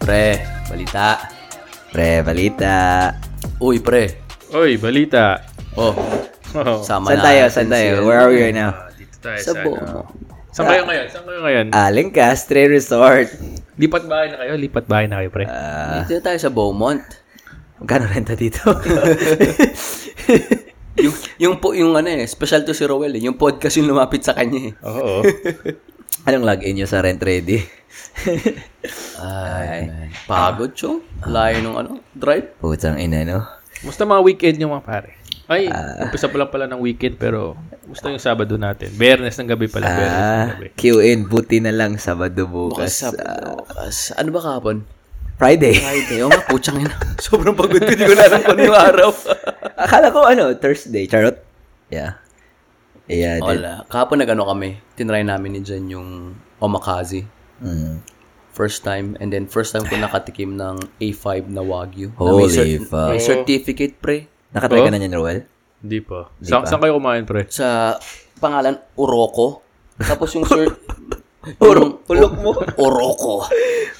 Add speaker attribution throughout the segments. Speaker 1: Pre, balita.
Speaker 2: Pre, balita.
Speaker 1: Uy, pre.
Speaker 3: Oy, balita.
Speaker 1: Oh,
Speaker 3: Oh.
Speaker 1: sama
Speaker 2: Saan
Speaker 1: na
Speaker 2: tayo?
Speaker 1: natin
Speaker 2: Saan tayo?
Speaker 1: si-
Speaker 2: Where are we right now?
Speaker 3: Dito tayo
Speaker 2: Sa Ah.
Speaker 3: sa
Speaker 2: buo
Speaker 3: ano.
Speaker 2: mo.
Speaker 3: Saan kayo ngayon? Saan kayo ngayon?
Speaker 2: Aling Castre Resort.
Speaker 3: Lipat bahay na kayo? Lipat bahay na kayo, pre.
Speaker 2: Ah.
Speaker 1: Dito tayo sa Beaumont.
Speaker 2: Magkano renta dito?
Speaker 1: yung, yung po, yung ano eh, special to si Rowell eh. Yung podcast yung lumapit sa kanya eh.
Speaker 3: Oo.
Speaker 2: Anong login nyo sa rent ready?
Speaker 1: Ay, man. pagod chong. Layo nung ano, drive.
Speaker 2: Putang ina, no?
Speaker 3: Musta mga weekend nyo mga pare? Ay, umpisa pa lang pala ng weekend pero musta yung Sabado natin. Bernes ng gabi pala. Bernes ng
Speaker 2: Ah,
Speaker 3: gabi.
Speaker 2: QN, buti na lang Sabado bukas. Ah,
Speaker 1: Bukas, uh, bukas. Ano ba kahapon?
Speaker 2: Friday.
Speaker 1: Friday. Oh, nga, putsang ina. Sobrang pagod ko. Hindi ko narampan yung araw.
Speaker 2: Akala ko ano, Thursday. Charot? Yeah. Yeah, dude.
Speaker 1: Wala. Kahapon nag-ano kami. Tinry namin ni Jen yung omakazi.
Speaker 2: Mm.
Speaker 1: First time. And then first time ko nakatikim ng A5 na Wagyu.
Speaker 2: Holy
Speaker 1: na may, cer-
Speaker 2: fuck.
Speaker 1: may certificate, pre.
Speaker 2: Nakatry ka na niyan, Roel?
Speaker 3: Hindi pa. Sa, saan kayo kumain, pre?
Speaker 1: Sa pangalan, Oroko. Tapos yung cert... Oro, ulok mo. Oroko.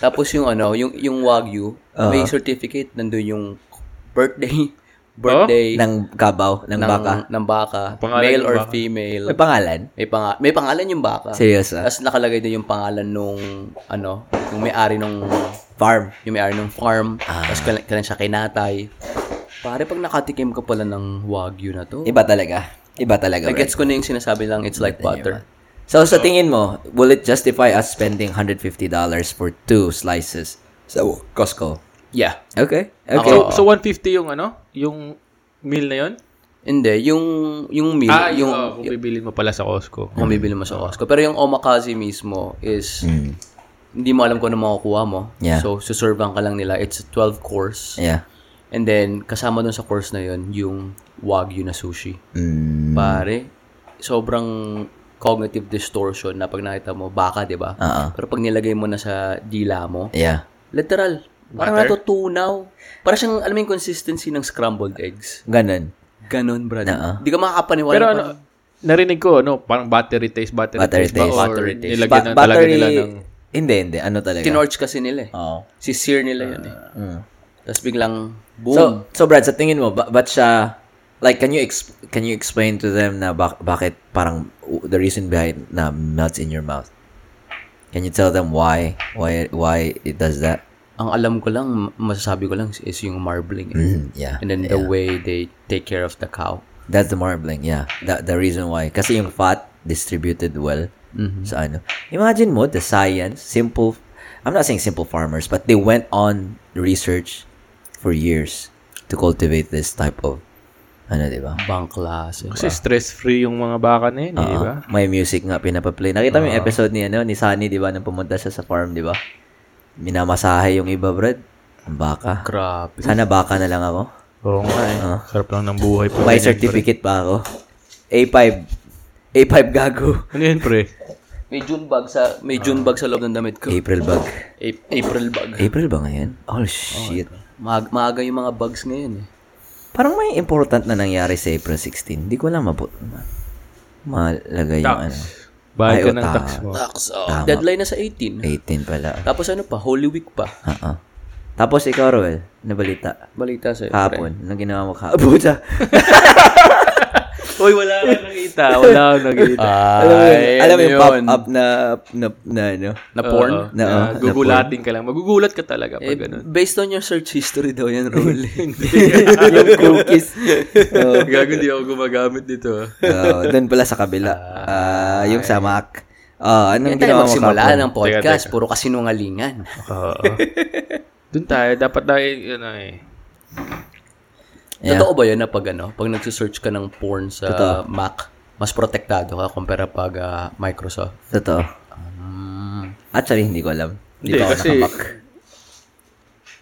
Speaker 1: Tapos yung ano, yung yung Wagyu,
Speaker 2: Ah.
Speaker 1: may certificate. Nandun yung birthday, birthday
Speaker 2: Nang kabaw, Oh? ng
Speaker 1: ng
Speaker 2: baka.
Speaker 1: ng baka,
Speaker 3: Pangalan
Speaker 1: male
Speaker 3: ng
Speaker 1: or
Speaker 3: baka.
Speaker 1: female.
Speaker 2: May pangalan?
Speaker 1: May panga may pangalan yung baka.
Speaker 2: Seryoso?
Speaker 1: Tapos nakalagay din yung pangalan nung ano, yung may-ari nung
Speaker 2: Farm. Ah.
Speaker 1: yung may-ari nung farm. Tapos kailan, kailan siya kinatay. Pare pag nakatikim ka pala ng wagyu na to.
Speaker 2: Iba talaga. Iba talaga, bro.
Speaker 1: Nag-gets ko na yung sinasabi lang it's like butter.
Speaker 2: So, sa tingin mo, will it justify us spending $150 for two slices sa Costco?
Speaker 1: Yeah.
Speaker 2: Okay. Okay.
Speaker 1: Ako-
Speaker 3: So, so 150 yung ano? Yung meal na yun?
Speaker 1: Hindi, yung yung meal,
Speaker 3: Ah,
Speaker 1: yung
Speaker 3: yung, oh, kung bibilin mo pala sa Costco.
Speaker 1: kung bibili mo sa Costco. Pero yung omakase mismo is hindi mo alam kung ano makukuha mo.
Speaker 2: Yeah.
Speaker 1: So, suservan ka lang nila. It's a 12 course.
Speaker 2: yeah.
Speaker 1: And then, kasama dun sa course na yon yung wagyu na sushi.
Speaker 2: Mm,
Speaker 1: Pare, sobrang cognitive distortion na pag nakita mo, baka, di ba?
Speaker 2: Oo.
Speaker 1: Pero pag nilagay mo na sa dila mo,
Speaker 2: Uh-uh. yeah.
Speaker 1: literal, parang
Speaker 3: Butter?
Speaker 1: natutunaw. Parang siyang, alam mo yung consistency ng scrambled eggs.
Speaker 2: Ganun. Uh-uh.
Speaker 1: Ganon, brad.
Speaker 2: Oo.
Speaker 1: Di ka makakapaniwala.
Speaker 3: Pero
Speaker 1: pa.
Speaker 3: ano, narinig ko, ano, parang battery taste, battery,
Speaker 2: Battery
Speaker 3: taste, ba?
Speaker 2: taste.
Speaker 3: Or
Speaker 1: Battery taste.
Speaker 3: nilagyan
Speaker 2: Ba-
Speaker 3: na talaga nila ng...
Speaker 2: Hindi, hindi. Ano talaga?
Speaker 1: Tinorch kasi nila eh.
Speaker 2: Oo.
Speaker 1: Si Sear nila yun eh.
Speaker 2: Mm.
Speaker 1: Tapos biglang, boom.
Speaker 2: So, so Brad, sa tingin mo, ba- ba't siya, like, can you exp- can you explain to them na bak- bakit parang w- the reason behind na melts in your mouth? Can you tell them why why why it does that?
Speaker 1: ang alam ko lang, masasabi ko lang is- is yung marbling. eh.
Speaker 2: Mm, yeah.
Speaker 1: And then the way they take care of the cow.
Speaker 2: That's the marbling, yeah. That the reason why. Kasi yung fat distributed well
Speaker 1: Mm-hmm.
Speaker 2: sa ano. Imagine mo the science, simple I'm not saying simple farmers, but they went on research for years to cultivate this type of ano, di ba?
Speaker 1: Bang eh. klase.
Speaker 3: Kasi stress-free yung mga baka na yun, eh, di ba?
Speaker 2: May music nga pinapaplay. Nakita mo yung episode ni ano ni Sunny, 'di ba, nang pumunta siya sa farm, 'di ba? Minamasahe yung iba, Brad. Ang baka.
Speaker 1: Grabe.
Speaker 2: Sana baka na lang ako.
Speaker 3: Oo nga eh. Sarap lang ng buhay pa.
Speaker 2: May certificate pa ako. A5. A5 gago.
Speaker 3: Ano yun, pre?
Speaker 1: May June bug sa, may June bug sa loob ng damit ko.
Speaker 2: April bug.
Speaker 1: A- April bug.
Speaker 2: April ba ngayon? Oh, shit.
Speaker 1: Maag- maaga yung mga bugs ngayon eh.
Speaker 2: Parang may important na nangyari sa April 16. Hindi ko lang mapu... ma- Malagay yung ano.
Speaker 3: Bayad
Speaker 2: Ay,
Speaker 3: ka ng
Speaker 2: utak.
Speaker 3: tax mo.
Speaker 1: Tax, oh. Deadline na sa 18.
Speaker 2: 18 pala.
Speaker 1: Tapos ano pa, Holy Week pa.
Speaker 2: Oo. Tapos ikaw, Roel, nabalita.
Speaker 1: Balita sa'yo. pre.
Speaker 2: Kahapon, anong ginawa mo kahapon? Puta.
Speaker 3: Uy, wala akong nakita. Wala akong nakita.
Speaker 2: alam mo yung,
Speaker 1: Ay,
Speaker 2: alam mo
Speaker 1: ano
Speaker 2: yung
Speaker 1: yun?
Speaker 2: pop-up na, na, na ano?
Speaker 1: Na porn?
Speaker 3: Oo.
Speaker 2: Na- oh.
Speaker 3: Ah, gugulatin ka lang. Magugulat ka talaga
Speaker 1: Eh,
Speaker 3: pag ganun.
Speaker 1: based on your search history daw yan, Raul.
Speaker 2: yung cookies. Oo.
Speaker 3: Gago, di ako gumagamit dito. ah.
Speaker 2: Oo, doon pala sa kabila. Ah, yung samak. Ah, anong
Speaker 1: Yan tayo
Speaker 2: ginawa mo
Speaker 1: magsimula
Speaker 2: kahapon?
Speaker 1: ng podcast. Puro kasinungalingan.
Speaker 3: Oo. Doon tayo. Dapat tayo, ano eh.
Speaker 2: Yeah.
Speaker 1: Totoo ba yun na pag ano, pag nagsisearch ka ng porn sa Mac, mas protektado ka kumpara pag ah, Microsoft?
Speaker 2: Totoo. Actually, hindi ko alam. Hindi pa ako
Speaker 3: kasi-
Speaker 2: nakabak.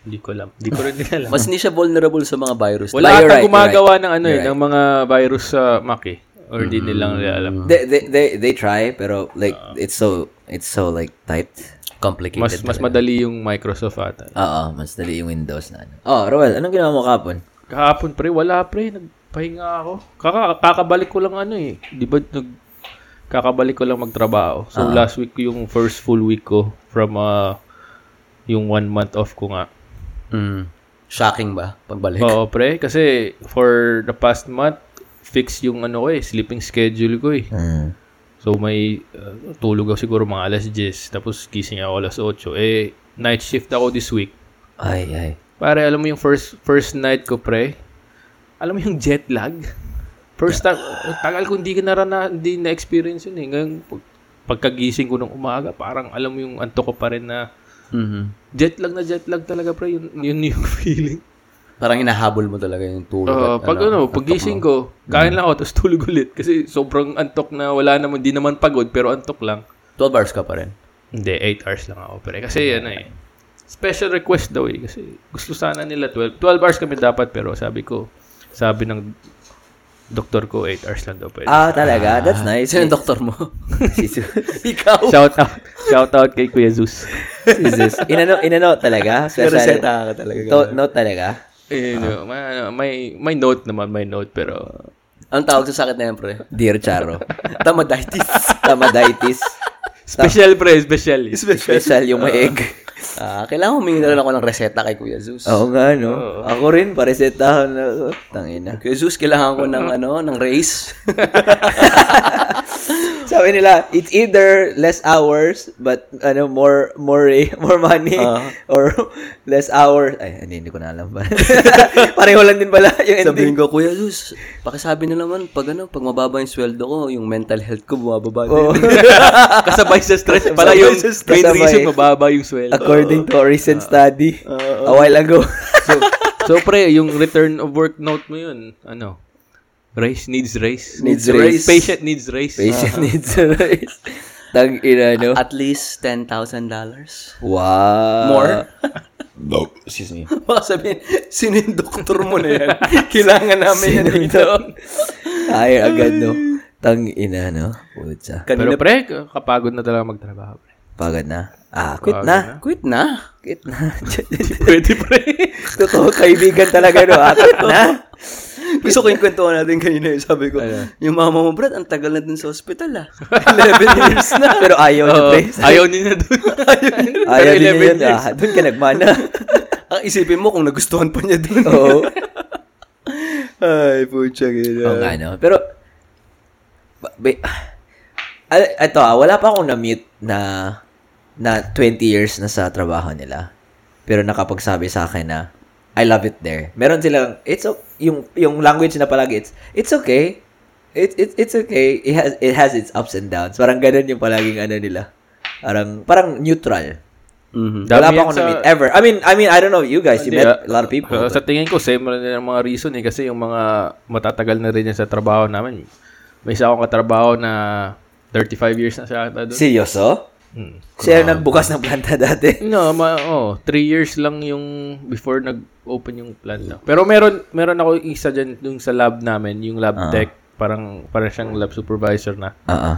Speaker 3: Hindi ko alam. Hindi ko rin alam.
Speaker 1: Mas hindi siya vulnerable sa mga virus.
Speaker 3: Wala
Speaker 2: But you're
Speaker 3: ata
Speaker 2: right, Mm-hmm.
Speaker 3: gumagawa ng ano eh, ng mga virus sa Mac eh. Or di nilang alam.
Speaker 2: They, they, they, they try, pero like, it's so, it's so like typed.
Speaker 1: Complicated.
Speaker 3: Mas mas madali yung Microsoft ata.
Speaker 2: Oo, mas dali yung Windows na ano. Oh, Roel, anong ginawa mo kahapon?
Speaker 3: Kahapon pre, wala pre, nagpahinga ako. Kaka kakabalik ko lang ano eh. Di ba nag kakabalik ko lang magtrabaho. So, last week ko yung first full week ko from uh, yung one month off ko nga.
Speaker 1: Mm. Shocking ba? Pagbalik.
Speaker 3: Oo, pre. Kasi for the past month, fix yung ano ko eh, sleeping schedule ko eh.
Speaker 2: Mm.
Speaker 3: So may uh, tulog ako siguro mga alas 10, tapos gising ako alas 8. Eh, night shift ako this week.
Speaker 2: Ay, ay.
Speaker 3: Pare, alam mo yung first first night ko, pre. Alam mo yung jet lag? First time, ang tagal ko hindi ko narana, hindi na-experience yun eh. Ngayon, pag- pagkagising ko nung umaga, parang alam mo yung antok ko pa rin na
Speaker 1: Mhm.
Speaker 3: jet lag na jet lag talaga, pre. Yun, yun yung feeling.
Speaker 1: Parang inahabol mo talaga yung tulog.
Speaker 3: Oo,
Speaker 1: at
Speaker 3: pag ano, pagising ko, kain lang ako, tapos tulog ulit. Kasi sobrang antok na wala naman, di naman pagod, pero antok lang.
Speaker 1: 12 hours ka pa rin.
Speaker 3: Hindi, 8 hours lang ako. Pero kasi ano eh, special request daw eh. Kasi gusto sana nila 12. 12 hours kami dapat pero sabi ko, sabi ng doktor ko 8 hours lang daw pwede.
Speaker 2: Ah, talaga? That's nice.
Speaker 1: Sino yung doktor mo?
Speaker 2: Si Zeus.
Speaker 1: Ikaw.
Speaker 3: Shout out, shout out kay Kuya Zeus.
Speaker 2: Si Zeus. Inano, inano talaga?
Speaker 1: Nareseta ka talaga.
Speaker 2: To, note talaga?
Speaker 3: Eh, no, may, ano, may, may note naman, may note pero
Speaker 1: Ang tawag sa sakit na yan, pre.
Speaker 2: Dear Charo.
Speaker 1: Tamaditis.
Speaker 2: Tamaditis.
Speaker 3: special pre, special. eh.
Speaker 2: Special yung may egg.
Speaker 1: Ah, kailangan humingi na rin ako ng reseta kay Kuya Zeus.
Speaker 2: Oo nga, no? Ako rin, paresetahan na. Tangina.
Speaker 1: Kuya Zeus, kailangan ko ng ano, ng race.
Speaker 2: Sabi nila, it's either less hours but ano more more more money or less hours. Ay, hindi, hindi ko na alam ba. Pareho lang din pala yung ending.
Speaker 1: Sabihin ko, Kuya Zeus, pakisabi na naman, pag ano, pag mababa yung sweldo ko, yung mental health ko bumababa din.
Speaker 2: Oo.
Speaker 3: Kasabay sa stress
Speaker 2: Kasabay
Speaker 3: pala yung
Speaker 2: sa stress.
Speaker 3: main
Speaker 2: Kasabay.
Speaker 3: reason mababa yung sweldo.
Speaker 2: According to a recent study, a while ago.
Speaker 3: so, so pre, yung return of work note mo yun, ano? Race needs race.
Speaker 2: Needs race.
Speaker 3: Patient needs race.
Speaker 2: Patient needs a raise. Tang ina, no?
Speaker 1: At least $10,000. Baka
Speaker 2: Wow.
Speaker 1: Uh, More?
Speaker 2: no. Excuse me.
Speaker 1: sabihin, sino yung doktor mo na yan? Kailangan namin yan
Speaker 2: Sino
Speaker 1: dito.
Speaker 2: Higher agad, no? Tang ina, no? Putsa.
Speaker 3: Ah, Pero pre, kapagod na talaga magtrabaho. Pre.
Speaker 2: Pagod na. Ah, quit na.
Speaker 1: Quit na.
Speaker 2: Quit na.
Speaker 3: Hindi pwede pre.
Speaker 2: Totoo, kaibigan talaga, no? Akit na.
Speaker 1: Gusto ko yung kwentuhan natin kanina. eh. Sabi ko, yung mama mo, Brad, ang tagal na din sa hospital, ah. 11 years na.
Speaker 2: Pero ayaw niya, pre.
Speaker 3: ayaw niya na doon.
Speaker 2: Ayaw niya yun. Ah, doon ka nagmana.
Speaker 1: Ang isipin mo kung nagustuhan pa niya dun.
Speaker 2: Oo.
Speaker 1: Ay, putya, gila.
Speaker 2: Oo nga, no? Pero, ba- ba- Al- ito ah, wala pa akong na-mute na na 20 years na sa trabaho nila. Pero nakapagsabi sa akin na, I love it there. Meron silang, it's o- yung yung language na palagi, it's, it's okay. It, it, it's okay. It has, it has its ups and downs. Parang ganun yung palaging ano nila. Parang, parang neutral.
Speaker 1: Mhm.
Speaker 3: Dami
Speaker 2: Wala pa
Speaker 3: yan
Speaker 2: akong
Speaker 3: sa-
Speaker 2: na-meet ever. I mean, I mean, I don't know you guys. You
Speaker 3: Hindi,
Speaker 2: met a
Speaker 3: ah,
Speaker 2: lot of people.
Speaker 3: ah, sa tingin ko, same rin ang mga reason eh. Kasi yung mga matatagal na rin yan sa trabaho namin. May isa akong katrabaho na 35 years na siya ata doon.
Speaker 2: Seryoso?
Speaker 3: Hmm.
Speaker 2: Siya yung nagbukas ng planta dati.
Speaker 3: No, ma oh, three years lang yung before nag-open yung plant. No? Pero meron meron ako isa dyan yung sa lab namin, yung lab tech, parang parang siyang lab supervisor na.
Speaker 2: Oo.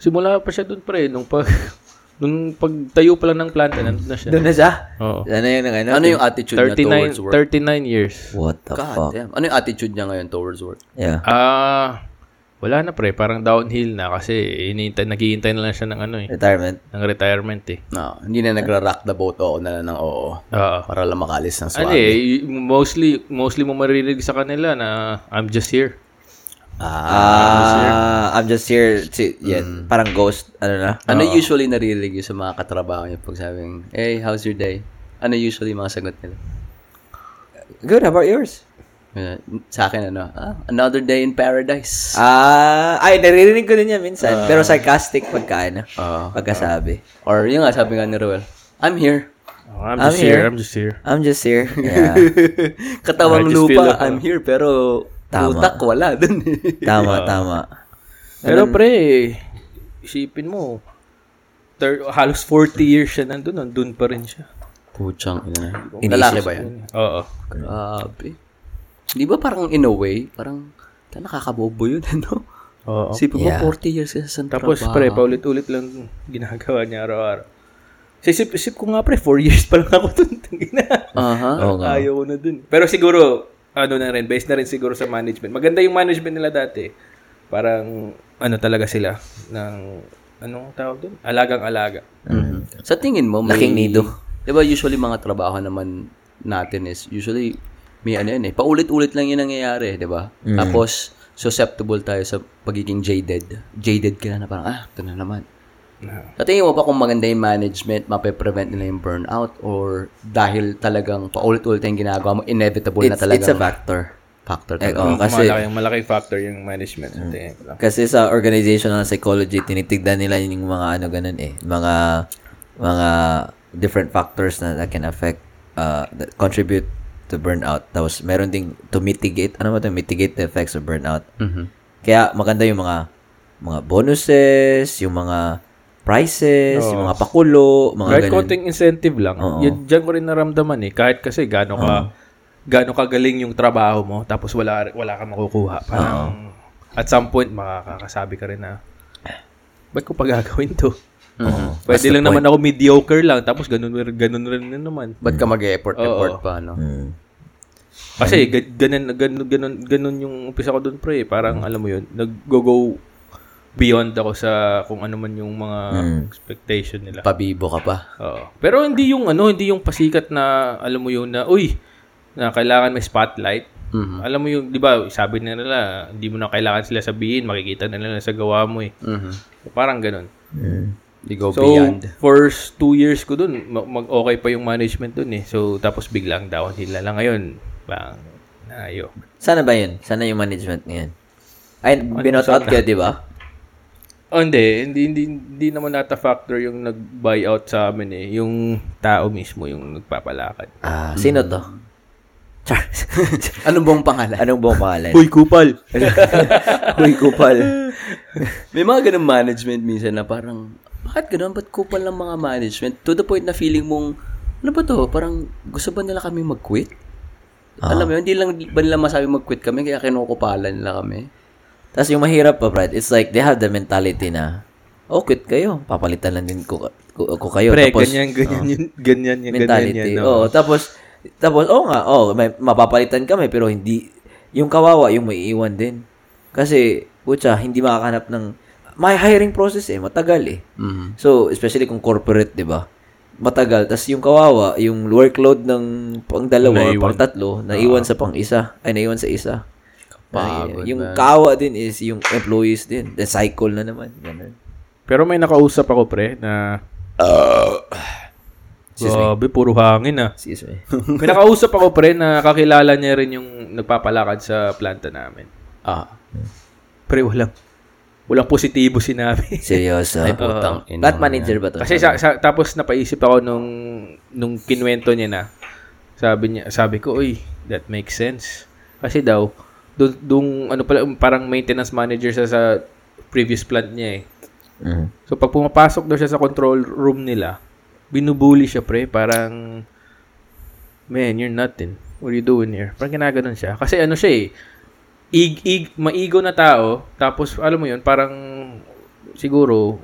Speaker 3: Simula pa siya doon pre nung pag nung pagtayo pa lang ng planta nandun na siya.
Speaker 2: Doon na siya?
Speaker 3: Oo.
Speaker 2: Ano yung nang ano?
Speaker 1: Ano yung attitude niya towards
Speaker 3: 39
Speaker 1: work?
Speaker 3: 39 years.
Speaker 2: What the
Speaker 1: God
Speaker 2: fuck?
Speaker 1: damn. Ano yung attitude niya ngayon towards work?
Speaker 2: Yeah.
Speaker 3: Ah, wala na pre, parang downhill na kasi inintay naghihintay na lang siya ng ano eh,
Speaker 2: Retirement.
Speaker 3: ng retirement eh.
Speaker 1: No, hindi na nagra-rock the boat oo na lang ng oo.
Speaker 3: Oo.
Speaker 1: Para lang makalis ng
Speaker 3: Ano
Speaker 1: swag.
Speaker 3: eh, y- mostly mostly mo maririnig sa kanila na I'm just here.
Speaker 1: Ah,
Speaker 2: Ah, I'm just here. To, yeah,
Speaker 1: Mm.
Speaker 2: parang ghost. Ano na?
Speaker 1: ano usually naririnig yung sa mga katrabaho niyo pag sabing, hey, how's your day? Ano usually yung mga sagot nila?
Speaker 2: Good, how about yours?
Speaker 1: Eh, Sa akin, ano, ah, another day in paradise.
Speaker 2: Ah, ay, naririnig ko din yan minsan. pero sarcastic pagka ano,
Speaker 1: Ah.
Speaker 2: pagkasabi.
Speaker 1: Or yung nga, sabi nga ni Ruel, I'm here.
Speaker 3: I'm
Speaker 2: just I'm here,
Speaker 1: eh.
Speaker 2: here. I'm
Speaker 3: just here.
Speaker 2: I'm just here. Yeah.
Speaker 3: I
Speaker 1: Katawang
Speaker 3: just feel ako.
Speaker 1: lupa, I'm here, pero
Speaker 2: Tama.
Speaker 1: utak wala dun eh.
Speaker 2: tama, tama.
Speaker 3: Pero pre, isipin mo, thir- halos 40 years siya nandun, nandun pa rin siya.
Speaker 1: Putsang ina. Lalaki ba yan?
Speaker 3: Oo.
Speaker 1: Grabe. Di ba parang in a way, parang ta, nakakabobo yun, ano?
Speaker 3: Oo.
Speaker 1: Isipin
Speaker 2: Yeah.
Speaker 1: mo, 40 years ka sa
Speaker 3: Tapos
Speaker 1: trabaho.
Speaker 3: pre, paulit-ulit lang ginagawa niya araw-araw. Sa isip-isip ko nga pre, 4 years pa lang ako dun. Tangina.
Speaker 1: Aha.
Speaker 2: Oo nga.
Speaker 3: Ayaw ko na eh. dun. Pero siguro, ano na rin, based na rin siguro sa management. Maganda yung management nila dati. Parang ano talaga sila ng anong tawag doon? Alagang-alaga.
Speaker 1: Sa tingin mo,
Speaker 2: Mm-hmm.
Speaker 1: may...
Speaker 2: Laking nido.
Speaker 1: Di ba usually mga trabaho naman natin is usually may ano yan eh. Paulit-ulit lang yun nangyayari, di ba?
Speaker 2: Mm-hmm.
Speaker 1: Tapos, susceptible tayo sa pagiging jaded. Jaded ka na na parang, ah, ito na naman. Sa tingin mo pa kung maganda yung management, mape-prevent nila yung burnout or dahil talagang paulit-ulit yung ginagawa mo, inevitable na
Speaker 2: It's,
Speaker 1: talaga
Speaker 2: it's a factor.
Speaker 1: factor
Speaker 2: Eh,
Speaker 1: talaga.
Speaker 2: oh, kasi
Speaker 3: Malaking, malaking factor yung management. sa tingin ko lang.
Speaker 2: Kasi sa organizational psychology, tinitigdan nila yung mga ano ganun eh. Mga, mga different factors na that can affect, uh, that contribute to burnout. Tapos meron ding to mitigate, ano ba to mitigate the effects of burnout. Kaya maganda yung mga, mga bonuses, yung mga prices, yung mga pakulo, mga
Speaker 3: Kahit
Speaker 2: ganun.
Speaker 3: konting incentive lang. Yan, dyan ko rin naramdaman eh. Kahit kasi gano'n ka, gano'n kagaling yung trabaho mo, tapos wala, wala ka makukuha. Parang, at some point, makakasabi ka rin na, ba't ko pagagawin to?
Speaker 2: Oo.
Speaker 3: Pwede lang naman ako mediocre lang, tapos ganun, ganun rin na naman.
Speaker 2: Mm-hmm.
Speaker 1: Ba't ka mag-effort, effort pa, no?
Speaker 2: Mm.
Speaker 3: Kasi ga- ganun, ganun, ganun, ganun yung umpisa ko doon pre. Parang alam mo yun, nag-go beyond ako sa kung ano man yung mga expectation nila.
Speaker 1: Pabibo ka pa.
Speaker 3: Oo. Pero hindi yung ano, hindi yung pasikat na alam mo yun na uy, na kailangan may spotlight. Alam mo yung, 'di ba, sabi na nila, hindi mo na kailangan sila sabihin, makikita na nila sa gawa mo eh. So, parang ganun.
Speaker 2: Mm.
Speaker 1: You go
Speaker 3: So,
Speaker 1: beyond.
Speaker 3: first two years ko dun, ma- mag-okay pa yung management dun eh. So, tapos biglang downhill na lang ngayon. Bang, ayo.
Speaker 2: Sana ba yun? Sana yung management ngayon? Ay, binot out kayo, di ba?
Speaker 3: Oh, hindi, hindi, hindi, hindi naman nata factor yung nag-buyout sa amin eh. Yung tao mismo yung nagpapalakad.
Speaker 2: Ah, sino to? Char.
Speaker 1: Ano bang pangalan?
Speaker 2: Anong buong pangalan?
Speaker 3: Uy, kupal!
Speaker 2: Uy, kupal.
Speaker 1: May mga ganun management minsan na parang, bakit ganun? Ba't kupal ng mga management? To the point na feeling mong, ano ba to? Parang gusto ba nila kami mag-quit? Alam mo yun, hindi lang ba nila masabi mag-quit kami kaya kinukupalan nila kami?
Speaker 2: Tapos yung mahirap pa, Brad, it's like they have the mentality na, oh, quit kayo. Papalitan lang din ko, ko, ko kayo.
Speaker 3: Pre,
Speaker 2: tapos,
Speaker 3: ganyan, ganyan, yun, ganyan, yan, ganyan,
Speaker 2: mentality.
Speaker 3: yan. no?
Speaker 2: Oo, tapos, tapos, oo nga, oo, may, mapapalitan kami, pero hindi, yung kawawa, yung may iwan din. Kasi, putya, hindi makakanap ng, may hiring process eh, matagal eh. So, especially kung corporate, di ba? Matagal. Tapos yung kawawa, yung workload ng pang dalawa, or pang tatlo, naiwan sa pang isa, ay naiwan sa isa. Ay, yung kawawa din is yung employees din. The cycle na naman. Ganun.
Speaker 3: Pero may nakausap ako, pre, na... Grabe, puro hangin ah.
Speaker 2: Excuse me.
Speaker 3: May nakausap ako, pre, na kakilala niya rin yung nagpapalakad sa planta namin.
Speaker 1: Ah,
Speaker 3: Pre, walang, walang positibo sinabi.
Speaker 2: Seryoso.
Speaker 1: putang ina.
Speaker 2: Plant manager ba to?
Speaker 3: Kasi sa, sa- tapos napaisip ako nung nung kinwento niya na. Sabi niya, sabi ko, "Uy, that makes sense." Kasi daw dun, dung ano pala um, parang maintenance manager siya sa previous plant niya eh.
Speaker 2: Mm.
Speaker 3: So pag pumapasok daw siya sa control room nila, binubuli siya pre, parang man, you're nothing. What are you doing here? Parang ginaganon siya. Kasi ano siya eh, ig, ig, maigo na tao, tapos alam mo yun, parang siguro,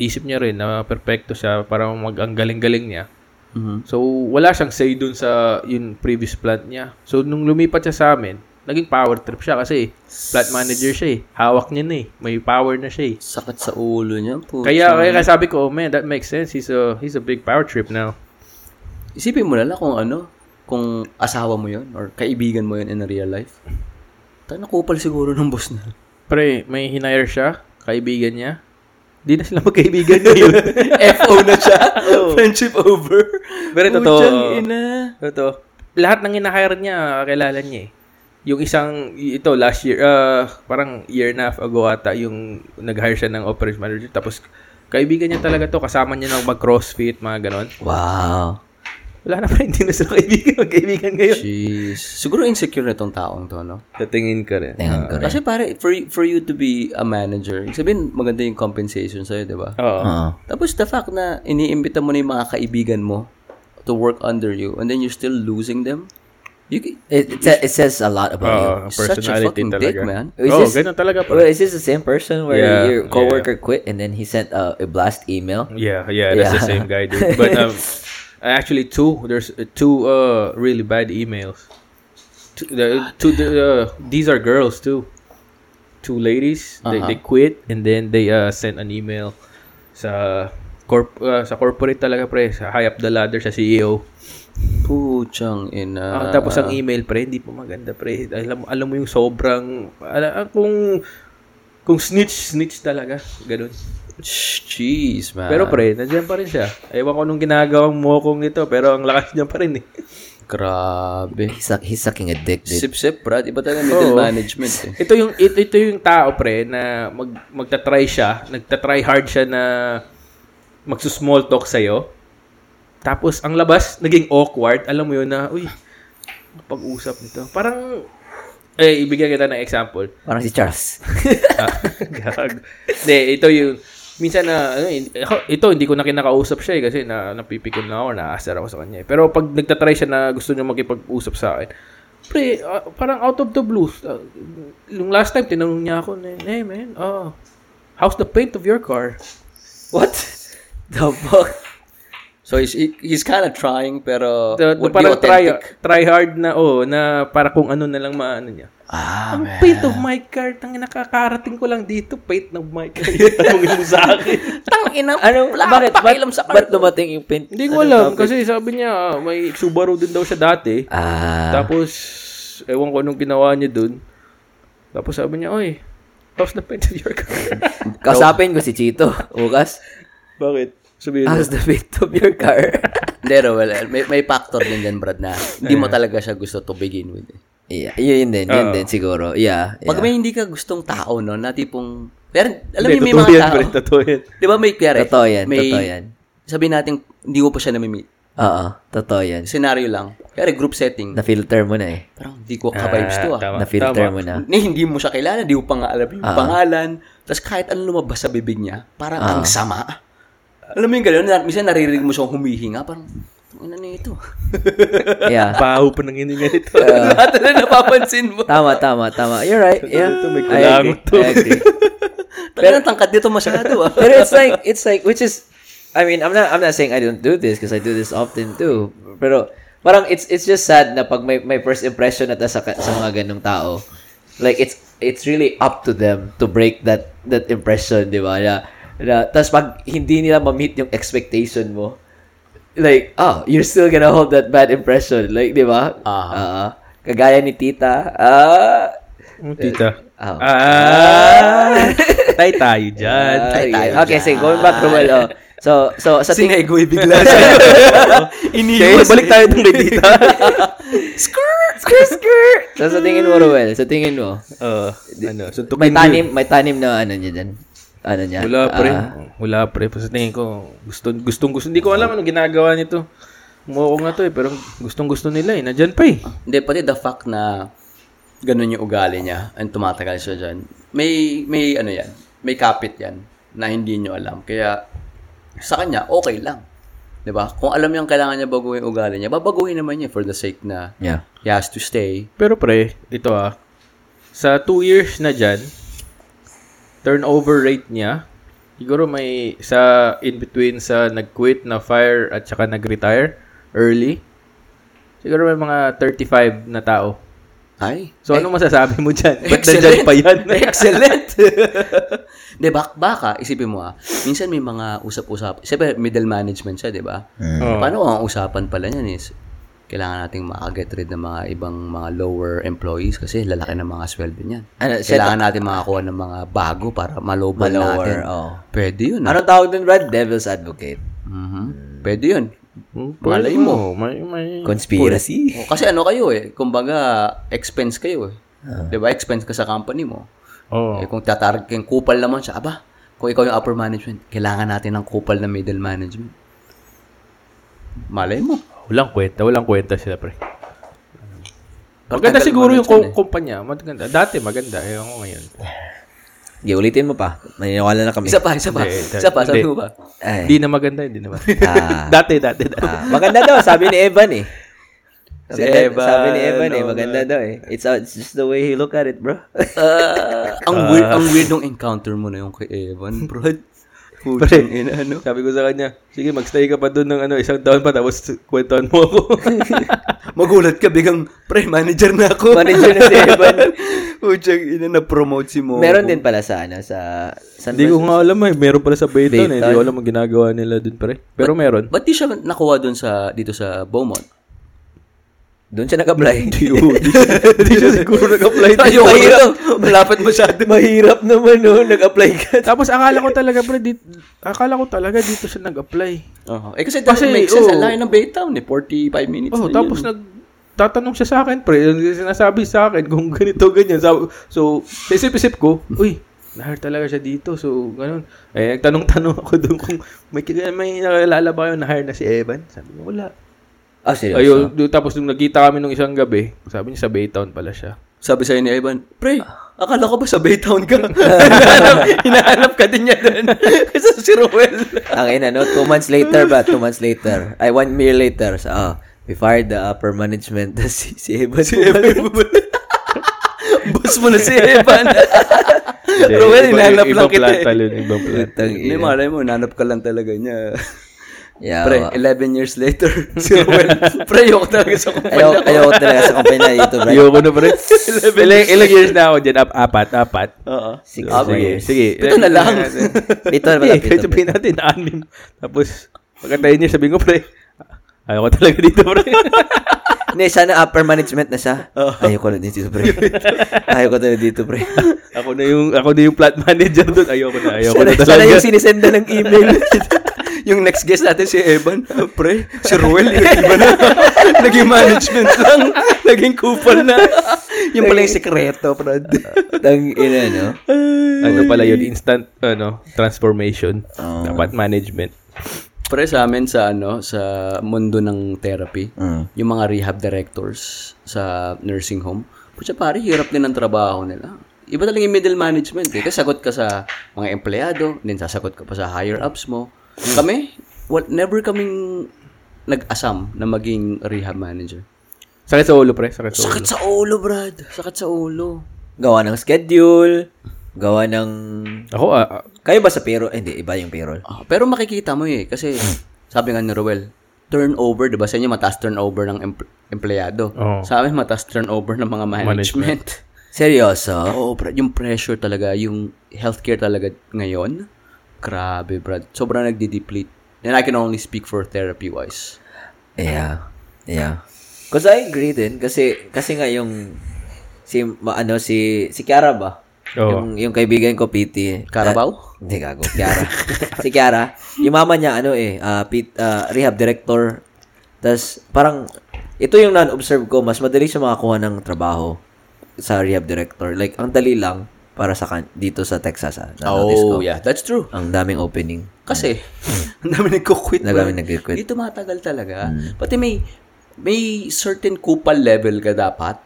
Speaker 3: isip niya rin na perfecto siya, parang mag, ang galing-galing niya. So, wala siyang say dun sa yung previous plant niya. So, nung lumipat siya sa amin, naging power trip siya kasi plant manager siya eh. Hawak niya na eh. May power na siya eh.
Speaker 1: sakit sa ulo niya po.
Speaker 3: Kaya, kaya sabi ko, oh man, that makes sense. He's a, he's a big power trip now.
Speaker 1: Isipin mo na lang kung ano, kung asawa mo yun or kaibigan mo yun in real life. Tayo nakupal siguro ng boss na.
Speaker 3: Pre, may hinire siya, kaibigan niya. Di na sila magkaibigan ngayon.
Speaker 1: FO na siya. Friendship over.
Speaker 3: Pero totoo.
Speaker 1: Putang ina.
Speaker 3: Totoo. Lahat ng hinahire niya, kakilala niya eh. Yung isang, y- ito, last year, ah, parang year and a half ago ata, yung nag-hire siya ng operation manager. Tapos, kaibigan niya talaga to, kasama niya nang mag-crossfit, mga ganon.
Speaker 2: Wow.
Speaker 3: Wala na pa, hindi na sila kaibigan, magkaibigan ngayon.
Speaker 1: Jeez. Siguro insecure na tong taong to, no?
Speaker 3: Sa tingin ka rin.
Speaker 2: Tingnan ko rin.
Speaker 1: Kasi pare, for, for you to be a manager, ibig sabihin maganda yung compensation sa'yo, di ba?
Speaker 3: Oo.
Speaker 2: Oo.
Speaker 1: Tapos the fact na iniimbita mo na yung mga kaibigan mo to work under you and then you're still losing them, you, ca-
Speaker 2: It, it, sa- it says a lot about you.
Speaker 3: Oo, ang
Speaker 1: such a
Speaker 3: personality
Speaker 1: fucking
Speaker 3: talaga.
Speaker 1: dick, man.
Speaker 2: Is
Speaker 3: Oo,
Speaker 2: this-
Speaker 3: Oh, ganun talaga pa.
Speaker 1: Uh-huh.
Speaker 2: Well, is this the same person where
Speaker 3: Yeah,
Speaker 2: your coworker quit and then he sent uh, a, a blast email?
Speaker 3: Yeah, yeah, that's the same guy, dude. But um, actually, two there's uh, two uh really uh, bad emails. Two, the, two the, uh, these are girls too. two ladies. They,
Speaker 1: Uh-huh.
Speaker 3: they quit and then they uh, sent an email sa corp uh, sa corporate talaga pre, sa high up the ladder sa CEO.
Speaker 1: Puchang
Speaker 3: Ah,
Speaker 1: ina.
Speaker 3: tapos ang email pre, hindi pa maganda pre. Alam alam mo yung sobrang ala, ah, kung kung snitch snitch talaga, ganun.
Speaker 1: Jeez, man.
Speaker 3: Pero pre, nandiyan pa rin siya. Ewan ko nung ginagawang mo kong ito, pero ang lakas niya pa rin eh.
Speaker 1: Grabe.
Speaker 2: He's, suck- he's sucking a dick, dude.
Speaker 1: Sip-sip, Brad. Iba talaga
Speaker 2: Oh.
Speaker 3: Oo.
Speaker 1: middle management eh.
Speaker 3: Ito yung ito, ito yung tao pre na mag magta-try siya, nagta-try hard siya na magsu-small talk sa Tapos ang labas naging awkward, alam mo yun na uy pag-usap nito. Parang eh ibigyan kita ng example.
Speaker 2: Parang si Charles.
Speaker 3: Ah, Gag. Hindi, ito yung minsan na ano, in- ako- ito hindi ko na kinakausap siya eh, kasi na napipikon na ako, naaasar ako sa kanya. eh. Pero pag nagtatry siya na gusto niya makipag-usap sa akin, pre, ah, parang out of the blue. ah, yung last time tinanong niya ako, na, "Hey man, oh, how's the paint of your car?"
Speaker 1: What? The fuck? So he's he- he's kind of trying pero
Speaker 3: The,
Speaker 1: would be
Speaker 3: parang try,
Speaker 1: authentic.
Speaker 3: try hard na oh, na para kung ano na lang maano niya.
Speaker 2: ah,
Speaker 3: Ang paint of my car, tangin nakakarating ko lang dito, paint of my car. Tanong mo sa akin.
Speaker 2: ano, bakit? Ba't, ba't dumating yung pin?
Speaker 3: Hindi ko alam kasi sabi niya ah, may Subaru din daw siya dati.
Speaker 2: Ah,
Speaker 3: Tapos ewan ko anong ginawa niya dun. Tapos sabi niya, "Oy, how's the paint of your car?"
Speaker 2: kausapin ko si Chito. Bukas.
Speaker 3: Bakit? Sabihin niya.
Speaker 2: How's the fit of your car?
Speaker 1: Hindi, well, may, may factor din dyan, Brad, na hindi mo talaga siya gusto to begin with. eh.
Speaker 2: yeah, yun din. Yun din siguro. Yeah. yeah.
Speaker 1: Pag may hindi ka gustong tao, no, na tipong, pero, alam mo
Speaker 3: Hindi,
Speaker 1: yung may
Speaker 3: totoo
Speaker 1: mga
Speaker 3: yan,
Speaker 1: tao,
Speaker 3: pre, totoo yan.
Speaker 1: di ba may kuyari?
Speaker 2: Totoo yan,
Speaker 1: may,
Speaker 2: totoo yan.
Speaker 1: Sabihin natin, hindi ko pa siya namimit.
Speaker 2: Oo, totoo yan.
Speaker 1: Scenario lang. Kaya group setting,
Speaker 2: Na-filter mo na eh.
Speaker 1: parang hindi ko ka-vibes to, ah.
Speaker 3: tama.
Speaker 2: Na-filter mo na.
Speaker 1: Ni, hindi mo siya kilala, di mo pa nga alam yung pangalan. Tapos kahit ano lumabas sa bibig niya, parang ang sama. Alam mo yung gano'n, na- minsan naririnig mo siyang humihinga, parang, ano na ito?
Speaker 2: Yeah.
Speaker 3: Baho pa ng hininga nito.
Speaker 1: Lahat na napapansin mo.
Speaker 2: Tama, tama, tama. You're right. Yeah. I
Speaker 3: kulang
Speaker 2: agree.
Speaker 3: to.
Speaker 2: I agree.
Speaker 1: Pero tangkad nito masyado, ah.
Speaker 2: Pero it's like it's like which is I mean, I'm not I'm not saying I don't do this because I do this often too. Pero parang it's it's just sad na pag may may first impression at sa ka- sa mga ganung tao. Like it's it's really up to them to break that that impression, di ba? Na, na tas pag hindi nila ma-meet yung expectation mo, like, oh, you're still gonna hold that bad impression. Like, di ba?
Speaker 1: Ah.
Speaker 2: Ah. kagaya ni tita, ah,
Speaker 3: Oh, Tita.
Speaker 2: ah,
Speaker 3: Ah! Tay tayo dyan.
Speaker 2: ah,
Speaker 1: tayo
Speaker 2: yeah. Okay, sige, going back to well, oh. So, so, sa ting-
Speaker 1: Sinego eh, bigla siya.
Speaker 3: Okay,
Speaker 1: Iniwas.
Speaker 3: balik tayo dun kay Tita.
Speaker 2: Skirt, skirt, skirt. So, sa tingin mo, Ruel, sa tingin mo,
Speaker 3: Oo, ano, suntukin
Speaker 2: may
Speaker 3: mo yun.
Speaker 2: tanim, may tanim na ano niya dyan. Ano niya?
Speaker 3: Wala pre.
Speaker 2: Ah,
Speaker 3: Wala pre. Sa tingin ko, gusto, gustong gusto. Hindi ko alam ano ginagawa nito. Mukha nga to eh, pero gustong gusto nila eh. Nandyan pa eh.
Speaker 1: Hindi, pati the fact na ganun yung ugali niya and tumatagal siya dyan, may, may ano yan, may kapit yan na hindi nyo alam. Kaya sa kanya, okay lang. 'Di ba? Kung alam niyang kailangan niya baguhin yung ugali niya, babaguhin naman niya for the sake na
Speaker 2: yeah.
Speaker 1: he has to stay.
Speaker 3: Pero pre, ito ah. Sa two years na dyan, turnover rate niya, siguro may sa in-between sa nag-quit, na-fire, at saka nag-retire early, siguro may mga 35 na tao.
Speaker 1: Ay,
Speaker 3: So, ano masasabi mo dyan? Ba't nandyan
Speaker 1: Excellent.
Speaker 3: pa yan?
Speaker 1: Excellent! di ba, baka, isipin mo ah, minsan may mga usap-usap. Siyempre, middle management siya, di ba?
Speaker 3: Oo.
Speaker 1: Paano kung ang usapan pala niyan is, kailangan nating makaget rid ng mga ibang mga lower employees kasi lalaki ng mga sweldo niyan.
Speaker 2: Ano, set
Speaker 1: Kailangan natin makakuha ng mga bago para malobal natin.
Speaker 2: Malower, oh.
Speaker 1: Pwede yun.
Speaker 3: Hmm.
Speaker 1: Ah.
Speaker 2: Anong tawag dun, Brad? Devil's Advocate.
Speaker 1: Mhm. Pwede yun.
Speaker 3: Hmm,
Speaker 1: Malay
Speaker 3: pwede mo. May, may,
Speaker 2: Conspiracy.
Speaker 1: O, kasi ano kayo eh, kumbaga expense kayo eh.
Speaker 2: Ah.
Speaker 1: 'Di ba? Expense ka sa company mo.
Speaker 3: Oo.
Speaker 1: Eh, kung tatarget kang kupal naman siya, aba, kung ikaw yung upper management, kailangan natin ng kupal na middle management. Malay mo.
Speaker 3: Walang kwenta, walang kwenta sila, pre.
Speaker 1: Pagtagal
Speaker 3: Maganda siguro
Speaker 1: mo eh.
Speaker 3: yung
Speaker 1: nun
Speaker 3: ko- kumpanya. Maganda. Dati maganda. Ewan ko ngayon.
Speaker 1: Eh.
Speaker 2: Okay, ulitin mo pa. Maniniwala na kami.
Speaker 1: Isa pa, isa pa.
Speaker 3: Hindi,
Speaker 1: Isa pa, sabi
Speaker 3: hindi.
Speaker 1: mo ba?
Speaker 2: Ay.
Speaker 3: Hindi na maganda, hindi naman.
Speaker 2: Ah.
Speaker 3: dati, dati, dati.
Speaker 2: Ah, maganda daw, sabi ni Evan eh.
Speaker 3: Si
Speaker 2: Maganda-
Speaker 3: Evan,
Speaker 2: Sabi ni Evan eh,
Speaker 3: oh,
Speaker 2: maganda daw eh. It's, uh, it's just the way he look at it, bro.
Speaker 1: Ah, ang weird ang weird nung encounter mo na yung kay Evan, bro. Puchang ina, ano?
Speaker 3: Sabi ko sa kanya, sige, magstay ka pa doon ng ano, isang taon pa, tapos kwentuhan mo ako.
Speaker 1: Magulat ka biglang, pre, manager na ako.
Speaker 2: Manager na si Evan.
Speaker 1: Puchang ina, na-promote si Momo.
Speaker 2: Meron din pala sa, ano, sa... San
Speaker 3: Hindi ko nga alam eh, meron pala sa Bayton
Speaker 2: Baytown.
Speaker 3: eh. Hindi ko alam ang ginagawa nila doon pre. Pero meron.
Speaker 1: Ba't di siya nakuha doon sa, dito sa Beaumont?
Speaker 2: Doon siya nag-apply.
Speaker 3: Hindi siya siguro nag-apply.
Speaker 1: Ayoko
Speaker 2: Ayoko
Speaker 1: na.
Speaker 2: lang.
Speaker 1: Malapit masyado.
Speaker 2: Mahirap naman, no? Nag-apply ka.
Speaker 3: Tapos akala ko talaga pre, dito, akala ko talaga dito siya nag-apply.
Speaker 1: Oo. Eh kasi, doesn't
Speaker 3: Kasi,
Speaker 1: make sense.
Speaker 3: oo.
Speaker 1: Ang layo ng Baytown eh. 45 minutes
Speaker 3: Oh,
Speaker 1: na
Speaker 3: tapos
Speaker 1: yun.
Speaker 3: nag tatanong siya sa akin, pre, yung sinasabi sa akin kung ganito ganyan. Sabi- So, sa isip-isip ko, uy, nahir talaga siya dito. So, ganun. Eh, nagtanong-tanong ako doon kung may, kil- may nakilala ba yung nahir na si Evan? Sabi niya, wala.
Speaker 2: Ah, seryoso?
Speaker 3: Ayun, do- tapos nung nagkita kami nung isang gabi, sabi niya sa Baytown pala siya.
Speaker 1: Sabi sa'yo ni Evan, pre, akala ko ba sa Baytown ka? hinahanap, hinahanap ka din niya doon. Kasi si Ruel.
Speaker 2: Ang ina, no? Two months later ba? Two months later. Ay, one year later. So, ah, we fired the upper management. Tapos si, si Evan. Si
Speaker 1: Boss mo na si Evan. Ruel,
Speaker 3: Iba-
Speaker 1: hinahanap
Speaker 3: iba- ibang
Speaker 1: lang kita
Speaker 3: planta
Speaker 1: eh.
Speaker 3: yun, ibang planta.
Speaker 1: Hindi, malay mo, hinahanap ka lang talaga niya.
Speaker 2: Yeah, oh.
Speaker 1: pre,
Speaker 2: wa-
Speaker 1: 11 years later, si Ruel. pre, yok talaga sa kumpanya
Speaker 2: Ayaw,
Speaker 1: ko.
Speaker 2: ayaw ko talaga sa kumpanya dito, bro.
Speaker 3: Ayoko na pre. ilang, ilang years na ako dyan? Ap- apat, apat. Ano
Speaker 1: Oo.
Speaker 2: Six
Speaker 1: Ah,
Speaker 2: years.
Speaker 1: sige.
Speaker 3: Sige.
Speaker 1: Pito na lang.
Speaker 2: Pito na
Speaker 3: Hindi,
Speaker 2: pala,
Speaker 3: kahit
Speaker 2: pito.
Speaker 3: sabihin natin, anim. Tapos, pagkatayin niya, sabihin ko, pre, ayaw ko talaga dito, pre.
Speaker 2: Hindi, sana upper management na siya. Ayoko na dito, pre. Ayoko na dito, pre.
Speaker 3: ako na yung, ako na yung plant manager doon. Ayaw ko na, ayaw ko
Speaker 2: Sana,
Speaker 3: na
Speaker 2: sana
Speaker 3: talaga.
Speaker 2: yung sinisenda ng email.
Speaker 1: Yung next guest natin si Evan, pre, si Ruel, yung iba na. Naging management lang, naging kupal na. Yung pala yung sekreto, Brad.
Speaker 2: Tang ina, no?
Speaker 3: ano pala yun, instant, ano, transformation.
Speaker 2: Oo.
Speaker 3: Dapat management.
Speaker 1: Pre, sa amin sa ano, sa mundo ng therapy,
Speaker 2: Mm.
Speaker 1: yung mga rehab directors sa nursing home, putya pare, hirap din ang trabaho nila. Iba talaga yung middle management eh. Kasi sagot ka sa mga empleyado, then sasagot ka pa sa higher ups mo. Kami, what, never kaming nag-asam na maging rehab manager.
Speaker 3: Sakit sa ulo, pre. Sakit sa ulo.
Speaker 1: Sakit sa ulo, Brad. Sakit sa ulo.
Speaker 2: Gawa ng schedule. Gawa ng...
Speaker 3: Ako, ah, ah,
Speaker 2: Kayo ba sa payroll? Eh, Hindi, iba yung payroll.
Speaker 1: Ah, pero makikita mo eh. Kasi, sabi nga ni Ruel, turnover, di ba? Sa inyo, mataas turnover ng em- empleyado.
Speaker 3: Oo.
Speaker 1: Sa amin, mataas turnover ng mga management.
Speaker 2: Seryoso?
Speaker 1: Oo, Brad. Yung pressure talaga, yung healthcare talaga ngayon, grabe, Brad. Sobrang nagde-deplete. And I can only speak for therapy-wise.
Speaker 2: Yeah. Yeah. Cause I agree din. Kasi, kasi nga yung... Si, ma, ano, si, si Kiara ba?
Speaker 3: Oo.
Speaker 2: Yung, yung kaibigan ko, PT.
Speaker 1: Carabao?
Speaker 2: Hindi gago, Kiara. si Kiara, yung mama niya, ano eh, ah, pit, ah, rehab director. Tapos, parang, ito yung non-observe ko, mas madali siya makakuha ng trabaho sa rehab director. Like, ang dali lang para sa kan- dito sa Texas, ah, na-notice ko.
Speaker 1: Oh, yeah. That's true.
Speaker 2: Ang daming opening.
Speaker 1: Kasi, ang dami nagko-quit.
Speaker 2: Ang
Speaker 1: bro.
Speaker 2: dami nagko-quit.
Speaker 1: Dito matagal talaga. Pati may, may certain kupal level ka dapat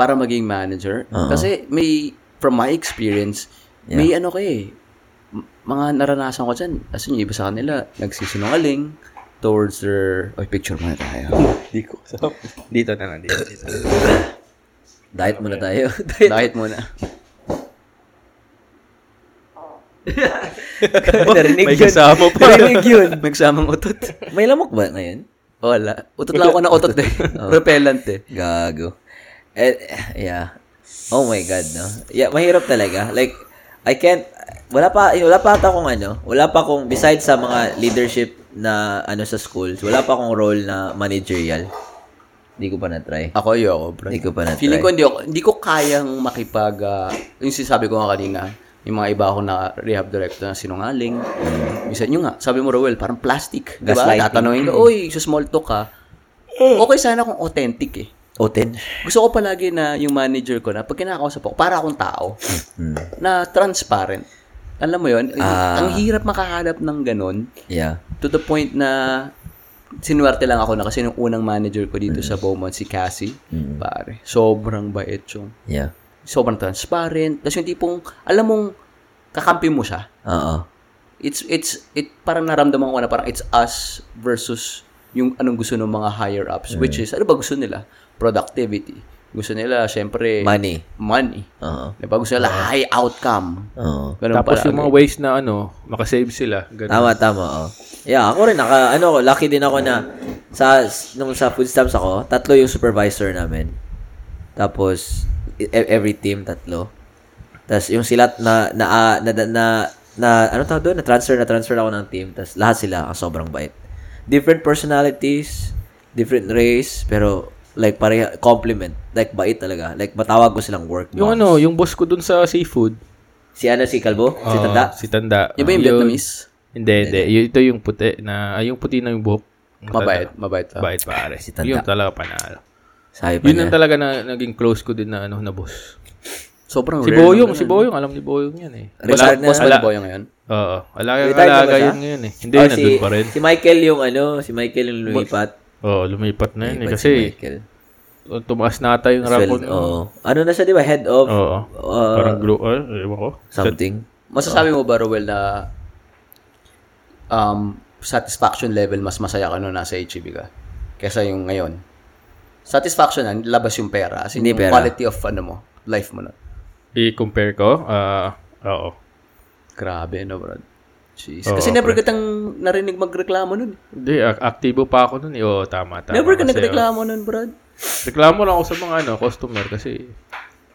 Speaker 1: para maging manager. Kasi may, from my experience, may ano ka eh, m- mga naranasan ko dyan. As in, yung iba sa kanila, nagsisinungaling towards their, oy, picture muna tayo.
Speaker 3: di ko. So, dito na lang, dito. dito.
Speaker 2: Diet muna tayo. Diet.
Speaker 1: Diet muna.
Speaker 2: Narinig
Speaker 3: May
Speaker 2: yun.
Speaker 3: kasama pa.
Speaker 2: Narinig yun.
Speaker 1: May kasamang utot.
Speaker 2: May lamok ba ngayon?
Speaker 1: Wala. Utot lang ako ng utot eh. Repellent eh.
Speaker 2: Gago. Eh, yeah. Oh my God, no? Yeah, mahirap talaga. Like, I can't, wala pa, wala pa ata akong ano, wala pa akong, besides sa mga leadership na ano sa schools, wala pa akong role na managerial. Hindi ko pa na-try.
Speaker 1: Ako, ayoko, bro.
Speaker 2: Hindi ko pa na-try.
Speaker 1: Feeling ko hindi ako, hindi ko kayang makipag, ah, yung sinasabi ko nga kanina, yung mga iba ako na rehab director na sinungaling. Isa, yun nga, sabi mo, Rowell, parang plastic. Di ba?
Speaker 2: Mm. Gaslighting.
Speaker 1: Tatanungin ka, uy, sa small talk ka. Okay sana kung authentic eh.
Speaker 2: Oten.
Speaker 1: Gusto ko palagi na yung manager ko na pag kinakausap ako, para akong tao,
Speaker 2: Hmm.
Speaker 1: na transparent. Alam mo yun,
Speaker 2: Ah.
Speaker 1: ang hirap makahanap ng ganun
Speaker 2: Yeah.
Speaker 1: to the point na sinuwerte lang ako na kasi nung unang manager ko dito
Speaker 2: Mm.
Speaker 1: sa Beaumont, si Cassie, pare, sobrang bait yung,
Speaker 2: Yeah.
Speaker 1: sobrang transparent. Tapos yung tipong, alam mong, kakampi mo siya.
Speaker 2: Oo.
Speaker 1: It's, it's, it, parang naramdaman ko na parang it's us
Speaker 3: Mm.
Speaker 1: versus yung anong gusto ng mga higher ups, which is, ano ba gusto nila? Productivity. Gusto nila, syempre,
Speaker 2: Money. Uh-uh.
Speaker 1: money.
Speaker 2: Oo.
Speaker 1: Diba? Gusto nila high outcome.
Speaker 2: Oo.
Speaker 1: Ganun
Speaker 3: Tapos
Speaker 1: pala.
Speaker 3: yung mga ways na ano, makasave sila. Ganun.
Speaker 2: Tama, tama. Oh. Yeah, ako rin. Naka, ano, ko, lucky din ako na sa, nung sa food stamps ako, tatlo yung supervisor namin. Tapos, e- every team, tatlo. Tapos, yung sila na, na, ah, na, na, na, na- ano tawag doon? Na-transfer, na-transfer ako ng team. Tapos, lahat sila, ang sobrang bait. Different personalities, different race, pero, like, pareha, compliment. Like, bait talaga. Like, matawag ko silang work.
Speaker 3: Yung ano, yung boss ko dun sa seafood.
Speaker 2: Si ano, si Kalbo? si
Speaker 3: ah,
Speaker 2: Tanda?
Speaker 3: Si Tanda.
Speaker 1: Di ba yung
Speaker 3: Yun.
Speaker 1: Vietnamese?
Speaker 3: Hindi, hindi. Yun- Ito yung puti na, ay, yung puti na yung buhok.
Speaker 1: Mabait. Mabait.
Speaker 3: Tanda. Bait pare.
Speaker 2: Si Tanda.
Speaker 3: Yun talaga panalo.
Speaker 2: Sabi pa
Speaker 3: Yun
Speaker 2: niya.
Speaker 3: ang talaga na naging close ko din na ano na boss.
Speaker 1: Sobrang
Speaker 3: Si
Speaker 1: rare.
Speaker 3: Boyong, si Boyong, alam ni Boyong 'yan eh.
Speaker 1: Basta,
Speaker 2: Retired na.
Speaker 1: basta
Speaker 3: Wala.
Speaker 1: ba yung ngayon?
Speaker 3: Oo, alaga
Speaker 2: Retired na ba
Speaker 3: alaga
Speaker 2: siya?
Speaker 3: yun ngayon eh. Hindi
Speaker 2: Oh,
Speaker 3: na nandun pa rin.
Speaker 2: Si Michael yung ano, si Michael yung lumipat.
Speaker 3: Oo, lumipat na yun eh
Speaker 2: Lumipat
Speaker 3: kasi
Speaker 2: si Michael.
Speaker 3: tumaas na ata yung
Speaker 2: Well,
Speaker 3: rapport. nun. Oo.
Speaker 2: oo. Ano na siya, di ba? Head of
Speaker 3: Oh.
Speaker 2: uh,
Speaker 3: Parang group, uh, ewan ko.
Speaker 2: something.
Speaker 1: Masasabi mo ba, Rowell, na um, satisfaction level mas masaya ka nung nasa HEB ka kesa yung ngayon? Satisfaction na, labas yung pera. As in,
Speaker 2: Hindi
Speaker 1: yung
Speaker 2: pera.
Speaker 1: quality of ano mo, life mo na.
Speaker 3: I-compare ko, ah, oo.
Speaker 1: Grabe, no, bro? Jeez.
Speaker 3: Oo,
Speaker 1: Kasi never kitang narinig magreklamo nun.
Speaker 3: Hindi, ak- aktibo pa ako nun. eh. Oo, tama, tama.
Speaker 1: never ka
Speaker 3: Kasi,
Speaker 1: nagreklamo nun, bro.
Speaker 3: oh, reklamo lang ako sa mga ano, customer kasi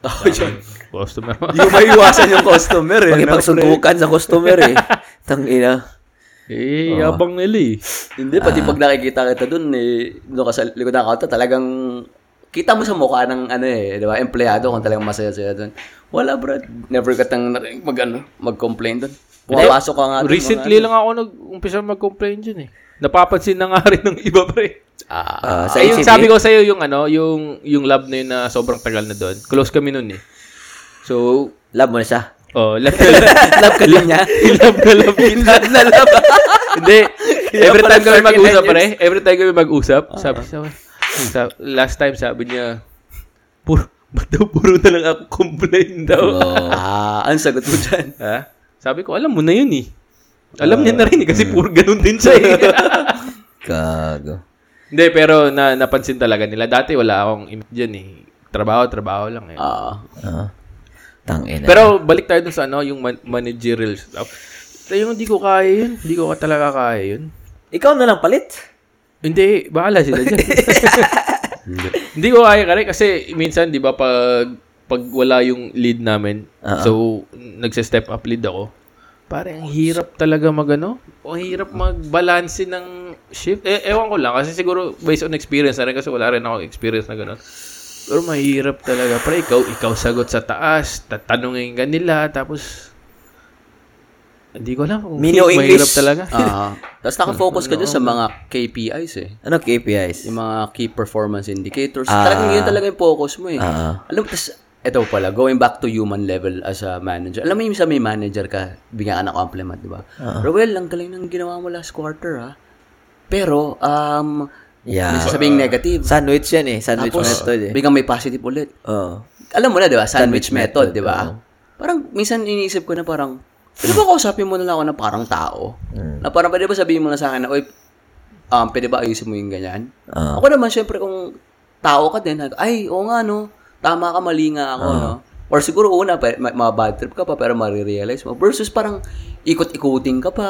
Speaker 1: Tao dyan.
Speaker 3: customer.
Speaker 1: Hindi ko maiwasan yung customer eh.
Speaker 2: ano,
Speaker 1: no, pre?
Speaker 2: Pagipagsundukan sa customer eh. Tangina.
Speaker 3: eh, yabang nila eh.
Speaker 1: Hindi, pati pag nakikita kita dun, eh, doon ka sa likod ng counter, talagang kita mo sa mukha ng ano eh, di ba, empleyado kung talagang masaya-saya dun. Wala, bro. Never ka tang narinig mag, ano, mag-complain dun. Pumapasok ka nga dun.
Speaker 3: Recently lang ako nag-umpisa mag-complain dyan eh. Napapansin na nga rin ng iba pre.
Speaker 2: Ah,
Speaker 1: Ah,
Speaker 2: sa
Speaker 3: Ay, yung
Speaker 2: HCB?
Speaker 3: sabi ko sa'yo yung ano, yung, yung lab na yun na sobrang tagal na doon. Close kami nun eh. So,
Speaker 2: Love mo na siya.
Speaker 3: oh, lab na lab.
Speaker 2: Love ka din niya.
Speaker 3: lab na lab.
Speaker 2: Love na love.
Speaker 3: Hindi. Every
Speaker 2: pala
Speaker 3: time
Speaker 2: 39
Speaker 3: kami mag-usap
Speaker 2: years.
Speaker 3: pre. Every time kami mag-usap. Sabi sa sa- last time sabi niya, puro, ba't daw puro na lang ako complain daw?
Speaker 2: Oo.
Speaker 1: ah, ang sagot mo dyan.
Speaker 3: Ha? Sabi ko, alam mo na yun eh. Alam niya na rin eh, kasi puro ganun din siya eh.
Speaker 2: Gago.
Speaker 3: Hindi, pero na, napansin talaga nila. Dati wala akong image dyan eh. Trabaho, trabaho lang eh.
Speaker 1: Ah,
Speaker 2: Ah. Tangina.
Speaker 3: pero balik tayo dun sa ano, yung man- managerial stuff. Tayo hindi ko kaya yun. Hindi ko ka talaga kaya yun.
Speaker 2: Ikaw na lang palit.
Speaker 3: Hindi, bahala sila dyan. hindi ko kaya kare kasi minsan, di ba, pag, pag wala yung lead namin, so, nagse-step up lead ako. Parang ang hirap talaga magano. Ang hirap magbalanse ng shift. Eh, ewan ko lang kasi siguro based on experience na rin kasi wala rin ako experience na gano'n. Pero mahirap talaga. Pero ikaw, ikaw sagot sa taas, tatanungin ka nila, tapos hindi ko alam kung
Speaker 2: Mino
Speaker 3: mahirap
Speaker 2: English.
Speaker 3: talaga.
Speaker 1: ah. Tapos nakafocus ka dyan sa mga KPIs eh.
Speaker 2: Ano KPIs?
Speaker 1: Yung mga key performance indicators. talagang yun talaga yung focus mo eh.
Speaker 2: Ah.
Speaker 1: Alam mo, tas, eto pala, going back to human level as a manager. Alam mo yung sa may manager ka, bigyan ka ng compliment, di ba? Rowell, ang galing ng ginawa mo last quarter, ha? Pero, um, may
Speaker 2: Yeah.
Speaker 1: sasabing negative.
Speaker 2: Sandwich yan eh. Sandwich eh. method eh.
Speaker 1: Bigyan may positive ulit.
Speaker 2: Oo.
Speaker 1: Alam mo na, di ba? Sandwich, method, di ba? Parang, minsan iniisip ko na parang, pwede ba kausapin mo na lang ako na parang tao? Na parang, pwede ba sabihin mo na sa akin na, oy, um, pwede ba ayusin mo yung ganyan?
Speaker 2: Ah.
Speaker 1: Ako naman, syempre, kung tao ka din, ay, oo nga, no, tama ka, mali nga
Speaker 2: Ah.
Speaker 1: ako, no? Or siguro una, pa, ma- bad trip ka pa, pero marirealize mo. Versus parang ikot-ikuting ka pa,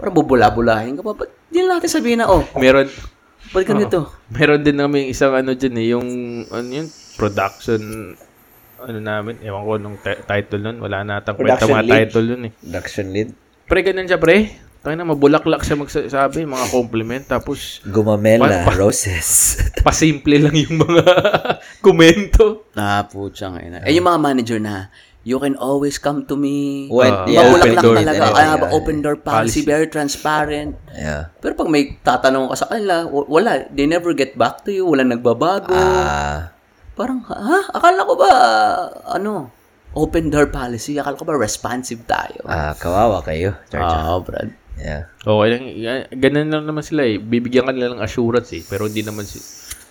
Speaker 1: parang bubula-bulahin ka pa. Ba't di na natin sabihin na, oh,
Speaker 3: Meron,
Speaker 1: ba't ganito?
Speaker 3: Meron din namin isang ano dyan eh, yung ano yun, production ano namin, ewan ko nung ti- title nun, wala na atang kwenta
Speaker 2: Production
Speaker 3: mga
Speaker 2: lead.
Speaker 3: title nun eh.
Speaker 2: Production lead.
Speaker 3: Pre, ganun siya pre. Tayo na, mabulaklak siya magsasabi, mga compliment, tapos
Speaker 2: Gumamela
Speaker 3: Pa- pa-
Speaker 2: roses.
Speaker 3: pasimple lang yung mga komento.
Speaker 1: Ah, putsang ina. Eh, yung mga manager na, you can always come to me.
Speaker 2: When,
Speaker 3: Ah,
Speaker 2: yeah,
Speaker 1: Mabulak
Speaker 2: open
Speaker 1: lang
Speaker 2: door.
Speaker 1: talaga.
Speaker 2: Yeah,
Speaker 1: I have
Speaker 2: yeah,
Speaker 1: an open door policy, very transparent.
Speaker 2: Yeah.
Speaker 1: Pero pag may tatanong ka sa kanila, w- wala. They never get back to you. Wala nagbabago.
Speaker 2: Ah,
Speaker 1: Parang, ha? Akala ko ba, ano, open door policy? Akala ko ba responsive tayo?
Speaker 2: ah, kawawa kayo. Charge.
Speaker 1: Oo, Brad.
Speaker 2: Yeah.
Speaker 3: Okay lang, yan- ganun lang naman sila eh. Bibigyan ka nila ng assurance eh, pero hindi naman si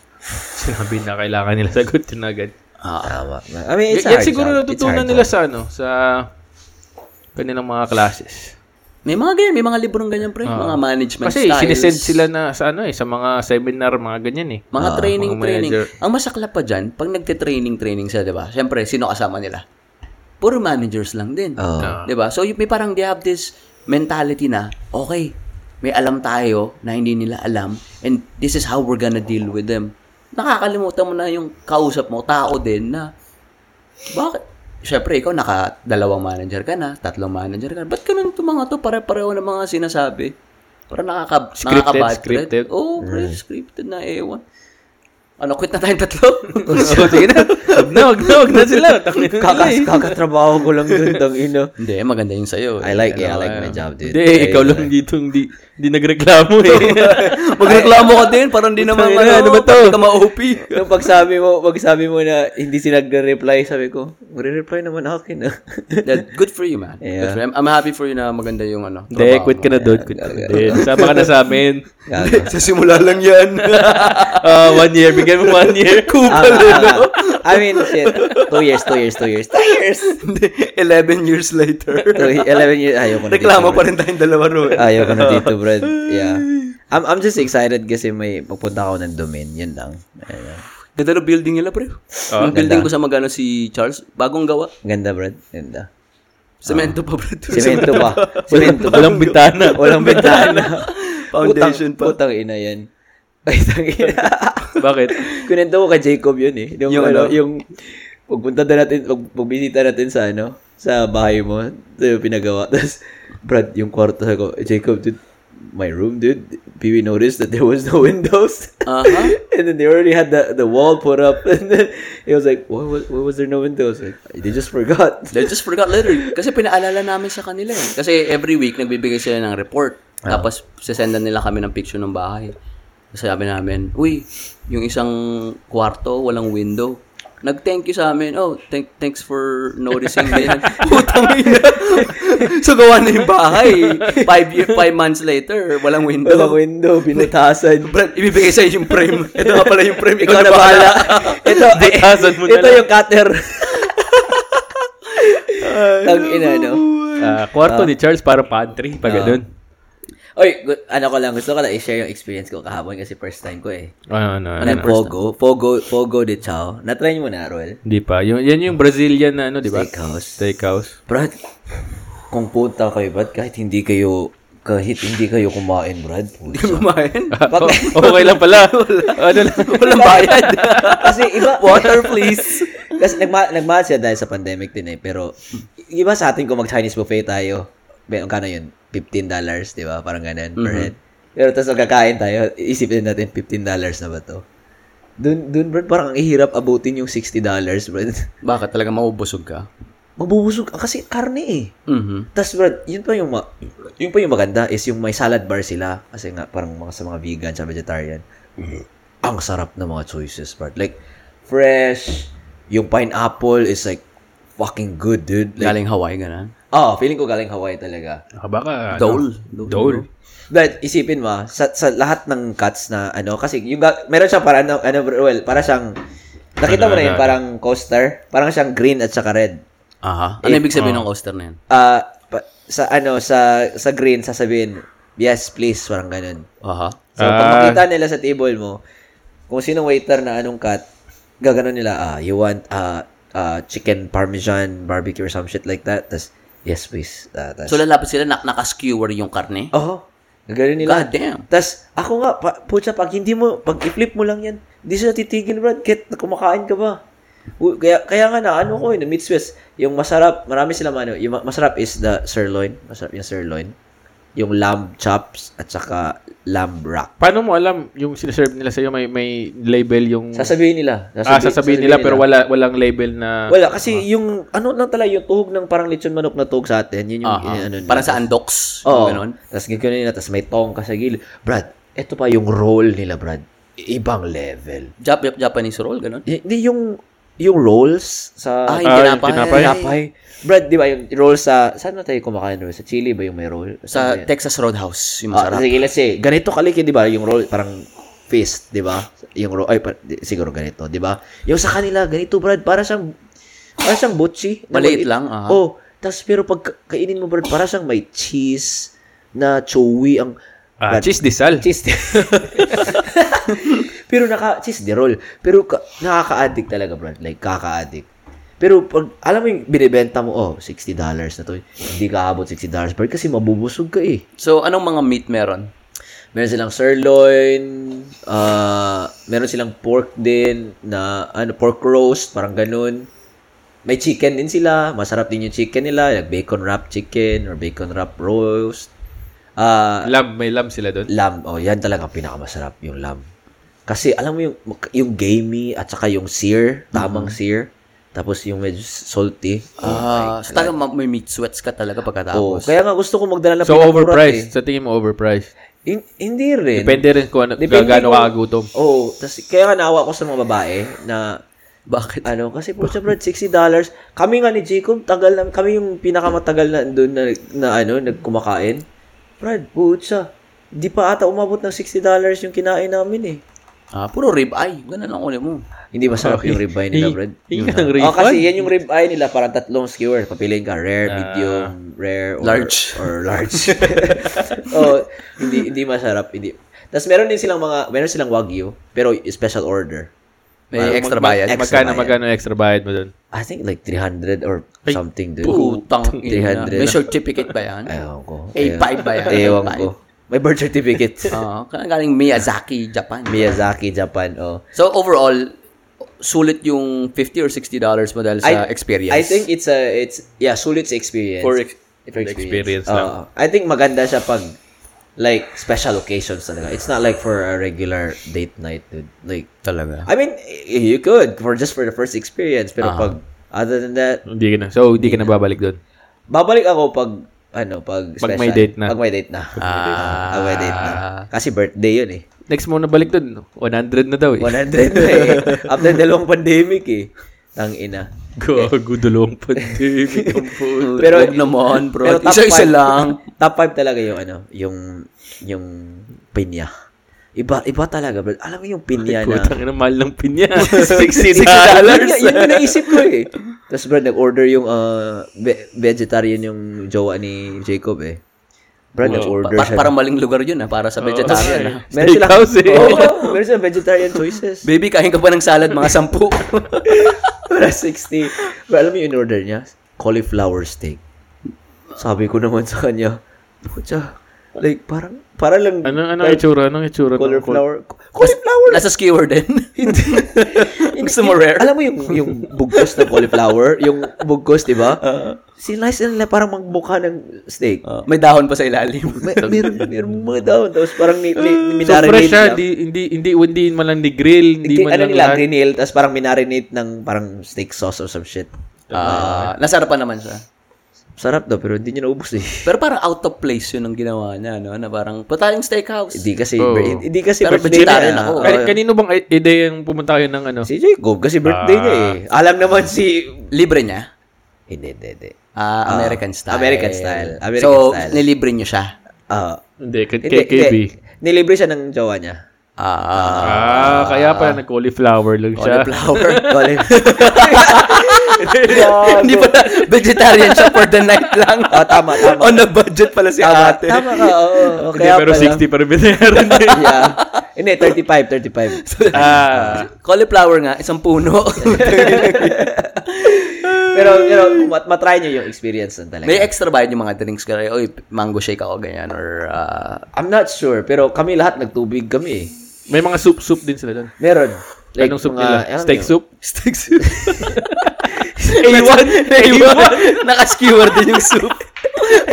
Speaker 3: sinabi na kailangan nila sagutin agad.
Speaker 1: Ah,
Speaker 2: Tama. I mean, it's
Speaker 3: Y-
Speaker 2: a
Speaker 3: yan
Speaker 2: hard
Speaker 3: siguro
Speaker 2: job. It's a
Speaker 3: natutunan
Speaker 2: hard
Speaker 3: nila
Speaker 2: job.
Speaker 3: sa ano, sa kanilang mga classes.
Speaker 1: May mga ganyan, may mga librong ganyan, pre.
Speaker 3: Ah.
Speaker 1: mga management
Speaker 3: Kasi
Speaker 1: styles.
Speaker 3: sinesend sila na sa ano eh, sa mga seminar, mga ganyan eh.
Speaker 1: Mga training,
Speaker 3: mga
Speaker 1: training.
Speaker 3: manager.
Speaker 1: Ang masakla pa dyan, pag nagte-training, training siya, di ba? Siyempre, sino kasama nila? Puro managers lang din.
Speaker 2: Oo.
Speaker 3: Ah.
Speaker 1: Di ba? So, yung- may parang they have this mentality na, okay, may alam tayo na hindi nila alam and this is how we're gonna deal with them. Nakakalimutan mo na yung kausap mo, tao din na, bakit? Siyempre, ikaw naka dalawang manager ka na, tatlong manager ka na. Ba't ganun to mga to? Pare-pareho na mga sinasabi. Para nakaka
Speaker 3: Scripted,
Speaker 1: nakaka-bad trip.
Speaker 3: scripted. Mm.
Speaker 1: Oo, pre, scripted na, ewan. Ano, quit na tayong tatlo?
Speaker 3: so, sige na. Huwag na, huwag na, huwag na sila. Tangin na
Speaker 2: Kaka,
Speaker 3: eh.
Speaker 2: kakatrabaho ko lang dun, tang ino.
Speaker 1: Hindi, maganda yun sa'yo.
Speaker 2: I like it. I like my job, dude.
Speaker 3: Hindi, ikaw lang dito hindi, hindi nagreklamo eh.
Speaker 1: Magreklamo ka din, parang di naman
Speaker 2: Tangina,
Speaker 1: ano,
Speaker 2: ano ba to?
Speaker 1: pati ka ma-OP.
Speaker 2: Nung pagsabi mo, pagsabi mo na hindi sila nagre-reply, sabi ko, magre-reply naman akin ah.
Speaker 1: That- good for you, man. Good
Speaker 2: Yeah.
Speaker 1: for you. I'm, I'm happy for you na maganda yung ano.
Speaker 3: Hindi, quit ka na doon. Quit ka na doon. Sama ka na sa amin.
Speaker 2: Gago.
Speaker 1: Sa simula lang yan.
Speaker 3: Ah, one year. Bigyan mo one year.
Speaker 2: Ah, ah, ah. I mean, shit. Two years, two years, two years. Two years!
Speaker 1: 11 years later.
Speaker 2: Two, eleven years. Ayoko na dito,
Speaker 1: Reklamo
Speaker 2: bro.
Speaker 1: pa rin tayong dalawa roon.
Speaker 2: Ayoko na dito, bro. Yeah. I'm, I'm just excited kasi may pupunta ako ng domain. Yun lang. Ayun.
Speaker 1: Ganda ng building nila, pre. yung building ko sa magano si Charles, bagong gawa.
Speaker 2: Ganda, bro. Ganda.
Speaker 1: Semento pa, pre.
Speaker 2: Semento pa. Semento pa.
Speaker 3: Walang bintana.
Speaker 2: Walang bintana.
Speaker 1: Foundation
Speaker 2: Utang- Utang ina yan. Ay, tang ina.
Speaker 3: Bakit?
Speaker 2: Kunento ko kay Jacob yun eh. Yung,
Speaker 1: Yung
Speaker 2: ano,
Speaker 1: ano?
Speaker 2: yung pagpunta na natin, pag, pagbisita natin sa ano, sa bahay mo, ito yung pinagawa. Tapos, Brad, yung kwarto sa ko, "Eh, Jacob, dude, my room, dude, Pee-wee noticed that there was no windows.
Speaker 1: Aha.
Speaker 2: and then they already had the the wall put up. And then it was like, why was, why was there no windows? Like, they just forgot.
Speaker 1: They just forgot later. Kasi pinaalala namin sa kanila eh. Kasi every week, nagbibigay sila ng report.
Speaker 2: Ah.
Speaker 1: Tapos, sasendan nila kami ng picture ng bahay. Tapos Sabi namin, uy, yung isang kwarto, walang window. Nag-thank you sa amin. Oh, thank, thanks for noticing. Ganyan. Putang ina. so, gawa na yung bahay. Five, year, five months later, walang
Speaker 2: Walang
Speaker 1: window.
Speaker 2: window, binutasan.
Speaker 1: Brad, ibibigay sa'yo yung frame. Ito nga pala yung frame.
Speaker 2: Ikaw na bahala. ito,
Speaker 3: Butasan mo na
Speaker 2: ito
Speaker 3: lang.
Speaker 2: yung cutter. Tang ina, no?
Speaker 3: Ah, kwarto ni Charles para pantry. Pag ganun.
Speaker 2: Oy, gu- ano ko lang, gusto ko lang i-share yung experience ko kahapon kasi first time ko eh.
Speaker 3: Ano, ano, ano.
Speaker 2: Ano Pogo, Pogo, Pogo de Chao. Na-try mo na, Roel?
Speaker 3: Hindi pa. Yung, yan yung Brazilian na ano, di ba?
Speaker 2: Steakhouse.
Speaker 3: Steakhouse.
Speaker 2: Brad, kung punta kayo, Brad, kahit hindi kayo, kahit hindi kayo kumain, Brad. puta.
Speaker 1: Kumain.
Speaker 3: Oh, okay lang pala. ano lang.
Speaker 1: Walang bayad.
Speaker 2: kasi iba, water please. Kasi nagma nagmahal siya dahil sa pandemic din eh. Pero, iba sa atin kung mag-Chinese buffet tayo, meron ka na yun, $15, di ba? Parang ganun per head. Pero tapos magkakain tayo, isipin natin, $15 na ba to? Dun, dun, Brad, parang ang hirap abutin yung $60, Brad.
Speaker 1: Bakit talaga maubusog ka?
Speaker 2: Mabubusog, ka- kasi karne eh.
Speaker 1: Mhm.
Speaker 2: Tapos Brad, yun pa yung ma- yung pa yung maganda is yung may salad bar sila kasi nga parang mga sa mga vegan sa vegetarian. Ang sarap ng mga choices, Brad. Like fresh, yung pineapple is like fucking good, dude. Like,
Speaker 1: Galing Hawaii, ganun.
Speaker 2: oh, feeling ko galing Hawaii talaga.
Speaker 3: Ah, baka. ano,
Speaker 1: Dole.
Speaker 3: Dole.
Speaker 2: But isipin mo, sa, sa lahat ng cuts na ano, kasi yung ga- meron siya para ano, ano bro, well, para siyang nakita mo na yun, parang coaster, parang siyang green at saka red.
Speaker 1: Aha. Ano ibig sabihin ng coaster na yan?
Speaker 2: Ah, pa- sa ano, sa sa green sasabihin, yes, please, parang ganun.
Speaker 1: Aha.
Speaker 2: So, pag makita nila sa table mo, kung sino waiter na anong cut, gaganon nila, ah, you want ah, ah, chicken parmesan, barbecue or some shit like that. Tapos, yes please. Ah, tas-
Speaker 1: So lalapit sila, nak naka-skewer yung karne.
Speaker 2: Oo. Gano'n nila.
Speaker 1: God damn.
Speaker 2: Tapos, ako nga, pa, putya, pag hindi mo, pag i-flip mo lang yan, hindi siya titigil, Brad. Kahit kumakain ka ba? U- Kaya, kaya nga na, ano ko, yun, meat Swiss, yung masarap, marami sila ano, yung ma- masarap is the sirloin, masarap yung sirloin, yung lamb chops, at saka lamb rack.
Speaker 3: Paano mo alam yung sinaserve nila sa'yo may, may label yung...
Speaker 2: Sasabihin nila.
Speaker 3: Mm. ah, sasabihin nila, pero wala walang label na...
Speaker 2: Wala, kasi yung, ano lang talaga, yung tuhog ng parang lechon manok na tuhog sa atin, yun yung,
Speaker 1: Aha.
Speaker 2: yun, ano, nila.
Speaker 1: Parang sa Andox.
Speaker 2: Oo.
Speaker 1: eh, yung Ganun.
Speaker 2: Tapos gagawin nila, tapos may tongka sa gilid. Brad, eto pa yung role nila, Brad. Ibang level.
Speaker 1: Jap, Jap, Japanese roll, ganun.
Speaker 2: Y- Hindi yung yung rolls sa
Speaker 1: Ah, yung
Speaker 3: Ah, yung
Speaker 1: tinapay.
Speaker 3: tinapay.
Speaker 2: tinapay. Brad, di ba yung rolls sa saan na tayo kumakain Roel? Sa Chili ba yung may roll?
Speaker 1: Sa
Speaker 2: Saan ba yun?
Speaker 1: Texas Roadhouse, yung
Speaker 2: Ah,
Speaker 1: masarap.
Speaker 2: sige, let's say, ganito kaliki, di ba? Yung roll, parang fist, di ba? Yung roll, ay, pa- di- siguro ganito, di ba? Yung sa kanila, ganito, Brad, para siyang, para siyang butchi.
Speaker 1: Maliit lang, aha.
Speaker 2: Oh, Tapos pero pag kainin mo, Brad, para siyang may cheese na chewy ang...
Speaker 3: Ah,
Speaker 2: Brad,
Speaker 3: cheese disal.
Speaker 2: Cheese di- Pero naka cheese di roll. Pero ka, nakaka-addict talaga, Brad. Like kaka-addict. Pero pag alam mo yung binebenta mo, oh, $60 na to. Hindi ka abot $60, Brad, kasi mabubusog ka eh.
Speaker 1: So, anong mga meat meron?
Speaker 2: Meron silang sirloin, ah meron silang pork din na ano pork roast, parang ganun. May chicken din sila, masarap din yung chicken nila, like bacon wrap chicken or bacon wrap roast. Ah,
Speaker 3: Lab, may lab sila doon.
Speaker 2: lamb. Oh, yan talaga ang pinakamasarap, yung lamb. Kasi alam mo yung yung gamey at saka yung sear, tamang
Speaker 3: Mm-hmm.
Speaker 2: sear, tapos yung medyo salty.
Speaker 1: Ah, so talagang ma- may meat sweats ka talaga
Speaker 2: Oh,
Speaker 1: pagkatapos.
Speaker 2: kaya nga gusto ko magdala ng
Speaker 3: So,
Speaker 2: pinakmurat
Speaker 3: overpriced. Sa tingin mo, overpriced.
Speaker 2: eh. Hin- eh. hindi rin.
Speaker 3: Depende rin kung ano,
Speaker 2: Depende
Speaker 3: gaano
Speaker 2: kung-
Speaker 3: ka kagutom.
Speaker 2: Oo. Oh, kaya nga naawa ko sa mga babae na,
Speaker 1: Bakit?
Speaker 2: ano, kasi po siya, Brad, $60. Kami nga ni Jacob, tagal na, kami yung pinakamatagal na doon na, na ano, nagkumakain. Brad, putsa, di pa ata umabot ng $60 yung kinain namin eh.
Speaker 1: Ah, puro rib eye. Ganun ang ulam mo.
Speaker 2: Hindi masarap yung ribeye nila, Brad.
Speaker 3: Yung ang
Speaker 2: Oh,
Speaker 3: refund.
Speaker 2: kasi yan yung ribeye nila, parang tatlong skewer. Papiliin ka,
Speaker 1: Ah.
Speaker 2: rare, medium, rare, or,
Speaker 1: Large.
Speaker 2: Or large. oh, hindi, hindi masarap. Hindi. Tapos meron din silang mga, meron silang wagyu, pero special order.
Speaker 1: May
Speaker 2: Parang
Speaker 1: extra
Speaker 2: mag-
Speaker 1: bayad.
Speaker 2: mag- extra
Speaker 3: Magkano,
Speaker 2: bayad.
Speaker 3: magkano extra bayad mo doon?
Speaker 2: I think like 300 or something. Dude.
Speaker 1: Putang ina.
Speaker 2: 300.
Speaker 1: May certificate ba yan?
Speaker 2: Ewan ko.
Speaker 1: A5 ba yan?
Speaker 2: Ewan
Speaker 1: A5.
Speaker 2: ko. May birth certificate.
Speaker 1: Ah, kaya galing Miyazaki, Japan.
Speaker 2: Miyazaki, Japan. Oh.
Speaker 1: So overall, sulit yung 50 or 60 dollars mo dahil sa experience.
Speaker 2: I think it's a, it's, yeah, sulit sa experience.
Speaker 1: For ex-
Speaker 2: For
Speaker 3: experience lang.
Speaker 2: Oo. I think maganda siya pag, like, special occasions talaga. It's not like for a regular date night, dude. Like,
Speaker 1: talaga. Uh-huh.
Speaker 2: I mean, y- you could, for just for the first experience. Pero pag, other than that,
Speaker 3: Hindi ka na. So, hindi ka na babalik doon.
Speaker 2: Babalik ako pag ano, pag
Speaker 3: Pag may date na.
Speaker 2: Pag may date na. Ah. pag may date na. Kasi birthday yun eh.
Speaker 3: Next mo na balik doon, 100 na daw eh.
Speaker 2: 100 na eh. After dalawang pandemic eh. Tang ina.
Speaker 3: Gago, dalawang pandemic ang
Speaker 2: Ah.
Speaker 3: puto.
Speaker 1: Pero naman, bro.
Speaker 2: Pero top
Speaker 1: Isa-isa
Speaker 2: five-
Speaker 1: lang.
Speaker 2: Top 5 talaga yung ano, yung yung pinya. Iba iba talaga, bro. Alam mo yung pinya na
Speaker 3: Putang ina, mahal ng pinya. 60
Speaker 2: dollars.
Speaker 3: dollars.
Speaker 2: yun yung naisip ko eh. Tapos bro, nag-order yung uh, ve- vegetarian yung jowa ni Jacob eh. Bro,
Speaker 1: Pa-
Speaker 2: nag-order
Speaker 1: pa-
Speaker 2: siya.
Speaker 1: parang maling lugar yun ah, para sa vegetarian. ah.
Speaker 2: Meron silang,
Speaker 3: Steakhouse eh.
Speaker 2: Oo, meron silang vegetarian choices.
Speaker 1: Baby, kain ka pa ng salad, mga sampu.
Speaker 2: Para 60. Pero alam mo yung in-order niya? Cauliflower steak. Sabi ko naman sa kanya, Pucha, like parang, parang lang,
Speaker 3: Ano ano itsura? Anong itsura? ng
Speaker 2: cauliflower, cauliflower!
Speaker 1: Nasa skewer din. Gusto mo rare?
Speaker 2: Alam mo yung, yung bugkos na cauliflower? yung bugkos, di ba? Slice na nila parang magmukha ng steak.
Speaker 1: May dahon pa sa ilalim.
Speaker 2: May, meron, meron mga daon. Tapos parang ni, ni, ni,
Speaker 3: So
Speaker 2: minarinate
Speaker 3: fresh siya,
Speaker 2: lang.
Speaker 3: di, hindi, hindi, hindi man lang ni grill, hindi
Speaker 2: Gri-
Speaker 3: man
Speaker 2: ano
Speaker 3: lang
Speaker 2: nila,
Speaker 3: lahat.
Speaker 2: grinail, tapos parang minarinate ng parang steak sauce or some shit.
Speaker 1: Ah, nasarapan naman siya.
Speaker 2: Sarap daw, pero hindi niya naubos eh.
Speaker 1: Pero parang out of place yun ang ginawa niya, no? Na parang, pataling steakhouse.
Speaker 2: Hindi kasi,
Speaker 3: Oh.
Speaker 2: bir- hindi kasi
Speaker 1: Pero
Speaker 2: birthday
Speaker 1: vegetarian
Speaker 2: niya.
Speaker 1: ako.
Speaker 2: Oo.
Speaker 3: Kan- kanino bang i- ideya yung pumunta kayo ng ano?
Speaker 2: si Jacob, kasi birthday niya eh. Alam naman si...
Speaker 1: Libre niya.
Speaker 2: Hindi, hindi, hindi.
Speaker 1: Ah, American style.
Speaker 2: American style. American
Speaker 1: so,
Speaker 2: style.
Speaker 1: nilibre niyo siya.
Speaker 2: Ah,
Speaker 3: Hindi, k-
Speaker 2: hindi,
Speaker 3: KKB.
Speaker 2: hindi. Nilibre siya ng jowa niya.
Speaker 1: Ah,
Speaker 3: Ah, kaya pala nag-cauliflower lang siya.
Speaker 2: Cauliflower.
Speaker 1: hindi pala vegetarian siya for the night lang.
Speaker 2: Ah, tama, tama.
Speaker 1: On a budget pala si
Speaker 2: tama,
Speaker 1: ate.
Speaker 2: tama ka, oo. oo.
Speaker 3: Hindi,
Speaker 2: Kaya
Speaker 3: pero
Speaker 2: pala.
Speaker 3: 60 per binayaran din.
Speaker 2: Yeah. Hindi, 35, 35.
Speaker 3: ah,
Speaker 1: Cauliflower nga, isang puno.
Speaker 2: pero, pero, mat- matry niyo yung experience nun talaga.
Speaker 1: May extra bayad yung mga drinks ka rin. Oy, mango shake ako, ganyan. Or, ah,
Speaker 2: I'm not sure, pero kami lahat nagtubig kami eh.
Speaker 3: may mga soup-soup din sila doon.
Speaker 2: Meron.
Speaker 3: Anong soup
Speaker 2: mga- ano
Speaker 3: nila?
Speaker 2: alam
Speaker 3: Steak
Speaker 2: niyo,
Speaker 3: soup?
Speaker 1: steak soup. A1, A1. Naka-skewer din yung soup.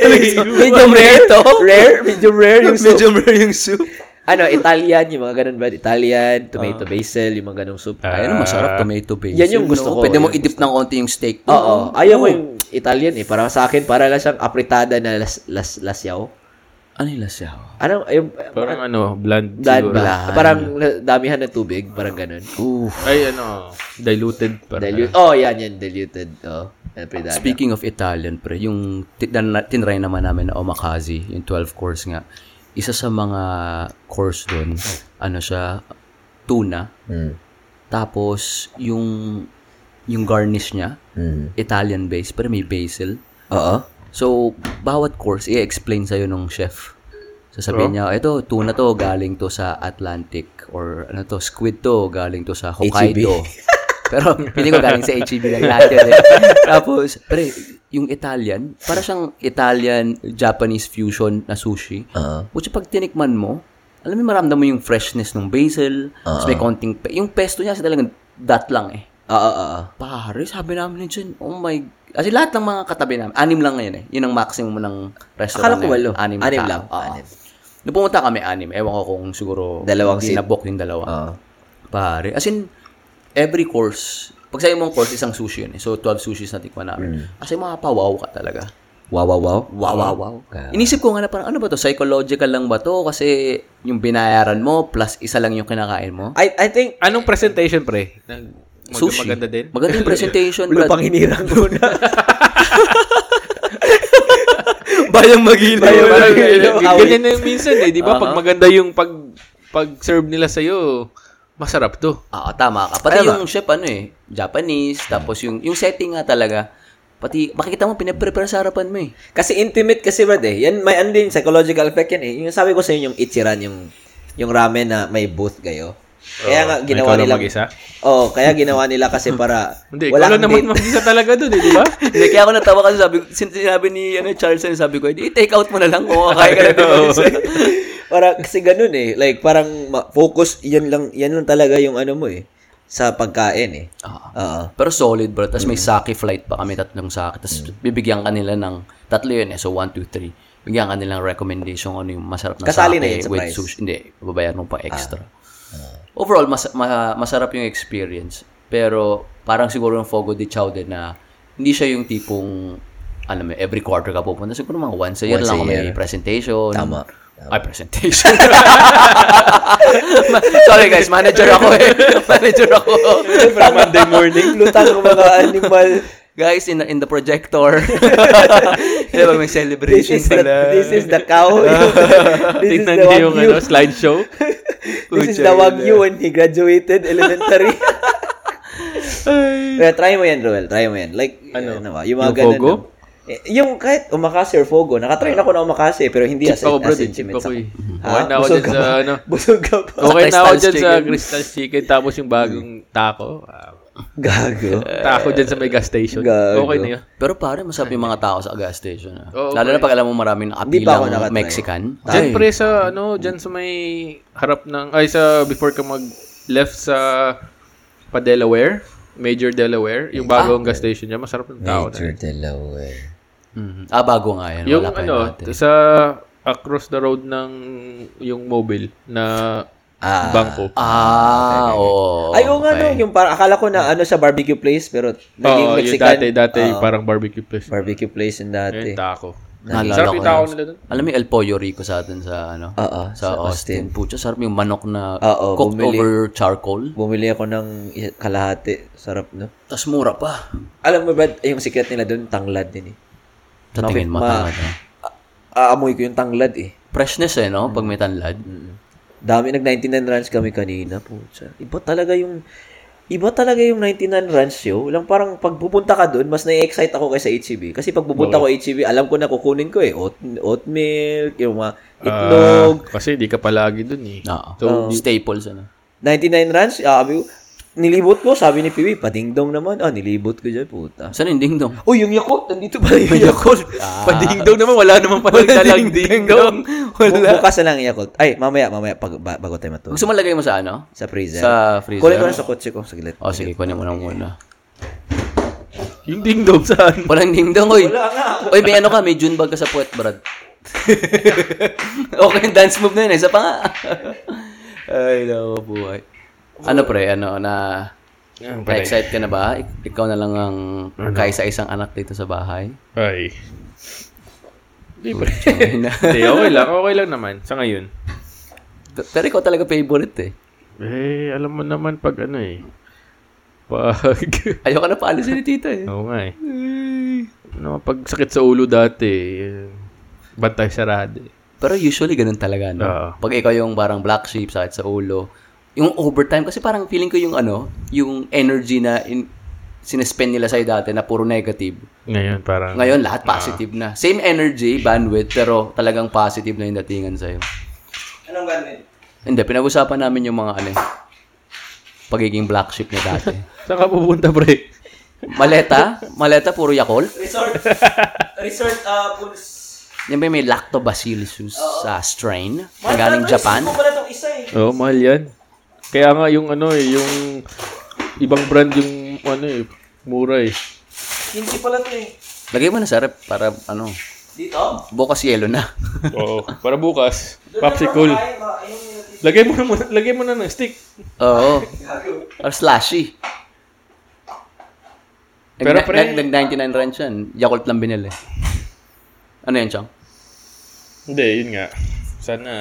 Speaker 1: Medium rare to.
Speaker 2: Rare? Medium rare yung soup.
Speaker 1: Medium rare yung soup.
Speaker 2: ano, Italian, yung mga ganun ba? Italian, tomato basil, yung mga ganung soup.
Speaker 1: Ay, ano, masarap tomato paste.
Speaker 2: Yan yung gusto ko.
Speaker 1: Pwede
Speaker 2: Yan
Speaker 1: mo i-dip ng konti yung steak. Ah,
Speaker 2: Oo. Ayaw ko yung Italian eh. Para sa akin, para lang siyang apritada na las, las, lasyaw.
Speaker 1: Ano yung lasyaw?
Speaker 2: Ano, yung
Speaker 3: Parang ano, bland,
Speaker 2: bland
Speaker 3: siguro.
Speaker 2: ba? Parang la- damihan ng tubig, parang ganun.
Speaker 1: Oof.
Speaker 3: Ay, ano, diluted. Parang,
Speaker 2: Dilute. Oh, yan, yan. Diluted. Oh, apritada.
Speaker 1: Speaking of Italian, pre, yung tin- na- tinry naman namin na omakase, yung 12 course nga, isa sa mga course doon, ano siya, tuna,
Speaker 2: Mm.
Speaker 1: tapos yung yung garnish niya,
Speaker 2: Mm.
Speaker 1: Italian base, pero may basil.
Speaker 2: Oo.
Speaker 1: So, bawat course, i-explain sa'yo nung chef. Sasabihin niya, ito, tuna to, galing to sa Atlantic. Or, ano to, squid to, galing to sa Hokkaido. Pero, piling ko galing sa HEB lang lahat yun. eh. Tapos, pre, yung Italian, para siyang Italian-Japanese fusion na sushi.
Speaker 2: Oo.
Speaker 1: Which, pag tinikman mo, alam mo, maramdam mo yung freshness ng basil. Tapos may konting, pe- yung pesto niya, kasi talagang dot lang eh.
Speaker 2: Oo, oo.
Speaker 1: Pare, sabi namin ni Jen, oh my... As in, lahat ng mga katabi namin, anim lang ngayon eh. Yun ang maximum ng restaurant.
Speaker 2: Akala ko walo.
Speaker 1: ngayon. Anim, na
Speaker 2: Anim
Speaker 1: tao.
Speaker 2: lang.
Speaker 1: Oo.
Speaker 2: Anim.
Speaker 1: Nung pumunta kami, anim. Ewan ko kung siguro
Speaker 2: Dalawang
Speaker 1: hindi
Speaker 2: seat. Ah.
Speaker 1: na-book yung dalawa.
Speaker 2: Oo.
Speaker 1: Pare, as in, every course, pag sa'yo mong course, isang sushi yun eh. So, 12 sushis na tikman namin. As in, makapawaw ka talaga.
Speaker 2: Wow, wow, Mm. wow.
Speaker 1: Wow, wow, wow. Inisip ko nga na parang, ano ba to? Psychological lang ba to? Kasi yung binayaran mo, plus isa lang yung kinakain mo.
Speaker 2: I, I think,
Speaker 3: Anong presentation, pre? Nag- mag-
Speaker 1: Sushi.
Speaker 3: Maganda din?
Speaker 1: Maganda yung presentation,
Speaker 2: wala
Speaker 1: Brad.
Speaker 2: pang hinirang ko na.
Speaker 1: Bayang magino.
Speaker 2: Bayang
Speaker 3: Wala,
Speaker 2: magino.
Speaker 3: ganyan-
Speaker 2: Away.
Speaker 3: Ganyan na yung minsan eh. Di ba? Pag maganda yung pag, pag-serve nila sa'yo, masarap to.
Speaker 1: Oo, tama ka. Pati yung chef, ano eh, Japanese, tapos yung yung setting nga talaga, pati, makikita mo, pinaprepare sa harapan mo eh.
Speaker 2: Kasi intimate kasi Brad eh. Yan, may ano din, psychological effect yan eh. Yung sabi ko sa inyo, yung Ichiran, yung, yung ramen na may booth kayo. Kaya
Speaker 3: Oo,
Speaker 2: nga ginawa
Speaker 3: ikaw lang
Speaker 2: nila.
Speaker 3: mag-isa? Hmm.
Speaker 2: Oo, kaya ginawa nila kasi para
Speaker 3: Hindi, ikaw lang
Speaker 2: kang
Speaker 3: naman
Speaker 2: date.
Speaker 3: mag-isa talaga doon eh, di ba?
Speaker 1: Hindi, kaya ako natawa kasi sabi, sin- sinabi ni ano, Charles, ano, sabi ko, "Eh, di take out mo na lang kung kakain ka na din.
Speaker 2: para kasi ganun eh. Like parang ma- focus yan lang yan lang talaga yung ano mo eh sa pagkain eh.
Speaker 3: Ah.
Speaker 1: Oo.
Speaker 2: Oo.
Speaker 1: Pero solid bro. Tapos
Speaker 2: Mm.
Speaker 1: may sake flight pa kami, tatlong sake. Tapos bibigyan ka nila ng, tatlo yun eh, so one, two, three. Bigyan ka nila ng recommendation kung ano yung masarap na
Speaker 2: Kasali
Speaker 1: sake
Speaker 2: na yun sa
Speaker 1: with
Speaker 2: price. Ah.
Speaker 1: sushi. Hindi, babayaran mo pa extra. Overall, mas, ma- masarap yung experience. Pero parang siguro yung Fogo de Chao din na hindi siya yung tipong, alam mo, every quarter ka pupunta. Siguro mga once a year
Speaker 2: Once a
Speaker 1: lang kung may presentation.
Speaker 2: Tama.
Speaker 1: Ay, presentation. Sorry guys, manager ako eh. manager ako.
Speaker 2: Siyempre, Monday morning, lutang ng mga animal.
Speaker 1: Guys, in, in the projector. Di ba may
Speaker 2: This
Speaker 1: celebration
Speaker 2: is, the,
Speaker 1: pala?
Speaker 2: this is the cow. this is
Speaker 3: Tingnan
Speaker 2: the
Speaker 3: niyo yung
Speaker 2: wagyu.
Speaker 3: ano, slideshow.
Speaker 2: This is the wagyu when he graduated elementary. Pero try mo yan, Ruel. Try mo yan. Like, ano, ba? Yung mga
Speaker 3: Yung
Speaker 2: ganun.
Speaker 3: Fogo?
Speaker 2: no? Eh, Yung kahit umakase or fogo, nakatry na ako na umakase, pero hindi as,
Speaker 3: Ako, bro,
Speaker 2: as
Speaker 3: din. Chip
Speaker 2: intimate
Speaker 3: ako
Speaker 2: sa-
Speaker 3: eh.
Speaker 2: Ha?
Speaker 3: Okay na ako
Speaker 2: Busog
Speaker 3: dyan
Speaker 2: ka
Speaker 3: sa,
Speaker 2: ba?
Speaker 3: ano,
Speaker 2: Busog ka pa.
Speaker 3: okay na ako
Speaker 1: Crystal's
Speaker 3: dyan sa
Speaker 1: Chicken.
Speaker 3: Crystal's Chicken, tapos yung bagong taco. Ah,
Speaker 2: Gago.
Speaker 3: Taco dyan sa may gas station.
Speaker 2: Gago.
Speaker 3: Okay na yun.
Speaker 1: Pero pare, masarap yung mga tao sa gas station. ah.
Speaker 2: Oh,
Speaker 3: Oo,
Speaker 1: Lalo na pag alam mo maraming
Speaker 2: Hindi pa ako
Speaker 1: nakapilang
Speaker 2: nakatry.
Speaker 1: Mexican.
Speaker 3: Diyan pre sa ano, diyan sa may harap ng ay sa before ka mag left sa pa Delaware, Major Delaware, yung bagong gas station niya, masarap ng tao na.
Speaker 2: Delaware.
Speaker 1: Mhm. Ah, bago nga yan.
Speaker 3: Yung
Speaker 1: Wala pa yun
Speaker 3: ano,
Speaker 1: dati.
Speaker 3: sa across the road ng yung mobile na
Speaker 2: Ah.
Speaker 3: bangko.
Speaker 1: Ah, oo.
Speaker 2: Ay, oo nga no, yung para akala ko na ano sa barbecue place, pero
Speaker 3: Oh.
Speaker 2: naging
Speaker 3: Oo, yung
Speaker 2: Mexican
Speaker 3: dati, dati yung parang barbecue place.
Speaker 2: barbecue place yung dati.
Speaker 3: Yung taco.
Speaker 1: Naalala
Speaker 3: Sarap
Speaker 1: ko
Speaker 3: yung taco
Speaker 1: yun.
Speaker 3: nila dun.
Speaker 1: Alam mo yung El Pollo Rico sa atin sa ano?
Speaker 2: Oo,
Speaker 1: sa, Austin. Pucha, sarap yung manok na
Speaker 2: Ah, Oo,
Speaker 1: cooked
Speaker 2: bumili.
Speaker 1: over charcoal.
Speaker 2: Bumili ako ng i- kalahati. Sarap, no?
Speaker 1: Tapos mura pa.
Speaker 2: Alam mo ba, yung secret nila doon, tanglad din eh.
Speaker 1: Sa tingin mo,
Speaker 2: Ma-
Speaker 1: tama to.
Speaker 2: A- Aamoy ko yung tanglad eh.
Speaker 1: Freshness eh, no? Pag may tanlad.
Speaker 2: Mm. Dami, nag-99 runs kami kanina, putya. Iba talaga yung, iba talaga yung 99 runs yo. Walang parang pagpupunta ka doon, mas nai-excite ako kaysa HCB. Kasi pagpupunta ko HCB, alam ko na kukunin ko eh. Oat, oat milk, yung mga
Speaker 3: Ah,
Speaker 2: itlog.
Speaker 3: kasi di ka palagi dun eh.
Speaker 1: Oo.
Speaker 3: So,
Speaker 1: Staples, ano?
Speaker 2: 99 runs, sabi ko, nilibot ko, sabi ni Piwi, padingdong naman. Ah, nilibot ko dyan, puta.
Speaker 1: Saan yung dingdong?
Speaker 2: Oh, yung Yakult, nandito pala yung Yakult.
Speaker 1: Ah.
Speaker 3: Padingdong naman, wala naman pala naglalang dingdong.
Speaker 2: Bu- bukas na lang yung Yakult. Ay, mamaya, mamaya, pag, ba- bago tayo matulog.
Speaker 1: Gusto mo lagay mo sa ano?
Speaker 2: Sa freezer.
Speaker 1: Sa freezer? Oh.
Speaker 2: Kunin ko na sa kotse ko, saglit.
Speaker 1: O, sige, kunin mo na muna.
Speaker 3: Yung dingdong saan?
Speaker 1: Walang dingdong, oy. Wala nga. Oy, may ano ka, may June bag ka sa puwet, Brad. okay, yung dance move na yun. eh. Isa pa nga. Ay, naku, buhay. Ano, pre? Ano, na... Na-excite ka na ba? Ik- Ikaw na lang ang kaisa-isang anak dito sa bahay?
Speaker 3: Ay. Libre.
Speaker 1: Ay, na.
Speaker 3: Hindi, okay lang. Okay lang naman. Sa ngayon.
Speaker 1: Pero ikaw talaga favorite eh.
Speaker 3: Eh, alam mo naman pag ano eh. Pag...
Speaker 1: Ayoko na paalisin ni tita eh.
Speaker 3: Oo nga eh. Ano, pag sakit sa ulo dati, eh, bantay sarado eh.
Speaker 1: Pero usually ganun talaga, no?
Speaker 3: Oo.
Speaker 1: Pag ikaw yung parang black sheep, sakit sa ulo, yung overtime, kasi parang feeling ko yung ano, yung energy na in, sinespend nila sa'yo dati na puro negative.
Speaker 3: Ngayon, parang...
Speaker 1: Ngayon, lahat positive na. Same energy, bandwidth, pero talagang positive na yung datingan sa'yo.
Speaker 4: Anong ganun?
Speaker 1: Hindi, pinag-usapan namin yung mga ano eh, pagiging black sheep niya dati.
Speaker 3: Saan ka pupunta, pre?
Speaker 1: Maleta? Maleta, puro Yakult?
Speaker 4: Resort. Resort uh, pools.
Speaker 1: Yan ba yung may lactobacillus sa strain na
Speaker 4: Mahal
Speaker 1: galing
Speaker 4: pala to,
Speaker 1: Japan?
Speaker 4: isip ko pala itong isa eh.
Speaker 3: Oo, oh, mahal yan. Kaya nga yung ano eh, yung ibang brand yung ano eh, mura eh.
Speaker 4: Kinchi pala ito eh.
Speaker 1: Lagay mo na sa rep para ano,
Speaker 4: Dito?
Speaker 1: bukas yelo na.
Speaker 3: Oo, para bukas,
Speaker 4: Doon na
Speaker 3: popsicle.
Speaker 4: makakain, ma- ayun yung natin-
Speaker 3: Lagay mo na muna, lagay mo na ng stick.
Speaker 1: Oo.
Speaker 4: Gago.
Speaker 1: Or slashy.
Speaker 3: Pero
Speaker 1: Pero
Speaker 3: pre-
Speaker 1: pre... Nag-99 ranch yan. Yakult lang binili. Ano yan, Chong?
Speaker 3: Hindi, yun nga. Sana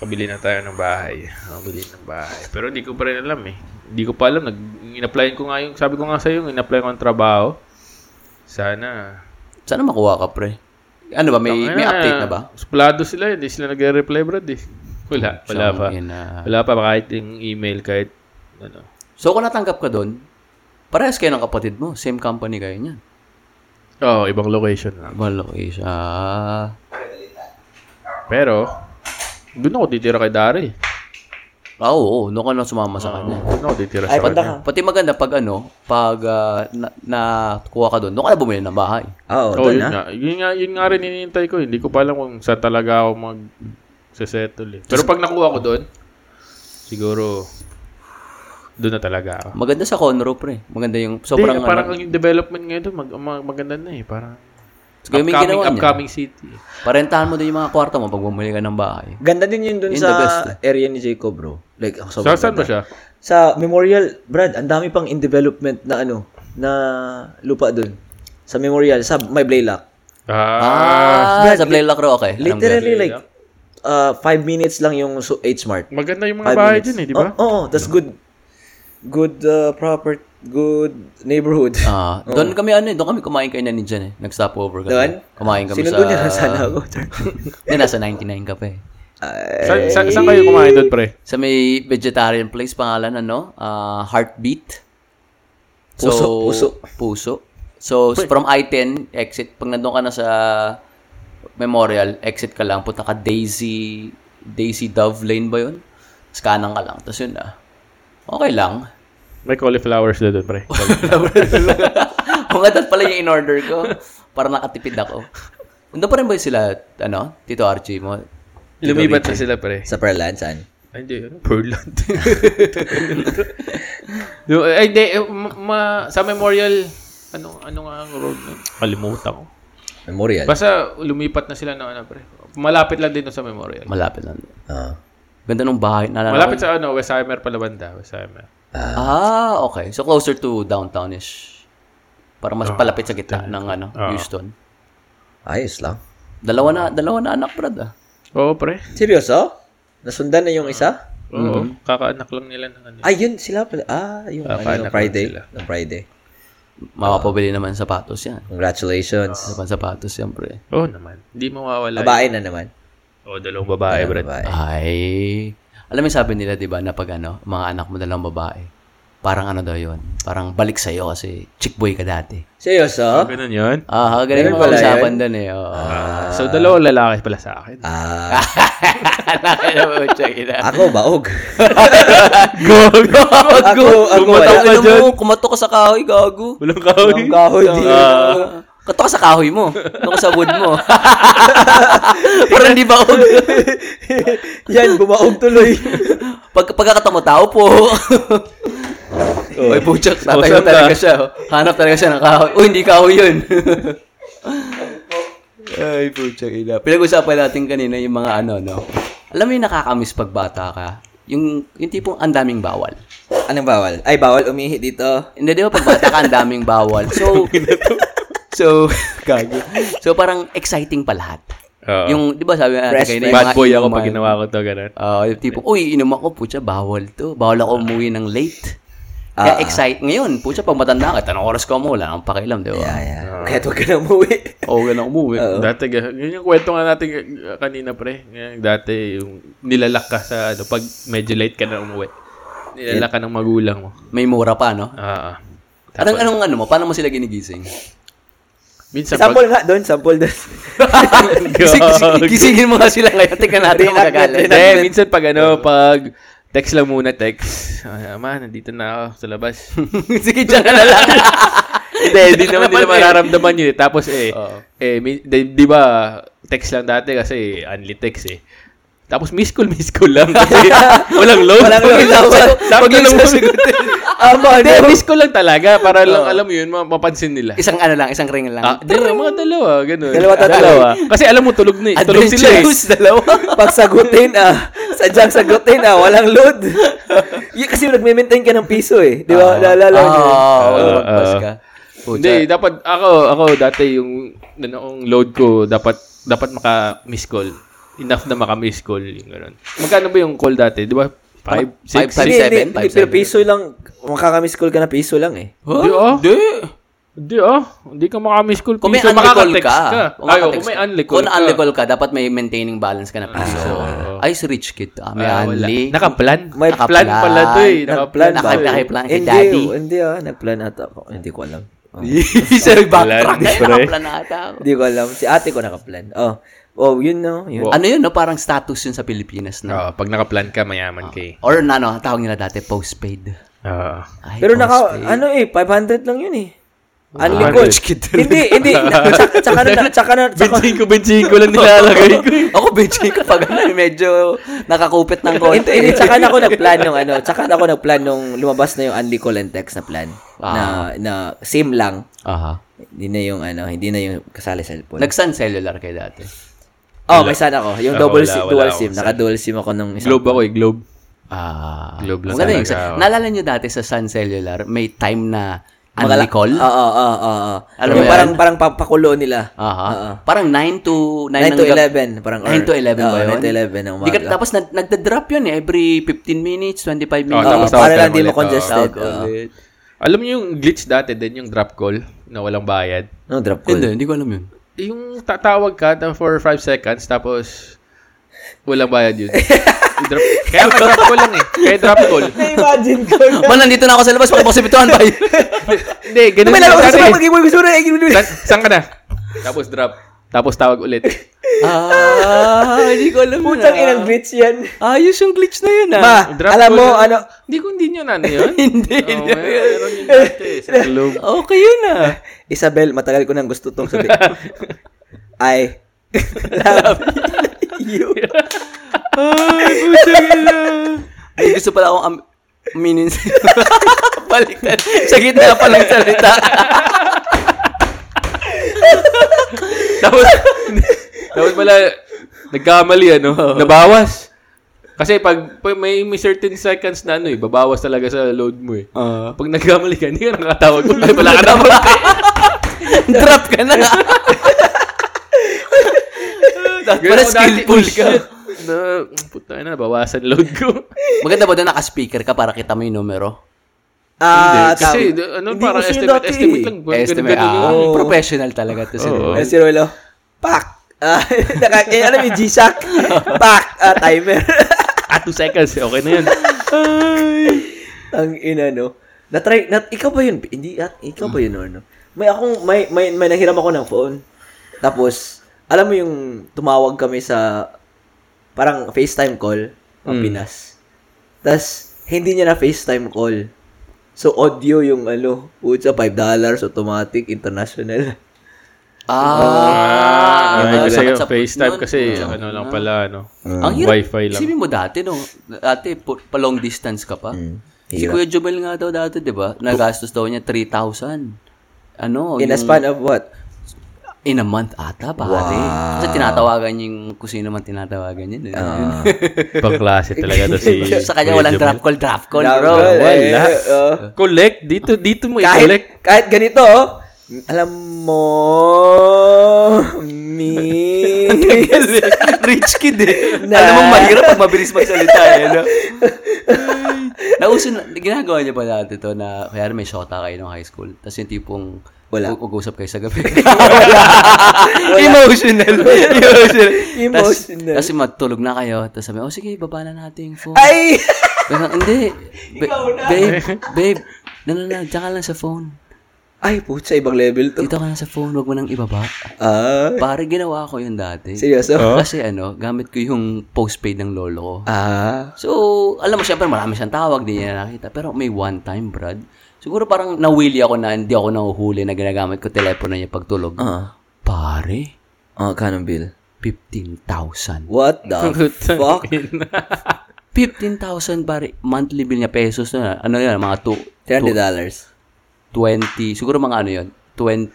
Speaker 3: pabili na tayo ng bahay. Pabili ng bahay. Pero hindi ko pa rin alam eh. Hindi ko pa alam. Nag, in-applyan ko nga yung, sabi ko nga sa'yo, in-apply ko ang trabaho. Sana.
Speaker 1: Sana makuha ka, pre. Ano ba? May, may
Speaker 3: Tangina,
Speaker 1: update na ba?
Speaker 3: Suplado sila. Hindi sila nagre-reply, Brad eh. Wala. Wala
Speaker 1: Chong,
Speaker 3: pa.
Speaker 1: yun na.
Speaker 3: Wala pa kahit yung email, kahit ano.
Speaker 1: So, kung natanggap ka doon, parehas kayo ng kapatid mo. Same company kayo niyan.
Speaker 3: Oo, oh, ibang location lang.
Speaker 1: Walo, is, ah...
Speaker 3: Pero, doon ako titira kay Dari.
Speaker 1: Ah, Oo, no ka na sumama sa kanya.
Speaker 3: Doon ako titira
Speaker 2: Ay,
Speaker 3: sa
Speaker 2: punta ka.
Speaker 3: kanya.
Speaker 1: Pati maganda pag ano, pag ah, na, nakuha ka doon, doon ka na bumili ng bahay.
Speaker 2: Oo,
Speaker 3: Oo,
Speaker 2: doon
Speaker 3: Oh, yun
Speaker 2: na.
Speaker 3: nga. Yun nga, yun nga rin iniintay ko. Hindi ko pa alam kung sa talaga ako mag settle eh. Pero pag nakuha ko doon, siguro, doon na talaga ako.
Speaker 1: Maganda sa Conroe, pre. Maganda yung
Speaker 3: Sobrang
Speaker 1: sobrang ano.
Speaker 3: parang yung development ngayon doon, mag, mag- maganda na eh. Parang
Speaker 1: Siguro yung ginawa niya.
Speaker 3: upcoming city. eh.
Speaker 1: Parentahan mo din yung mga kwarto mo pag bumili ka ng bahay.
Speaker 2: Ganda din yun dun
Speaker 1: Yun,
Speaker 2: sa
Speaker 1: the best, eh.
Speaker 2: area ni Jacob, bro. Like, oh,
Speaker 3: Sa
Speaker 2: sobrang
Speaker 3: saan ba
Speaker 2: ganda.
Speaker 3: siya?
Speaker 2: Sa Memorial, Brad, ang dami pang in development na ano, na lupa dun. Sa Memorial, sa May Blaylock.
Speaker 3: Ah,
Speaker 1: Ah, sa Blaylock Row, okay. Alam ko
Speaker 2: Literally, like, uh, five minutes lang yung su- H-Mart.
Speaker 3: maganda yung mga
Speaker 2: Five
Speaker 3: bahay
Speaker 2: minutes.
Speaker 3: dun eh, di ba?
Speaker 2: Oo, oh, that's good. Good uh, proper, good neighborhood.
Speaker 1: yan. Ah, doon kami ano, eh, doon kami kumain kayo na ninjan eh. Nag-stopover kami.
Speaker 2: Oh. Doon?
Speaker 1: Kumain kami
Speaker 2: Sino
Speaker 1: sa...
Speaker 2: doon yung nasana ako?
Speaker 1: Hindi, nasa 99 ka pa eh.
Speaker 3: Sa- sa- saan kayo kumain doon, pre?
Speaker 1: Sa may vegetarian place, pangalan ano, ah, Heartbeat.
Speaker 2: Puso, puso.
Speaker 1: Puso. So, from I-10, exit. Pag nandun ka na sa Memorial, exit ka lang. Punta ka Daisy, Daisy Dove Lane ba yun? Tapos kanan ka lang. Tapos yun na. Okay lang.
Speaker 3: May cauliflowers na doon, pre.
Speaker 1: Mga dot pala yung in-order ko. Para nakatipid ako. Nandun pa rin ba sila, ano, Tito Archie mo?
Speaker 3: Lumibat na sila, pre.
Speaker 2: Sa Perlan, saan?
Speaker 3: Ay, hindi. Ano? Pearland. no, ay, hindi. eh, ma- ma- sa Memorial, ano, ano nga ang road na? Kalimutan ko.
Speaker 2: Memorial.
Speaker 3: Basta lumipat na sila ng ano, pre. Malapit lang din no, sa Memorial.
Speaker 1: Malapit lang.
Speaker 2: Ah.
Speaker 1: Ganda nung bahay. Naalala
Speaker 3: Malapit sa ano, Westheimer pala banda. Westheimer.
Speaker 1: Ah, okay. So closer to downtownish. Para mas palapit sa gitna ng ano, Houston.
Speaker 2: Ah, ayos lang.
Speaker 1: Dalawa na, dalawa na anak, brad. Ah.
Speaker 3: Oo, pre.
Speaker 2: Seryoso? Nasundan na yung isa?
Speaker 3: Oo. Kakaanak lang nila ng ano.
Speaker 2: Ay, yun sila pala. Ah, yung
Speaker 3: Ah,
Speaker 2: ano, no,
Speaker 3: kaanak
Speaker 2: Friday.
Speaker 3: lang
Speaker 2: No, Friday.
Speaker 1: Makapabili naman sapatos yan.
Speaker 2: Congratulations.
Speaker 1: Naman sapatos yan, pre.
Speaker 3: Oo naman. Hindi
Speaker 2: Ah,
Speaker 3: mawawala.
Speaker 2: Babae na naman.
Speaker 3: Oo, dalawang babae, bro.
Speaker 2: Babae.
Speaker 1: Ay. Alam mo yung sabi nila, di ba, na pag ano, mga anak mo dalawang babae, parang ano daw yun, parang balik sa'yo kasi chick boy ka dati.
Speaker 2: Seryoso?
Speaker 3: Ganun yun.
Speaker 1: Ah, ganun yung mga usapan doon eh. Oo.
Speaker 3: Ah, so, dalawang lalaki pala sa akin.
Speaker 2: Ah,
Speaker 1: Alam mo, check it out.
Speaker 2: ako baog.
Speaker 3: Gago!
Speaker 2: ako, ako
Speaker 1: Kumatok
Speaker 2: wala.
Speaker 1: ka mo, kumatok ka sa kahoy, gago.
Speaker 3: Walang kahoy.
Speaker 2: Ang kahoy di.
Speaker 1: Katok ka sa kahoy mo. Katok ka sa wood mo. Parang di ba ako?
Speaker 2: Yan, bumaog tuloy.
Speaker 1: Pag, pagkakataon mo, tao po. May Oh. puchak. Tatayo
Speaker 3: saan
Speaker 1: talaga
Speaker 3: ka?
Speaker 1: siya. oh. Hanap talaga siya ng kahoy. Uy, hindi kahoy yun. Ay, puchak ina. Pinag-usapan natin kanina yung mga ano, no? Alam mo yung nakakamiss pag bata ka? Yung, yung tipong ang daming bawal.
Speaker 2: Anong bawal? Ay, bawal umihi dito.
Speaker 1: Hindi, di ba pag bata ka, ang daming bawal. So, so, gago. So, parang exciting pa lahat.
Speaker 3: Oo.
Speaker 1: Yung, di ba sabi natin
Speaker 2: Fresh
Speaker 1: kanina, yung
Speaker 3: Bad
Speaker 1: mga
Speaker 3: boy ako pag
Speaker 1: inuman.
Speaker 3: ginawa ko to, ganun.
Speaker 1: Ah, yung tipo, uy, inuman ko, putya, bawal to. Bawal ako umuwi ng late. Kaya excite ngayon, putya, pag matanda ka, tanong oras ka mo, wala kang pakialam, di ba?
Speaker 2: Yeah, yeah. Kahit huwag ka na umuwi.
Speaker 1: Oo, oh, ganun umuwi.
Speaker 3: Dati, ga- yun yung kwento nga natin uh, kanina, pre. Yung Dati, yung nilalak ka sa, ano, pag medyo late ka na umuwi. Nilalak ka ng magulang mo.
Speaker 1: May mura pa, no?
Speaker 3: Ah, ah.
Speaker 1: Anong, anong ano mo? Paano mo sila ginigising?
Speaker 3: Minsan, pag,
Speaker 1: Ano
Speaker 2: Sample nga doon, sample doon.
Speaker 1: Gising- gising- Gisingin mo nga sila ngayon. Tingnan natin kung magagalit.
Speaker 3: Hindi, minsan pag ano, pag text lang muna, text. Ay, ama, nandito na ako sa labas.
Speaker 1: Sige, dyan ka na lang.
Speaker 3: Hindi, hindi naman nila mararamdaman yun. eh. Tapos eh, eh min- di, di ba, text lang dati kasi only text eh. Tapos miss call, miss call lang. Kasi walang load.
Speaker 2: Walang load.
Speaker 3: Sabi ko lang,
Speaker 2: Amo,
Speaker 3: Hindi, miss call lang talaga. Para lang, alam mo yun, ma- mapansin nila.
Speaker 1: Isang ano lang, isang ring lang.
Speaker 3: Ah, di, mga dalawa, ganun.
Speaker 2: Dalawa, tatlo.
Speaker 3: Kasi alam mo, tulog na eh. Tulog sila eh.
Speaker 1: Adventurous, dalawa.
Speaker 2: Pag sagutin, ah, sadyang sagutin, ah, walang load. Y- kasi nagme-maintain ka ng piso eh. Di ba? Naalala mo yun?
Speaker 1: Ah, oo,
Speaker 3: Ah,
Speaker 1: magpas
Speaker 3: ah.
Speaker 1: ka.
Speaker 3: Hindi, dapat ako ako dati yung nanoong load ko dapat dapat maka miss call. Enough na maka miss call yung ganun. Magkano ba yung call dati? 'Di ba? 5 6
Speaker 1: Five
Speaker 2: Hindi,
Speaker 1: times
Speaker 2: hindi,
Speaker 1: seven,
Speaker 2: hindi,
Speaker 1: times
Speaker 2: pero
Speaker 1: seven.
Speaker 2: piso lang, makakamiss call ka na piso lang eh.
Speaker 3: Di oh. Di. Di oh. Hindi ka maka miss call.
Speaker 1: Kung may
Speaker 3: Piso,
Speaker 1: unlicol
Speaker 3: makaka-text
Speaker 1: ka.
Speaker 3: Ay,
Speaker 1: makaka-text
Speaker 3: oh, kung may
Speaker 1: ka.
Speaker 3: unlicol
Speaker 1: Kung
Speaker 3: ka.
Speaker 1: na-unlicol ka, dapat may maintaining balance ka na piso. Ice rich kid. Ah, may
Speaker 3: Ah, wala.
Speaker 1: unli.
Speaker 3: Naka-plan.
Speaker 2: May
Speaker 3: Naka-plan
Speaker 1: plan.
Speaker 3: pala to eh.
Speaker 2: Nag-plan
Speaker 3: Naka-plan.
Speaker 2: ba?
Speaker 1: Naka- nakiplan kay
Speaker 2: Hindi,
Speaker 1: daddy.
Speaker 2: Hindi ah, nag-plan ata ako. Hindi ko alam. Oh.
Speaker 1: Sir, backtrack.
Speaker 3: Plan,
Speaker 1: Kaya
Speaker 3: pre.
Speaker 1: nakaplan na ata ako.
Speaker 2: Hindi ko alam. Si ate ko naka-plan. Oh, oh yun no. Yun.
Speaker 1: Ano yun, no? Parang status yun sa Pilipinas na.
Speaker 3: Oo, eh? Ah, pag naka-plan ka mayaman ka. eh. Ah.
Speaker 1: Or na, ano, tawag nila dati, postpaid.
Speaker 3: Oo.
Speaker 1: Ay,
Speaker 2: Pero naka,
Speaker 1: postpaid.
Speaker 2: ano eh, 500 lang yun eh. Only
Speaker 3: Ah,
Speaker 2: call.
Speaker 1: rich kid talaga.
Speaker 2: Hindi, hindi. Na- tsaka- Tsaka na, tsaka na, tsaka
Speaker 3: Benching ko, benching ko lang nilalagay ko. eh.
Speaker 1: ako, bitchy ka pag ano, medyo nakakupit ng
Speaker 2: Hindi, hindi.
Speaker 1: konti.
Speaker 2: Tsaka na ako nag-plan nung ano. Tsaka na ako nag-plan nung lumabas na yung only call and text na plan.
Speaker 1: Ah.
Speaker 2: Na, na same lang.
Speaker 1: Aha.
Speaker 2: Hindi na yung ano, hindi na yung kasali cellphone.
Speaker 1: Nagsan cellular kay dati.
Speaker 2: oh, may sana ako. Yung
Speaker 3: Wala,
Speaker 2: double
Speaker 3: Ah, wala,
Speaker 2: sim,
Speaker 3: wala
Speaker 2: dual
Speaker 3: akong
Speaker 2: sim.
Speaker 3: sana.
Speaker 2: Naka-dual sim ako nung isang.
Speaker 3: Globe ako eh, globe.
Speaker 1: Ah.
Speaker 3: Globe lang
Speaker 1: Maganda yung
Speaker 3: talaga,
Speaker 1: sa-
Speaker 3: oh.
Speaker 1: Naalala nyo dati sa Sun Cellular, may time na
Speaker 2: Magala-
Speaker 1: unlicol?
Speaker 2: Oo, oo, oo, oo.
Speaker 1: Alam mo
Speaker 2: Yung
Speaker 1: yan? Ah,
Speaker 2: parang, parang papakulo nila.
Speaker 1: Aha.
Speaker 2: Oo.
Speaker 1: Parang 9 to
Speaker 2: 9
Speaker 1: 9,
Speaker 2: to 11. Parang,
Speaker 1: 9 to 11 ba
Speaker 2: Oo,
Speaker 1: yun?
Speaker 2: 9 to 11 ng
Speaker 1: Di
Speaker 2: umaga.
Speaker 1: ka, tapos nag, nagda-drop yun eh. Every 15 minutes, 25
Speaker 3: Oo,
Speaker 1: minutes.
Speaker 2: Oo,
Speaker 3: tapos
Speaker 2: para
Speaker 3: out
Speaker 2: lang
Speaker 3: time
Speaker 2: di
Speaker 3: ulit,
Speaker 2: mo congested.
Speaker 1: Tawag
Speaker 2: Oo.
Speaker 1: ulit.
Speaker 3: Alam niyo yung glitch dati din, yung drop call na walang bayad?
Speaker 2: No, drop call.
Speaker 1: Hindi, hindi ko alam yun.
Speaker 3: Yung tatawag ka na for 5 seconds, tapos walang bayad yun. Yung drop, kaya may drop call lang eh. Kaya drop call.
Speaker 2: Na-imagine ko.
Speaker 1: Man, nandito na ako sa labas. Wala pa ako sa bituan, bay.
Speaker 3: Hindi, ganun
Speaker 2: May
Speaker 3: yung
Speaker 2: lalabas
Speaker 3: dati
Speaker 2: sa
Speaker 3: eh.
Speaker 2: pag mo gusto na.
Speaker 3: Sa- Saan ka na? Tapos drop. Tapos tawag ulit.
Speaker 1: Ah, hindi ko alam yun.
Speaker 2: Putang
Speaker 1: ah.
Speaker 2: inang glitch yan.
Speaker 1: Ayos yung glitch na yun, ah.
Speaker 2: Ma,
Speaker 3: Drop
Speaker 2: alam
Speaker 3: call
Speaker 2: mo,
Speaker 3: lang.
Speaker 2: ano,
Speaker 3: Hindi ko hindi nyo na ano yun.
Speaker 1: Hindi,
Speaker 3: Oo,
Speaker 1: hindi.
Speaker 3: meron- meron yun dati sa globe.
Speaker 2: Oh,
Speaker 1: Okay yun, ah.
Speaker 2: Isabel, matagal ko nang gusto tong sabi. I love you.
Speaker 1: Ay, gusto pala akong am- aminin sa'yo. Baliktad. Sa gitna pa ng salita.
Speaker 3: Tapos, tapos pala, nagkamali ano, nabawas. Kasi pag, pag may, may certain seconds na ano eh, babawas talaga sa load mo eh. pag nagkamali ka, hindi ka nakatawag ulit. Wala ka na
Speaker 1: Drop ka na. Para
Speaker 3: Ganun ako dati,
Speaker 1: skillful
Speaker 3: oh,
Speaker 1: ka.
Speaker 3: shit. Na, puta na, bawasan load ko.
Speaker 1: Maganda ba doon naka-speaker ka para kita mo yung numero?
Speaker 2: Ah,
Speaker 3: Kasi,
Speaker 2: tama.
Speaker 3: ano,
Speaker 2: Hindi
Speaker 3: parang
Speaker 2: gusto yun
Speaker 3: estimate,
Speaker 2: dati
Speaker 3: estimate
Speaker 2: eh.
Speaker 3: lang. Ganun,
Speaker 1: Estimate. Ah,
Speaker 3: ganun lang.
Speaker 2: Oo.
Speaker 1: professional talaga to si
Speaker 3: Oo.
Speaker 1: Ruel.
Speaker 2: Ayun si Rolo, pak. Ah, naka, eh, alam mo yung G-Shock? Pak, ah, timer.
Speaker 3: Ah, two seconds. Okay na yan.
Speaker 2: Ang ina, no? Na-try, na, ikaw ba yun? Hindi, at, ikaw ba yun, ano? May akong, may, may, may nahiram ako ng phone. Tapos, alam mo yung tumawag kami sa, parang FaceTime call, ng Pinas. Tapos, hindi niya na FaceTime call. So, audio yung, ano, utsa, $5 automatic, international.
Speaker 1: Ah,
Speaker 3: Ah, kasi
Speaker 1: yung mga
Speaker 3: yung
Speaker 1: WhatsApp
Speaker 3: FaceTime
Speaker 1: nun.
Speaker 3: kasi,
Speaker 1: Ah.
Speaker 3: ano lang pala, ano.
Speaker 2: Ah.
Speaker 1: Ang hirap.
Speaker 3: Wi-Fi lang.
Speaker 1: Isipin mo dati, no? Dati, pu- pa long distance ka pa. Si
Speaker 2: Mm. hirap.
Speaker 1: Kuya Jobel nga daw dati, di ba? Nagastos daw niya 3,000. Ano?
Speaker 2: In a
Speaker 1: yung-
Speaker 2: span of what?
Speaker 1: In a month ata, pare. Kasi tinatawagan niya yung kung sino man tinatawagan niya. di ba?
Speaker 2: Ah.
Speaker 3: Pangklase talaga to si...
Speaker 1: Sa kanya walang drop call, drop call,
Speaker 2: Drop
Speaker 1: bro.
Speaker 2: call, eh,
Speaker 3: Wala.
Speaker 2: oh.
Speaker 3: Collect. Dito, dito mo i-collect.
Speaker 2: kahit, kahit ganito, oh, alam mo, mi,
Speaker 1: Rich kid eh.
Speaker 2: Na-
Speaker 1: Alam mo, mahirap pag mabilis magsalita eh. No? Nauso na, ginagawa niya ba dati to na, kaya may shota kayo ng high school, tapos yung tipong,
Speaker 2: Wala.
Speaker 1: u- Mag-usap kayo sa gabi. Emotional. Emotional.
Speaker 2: Emotional.
Speaker 1: Tapos matulog na kayo. Tapos sabi, oh sige, baba na natin yung phone.
Speaker 2: ay,
Speaker 1: Pero hindi. Ba- babe, babe, nananag, tsaka lang sa phone.
Speaker 2: Ay, putsa, ibang level to.
Speaker 1: Dito ka na sa phone, wag mo nang ibaba.
Speaker 2: Ah,
Speaker 1: Pare, ginawa ko yun dati.
Speaker 2: seryoso?
Speaker 1: Kasi ano, gamit ko yung postpaid ng lolo ko.
Speaker 2: Ah,
Speaker 1: So, alam mo, syempre marami siyang tawag, di niya nakita. Pero may one time, Brad, siguro parang nawili ako na hindi ako nahuhuli na ginagamit ko telepono niya pagtulog.
Speaker 2: ah,
Speaker 1: Pare,
Speaker 2: ah, kanong bill?
Speaker 1: 15,000.
Speaker 2: What the fuck?
Speaker 1: 15,000 pare, monthly bill niya pesos na. Ano yun, mga two-
Speaker 2: $300. dollars.
Speaker 1: 20, siguro mga ano yun, 20,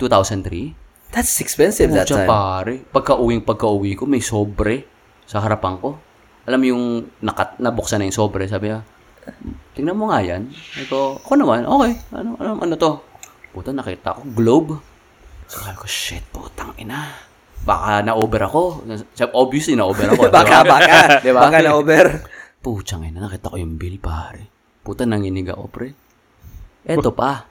Speaker 1: 2003?
Speaker 2: That's expensive that
Speaker 1: Pucha,
Speaker 2: time.
Speaker 1: pare. Pagka-uwing pagka-uwi ko, may sobre sa harapan ko. Alam mo yung nakat, nabuksan na yung sobre, sabi niya, tingnan mo nga yan. Sabi ko, ako naman, okay, ano, ano, ano to? Puta, nakita ko, globe. So, sabi ko, shit, putang ina. Baka na-over ako. Sabi, Obviously, na-over ako.
Speaker 2: Baka,
Speaker 1: diba?
Speaker 2: baka.
Speaker 1: Diba?
Speaker 2: Baka na over.
Speaker 1: Puchang ina, nakita ko yung bill, pare. Puta, nanginig ako, pre. Eto pa.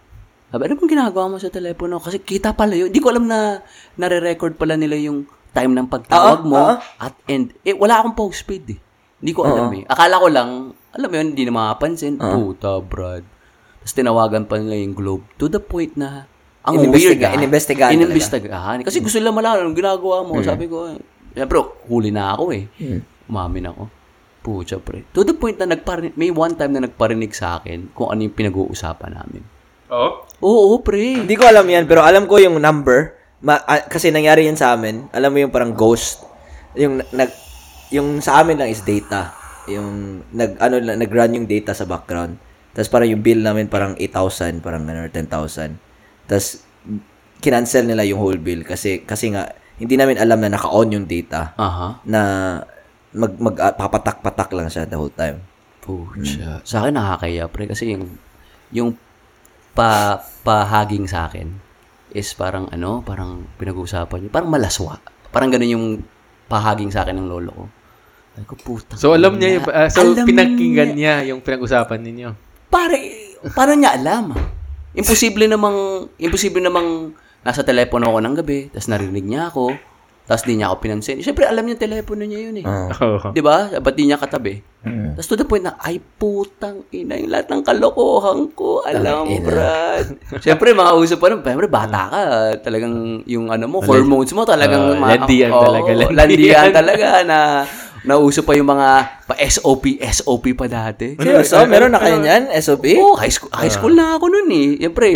Speaker 1: Sabi, ano bang ginagawa mo sa telepono? Kasi kita pala yun. Di ko alam na nare-record pala nila yung time ng pagtawag
Speaker 2: Oo,
Speaker 1: mo.
Speaker 2: oo.
Speaker 1: At end. Eh, wala akong postpaid eh. Hindi ko alam eh. Akala ko lang, alam mo yun, hindi na makapansin. Puta, brad. Tapos tinawagan pa nila yung Globe to the point na ang weird
Speaker 2: Inimbestiga-
Speaker 1: ah.
Speaker 2: inimbestigahan talaga.
Speaker 1: Inimbestigahan. Kasi gusto nila malaman anong ginagawa mo. Sabi ko, eh, siyempre, huli na ako eh. Umamin ako. Pucha, pre. To the point na nagparinig, may one time na nagparinig sa akin kung ano yung pinag-uusapan namin.
Speaker 3: Oh?
Speaker 1: Oo, pre.
Speaker 2: Hindi ko alam yan, pero alam ko yung number. Ma- ah, kasi nangyari yan sa amin. Alam mo yung parang ghost. Yung na- nag yung sa amin lang is data. Yung nag ano lang, nag-run yung data sa background. Tapos parang yung bill namin parang 8,000, parang ano, 10,000. Tapos kinancel nila yung whole bill kasi kasi nga hindi namin alam na naka-on yung data
Speaker 1: Aha.
Speaker 2: na mag mag ah, papatak-patak lang siya the whole time.
Speaker 1: Pucha. Sa akin nakakaya, pre. Kasi yung, yung pa, pahaging sa akin is parang ano, parang pinag-uusapan niyo. Parang malaswa. Parang ganun yung pahaging sa akin ng lolo ko. Ay ko, puta.
Speaker 3: So, alam niya, yung- ah, so,
Speaker 1: Alam
Speaker 3: pinakinggan niya yung pinag-usapan ninyo.
Speaker 1: Pare, paano niya alam? Imposible namang, imposible namang nasa telepono ako ng gabi, tapos narinig niya ako, tapos di niya ako pinansin. Siyempre, alam niya telepono niya yun eh.
Speaker 3: Ah. Oo.
Speaker 1: Di ba? Ba't di niya katabi? Tapos to the point na, ay putang ina, yung lahat ng kalokohan ko, alam mo,
Speaker 2: Tangina.
Speaker 1: brad. Siyempre, mga usap pa nun, siyempre, bata ka, talagang yung ano mo, hormones mo, talagang...
Speaker 3: Oo, Ah, landian
Speaker 1: oo,
Speaker 3: talaga, landian.
Speaker 1: landian talaga na nauso pa yung mga pa SOP, SOP pa dati.
Speaker 2: Seryoso? Meron na kayo niyan? SOP?
Speaker 1: Oo, high school, high school na ako nun eh. Siyempre,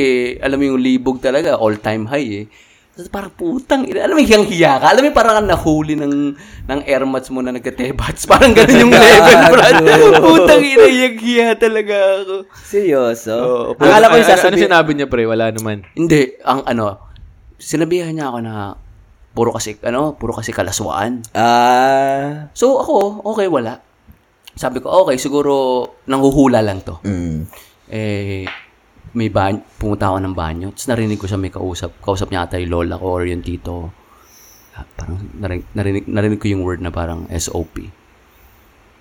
Speaker 1: alam mo yung libog talaga, all-time high eh. Tapos parang putang, ina. alam mo yung hiya ka. Alam mo yung parang kang nahuli ng, ng airmats mo na nagka-tebats. Parang ganun yung level, brad. Putang ina, yung hiya talaga ako.
Speaker 2: Seryoso?
Speaker 3: Akala
Speaker 2: Akala ko yung
Speaker 3: Ano
Speaker 2: sasabihin.
Speaker 3: sinabi niya, pre? Wala naman.
Speaker 1: Hindi, ang ano, sinabihan niya ako na puro kasi, ano, puro kasi kalaswaan.
Speaker 2: Ah.
Speaker 1: So ako, okay, wala. Sabi ko, okay, siguro nanghuhula lang to.
Speaker 2: Mm.
Speaker 1: eh, may banyo, pumunta ako ng banyo. Tapos narinig ko siya may kausap. Kausap niya ata yung lola ko or yung tito. ko. Ah, Parang narinig, narinig, narinig ko yung word na parang SOP.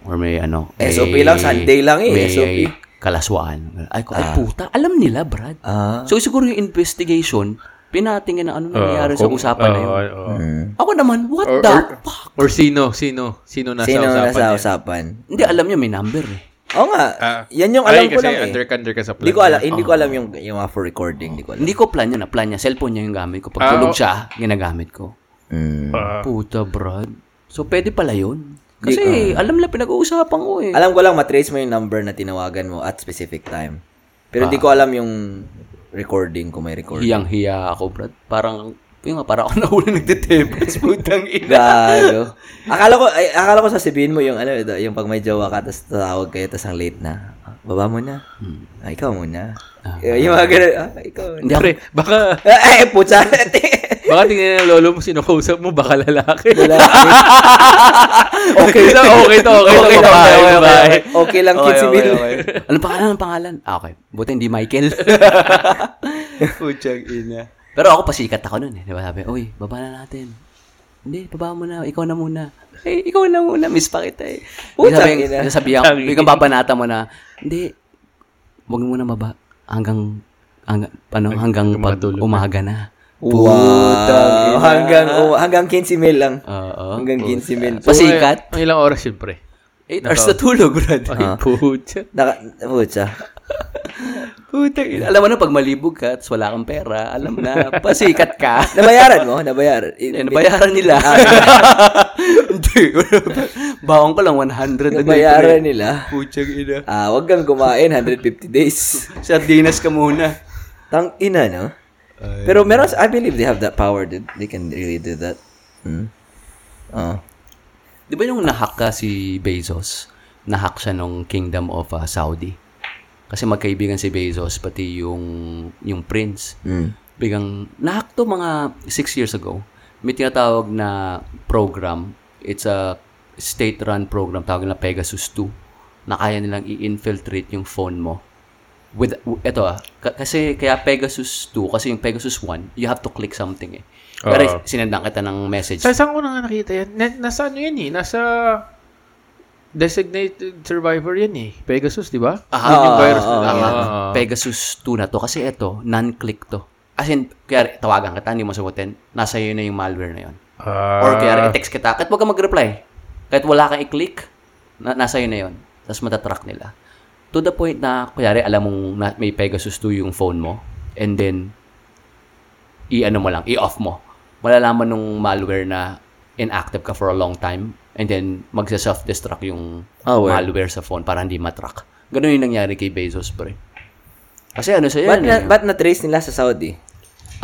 Speaker 1: Or may ano.
Speaker 2: SOP lang, Sunday lang eh,
Speaker 1: May
Speaker 2: SOP.
Speaker 1: kalaswaan. Ay, ko, ay puta. Alam nila, Brad.
Speaker 2: Ah.
Speaker 1: So siguro yung investigation, pinatingin na ano nangyayari sa usapan na yun.
Speaker 2: Mm.
Speaker 1: Ako naman, what
Speaker 3: Ah, Or,
Speaker 1: the
Speaker 3: or,
Speaker 1: fuck?
Speaker 3: or sino? Sino? Sino nasa
Speaker 2: Sino
Speaker 3: usapan
Speaker 2: nasa
Speaker 3: niya?
Speaker 2: usapan?
Speaker 1: Hindi, alam niya may number eh.
Speaker 2: Oo nga.
Speaker 3: Ah.
Speaker 2: yan yung alam
Speaker 3: Ay,
Speaker 2: ko
Speaker 3: kasi
Speaker 2: lang eh.
Speaker 3: under, Ah. under ka sa plan.
Speaker 2: Hindi ko alam, hindi ko alam yung, yung mga for recording. Hindi ko alam.
Speaker 1: Hindi ko plan yun. ah. Plan niya. Cellphone niya yung gamit ko. Pag
Speaker 3: Ah,
Speaker 1: tulog
Speaker 3: oh.
Speaker 1: siya, ginagamit ko.
Speaker 2: Mm.
Speaker 3: Ah.
Speaker 1: Puta, Brad. So, pwede pala yun? Kasi, alam na pinag-uusapan ko eh.
Speaker 2: ah. Alam ko lang, matrace mo yung number na tinawagan mo at specific time. Pero hindi ko alam yung recording, kung may recording.
Speaker 1: Hiyang-hiya ako, Brad. Parang, yun nga, parang ako nahuli nagtitipis. Putang ina.
Speaker 2: Gago. akala ko, ay, akala ko sasabihin mo yung, ano, ito, yung pag may jowa ka, tapos tatawag kayo, tapos ang late na. Ah, Baba mo na. Ah, ikaw muna. yung mga ganun, ah, ikaw muna.
Speaker 1: Hindi ako,
Speaker 3: Pre, baka,
Speaker 2: Eh, putsa.
Speaker 3: baka tingnan ng lolo mo, sino kausap mo, baka lalaki.
Speaker 2: okay.
Speaker 3: Ito, okay to,
Speaker 2: lang,
Speaker 3: okay to, babae,
Speaker 2: okay, okay,
Speaker 3: babae.
Speaker 2: okay. Okay lang,
Speaker 1: Okay,
Speaker 2: kids,
Speaker 1: okay,
Speaker 2: Bill.
Speaker 1: okay. ano pangalan ang pangalan? Ah, okay. Buti hindi Michael. Putang ina. Pero ako pasikat ako nun eh. Diba sabi, uy, baba na natin. Hindi, baba mo na. Ikaw na muna. Eh, ikaw na muna. Miss pa kita eh.
Speaker 2: Putang
Speaker 1: Sabi,
Speaker 2: ina.
Speaker 1: sabi ako, biglang babanata mo na, hindi, huwag mo na baba. Hanggang, hanggang ano, hanggang pag
Speaker 3: Tumatulog na.
Speaker 1: umaga na.
Speaker 2: Wow. Hanggang, oh, hanggang 15 mil lang.
Speaker 1: Oo.
Speaker 2: Hanggang 15 mil.
Speaker 1: Pasikat.
Speaker 3: Ang ilang oras yun, pre?
Speaker 1: 8 hours na tulog, brad.
Speaker 3: Ay, putya.
Speaker 2: Naka, putsa.
Speaker 1: Putang ina. Alam mo na, pag malibog ka, tapos wala kang pera, alam mo na, pasikat ka.
Speaker 2: Nabayaran mo? Nabayaran?
Speaker 1: Eh, nabayaran nila. Hindi. Baon ko lang
Speaker 2: Ano
Speaker 1: 100.
Speaker 2: Nabayaran nila.
Speaker 1: Putsang ina.
Speaker 2: Ah, wag kang kumain 150 days.
Speaker 1: Sardinas ka muna.
Speaker 2: Tang ina, no? Pero meron, I believe they have that power, dude. They can really do that. Hmm. Oh.
Speaker 1: Di ba yung nahack ka si Bezos? Nahack siya nung Kingdom of ah, Saudi. Kasi magkaibigan si Bezos, pati yung, yung prince.
Speaker 2: Hmm.
Speaker 1: Bigang, nahack to mga six years ago. May tinatawag na program. It's a state-run program, tawag na Pegasus 2, na kaya nilang i-infiltrate yung phone mo. With, eto ah, ka- kasi kaya Pegasus 2, kasi yung Pegasus 1, you have to click something eh.
Speaker 2: Ah.
Speaker 1: Pero sinendang kita ng message.
Speaker 3: Sa saan ko na nga nakita yan? Na, nasa ano yan eh? Nasa designated survivor yan eh. Pegasus, di ba?
Speaker 1: Ah,
Speaker 2: Yun
Speaker 1: yung
Speaker 2: yung
Speaker 1: virus
Speaker 2: virus
Speaker 1: na
Speaker 2: na-
Speaker 3: Ah.
Speaker 1: Pegasus 2 na to. Kasi ito, non-click to. As in, kaya tawagan kita, hindi mo sagutin. Nasa iyo na yung malware na yun.
Speaker 3: Ah,
Speaker 1: Or
Speaker 2: Ah.
Speaker 1: kaya i-text kita. Kahit huwag ka mag-reply. Kahit wala kang i-click, na, nasa iyo na yun. Tapos matatrack nila. To the point na, kuyari, alam mong na- may Pegasus 2 yung phone mo. And then, i-ano mo lang, i-off mo. Malalaman nung malware na inactive ka for a long time. And then, magsa-self-destruct yung
Speaker 2: Oh, well.
Speaker 1: malware sa phone para hindi matrack. Ganun yung nangyari kay Bezos, pre. Kasi ano siya
Speaker 2: Ba't,
Speaker 1: yun?
Speaker 2: na,
Speaker 1: eh.
Speaker 2: ba't na-trace nila sa Saudi?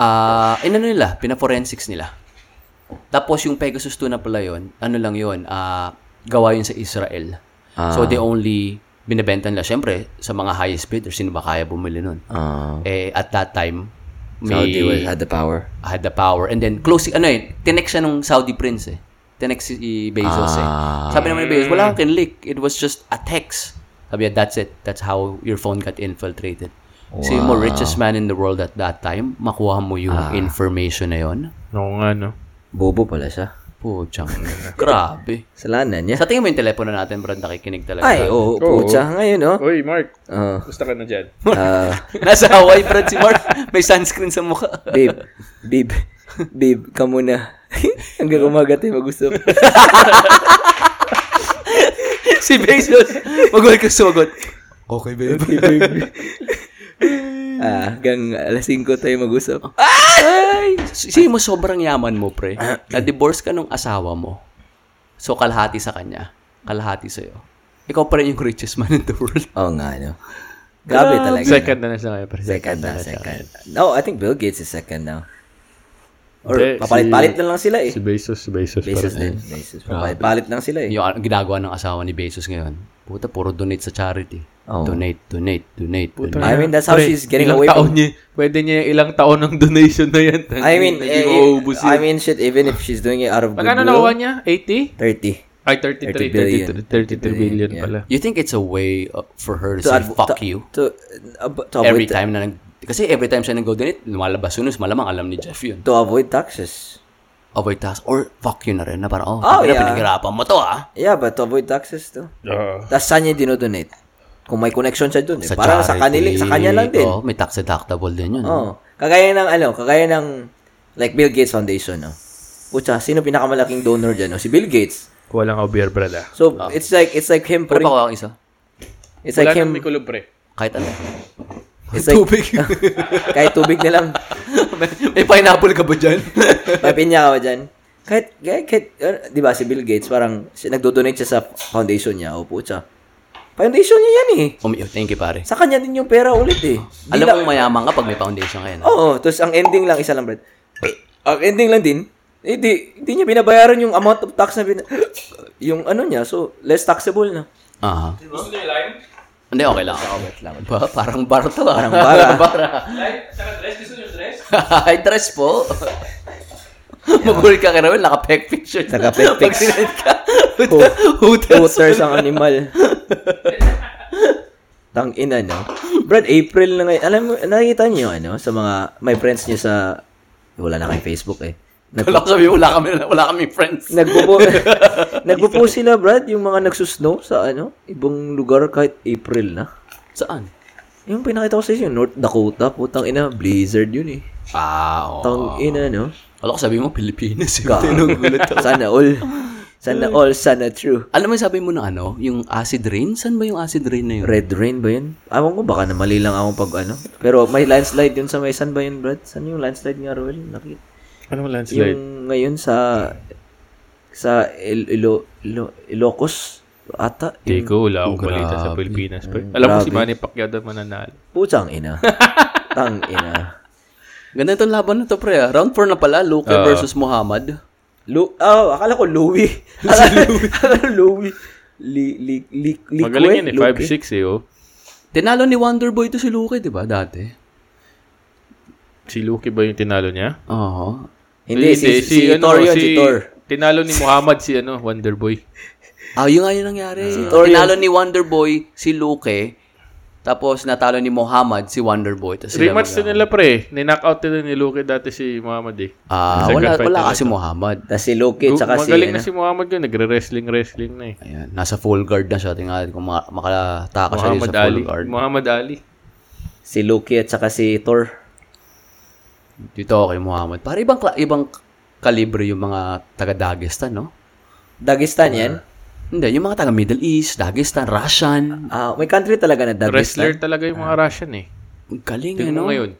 Speaker 1: Ah, inano nila, pina-forensics nila. Tapos yung Pegasus 2 na pala yun, ano lang yun, ah, gawa yun sa Israel.
Speaker 2: Ah.
Speaker 1: So they only binebenta nila syempre sa mga highest bidder sino ba kaya bumili nun.
Speaker 2: Ah.
Speaker 1: Eh at that time may
Speaker 2: Saudi was, had the power.
Speaker 1: had the power and then closing ano eh tinex siya nung Saudi prince eh. Tinex si Bezos eh.
Speaker 2: Ah.
Speaker 1: Sabi naman ni Bezos, wala kang kinlik. It was just a text. Sabi niya, that's it. That's how your phone got infiltrated. So yung mo richest man in the world at that time, makuha mo yung
Speaker 2: Ah.
Speaker 1: information na yun.
Speaker 3: Oo nga, no?
Speaker 2: Bobo pala siya.
Speaker 1: Puchang. grabe.
Speaker 2: Salanan niya.
Speaker 1: Sa tingin mo yung telepono natin, bro, nakikinig talaga.
Speaker 2: Ay, oo, oh, putya. Ngayon, oh.
Speaker 3: Uy, Mark.
Speaker 2: Ah.
Speaker 3: Gusto ka na dyan.
Speaker 2: Ah,
Speaker 1: Nasa Hawaii, bro, si Mark. May sunscreen sa mukha.
Speaker 2: babe, babe, babe, ka muna. Hanggang umaga tayo mag-usap.
Speaker 1: si Bezos. Magulit ka sumagot. Okay, babe.
Speaker 2: Babe, babe. ah, hanggang alas 5 tayo mag-usap.
Speaker 1: Sige mo, sobrang yaman mo, pre. Na-divorce ka nung asawa mo. So, kalahati sa kanya. Kalahati sa'yo. Ikaw pa rin yung richest man in the world.
Speaker 2: Oo nga, no. Grabe talaga.
Speaker 3: Second na na siya ngayon. Pre.
Speaker 2: Second na, second. No, I think Bill Gates is second now. Or
Speaker 3: Hindi,
Speaker 2: papalit-palit
Speaker 3: si-
Speaker 2: na lang sila eh.
Speaker 3: Si Bezos, si Bezos.
Speaker 2: Basis din.
Speaker 3: parang-
Speaker 2: Basis. Papalit-palit lang sila eh.
Speaker 1: Yung an- ginagawa ng asawa ni Bezos ngayon. Puta, puro donate sa charity.
Speaker 2: Oo.
Speaker 1: Donate, donate, donate, donate.
Speaker 2: I mean, that's how
Speaker 3: Pre,
Speaker 2: she's getting
Speaker 3: ilang
Speaker 2: away
Speaker 3: taon
Speaker 2: from...
Speaker 3: niya, pwede niya yung ilang taon ng donation na yan.
Speaker 2: I mean,
Speaker 3: hindi
Speaker 2: eh,
Speaker 3: mauubos yun. ano
Speaker 2: I mean, shit, even if she's doing it out of
Speaker 3: Magkano
Speaker 2: goodwill,
Speaker 3: nakuha niya? 80?
Speaker 2: 30.
Speaker 3: Ay,
Speaker 2: 30
Speaker 3: 33.
Speaker 2: billion.
Speaker 3: 33 billion pala.
Speaker 1: You think it's a way uh, for her to, say,
Speaker 2: adv-
Speaker 1: fuck
Speaker 2: to-
Speaker 1: you?
Speaker 2: To, uh, to avoid,
Speaker 1: Every time na nag... Kasi every time siya nag-donate, lumalabas yun. Malamang alam ni Jeff yun.
Speaker 2: to avoid taxes.
Speaker 1: Avoid tax. Or fuck you na rin. Na parang, oh,
Speaker 2: Oh,
Speaker 1: tangina,
Speaker 2: yeah.
Speaker 1: pinaghirapan mo to, ah.
Speaker 2: Yeah, but to avoid taxes to.
Speaker 3: Oo.
Speaker 2: Tapos saan niya dinodonate? Kung may connection siya dun. Eh. Parang sa, kanila, sa kanya lang din. Oh,
Speaker 1: Oh, may tax deductible din yun.
Speaker 2: Oo. Kagaya ng ano, kagaya ng like Bill Gates Foundation, no. Pucha, sino pinakamalaking donor diyan? No? Si Bill Gates.
Speaker 3: Walang beer, brada.
Speaker 2: So,
Speaker 1: Ah.
Speaker 2: it's like it's like him
Speaker 1: Pwede
Speaker 2: putting
Speaker 1: Ano pa ako ang isa?
Speaker 2: it's like him
Speaker 3: may kulog, pre.
Speaker 1: Kahit ano.
Speaker 2: it's like kahit tubig na lang.
Speaker 1: may, may pineapple ka ba dyan?
Speaker 2: Papin niya ako dyan. Kahit, kahit, kahit uh, di ba si Bill Gates, parang si, nagdodonate siya sa foundation niya. O, pucha. Foundation niya yan eh.
Speaker 1: um, thank you, pare.
Speaker 2: Sa kanya din yung pera ulit eh. Di
Speaker 1: Alam
Speaker 2: lang-
Speaker 1: mo mayaman ka pag may foundation ka yan. ah.
Speaker 2: Oo, tapos ang ending lang, isa lang, Brad. Ang ending lang din, eh, di, di niya binabayaran yung amount of tax na bin... Yung ano niya, so, less taxable na.
Speaker 1: Aha.
Speaker 4: Gusto niyo lime?
Speaker 1: Hindi, Oh. okay lang. Ba, parang bar to ah. Parang
Speaker 2: bara.
Speaker 1: bara.
Speaker 4: Lime? Saka dress? Gusto niyo dress?
Speaker 1: Ay, dress po. Magulit ka ka naman, naka-pec shirt.
Speaker 2: Naka-pec pics.
Speaker 1: Pag sinad ka, hooters.
Speaker 2: Hooters ang animal. Tang ina, no? Brad, April na ngayon. Alam mo, nakikita niyo, ano, sa mga, my friends niyo sa, wala na kay Facebook eh. Nag-
Speaker 1: Wala ko sabi, wala kami, wala kami friends.
Speaker 2: nagpo nagpo sila, Brad, yung mga nagsusnow sa, ano, ibang lugar kahit April na.
Speaker 1: Saan?
Speaker 2: Yung pinakita ko sa inyo, North Dakota, putang ina, blizzard yun eh.
Speaker 1: Ah, oo.
Speaker 2: Tang ina, no?
Speaker 1: Wala ko sabi mo, Pilipinas.
Speaker 2: Ka.
Speaker 1: Yung tinong gulat ako.
Speaker 2: Sana all. Sana all, sana true.
Speaker 1: Alam mo yung sabi mo na ano, yung acid rain? Saan ba yung acid rain na yun?
Speaker 2: Red rain ba yun? Awan ko, baka na mali lang akong pag ano. Pero may landslide yun sa may san ba yun, Brad? Saan yung landslide nga, Roel? Nakita.
Speaker 3: Ano landslide?
Speaker 2: Yung ngayon sa sa Il- Ilo, Ilo, Ilocos ata.
Speaker 3: Hindi ko, wala akong balita sa Pilipinas. Pre.
Speaker 2: Mm.
Speaker 3: Alam ko si Manny Pacquiao daw mananalo.
Speaker 2: Putang ina. Tang ina.
Speaker 1: Ganda itong laban na to, pre. ah. Round 4 na pala, Luke versus Muhammad.
Speaker 2: Lu oh, akala ko Louie. Akala akala ko Louie. Li, li, li, li,
Speaker 3: Magaling yan eh, 5-6 eh, oh.
Speaker 1: Tinalo ni Wonderboy to si Luke, di ba, dati?
Speaker 3: Si Luki ba yung tinalo niya? ano,
Speaker 1: Oo.
Speaker 2: Hindi, si, si, si, Tor yun, si Tor.
Speaker 3: Tinalo ni Muhammad si ano, Wonderboy.
Speaker 1: Ah, yun nga yung nangyari. Tinalo ni Wonderboy si Luke, tapos natalo ni Muhammad si Wonderboy. Tapos sila
Speaker 3: Rematch din nila pre. Ninockout nila ni Luki dati si Muhammad eh.
Speaker 1: Ah,
Speaker 3: Second
Speaker 1: wala,
Speaker 3: fight
Speaker 1: wala
Speaker 3: nila
Speaker 1: kasi Muhammad.
Speaker 2: Tapos si Loki,
Speaker 3: Gu-
Speaker 2: tsaka si,
Speaker 3: Magaling na
Speaker 2: ano,
Speaker 3: si Muhammad yun. Nagre-wrestling-wrestling na eh.
Speaker 1: Ayan, nasa full guard na siya. Tingnan natin kung maka- makalataka siya dito
Speaker 3: Muhammad
Speaker 1: sa
Speaker 3: Ali.
Speaker 1: full guard.
Speaker 3: Muhammad Ali.
Speaker 2: si Loki at tsaka si Tor.
Speaker 1: Dito kay Muhammad. Para ibang kla- ibang kalibre yung mga taga-Dagestan, no?
Speaker 2: Dagestan yan?
Speaker 1: Hindi, yung mga taga-Middle East, Dagestan, Russian.
Speaker 2: Ah, may country talaga na Dagestan.
Speaker 3: Wrestler talaga yung mga Russian eh.
Speaker 1: Ang galing,
Speaker 3: Tingnan
Speaker 1: ano?
Speaker 3: mo ngayon.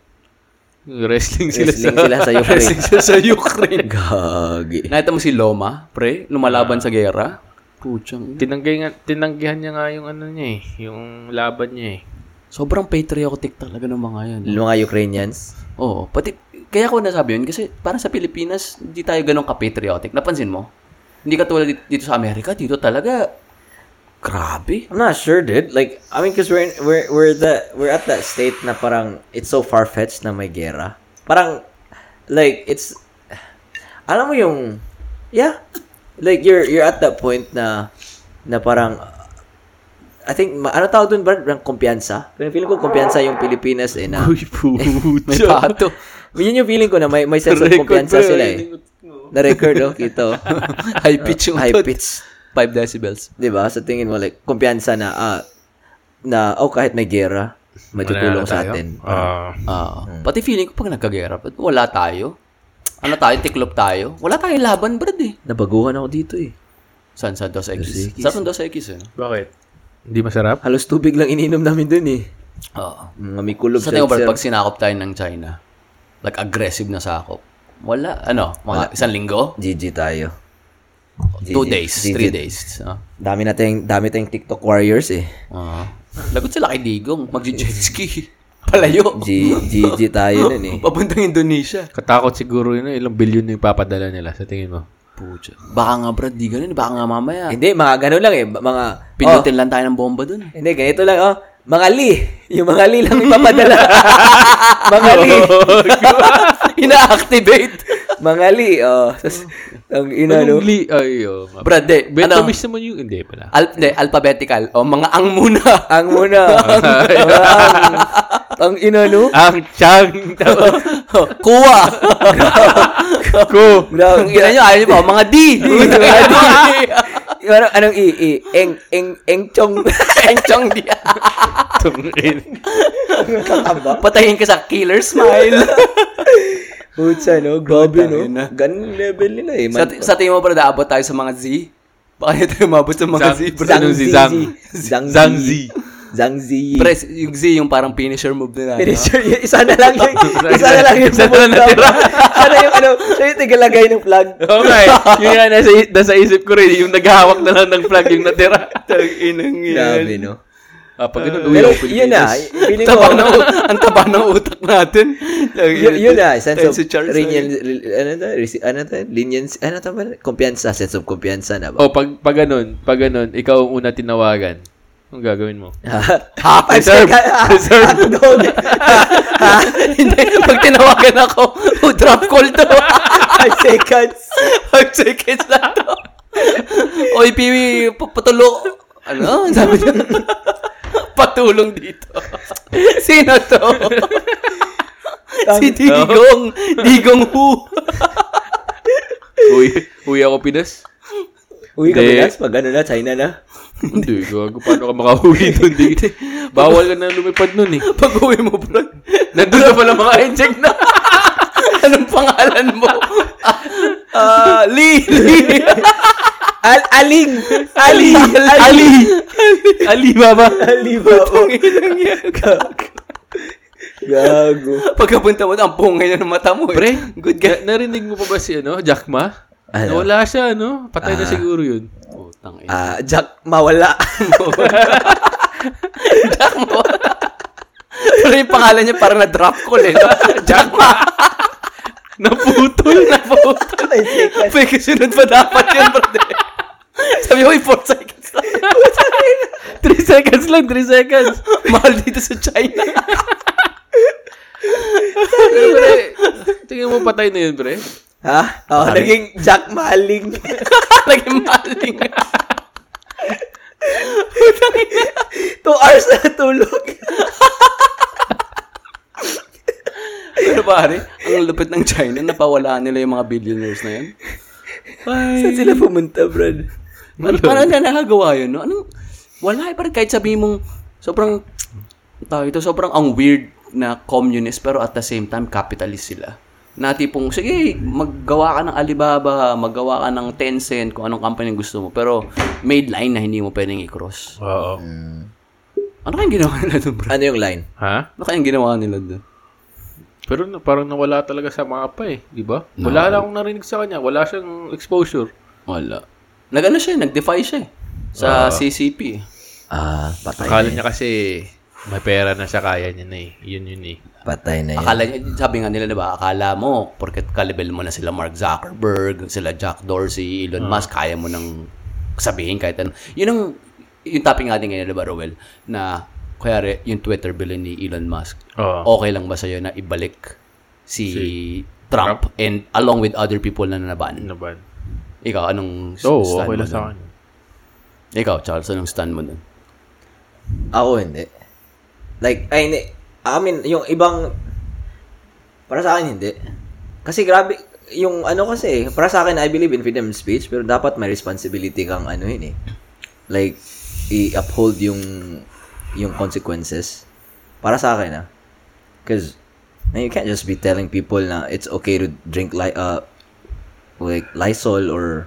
Speaker 3: Wrestling sila
Speaker 2: Wrestling
Speaker 3: sa...
Speaker 2: sila sa Ukraine.
Speaker 3: Wrestling sila sa Ukraine.
Speaker 2: Gagi.
Speaker 1: Nakita mo si Loma, pre, lumalaban sa gera. Puchang.
Speaker 3: Tinanggay nga, tinanggihan niya nga yung ano niya eh. Yung laban niya eh.
Speaker 1: Sobrang patriotic talaga ng mga yan.
Speaker 2: Yung mga Ukrainians.
Speaker 1: Oo. Pati, kaya ko nasabi yun kasi parang sa Pilipinas, hindi tayo ganun ka-patriotic. Napansin mo? Hindi katulad dit- dito sa Amerika, dito talaga, grabe.
Speaker 2: I'm not sure, dude. Like, I mean, cause we're, we're, we're, the, we're at that state na parang it's so far-fetched na may gera. Parang, like, it's, alam mo yung, yeah, like, you're, you're at that point na, na parang, uh, I think, ma- ano tawag dun, Brad? Parang kumpiyansa? Pero feeling ko kumpiyansa yung Pilipinas eh na,
Speaker 3: Uy, pucha.
Speaker 1: May pato.
Speaker 2: yun yung feeling ko na may, may sense of kumpiyansa sila eh. Na-record, oh, kita.
Speaker 1: High pitch yung
Speaker 2: High
Speaker 1: tot.
Speaker 2: pitch.
Speaker 1: 5 decibels.
Speaker 2: 'di ba? Sa tingin mo like kumpiyansa na ah, na oh kahit may gera, matutulong
Speaker 1: Mananalo
Speaker 2: sa
Speaker 1: tayo?
Speaker 2: atin.
Speaker 3: Ah,
Speaker 1: Ah, Pati feeling ko pag nagkagera, ba't wala tayo? Ano tayo, tiklop tayo? Wala tayong laban, brad eh.
Speaker 2: Nabaguhan ako dito eh.
Speaker 1: San San Dos Equis. Sa San Dos Equis, eh.
Speaker 3: bakit? Hindi masarap?
Speaker 2: Halos tubig lang ininom namin dun eh.
Speaker 1: Oo.
Speaker 2: Mga may kulob
Speaker 1: Sa tingin mo, Brad, pag sinakop tayo ng China, like aggressive na sakop, wala, ano, mga isang linggo?
Speaker 2: GG tayo.
Speaker 1: Two days,
Speaker 2: GG.
Speaker 1: three days. ah.
Speaker 2: Dami nating dami tayong TikTok warriors eh.
Speaker 1: Oo. Lagot sila kay Digong, magji-jet ski. Palayo.
Speaker 2: G GG tayo nun eh.
Speaker 1: Papuntang Indonesia.
Speaker 3: Katakot siguro yun. eh. Ilang billion yung papadala nila sa tingin mo.
Speaker 1: Pucha. Baka nga brad, di ganun. Baka nga mamaya.
Speaker 2: Hindi, mga ganun lang eh. Mga, oh,
Speaker 1: Pinutin lang tayo ng bomba dun.
Speaker 2: hindi, ganito lang oh. Mga li. Yung mga li lang ipapadala. mga li.
Speaker 1: Ina-activate.
Speaker 2: Mga li. Oh. Tas, ang ina no.
Speaker 3: Anong li? Ay, oh. nga.
Speaker 1: brad, di.
Speaker 3: Beto
Speaker 1: Ano?
Speaker 3: mismo yung... Hindi pala.
Speaker 1: Al- di, alphabetical. O, mga ang muna.
Speaker 2: Ang muna. ang, ang ina no.
Speaker 3: Ang Chang
Speaker 1: Oh. Kuwa.
Speaker 3: Ko.
Speaker 1: Ang ina nyo, ayaw nyo pa. Mga D.
Speaker 2: Mga di. Ano, anong i, i, eng, eng, eng chong, eng chong di.
Speaker 3: Tungin.
Speaker 2: Kakamba.
Speaker 1: Patayin ka sa killer smile.
Speaker 2: Putsa, no? Grabe, no?
Speaker 1: Putangina.
Speaker 2: Ganun level nila eh.
Speaker 1: sa,
Speaker 2: Man,
Speaker 1: sa tingin mo, brad, aabot tayo sa mga Z? Baka hindi tayo umabot sa mga Z,
Speaker 3: Zang-
Speaker 1: brad.
Speaker 3: Zang- si Zang.
Speaker 2: Zang,
Speaker 3: Zang Z.
Speaker 2: Zang Z.
Speaker 1: Pre, yung Z, yung parang finisher move nila. no?
Speaker 2: Finisher, y- isa na lang yung, isa na lang yung
Speaker 3: Isa na lang
Speaker 2: pumunta.
Speaker 3: natira.
Speaker 2: Isa na yung, ano, siya yung tigalagay ng flag.
Speaker 1: eh,
Speaker 3: Okay. Yun nga, nasa, nasa isip ko rin. Yung naghahawak na lang ng flag yung natira. Tag-inang
Speaker 2: Grabe, no?
Speaker 3: Ah, pag ganun, uwi
Speaker 2: Pero,
Speaker 3: ako
Speaker 2: yun na,
Speaker 3: Pilipinas.
Speaker 2: feeling
Speaker 1: Tabang na,
Speaker 2: ko,
Speaker 1: ang taba ng utak natin.
Speaker 2: Y- yun na, sense
Speaker 1: Tayo
Speaker 2: of
Speaker 1: si Charles
Speaker 2: rinyan, ano to, Resi- ano to, leniency, ano to, ba? kumpiyansa, sense of kumpiyansa na ba?
Speaker 3: Oh, pag, pag ganun, pag ganun, ikaw ang una tinawagan. Anong gagawin mo?
Speaker 2: Ha?
Speaker 3: Reserve. Reserve.
Speaker 2: Ano Doon.
Speaker 1: Hindi, pag tinawagan ako, oh, drop call to.
Speaker 2: Five seconds.
Speaker 1: Five seconds na to. Oy, Piwi, pa- patulo. Ano? Ang Sabi niya. Patulong dito. Sino to? si Digong. Digong who?
Speaker 3: Uy, uwi ako Pinas.
Speaker 2: Uy,
Speaker 3: Hindi.
Speaker 2: kabilas, pag ano na, China na.
Speaker 3: Hindi, gago. Paano ka makauwi doon? Hindi. Bawal ka na lumipad nun eh.
Speaker 1: Pag uwi mo, bro.
Speaker 3: Nandun na pala mga inject na.
Speaker 1: Anong pangalan mo? Ah, Lee. Lee.
Speaker 2: Al- aling!
Speaker 3: Ali! Ali! Ali, baba!
Speaker 2: Alibaba. Gago.
Speaker 1: Pagkapunta mo, ang pungay na ng mata mo. eh.
Speaker 3: Pre,
Speaker 1: good guy.
Speaker 3: na- narinig mo pa ba si ano, Jack Ma?
Speaker 2: Ano?
Speaker 3: Nawala siya, ano? Patay na siguro yun.
Speaker 1: Putang Oh, ina.
Speaker 2: Ah, Jack, mawala.
Speaker 1: Pero yung pangalan niya parang na-drop call eh. no? Jack Ma. Naputol. Naputol. May kasunod pa dapat yun, brother. Sabi ko, 4 seconds lang.
Speaker 3: 3 seconds lang, 3 seconds.
Speaker 1: Mahal dito sa China.
Speaker 3: Pero pre, tingin mo patay na yun, pre?
Speaker 2: ha? Oh, naging Jack Maling.
Speaker 1: Naging maling.
Speaker 2: Two hours na tulog.
Speaker 1: Pero pare, ang lupit ng China, napawalaan nila yung mga billionaires na yan.
Speaker 2: Saan sila pumunta, Brad?
Speaker 1: Parang, Ano parang na nakagawa yun, no? Anong, wala eh, parang kahit sabihin mong, sobrang, tawag ito, sobrang ang weird na communist, pero at the same time, capitalist sila. Na tipong, sige, maggawa ka ng Alibaba, maggawa ka ng Tencent, kung anong company ang gusto mo, pero may line na hindi mo pwedeng i-cross.
Speaker 3: Oo.
Speaker 1: Ano kayang ginawa nila doon, bro?
Speaker 2: Ano yung line?
Speaker 3: Ha?
Speaker 1: Ano kayang ginawa nila doon?
Speaker 3: Pero na, parang nawala talaga sa mapa eh, di ba? Wala na akong narinig sa kanya. Wala siyang exposure.
Speaker 1: Wala. Nag-ano siya, eh, nag-defy siya eh, sa CCP. eh.
Speaker 2: Ah, patay
Speaker 3: Akala
Speaker 2: na
Speaker 3: niya kasi may pera na siya, kaya niya na eh. Yun yun eh.
Speaker 2: yun. Patay na yun.
Speaker 1: Akala niya, sabi nga nila, di ba, akala mo, porket kalibel mo na sila Mark Zuckerberg, sila Jack
Speaker 3: Ah.
Speaker 1: Dorsey, Elon Musk, kaya mo nang sabihin kahit ano. Yun ang, yung topic natin ngayon, di ba, Roel, na, kaya yung Twitter bill ni Elon Musk,
Speaker 3: Oo.
Speaker 1: okay lang ba sa'yo na ibalik si, Trump, and along with other people na nanaban?
Speaker 3: Ano ba?
Speaker 1: Ikaw, anong s-
Speaker 3: So,
Speaker 1: stand
Speaker 3: okay
Speaker 1: mo
Speaker 3: lang sa
Speaker 1: dun?
Speaker 3: akin.
Speaker 1: Ikaw, Charles, anong stand mo nun?
Speaker 2: Ako hindi. Like, ay, hindi. I mean, yung ibang, para sa akin hindi. Kasi grabe, yung ano kasi, para sa akin, I believe in freedom of speech, pero dapat may responsibility kang ano yun eh. Like, i-uphold yung, yung consequences. Para sa akin ah. Cause, man, you can't just be telling people na it's okay to drink li uh, like Lysol or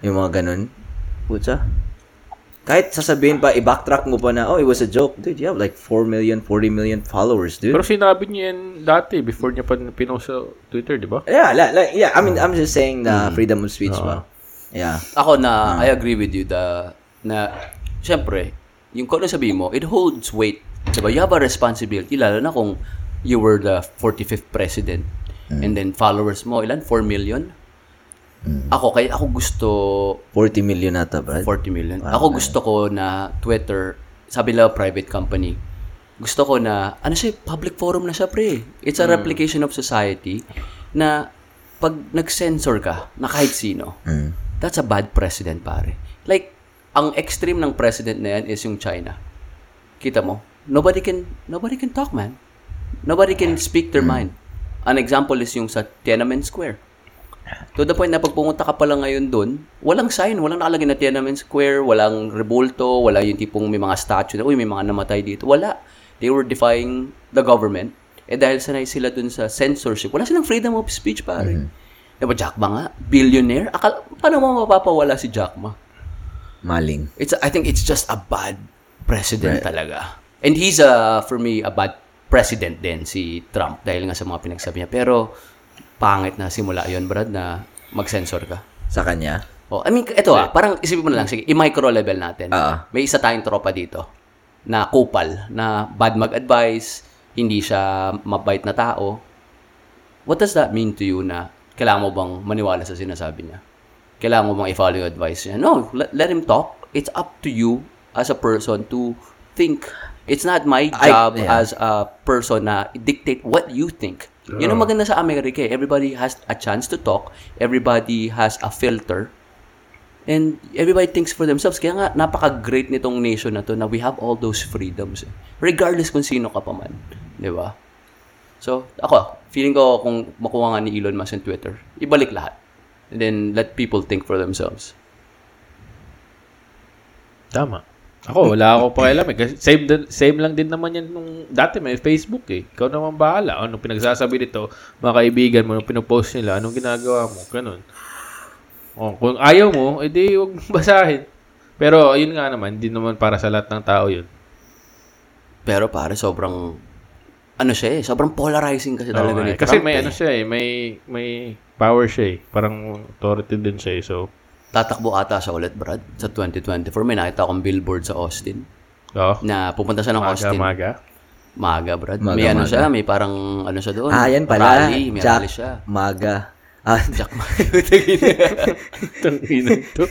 Speaker 2: yung mga ganun. Putsa kahit sasabihin pa, i-backtrack mo pa na, oh, it was a joke. Dude, you have like 4 million, 40 million followers, dude.
Speaker 3: Pero sinabi niya yan dati, before niya pa pinost sa Twitter, di ba?
Speaker 2: yeah, like, like, yeah, I mean,
Speaker 1: Oh.
Speaker 2: I'm just saying na
Speaker 1: Mm-hmm.
Speaker 2: freedom of speech ba. Yeah.
Speaker 1: Ako na, I agree with you the, na, syempre, yung kung ano sabihin mo, it holds weight. Diba? You have a responsibility, lalo na kung you were the 45th president. And then followers mo, ilan? 4 million? Ako, kaya ako gusto
Speaker 2: 40 million ata, brad.
Speaker 1: 40 million. Ako gusto ko na Twitter, sabi nila private company, gusto ko na, ano siya, public forum na siya, pre. It's a replication of society na pag nag-censor ka na kahit sino, that's a bad president, pare. Like, ang extreme ng president na yan is yung China. Kita mo? Nobody can, nobody can talk, man. Nobody can speak their mind. An example is yung sa Tiananmen Square. To the point na pag pumunta ka pala ngayon doon, walang sign, walang nakalagay na Tiananmen Square, walang rebulto, wala yung tipong may mga statue na, uy, may mga namatay dito. Wala. They were defying the government. Eh dahil sanay sila doon sa censorship, wala silang freedom of speech, pare. Diba Jack Ma nga? Billionaire? Akala, paano mo mapapawala si Jack Ma?
Speaker 2: Maling.
Speaker 1: It's, I think it's just a bad president talaga. And he's, a, for me, a bad president din si Trump dahil nga sa mga pinagsabi niya. Pero pangit na simula yon Brad, na mag-censor ka.
Speaker 2: Sa kanya.
Speaker 1: Oh, I mean, ito ah, parang isipin mo na lang, sige, i-micro level natin.
Speaker 2: Ah.
Speaker 1: May isa tayong tropa dito na kupal, na bad mag-advise, hindi siya mabait na tao. What does that mean to you na kailangan mo bang maniwala sa sinasabi niya? Kailangan mo bang i-follow yung advice niya? No, let, let him talk. It's up to you as a person to think. It's not my
Speaker 2: I-
Speaker 1: job
Speaker 2: yeah.
Speaker 1: as a person na dictate what you think. Yun ang maganda sa Amerika eh. Everybody has a chance to talk. Everybody has a filter. And everybody thinks for themselves. Kaya nga, napaka-great nitong nation na to na we have all those freedoms. eh. Regardless kung sino ka pa man. Di ba? So, ako, feeling ko kung makuha nga ni Elon Musk yung Twitter, ibalik lahat. And then, let people think for themselves.
Speaker 3: Tama. Ako, wala ako pa alam eh. Kasi same, din, same lang din naman yan nung dati may Facebook eh. Ikaw naman bahala. Ano pinagsasabi nito, mga kaibigan mo, nung pinopost nila, anong ginagawa mo, ganun. Oh, kung ayaw mo, edi wag mong basahin. Pero ayun nga naman, hindi naman para sa lahat ng tao 'yun.
Speaker 1: Pero pare, sobrang, ano siya eh, sobrang polarizing kasi talaga
Speaker 3: Oo, eh.
Speaker 1: ni
Speaker 3: kasi
Speaker 1: Trump
Speaker 3: may
Speaker 1: eh.
Speaker 3: ano siya eh, may may power siya eh. Parang authority din siya eh. So,
Speaker 1: Tatakbo ata siya ulit, Brad, sa 2024. May nakita akong billboard sa Austin
Speaker 3: oh,
Speaker 1: na pupunta siya ng
Speaker 3: maga,
Speaker 1: Austin.
Speaker 3: maga.
Speaker 1: Maga, Brad.
Speaker 2: Maga,
Speaker 1: may ano
Speaker 2: maga.
Speaker 1: siya, may parang ano siya doon.
Speaker 2: Ah, yan pala.
Speaker 1: Rally, may
Speaker 2: Jack
Speaker 1: rally siya.
Speaker 2: Maga. Ah,
Speaker 1: Jack Ma.
Speaker 3: Tanginan to.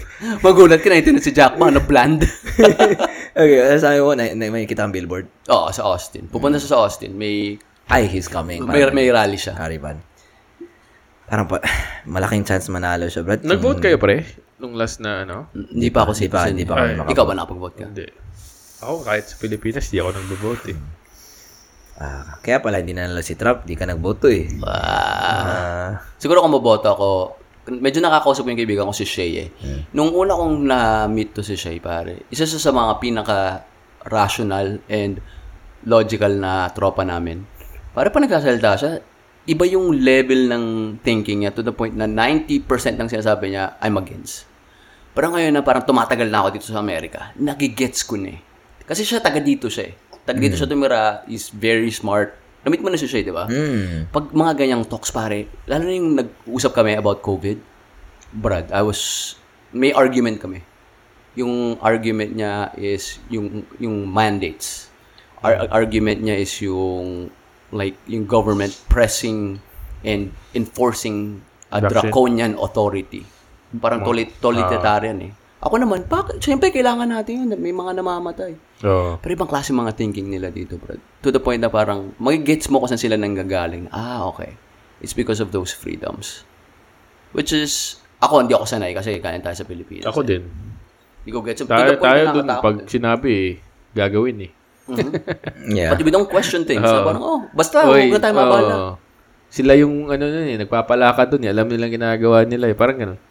Speaker 1: Magulat ka na ito si Jack Ma, ano, bland.
Speaker 2: okay, sabi mo, na, na, may kita ang billboard.
Speaker 1: Oo, sa Austin. Pupunta siya sa Austin. May,
Speaker 2: Ay, he's coming.
Speaker 1: may, may rally siya.
Speaker 2: Kariban. Parang pa, malaking chance manalo siya, Brad.
Speaker 3: Nag-vote kayo pre nung last na ano?
Speaker 1: Hindi pa ako
Speaker 2: Hindi pa-
Speaker 1: citizen.
Speaker 2: hindi pa
Speaker 1: eh.
Speaker 2: kami
Speaker 1: Ay,
Speaker 2: makapag-
Speaker 1: Ikaw ba nakapag-vote ka?
Speaker 3: Hindi. Ako kahit sa Pilipinas, di ako nag-vote eh.
Speaker 2: Ah, kaya pala hindi nanalo si Trump, di ka nagboto eh.
Speaker 1: Ah.
Speaker 2: Ah,
Speaker 1: Siguro kung maboto ako, medyo nakakausap ko yung kaibigan ko si Shay eh. Nung una kong na-meet to si Shay, pare, isa siya sa mga pinaka-rational and logical na tropa namin. Pare pa nagsasalita siya, iba yung level ng thinking niya to the point na 90% ng sinasabi niya, I'm against. Pero ngayon na parang tumatagal na ako dito sa Amerika, nagigets ko na eh. Kasi siya taga dito siya eh. Taga dito siya tumira, is very smart. Namit mo na si Shay, di ba?
Speaker 2: mm,
Speaker 1: pag mga ganyang talks pare, lalo na yung nag-usap kami about COVID, Brad, I was, may argument kami. Yung argument niya is yung, yung mandates. Ar- argument niya is yung, like, yung government pressing and enforcing a
Speaker 3: Vaccine.
Speaker 1: draconian authority. Parang toli- totalitarian eh. Ako naman, bakit? Siyempre, kailangan natin yun. May mga namamatay.
Speaker 3: Oo.
Speaker 1: Pero ibang klase mga thinking nila dito, bro. To the point na parang, magigets mo kung saan sila nanggagaling. Ah, okay. It's because of those freedoms. Which is, ako hindi ako sanay kasi kanin tayo sa Pilipinas.
Speaker 3: Ako din.
Speaker 1: Hindi ko gets. To
Speaker 3: Tayo,
Speaker 1: the point
Speaker 3: tayo
Speaker 1: na
Speaker 3: dun,
Speaker 1: nakatakot
Speaker 3: pag
Speaker 1: eh.
Speaker 3: sinabi eh, gagawin eh.
Speaker 1: Mhm.
Speaker 2: yeah.
Speaker 1: But we don't question things.
Speaker 3: Uh-huh.
Speaker 1: So, parang, oh, basta,
Speaker 3: Oy,
Speaker 1: huwag na tayo mabala.
Speaker 3: oo. Sila yung ano nun eh, nagpapalakad dun eh. Alam nilang ginagawa nila eh. Parang ganun.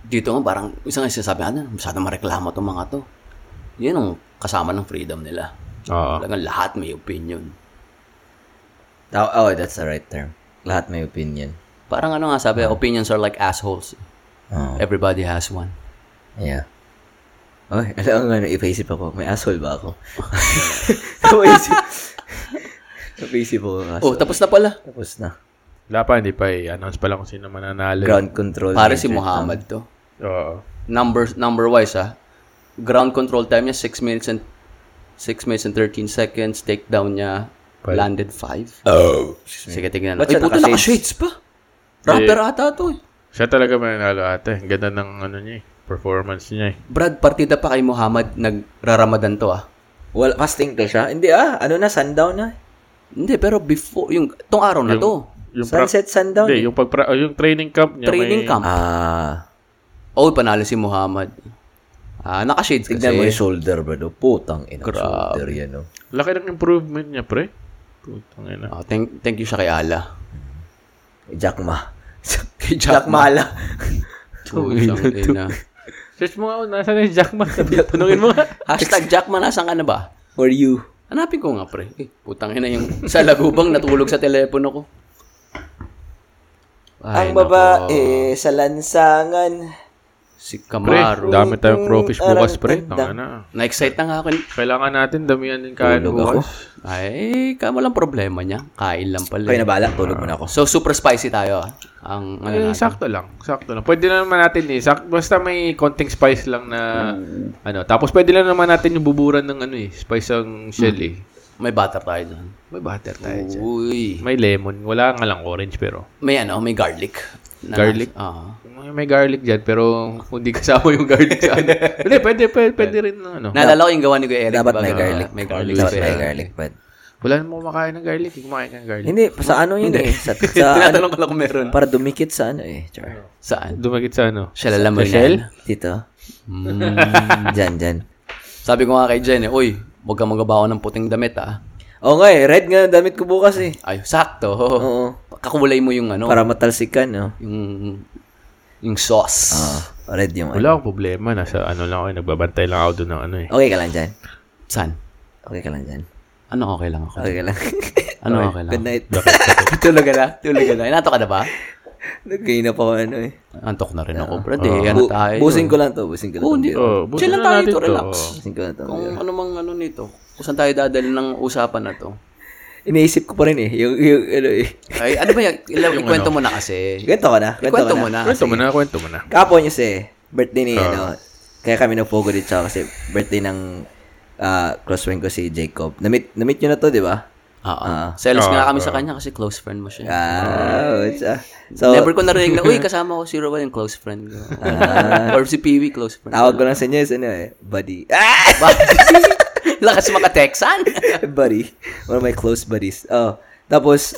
Speaker 1: Dito nga, parang, isang sinasabi, ano, masyadong mareklamo itong mga to. Yan ang kasama ng freedom nila.
Speaker 3: Oo.
Speaker 1: Talagang lahat may opinion.
Speaker 2: Ta- Oh, that's the right term. Lahat may opinion.
Speaker 1: Parang ano nga sabi, opinions are like assholes.
Speaker 2: Oh,
Speaker 1: Everybody has one.
Speaker 2: yeah. Oy, alam nga, ipaisip ako. May asshole ba ako? napaisip. napaisip ako. ng
Speaker 1: Oh,
Speaker 2: asshole.
Speaker 1: tapos na pala.
Speaker 2: Tapos na.
Speaker 3: Wala pa, hindi pa eh. Announce pa lang kung sino mananalo.
Speaker 2: Ground control.
Speaker 1: Pare si Muhammad to.
Speaker 3: Oo.
Speaker 1: Number number wise ah. Ground control time niya 6 minutes and 6 minutes and 13 seconds. Takedown niya
Speaker 3: Five.
Speaker 1: landed 5.
Speaker 2: Oh.
Speaker 1: Sige, tingnan
Speaker 2: Ba't
Speaker 1: natin. Ay,
Speaker 2: siya
Speaker 1: puto,
Speaker 2: naka-shades?
Speaker 1: naka-shades pa. Rapper ata to eh.
Speaker 3: Siya talaga mananalo ate. Ang ganda ng ano niya eh. Performance niya eh.
Speaker 1: Brad, partida pa kay Muhammad nagraramadan to ah.
Speaker 2: Well, fasting to siya? Hindi ah. Ano na, sundown na.
Speaker 1: Hindi, pero before, yung, tong araw na to.
Speaker 3: Yung
Speaker 2: Sunset, sundown.
Speaker 3: Hindi, yung, pagpra- oh, yung training camp niya.
Speaker 1: Training
Speaker 3: may,
Speaker 1: camp.
Speaker 2: Ah.
Speaker 1: Oh, panalo si Muhammad. Ah, naka-shades kasi.
Speaker 2: Tignan mo yung shoulder, bro. Putang ina.
Speaker 1: Grabe.
Speaker 2: Shoulder yan, oh.
Speaker 3: Laki ng improvement niya, pre. Putang ina.
Speaker 1: Ah, thank, thank you siya kay Allah.
Speaker 2: Jack Ma.
Speaker 1: Kay
Speaker 2: Jack Mala.
Speaker 1: Putang ina.
Speaker 3: Search mo nga, oh, nasa na si Jack Ma? Tanungin mo nga.
Speaker 1: Hashtag Jackman, nasan ka na ba?
Speaker 2: For you.
Speaker 1: Hanapin ko nga, pre. Eh, putang ina yung sa lagubang natulog sa telepono ko.
Speaker 2: Ang
Speaker 1: Ay,
Speaker 2: babae sa lansangan.
Speaker 1: nako. Si
Speaker 3: Pre,
Speaker 1: Camaro.
Speaker 3: dami tayong crawfish bukas, pre.
Speaker 2: Arang-
Speaker 3: Tanga na.
Speaker 1: Na-excite na nga ako. ni-
Speaker 3: Kailangan natin damihan din kain
Speaker 2: Tulog
Speaker 3: bukas.
Speaker 1: Ay, kamo lang problema niya. Kain lang pala.
Speaker 2: Kayo na bala, tulog muna ako.
Speaker 1: So, super spicy tayo. ah. Ang, ano
Speaker 3: Eh,
Speaker 1: natin.
Speaker 3: sakto lang. Sakto lang. Pwede na naman natin eh. Sak- basta may konting spice lang na ano. Tapos pwede lang naman natin yung buburan ng ano eh. Spice ang shell eh.
Speaker 1: May butter tayo doon.
Speaker 3: May butter tayo dyan.
Speaker 1: Uy.
Speaker 3: May lemon. Wala nga lang orange pero.
Speaker 1: May ano, may garlic. Na- Ah.
Speaker 3: Garlic?
Speaker 1: Oo.
Speaker 3: May, may garlic dyan pero hindi kasama yung garlic sa ano. Hindi, pwede, pwede, pwede rin na ano.
Speaker 1: Naalala ko yung gawa ni Kuya Eric.
Speaker 2: Dapat
Speaker 1: diba?
Speaker 2: may
Speaker 1: Na-
Speaker 2: garlic.
Speaker 1: May garlic.
Speaker 2: Dapat
Speaker 1: siya.
Speaker 2: may garlic, but...
Speaker 3: Wala namang kumakain ng garlic. eh. Kumakain ka ng garlic.
Speaker 2: Hindi, sa ano yun eh. Sa, sa ano,
Speaker 1: Tinatanong ko lang kung meron.
Speaker 2: para dumikit sa ano eh. Char.
Speaker 1: Saan?
Speaker 3: Dumagit sa ano.
Speaker 1: Siya alam mo
Speaker 3: Sa shell?
Speaker 1: yan.
Speaker 2: Dito.
Speaker 1: Mm.
Speaker 2: Dyan, dyan.
Speaker 1: Sabi ko nga kay Jen, eh, uy, huwag kang magabawa ng puting damit, ah.
Speaker 2: Oo nga eh, red nga ang damit ko bukas eh.
Speaker 1: Ay, sakto.
Speaker 2: Oo.
Speaker 1: Kakulay mo yung ano,
Speaker 2: Para matalsikan, no?
Speaker 1: yung yung sauce.
Speaker 2: Oh, red yung ano.
Speaker 3: Wala akong problema. Nasa ano lang ako. eh. Nagbabantay lang ako doon ng ano eh.
Speaker 2: Okay ka lang dyan.
Speaker 1: San?
Speaker 2: Okay ka lang dyan.
Speaker 1: Ano okay lang ako?
Speaker 2: Okay ka lang.
Speaker 1: Ano okay lang?
Speaker 2: Good night.
Speaker 1: Tulog ka na? Tulog ka na? Inato ka na ba?
Speaker 2: Nag-gain up ako ano eh.
Speaker 1: Antok na rin ako, pre. Di, ano
Speaker 2: Bu-
Speaker 1: tayo.
Speaker 2: busin ko lang to. Busin ko lang
Speaker 1: Oh,
Speaker 2: to.
Speaker 1: hindi.
Speaker 3: Oh, busin
Speaker 1: Chill lang
Speaker 3: na
Speaker 1: tayo
Speaker 3: natin
Speaker 1: to,
Speaker 3: to.
Speaker 1: relax.
Speaker 2: Busin ko lang to.
Speaker 1: Kung ano mang ano nito, kung saan tayo dadali ng usapan na to.
Speaker 2: Iniisip ko pa rin eh. Yung, yung ano eh.
Speaker 1: Ay, ano ba yan? Ilang, ikwento mo na kasi.
Speaker 2: Ganito ka na. Ganito
Speaker 1: Ikwento
Speaker 2: ka na.
Speaker 1: mo na.
Speaker 3: Kwento mo na, kwento mo na.
Speaker 2: Kapon yun eh. Birthday ni ano. Kaya kami nagpogo dito siya kasi birthday ng ah close friend ko si Jacob. Na-meet, na-meet nyo na to, di ba?
Speaker 1: Oo.
Speaker 2: Ah.
Speaker 1: Selos nga kami sa kanya kasi close friend mo siya.
Speaker 2: Ah, what's up? So,
Speaker 1: Never ko narinig na, uy, kasama ko si Rowan yung close friend ko. Or si Peewee, close friend.
Speaker 2: tawag ko lang sa inyo is ano eh. Buddy. Ah!
Speaker 1: Lakas mga Texan.
Speaker 2: buddy. One of my close buddies. Oh. Tapos,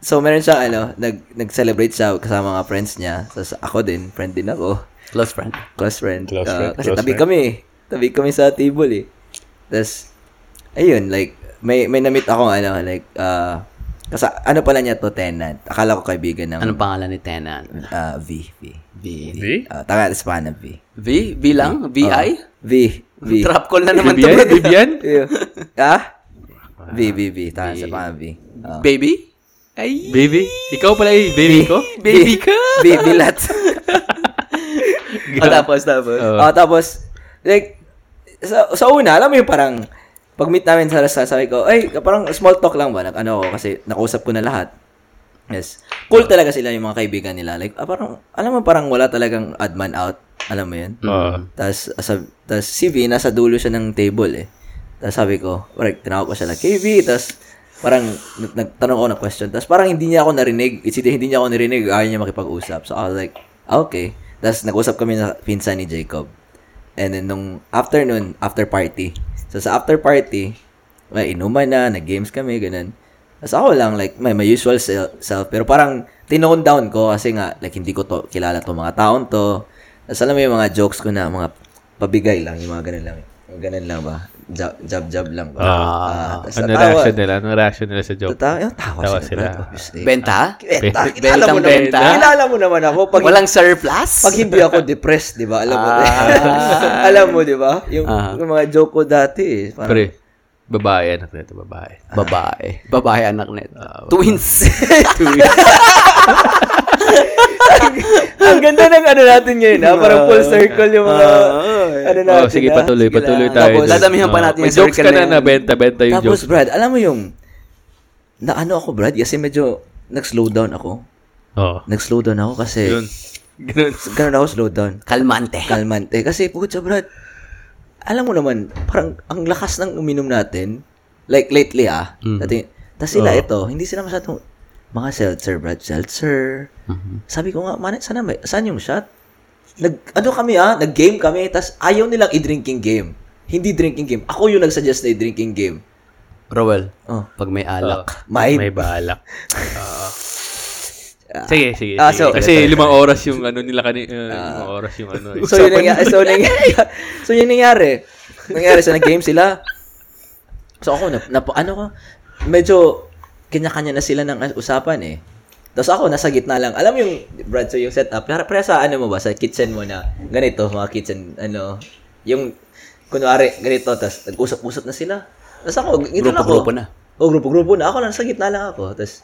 Speaker 2: so meron siya, ano, nag, nag-celebrate siya kasama mga friends niya. Tapos ako din, friend din ako.
Speaker 1: close friend.
Speaker 2: Close friend.
Speaker 3: Close
Speaker 2: Ah,
Speaker 3: friend,
Speaker 2: kasi
Speaker 3: close
Speaker 2: tabi
Speaker 3: friend.
Speaker 2: kami. Tabi kami sa table eh. Tapos, ayun, like, may, may na-meet ako, ano, like, ah, kasi ano pala niya to, tenant. Akala ko kaibigan ng
Speaker 1: Anong pangalan ni Tenant?
Speaker 2: ah, V. V.
Speaker 1: V.
Speaker 3: Di?
Speaker 2: Uh, Taka, Espana, V.
Speaker 1: V? V lang? VI?
Speaker 2: V. V.
Speaker 1: Trap call na naman to.
Speaker 3: Bibian? Bibian?
Speaker 2: Ayun. ah? V, V, V. Taka, Espana, V. Ah.
Speaker 1: Baby? Ay,
Speaker 3: Baby? Ikaw pala eh, baby ko?
Speaker 1: baby ka!
Speaker 2: B, bilat.
Speaker 1: Ah, tapos, tapos.
Speaker 2: Ah, Oh, tapos, like, sa, sa una, alam mo yung parang, pag meet namin sa restaurant, sabi ko, ay, parang small talk lang ba? Nag, ano ako, kasi nakausap ko na lahat. Yes. Cool talaga sila yung mga kaibigan nila. Like, ah, parang, alam mo, parang wala talagang odd man out. Alam mo yun?
Speaker 3: Ah.
Speaker 2: Tapos, sa, tapos si V, nasa dulo siya ng table eh. Tapos sabi ko, like, tinawag ko siya like, hey V, tapos parang nag- nagtanong ako ng question. Tapos parang hindi niya ako narinig. It's either hindi niya ako narinig, ayaw niya makipag-usap. So I was like, ah, okay. Tapos nag-usap kami na pinsan ni Jacob. And then nung afternoon, after party. So sa after party, may inuman na, nag-games kami, ganun. Tapos ako lang, like, may, my usual sel- self. Pero parang, tinone down ko kasi nga, like, hindi ko to, kilala to mga taon to. Tapos alam mo yung mga jokes ko na, mga pabigay lang, yung mga ganun lang. Yung ganun lang ba? Job, job, job lang ba? Ah, tapos
Speaker 3: Ano
Speaker 2: natawa.
Speaker 3: reaction nila? Ano reaction nila sa joke?
Speaker 2: Tatawa, yung tawa,
Speaker 3: Tawa
Speaker 2: sila.
Speaker 3: sila.
Speaker 2: obviously.
Speaker 1: Benta?
Speaker 2: Benta,
Speaker 1: Bentang
Speaker 2: kilala mo naman.
Speaker 1: benta?
Speaker 2: Kilala mo naman ako. Pag
Speaker 1: Walang surplus?
Speaker 2: pag hindi ako depressed, 'di ba? Alam mo.
Speaker 3: Ah.
Speaker 2: alam mo, 'di ba? Yung, yung mga joke ko dati, eh, parang
Speaker 3: Pre, babae, anak nito, babae.
Speaker 1: Babae. Babae anak nito. Twins.
Speaker 2: ang ganda ng ano natin ngayon, ha? Parang full circle yung mga ano natin.
Speaker 3: Ah. Oh, sige,
Speaker 2: ha?
Speaker 3: patuloy,
Speaker 1: Sige
Speaker 3: patuloy
Speaker 1: lang.
Speaker 3: tayo.
Speaker 1: Tapos,
Speaker 3: dun.
Speaker 1: dadamihan pa
Speaker 3: Ah,
Speaker 1: natin
Speaker 3: May
Speaker 1: yung
Speaker 3: jokes
Speaker 1: circle
Speaker 3: ka
Speaker 1: na
Speaker 3: na
Speaker 1: yan.
Speaker 3: na benta, benta yung
Speaker 2: Tapos,
Speaker 3: jokes.
Speaker 2: Brad, alam mo yung na ano ako, Brad, kasi medyo nag-slow down ako.
Speaker 3: Oo.
Speaker 2: Nag-slow down ako kasi
Speaker 3: Yun. Ganun.
Speaker 2: ganun ako slow down.
Speaker 1: Kalmante.
Speaker 2: Kalmante. Kasi, putya, Brad, alam mo naman, parang ang lakas ng uminom natin, like lately ah, dati, tas sila ito, hindi sila masyadong, mga seltzer, Brad, seltzer. Sabi ko nga, man, sana may, saan yung shot? Nag, ano kami ah, nag-game kami, tas ayaw nilang i-drinking game. Hindi drinking game. Ako yung nagsuggest na i-drinking game.
Speaker 1: Rowel,
Speaker 2: Oh.
Speaker 1: pag may alak.
Speaker 2: May,
Speaker 3: May balak. Oo. sige, sige.
Speaker 2: Ah,
Speaker 3: sige.
Speaker 2: so-
Speaker 3: Kasi limang oras yung ano nila kanina. limang oras yung ano. eh.
Speaker 2: so, yun nangyari. So, nangyari. so, yun nangyari. Nangyari sa nag-game sila. So, ako, na, na, ano ko, medyo, kanya-kanya na sila ng usapan eh. Tapos ako, nasa gitna lang. Alam mo yung, Brad, so yung setup, para, para sa ano mo ba, sa kitchen mo na, ganito, mga kitchen, ano, yung, kunwari, ganito, tapos nag-usap-usap na sila. Tapos ako, ito lang ako.
Speaker 1: Grupo-grupo na.
Speaker 2: O, grupo-grupo na. Ako lang, nasa gitna lang ako. Tapos,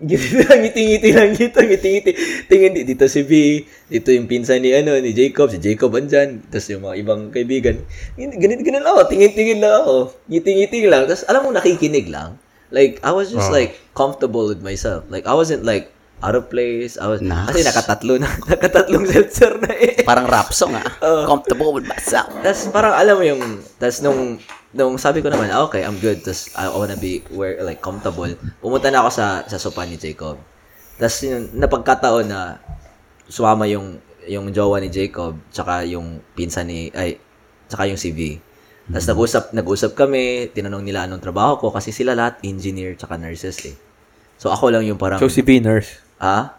Speaker 2: ngiti-ngiti lang dito, ngiti-ngiti. Tingin di- dito si B, dito yung pinsan ni ano ni Jacob, si Jacob andyan, tapos yung mga ibang kaibigan. Ganit ganit lang ako, tingin-tingin lang ako. Ngiti-ngiti lang. Tapos alam mo nakikinig lang. Like I was just like comfortable with myself. Like I wasn't like out of place. I was
Speaker 1: Nice.
Speaker 2: kasi nakatatlo na, nakatatlong seltzer na eh.
Speaker 1: Parang rap song ah. Comfortable with myself.
Speaker 2: Tapos parang alam mo yung, tapos nung, nung sabi ko naman, ah, okay, I'm good. Tapos I wanna be where, like, comfortable. Pumunta na ako sa, sa sopa ni Jacob. Tapos yun, napagkataon na sumama yung, yung jowa ni Jacob, tsaka yung pinsan ni, ay, tsaka yung CV. Tapos nag-usap, nag-usap kami, tinanong nila anong trabaho ko, kasi sila lahat engineer tsaka nurses eh. So ako lang yung parang,
Speaker 3: si B, nurse.
Speaker 2: ah,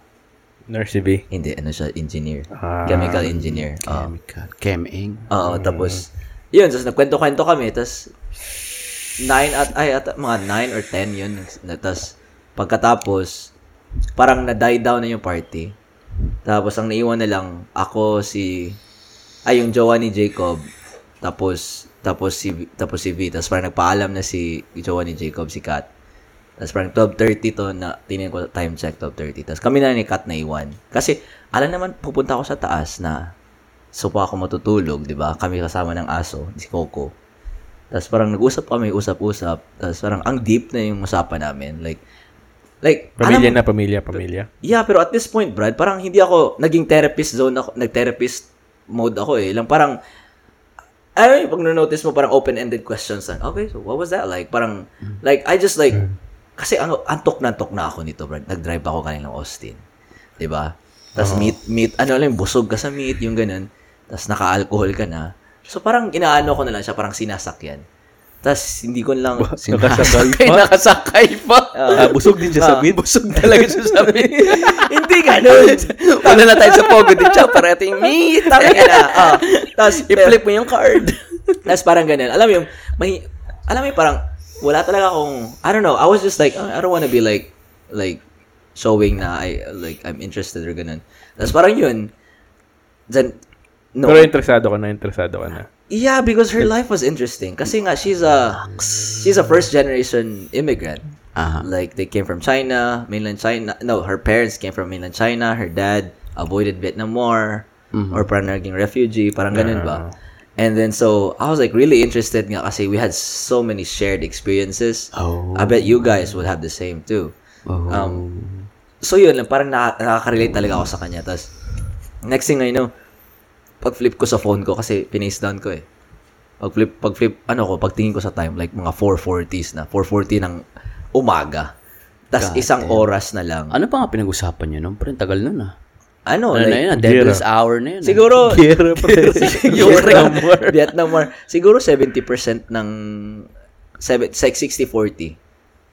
Speaker 3: Nurse si B.
Speaker 2: hindi, ano siya, engineer.
Speaker 3: Ah.
Speaker 2: chemical engineer. Oo.
Speaker 1: Chemical. Cheming.
Speaker 2: Oo, tapos, yun, tapos nagkwento-kwento kami, tapos, nine at, ay, at, mga nine or ten yun, na- tapos, pagkatapos, parang na-die down na yung party. Tapos, ang naiwan na lang, ako, si, ay, yung jowa ni Jacob, tapos, tapos si, tapos si V, tapos parang nagpaalam na si jowa ni Jacob, si Kat. Tapos parang 12.30 to na, tinignan ko time check, 12.30. Tapos kami na ni Kat na iwan. Kasi, alam naman, pupunta ako sa taas na so pa ako matutulog, di ba? Kami kasama ng aso, si Coco. Tapos parang nag-usap kami, usap-usap. Tapos parang ang deep na yung usapan namin. Like, like,
Speaker 3: Pamilya
Speaker 2: alam-
Speaker 3: na, pamilya, pamilya.
Speaker 2: Yeah, pero at this point, Brad, parang hindi ako naging therapist zone ako, nag-therapist mode ako eh. Lang parang ay, pag notice mo parang open-ended questions lang. Okay, so what was that like? Parang like I just like kasi ano, antok na antok na ako nito, Brad. Nag-drive ako kanina ng Austin. 'Di ba? Tapos meet meet ano lang busog ka sa meet, yung ganun. Tapos naka-alcohol ka na. So parang inaano ko na lang siya, parang sinasakyan. Tapos hindi ko lang
Speaker 3: Nakasakay
Speaker 1: Kaya
Speaker 3: pa.
Speaker 1: nakasakay pa.
Speaker 3: Ah, busog din siya sa
Speaker 2: Ah.
Speaker 3: bid.
Speaker 1: Busog talaga siya sa amin.
Speaker 2: hindi ganun.
Speaker 1: Una na tayo sa Pogo di Chop para ating meet.
Speaker 2: Tama ka na. Ah. Tapos,
Speaker 1: I-flip mo yung card.
Speaker 2: Tapos parang ganun. Alam mo yung, may, alam mo yung parang, wala talaga akong, I don't know, I was just like, I don't wanna be like, like, showing na I, like, I'm interested or ganun. Tapos parang yun, then, no.
Speaker 3: Pero interesado ka na, interesado ka na.
Speaker 2: Yeah, because her life was interesting. Kasi nga, she's a, she's a first generation immigrant.
Speaker 1: Aha.
Speaker 2: Like, they came from China, mainland China. No, her parents came from mainland China. Her dad avoided Vietnam War. Or parang naging refugee. Parang ganun ba? And then, so, I was like really interested nga kasi we had so many shared experiences.
Speaker 1: Oh.
Speaker 2: I bet you guys would have the same too. Um, so yun, lang, parang naka- nakaka-relate talaga ako sa kanya. Tapos, next thing I know, pag-flip ko sa phone ko kasi pinace down ko eh. Pag-flip, pag-flip, ano ko, pagtingin ko sa time, like mga 4.40s na, 4.40 ng umaga. Tapos isang oras na lang.
Speaker 1: Ano pa nga pinag-usapan niyo nun? Parang tagal nun ah.
Speaker 2: Ano,
Speaker 1: Ano na
Speaker 2: like,
Speaker 1: yun ah? Devil's hour na yun ah.
Speaker 2: siguro,
Speaker 3: Kira pa.
Speaker 2: yung Vietnam War. Vietnam War. Siguro 70% ng seven- like 60-40.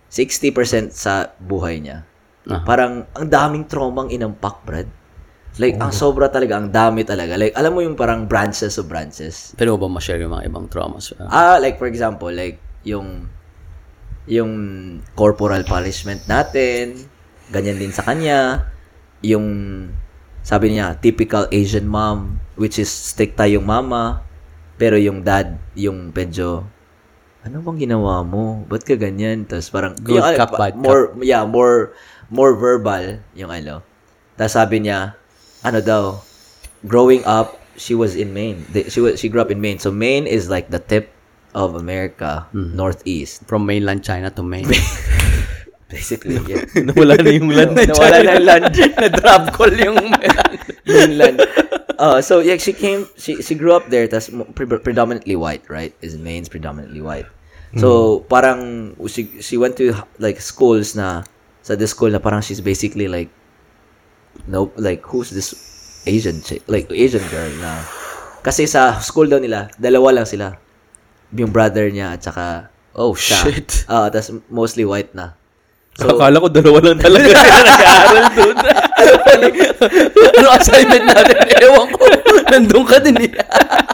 Speaker 2: 60% sa buhay niya.
Speaker 1: Ah.
Speaker 2: Parang ang daming trauma ang inampak, Brad. Like, ang sobra talaga, ang dami talaga. Like, alam mo yung parang branches of branches.
Speaker 1: Pero ba ma-share yung mga ibang traumas? Ah,
Speaker 2: Ah, like for example, like yung yung corporal punishment natin, ganyan din sa kanya, yung sabi niya, typical Asian mom, which is strict tayong mama, pero yung dad, yung medyo, ano bang ginawa mo? Ba't ka ganyan? Tapos parang,
Speaker 1: Good
Speaker 2: yung, ano,
Speaker 1: cop, bad
Speaker 2: more, yeah, more, more verbal, yung ano. Tapos sabi niya, ano daw, growing up, she was in Maine. They- She was, she grew up in Maine. So Maine is like the tip of America,
Speaker 1: Mm-hmm.
Speaker 2: northeast,
Speaker 1: From mainland China to Maine.
Speaker 2: basically. Yeah.
Speaker 3: Nawala na yung land na
Speaker 2: Nawala na yung land.
Speaker 1: Na-drop call yung
Speaker 2: mainland. Uh, so yeah, she came. She she grew up there. That's pre- predominantly white, right? Is Maine's predominantly white. So parang she she went to like schools na sa this school na parang she's basically like no like who's this Asian chick like Asian girl na kasi sa school daw nila dalawa lang sila yung brother niya at saka
Speaker 1: Oh,
Speaker 2: siya.
Speaker 1: shit.
Speaker 2: ah that's mostly white na
Speaker 3: Akala ko dalawa lang talaga na nag-aaral doon.
Speaker 1: ano assignment natin? Ewan ko. Nandun ka din eh.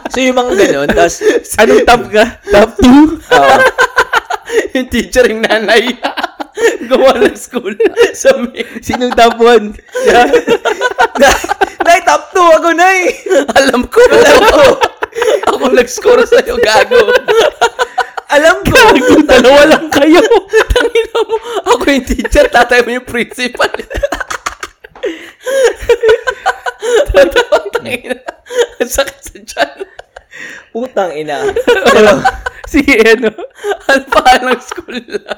Speaker 2: so yung mga ganun tas
Speaker 3: Anong top ka? Top
Speaker 2: ah,
Speaker 1: yung teacher yung nanay. Gawa ng school. Sa Maine.
Speaker 3: 2? Sinong top 1?
Speaker 2: Nay, top 2 ako, Nay!
Speaker 1: Alam ko. Alam ko. Ako nag-score sa'yo, gago.
Speaker 2: Alam ko!
Speaker 3: Dalawa lang kayo.
Speaker 1: Tangina mo. Ako yung teacher, tatay mo yung principal. Totoo, tangina. Ang sakit sa tiyan.
Speaker 2: Putang ina.
Speaker 1: Sige, ano? Ano pa ng school na?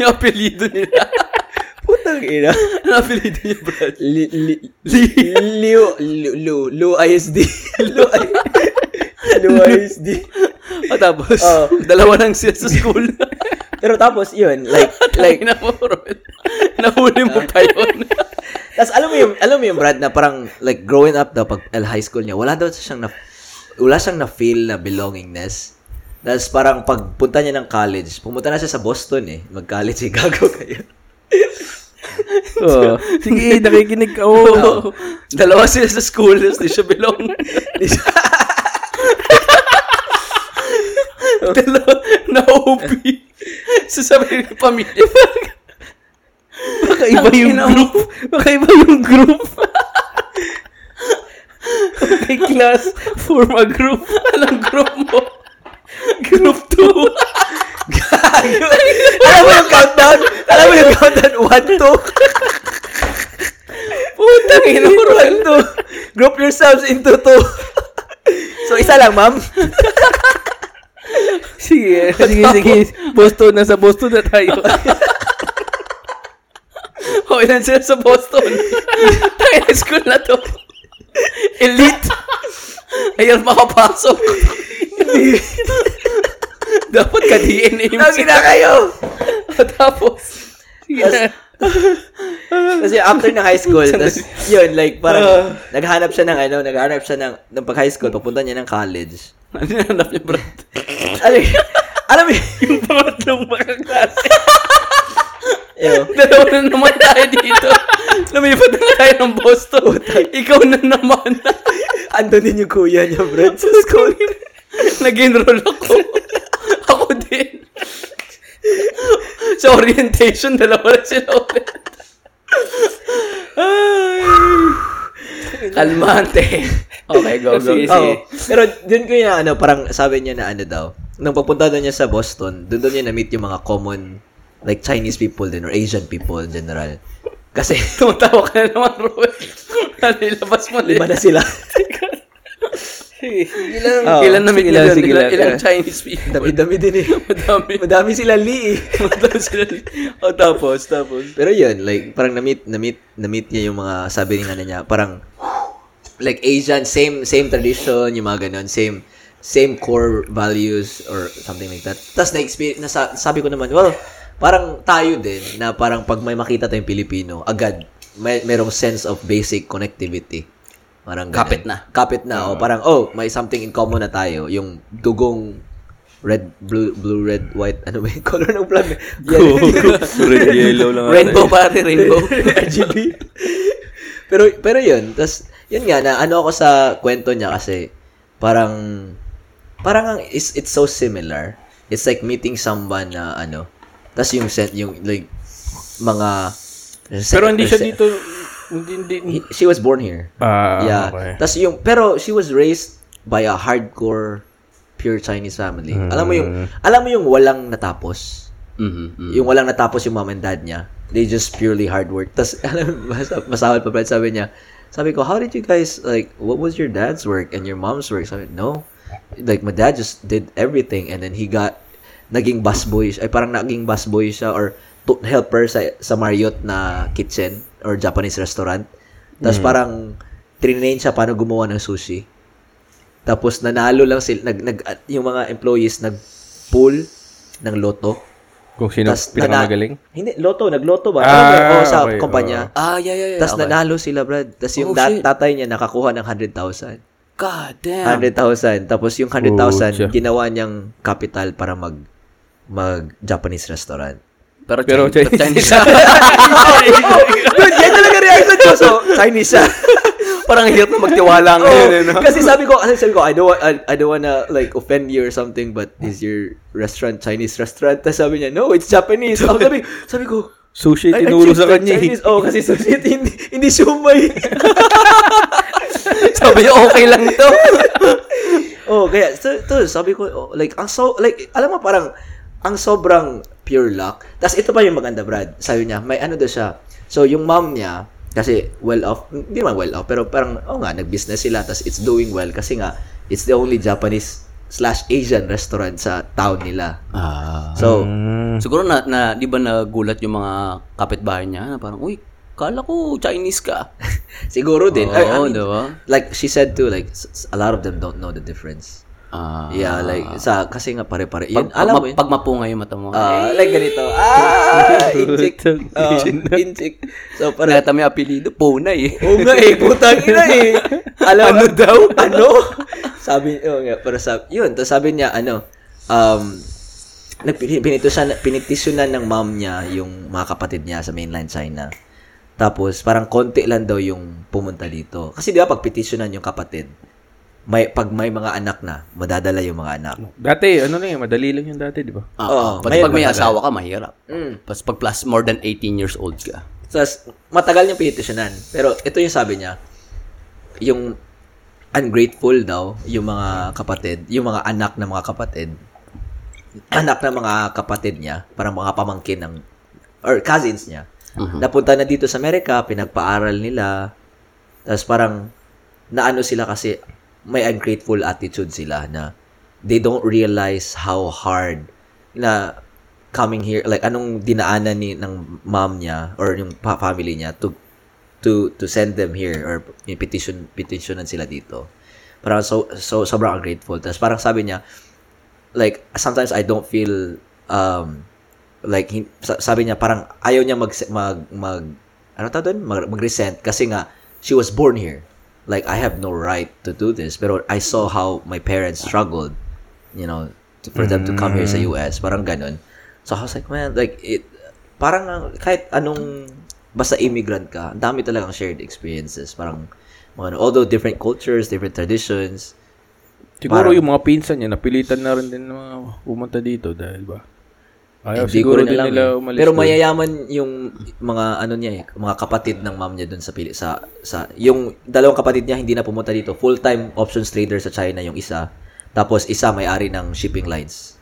Speaker 1: Yung apelido nila.
Speaker 2: Putang ina.
Speaker 1: Ano apelido niya, Brad?
Speaker 2: Li, li, li, Liu, Liu, Liu, Liu ISD. Liu, I, Liu ISD.
Speaker 1: O tapos,
Speaker 2: Oo.
Speaker 1: dalawa lang sila sa school.
Speaker 2: Pero tapos, yun, like,
Speaker 1: like,
Speaker 2: like,
Speaker 1: na mo, Ron. Nahuli mo pa yun.
Speaker 2: tas alam mo yung, alam mo yung Brad na parang, like, growing up daw, pag el- high school niya, wala daw siyang na, wala siyang na-feel na belongingness. Tapos parang pagpunta niya ng college, pumunta na siya sa Boston eh. Mag-college eh, gago kayo.
Speaker 3: Oh. Sige, nakikinig ka. Oh.
Speaker 1: dalawa sila sa school, tapos di siya belong. dalawa, na-OP. Sa sarili ng pamilya.
Speaker 3: Baka iba yung group. Baka iba yung group. May class. Form a group.
Speaker 1: Anong group mo? Group 2.
Speaker 2: Alam mo yung countdown? Alam you counted one, two. Putang ina, one, two. Group yourselves into two. so, isa lang, ma'am.
Speaker 3: Sige, sige, sige. Boston na sa Boston na tayo.
Speaker 1: Oh, ilan sila sa Boston? Tayo high school na to. Elite. Ayun, makapasok. Dapat ka DNA mo
Speaker 2: Tangin na kayo.
Speaker 1: Tapos,
Speaker 2: Tas- Kasi after ng high school, tas yun, like, parang naghanap siya ng, ano, naghanap siya ng, ng pag-high school, papunta niya ng college.
Speaker 1: ano nanap niya, Brad?
Speaker 2: Alam, alam mo,
Speaker 1: Yung pangatlong makaklase.
Speaker 2: yun.
Speaker 1: Dalawa na naman tayo dito. Lumipat na tayo ng Boston. Ikaw na naman.
Speaker 2: Andun din yung kuya niya, bro, sa school.
Speaker 1: Nag-enroll ako. ako din. Sa orientation, dalawa na sila ulit. Ay. Kalmante. Okay, go, go.
Speaker 2: Oo. Pero dun ko yun na, ano, parang sabi niya na ano daw, nang papunta daw niya sa Boston, doon daw niya na-meet yung mga common, like, Chinese people din, or Asian people in general. Kasi,
Speaker 1: Tumatawa ka na naman, Ruel. Nilabas mo
Speaker 2: iba
Speaker 1: na.
Speaker 2: na sila.
Speaker 1: Ilang,
Speaker 2: Oo,
Speaker 1: ilan na may
Speaker 3: sige lang,
Speaker 1: ilan,
Speaker 3: sige
Speaker 1: ilan,
Speaker 3: lang.
Speaker 1: ilang Chinese people.
Speaker 2: Dami-dami din eh.
Speaker 1: Madami.
Speaker 2: Madami sila, Lee eh.
Speaker 1: Madami sila. O, Oh, tapos, tapos.
Speaker 2: Pero yun, like, parang na-meet, na-meet, na-meet niya yung mga sabi ni nanay niya, parang, like, Asian, same, same tradition, yung mga ganun, same, same core values or something like that. Tapos na-experience, nasa, sabi ko naman, well, parang tayo din, na parang pag may makita tayong Pilipino, agad, may, merong sense of basic connectivity. Parang ganun.
Speaker 1: Kapit na.
Speaker 2: Kapit na, o parang, oh, may something in common na tayo. Yung dugong red, blue, blue, red, white, ano ba yung color ng flag? Yan.
Speaker 3: Red yellow lang.
Speaker 1: Rainbow, pare, rainbow.
Speaker 2: RGB. pero pero yun, tas yun nga na ano ako sa kwento niya kasi parang parang ang it's, it's so similar. It's like meeting someone na ano. Tas yung set yung like mga
Speaker 3: Pero hindi siya dito, hindi, hindi.
Speaker 2: He- she was born here.
Speaker 3: Ah,
Speaker 2: yeah. Tas yung pero she was raised by a hardcore pure Chinese family.
Speaker 3: Hmm.
Speaker 2: Alam mo yung alam mo yung walang natapos.
Speaker 1: Mm-hmm.
Speaker 2: Yung walang natapos yung mom and dad niya. They just purely hard work. Tapos, alam mo, mas, masawal pa Brad, sabi niya, sabi ko, how did you guys, like, what was your dad's work and your mom's work? Sabi, no. Like, my dad just did everything and then he got, naging busboy, ay parang naging busboy siya or to, helper sa, sa Marriott na kitchen or Japanese restaurant. Tapos parang, trinain siya paano gumawa ng sushi. Tapos nanalo lang sila, nag, nag, yung mga employees nag-pull ng loto.
Speaker 3: Kung sino
Speaker 2: Tas
Speaker 3: pinakamagaling.
Speaker 2: nana- Hindi, loto. Nagloto ba?
Speaker 3: Ah,
Speaker 2: Ah, oh, sa
Speaker 3: okay,
Speaker 2: kumpanya.
Speaker 1: Ah, yeah, yeah, yeah.
Speaker 2: Tapos
Speaker 1: okay.
Speaker 2: nanalo sila, Brad. Tapos yung
Speaker 1: Oh,
Speaker 2: dat-
Speaker 1: shit.
Speaker 2: tatay niya nakakuha ng 100,000.
Speaker 1: God damn.
Speaker 2: 100,000. Tapos yung 100,000,
Speaker 3: Pucha.
Speaker 2: ginawa niyang capital para mag mag Japanese restaurant.
Speaker 1: Pero,
Speaker 3: Pero
Speaker 1: Chinese,
Speaker 3: Chinese-
Speaker 1: Chinese.
Speaker 2: Dude, yan talaga reaction ko. So, Chinese siya.
Speaker 1: Parang hirap na magtiwala eh,
Speaker 2: Oo, kasi sabi ko, kasi sabi ko, I don't, wa- I, I don't wanna like offend you or something, but is your restaurant Chinese restaurant? Tapos sabi niya, no, it's Japanese. Ako sabi, sabi ko,
Speaker 3: Sushi,
Speaker 2: Ay,
Speaker 3: tinuro
Speaker 2: ay,
Speaker 3: sa
Speaker 2: Chinese,
Speaker 3: kanya. eh.
Speaker 2: Chinese. Oo, kasi sushi, hindi, hindi sumay.
Speaker 1: Sabi niya, okay lang to.
Speaker 2: oh, kaya, so, to, sabi ko, oh, like, ang so, like, alam mo, parang, ang sobrang pure luck. Tapos, ito pa yung maganda, Brad. Sabi niya, may ano daw siya. So, yung mom niya, kasi well-off, hindi naman well-off, pero parang, oh nga, nag-business sila, tapos it's doing well, kasi nga, it's the only Japanese slash Asian restaurant sa town nila.
Speaker 1: Ah.
Speaker 2: So,
Speaker 3: Hmm.
Speaker 1: Siguro na, na di ba nagulat yung mga kapitbahay niya na parang, uy, kala ko Chinese ka.
Speaker 2: siguro din. I- I
Speaker 1: Oo,
Speaker 2: mean,
Speaker 1: di ba?
Speaker 2: Like, she said too, like, s- s- a lot of them don't know the difference.
Speaker 1: Ah.
Speaker 2: Yeah, like, sa, kasi nga pare-pare. Yun,
Speaker 1: Pag,
Speaker 2: alam
Speaker 1: ma-
Speaker 2: mo yun.
Speaker 1: pag mapungay yung mata mo.
Speaker 2: Ah, like ganito. Ah! Inchik. Oh, inchik. So, parang,
Speaker 1: Para yata may apelido, punay eh.
Speaker 2: oo nga eh, putang ina eh. Alam, ano daw? Ano? Sabi, oo nga, pero sabi, yun, to sabi niya, ano, um, nagpinitisyonan, pinitisyonan ng mom niya yung mga kapatid niya sa mainland China. Tapos, parang konti lang daw yung pumunta dito. Kasi di ba, pag pitisyonan yung kapatid, may, pag may mga anak na, madadala yung mga anak.
Speaker 3: Dati, ano lang yun, madali lang yung dati, di ba?
Speaker 1: Ah,
Speaker 2: Oo,
Speaker 1: ah. Pati
Speaker 2: ngayon
Speaker 1: pag may
Speaker 2: matagal.
Speaker 1: asawa ka, mahirap.
Speaker 2: Mm.
Speaker 1: Tapos pag plus more than 18 years old ka.
Speaker 2: Tapos, matagal niyang pinitisyonan. Pero ito yung sabi niya, yung ungrateful daw, yung mga kapatid, yung mga anak ng mga kapatid, anak ng mga kapatid niya, parang mga pamangkin ng or cousins niya. Napunta na dito sa Amerika, pinagpaaral nila. Tapos parang naano sila kasi may ungrateful attitude sila na they don't realize how hard na coming here like anong dinaanan ni ng mom niya or yung pa- family niya to to to send them here or yung petition petitionan sila dito. Parang so so sobrang ungrateful. Tapos parang sabi niya like sometimes I don't feel um like hin- sa- sabi niya parang ayaw niya mag mag, mag ano tawag doon mag, mag-resent kasi nga she was born here like I have no right to do this pero I saw how my parents struggled you know to, for them to come here sa US parang ganun so I was like man like it parang ang- kahit anong basta immigrant ka ang dami talagang shared experiences parang mga ano, although different cultures different traditions
Speaker 3: Siguro
Speaker 2: Parang-
Speaker 3: yung mga pinsan niya, napilitan na rin din na mga pumunta dito dahil ba? Ayaw
Speaker 2: Hindi ko
Speaker 3: siguro
Speaker 2: rin
Speaker 3: din
Speaker 2: alam
Speaker 3: nila
Speaker 2: eh.
Speaker 3: umalis.
Speaker 2: Pero
Speaker 3: doon.
Speaker 2: mayayaman yung mga ano niya eh, mga kapatid ng mom niya dun sa pili sa sa yung dalawang kapatid niya hindi na pumunta dito. Full-time options trader sa China yung isa. Tapos isa may-ari ng shipping lines.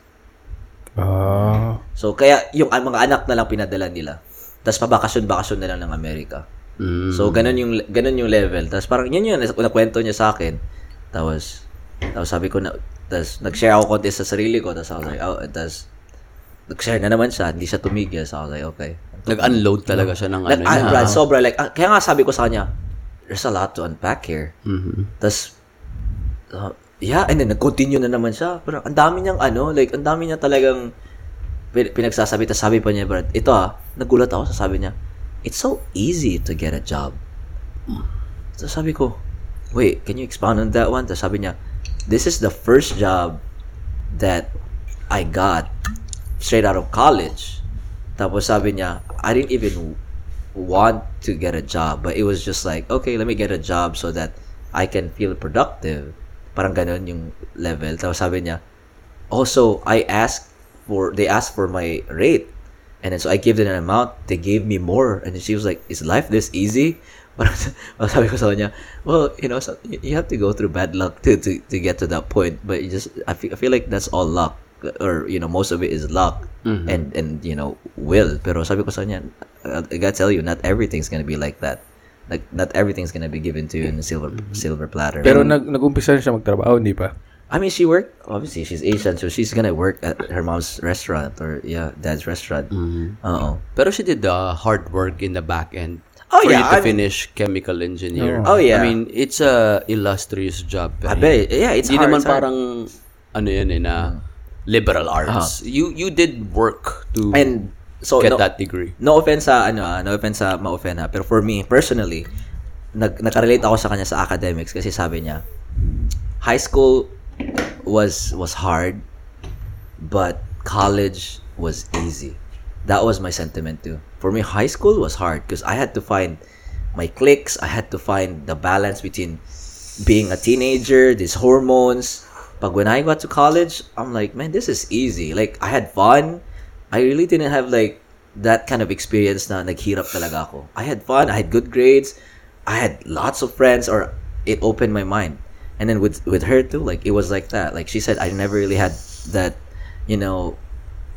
Speaker 3: Ah.
Speaker 2: So kaya yung ang mga anak na lang pinadala nila. Tapos pabakasyon-bakasyon na lang ng Amerika.
Speaker 1: Mm.
Speaker 2: So
Speaker 3: Mm.
Speaker 2: ganun yung ganun yung level. Tapos parang yun yun nakwento niya sa akin. Tapos tapos sabi ko na tapos nag-share ako konti sa sarili ko tapos ako like oh, tapos nag-share na naman siya, hindi siya tumigil. So I was like, okay.
Speaker 1: Nag-unload talaga siya ng ano
Speaker 2: Like, ah,
Speaker 1: niya.
Speaker 2: Brad, sobra. Like, ah, kaya nga sabi ko sa kanya, there's a lot to unpack here.
Speaker 1: Mhm.
Speaker 2: Tapos, uh, yeah, and then nag-continue na naman siya. Pero ang dami niyang ano, like, ang dami niya talagang pin- pinagsasabi. Tapos sabi pa niya, Brad, ito ah, nagulat ako sa sabi niya, it's so easy to get a job. So sabi ko, wait, can you expound on that one? Tapos sabi niya, this is the first job that I got straight out of college. Tapos sabi niya, I didn't even want to get a job. But it was just like, okay, let me get a job so that I can feel productive. Parang ganun yung level. Tapos sabi niya, also, I asked for, they asked for my rate. And then, so I gave them an amount. They gave me more. And then she was like, is life this easy? Parang sabi ko sa kanya, well, you know, so- you you have to go through bad luck to, to, to get to that point. But you just, I feel, I feel like that's all luck. Or, you know, most of it is luck. And, and, you know, will. Pero sabi ko sa kanya, I, I gotta tell you, not everything's gonna be like that. Like, not everything's gonna be given to you in a silver, silver platter.
Speaker 3: Pero nag nag-umpisa na siya magtrabaho, hindi pa.
Speaker 2: I mean, she worked. Obviously, she's Asian, so she's gonna work at her mom's restaurant or yeah, dad's restaurant.
Speaker 1: Mm-hmm.
Speaker 2: Uh-oh.
Speaker 1: Pero she did the hard work in the back end
Speaker 2: Oh,
Speaker 1: for
Speaker 2: yeah,
Speaker 1: you to
Speaker 2: I mean-
Speaker 1: finish chemical engineer.
Speaker 2: Oh, yeah.
Speaker 1: I mean, it's a illustrious job. eh.
Speaker 2: I bet. Yeah, it's
Speaker 1: Hindi
Speaker 2: hard.
Speaker 1: naman
Speaker 2: it's hard.
Speaker 1: parang ano yan eh na liberal arts. You you did work to
Speaker 2: Uh-huh. and so
Speaker 1: get
Speaker 2: no,
Speaker 1: that degree.
Speaker 2: no offense sa ano, ah, no offense sa ma-offend ha, pero for me personally, nag nakarelate ako sa kanya sa academics kasi sabi niya, high school was was hard, but college was easy. That was my sentiment too. For me, high school was hard because I had to find my clicks. I had to find the balance between being a teenager, these hormones. But when I got to college, I'm like, man, this is easy. Like I had fun. I really didn't have like that kind of experience na naghirap talaga ako. I had fun. I had good grades. I had lots of friends, or it opened my mind and then with with her too like it was like that like she said i never really had that you know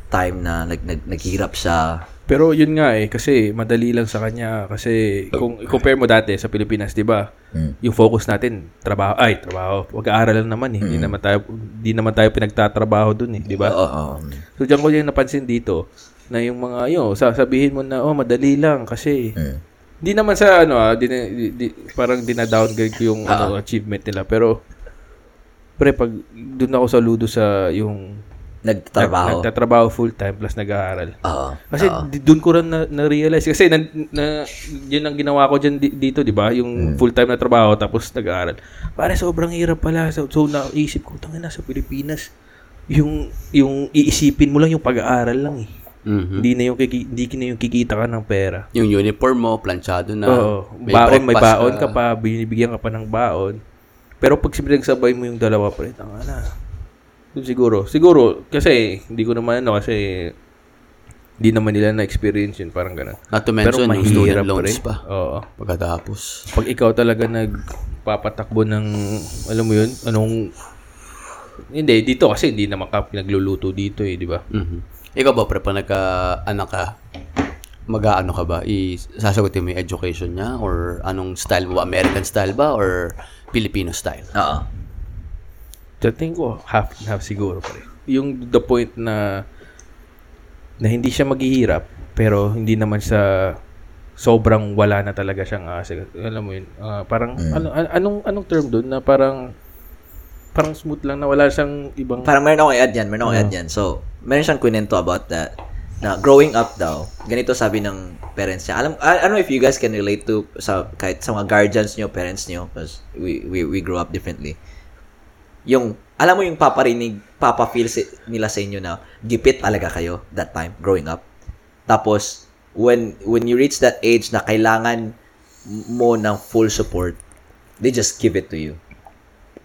Speaker 2: time na like nag naghirap siya
Speaker 3: Pero yun nga eh, kasi madali lang sa kanya. Kasi kung i-compare mo dati sa Pilipinas, di ba? Yung focus natin, trabaho, ay, trabaho. Pag-aaral lang naman eh. Hindi naman tayo, hindi naman tayo pinagtatrabaho dun eh, di ba?
Speaker 2: oo oo.
Speaker 3: So, diyan ko yung napansin dito na yung mga, yun, sasabihin mo na, oh, madali lang kasi. Hindi naman sa, ano, ah, din, di- di- parang dinadowngrade ko yung ano, achievement nila. Pero, pre, pag doon ako saludo sa yung
Speaker 2: nagtrabaho
Speaker 3: nagtatrabaho full-time plus nag-aaral.
Speaker 2: oo
Speaker 3: Kasi di- doon ko rin na, na-realize. Kasi na, na, yun ang ginawa ko dyan di- dito, di ba? Yung full-time na trabaho tapos nag-aaral. Pare, sobrang hirap pala. So, so naisip ko, tanga na sa Pilipinas. Yung, yung iisipin mo lang yung pag-aaral lang eh.
Speaker 1: Mhm.
Speaker 3: Hindi na yung, kiki, hindi na yung kikita ka ng pera.
Speaker 1: Yung uniform mo, planchado na.
Speaker 2: Oh,
Speaker 3: Oo. baon, may
Speaker 1: breakfast
Speaker 3: baon ka. pa. Binibigyan ka pa ng baon. Pero pag sabay mo yung dalawa, pre, tanga na. So, siguro. Siguro, kasi hindi ko naman ano, kasi hindi naman nila na-experience yun. Parang ganun.
Speaker 1: Not to mention, yung student loans
Speaker 3: pre.
Speaker 1: pa.
Speaker 3: Oo.
Speaker 1: Pagkatapos.
Speaker 3: Pag ikaw talaga nagpapatakbo ng, alam mo yun, anong, hindi, dito kasi hindi
Speaker 1: Mm-hmm.
Speaker 3: naman ka pinagluluto dito eh, di ba?
Speaker 1: Mhm. Ikaw ba, pre, pa nagka-anak ka, mag-aano ka ba? I sasagutin mo yung education niya or anong style mo ba? American style ba or Filipino style?
Speaker 2: Oo.
Speaker 3: So, tingin ko, half and half siguro pa rin. Yung the point na na hindi siya maghihirap, pero hindi naman sa sobrang wala na talaga siyang ah, sig- alam mo yun, ah, parang,
Speaker 2: Mm.
Speaker 3: ano, an- anong, anong term doon na parang, parang smooth lang na wala siyang ibang,
Speaker 2: Parang meron akong i-add yan, meron akong i-add yan. So, meron siyang kwento about that. Na growing up daw, ganito sabi ng parents niya. Alam, I, I don't know if you guys can relate to sa, kahit sa mga guardians niyo, parents niyo, because we, we, we grew up differently. Yung, alam mo yung paparinig, papa-feel si- nila sa inyo na gipit talaga kayo that time, growing up. Tapos, when when you reach that age na kailangan mo ng full support, they just give it to you.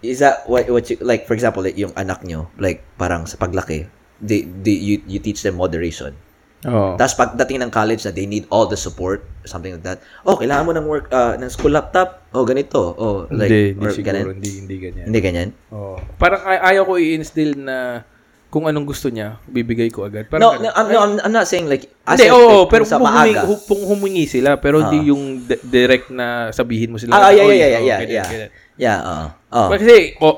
Speaker 2: Is that what what you like for example like, yung anak nyo like parang sa paglaki they, they you you teach them moderation.
Speaker 3: oh,
Speaker 2: Tapos pagdating ng college na they need all the support something like that. Oh, kailangan mo ng work uh, ng school laptop. Oh, ganito. Oh, like
Speaker 3: hindi, hindi
Speaker 2: or
Speaker 3: siguro,
Speaker 2: ganun.
Speaker 3: hindi, hindi ganyan.
Speaker 2: Hindi ganyan.
Speaker 3: Oh. Parang ay- ayaw ko i-instill na kung anong gusto niya, bibigay ko
Speaker 2: No,
Speaker 3: agad. Parang
Speaker 2: no, I'm, no, I'm, I'm not saying like as
Speaker 3: Hindi,
Speaker 2: in, like,
Speaker 3: oo, pero
Speaker 2: sa
Speaker 3: kung humingi,
Speaker 2: maaga.
Speaker 3: hu- kung humingi sila, pero hindi yung di- direct na sabihin mo sila.
Speaker 2: Ah,
Speaker 3: na,
Speaker 2: yeah, yeah,
Speaker 3: "Oy,
Speaker 2: yeah,
Speaker 3: oh,
Speaker 2: yeah, yeah.
Speaker 3: ganyan,
Speaker 2: Ah.
Speaker 3: ganyan."
Speaker 2: Yeah, oo. oo.
Speaker 3: Kasi, oh,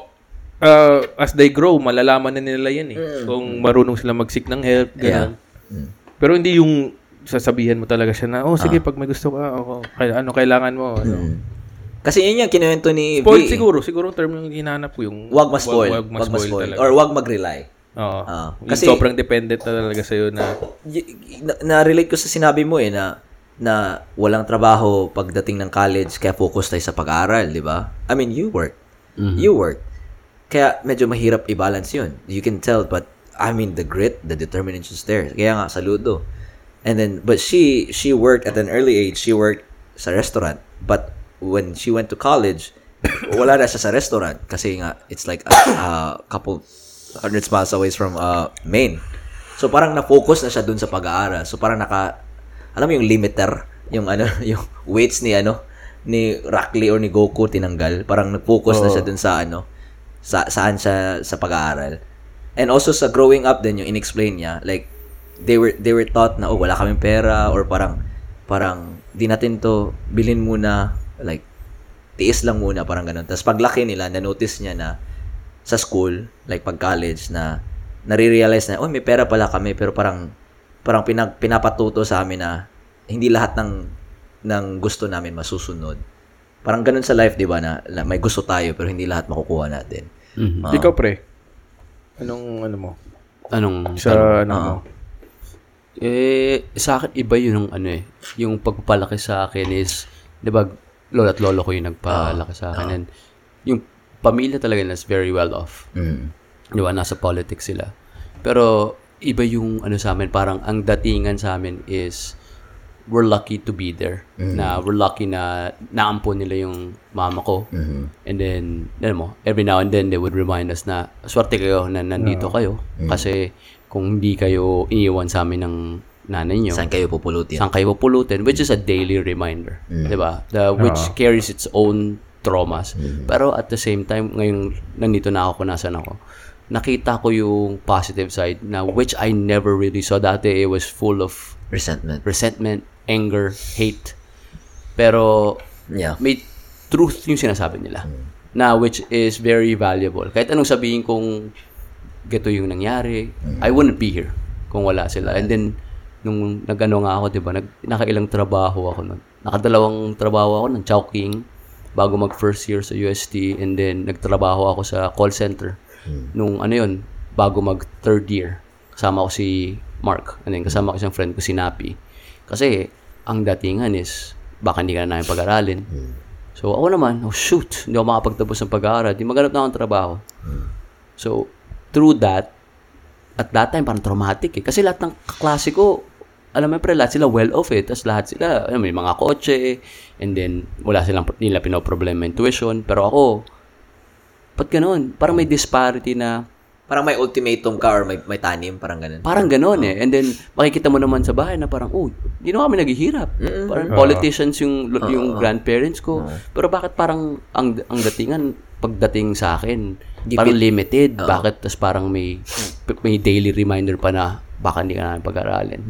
Speaker 3: uh, as they grow, malalaman na nila yan eh.
Speaker 2: Mm.
Speaker 3: Kung marunong sila mag-seek ng help, ganun. Pero hindi yung sasabihan mo talaga siya na, oh, sige,
Speaker 2: Ah.
Speaker 3: pag may gusto ka, oh, kail- ano kailangan mo. Ano.
Speaker 2: Mm. Kasi yun yung kinuwento ni
Speaker 3: Spoil
Speaker 2: V.
Speaker 3: siguro, siguro ang term yung hinahanap ko yung
Speaker 2: Wag ma-spoil. Wag,
Speaker 3: mas
Speaker 2: ma-spoil. Or wag mag-rely.
Speaker 3: Oo.
Speaker 2: Ah, kasi-
Speaker 3: kasi sobrang dependent na talaga sa'yo na
Speaker 2: Y- na- na-relate ko sa sinabi mo eh na na walang trabaho pagdating ng college kaya focus tayo sa pag-aaral, di ba? I mean, you work. You work. Kaya medyo mahirap i-balance 'yun. You can tell but I mean the grit, the determination is there. Kaya nga saludo. And then but she she worked at an early age. She worked sa restaurant. But when she went to college, wala na siya sa restaurant kasi nga it's like a, a couple hundreds miles away from uh, Maine. So parang na-focus na siya dun sa pag-aaral. So parang naka alam mo yung limiter, yung ano, yung weights ni ano ni Rockley or ni Goku tinanggal. Parang nag-focus na siya dun sa ano sa saan siya sa pag-aaral. And also sa growing up din yung inexplain niya, like they were they were taught na oh wala kaming pera or parang parang di natin to bilhin muna like tiis lang muna parang ganun. Tapos paglaki nila na-notice niya na sa school, like pag college na nare-realize na, oh, may pera pala kami pero parang parang pinag, pinapatuto sa amin na hindi lahat ng ng gusto namin masusunod. Parang ganun sa life, 'di ba, na, na may gusto tayo pero hindi lahat makukuha natin.
Speaker 1: Mhm.
Speaker 2: Ah.
Speaker 3: Ikaw, pre. Anong ano mo?
Speaker 1: Anong
Speaker 3: Sa ano mo?
Speaker 1: Eh, sa akin, iba yun yung ano eh. Yung pagpapalaki sa akin is, di ba, lolo at lolo ko yung nagpalaki sa akin. And yung pamilya talaga nila is very well off.
Speaker 2: Mm.
Speaker 1: Di ba, nasa politics sila. Pero, iba yung ano sa amin, parang ang datingan sa amin is, we're lucky to be there. Na we're lucky na naampo nila yung mama ko.
Speaker 2: Mm. mm-hmm.
Speaker 1: And then, alam mo, every now and then they would remind us na, swerte kayo na nandito kayo. Kasi, kung hindi kayo iniwan sa amin ng nanay nyo,
Speaker 2: Saan kayo pupulutin?
Speaker 1: saan kayo pupulutin, which is a daily reminder, 'di ba? The which carries its own traumas. Pero at the same time, ngayong nandito na ako kung nasan ako, nakita ko yung positive side na which I never really saw dati. It was full of
Speaker 2: Resentment.
Speaker 1: resentment, anger, hate. Pero
Speaker 2: Yeah.
Speaker 1: may truth yung sinasabi nila na which is very valuable. Kahit anong sabihin kong gato yung nangyari, I wouldn't be here kung wala sila. And then, nung nag-ano nga ako, di ba, nag, nakailang trabaho ako nun. Nakadalawang trabaho ako ng Chowking bago mag first year sa UST and then nagtrabaho ako sa call center nung ano yun, bago mag third year. Kasama ko si Mark and then kasama ko isang friend ko si Napi. Kasi ang datingan is baka hindi ka na namin pag-aralin. So ako naman, oh shoot, hindi ako makapagtapos ng pag-aaral. Di maghanap na akong trabaho. So, through that, at that time, parang traumatic eh. Kasi lahat ng kaklase ko, alam mo pre, lahat sila well-off eh. Tapos lahat sila, alam mo, may mga kotse, and then, wala silang, nila pinoproblema yung tuition. Pero ako, ba't ganun? Parang may disparity na,
Speaker 2: Parang may ultimatum ka or may, may tanim, parang ganun.
Speaker 1: parang ganun eh. And then, makikita mo naman sa bahay na parang, oh, hindi na kami naghihirap. Parang politicians yung, yung grandparents ko. Pero bakit parang, ang, ang datingan, pagdating sa akin, parang limited. Bakit, tas parang may, may daily reminder pa na, baka hindi ka namin pag-aralin.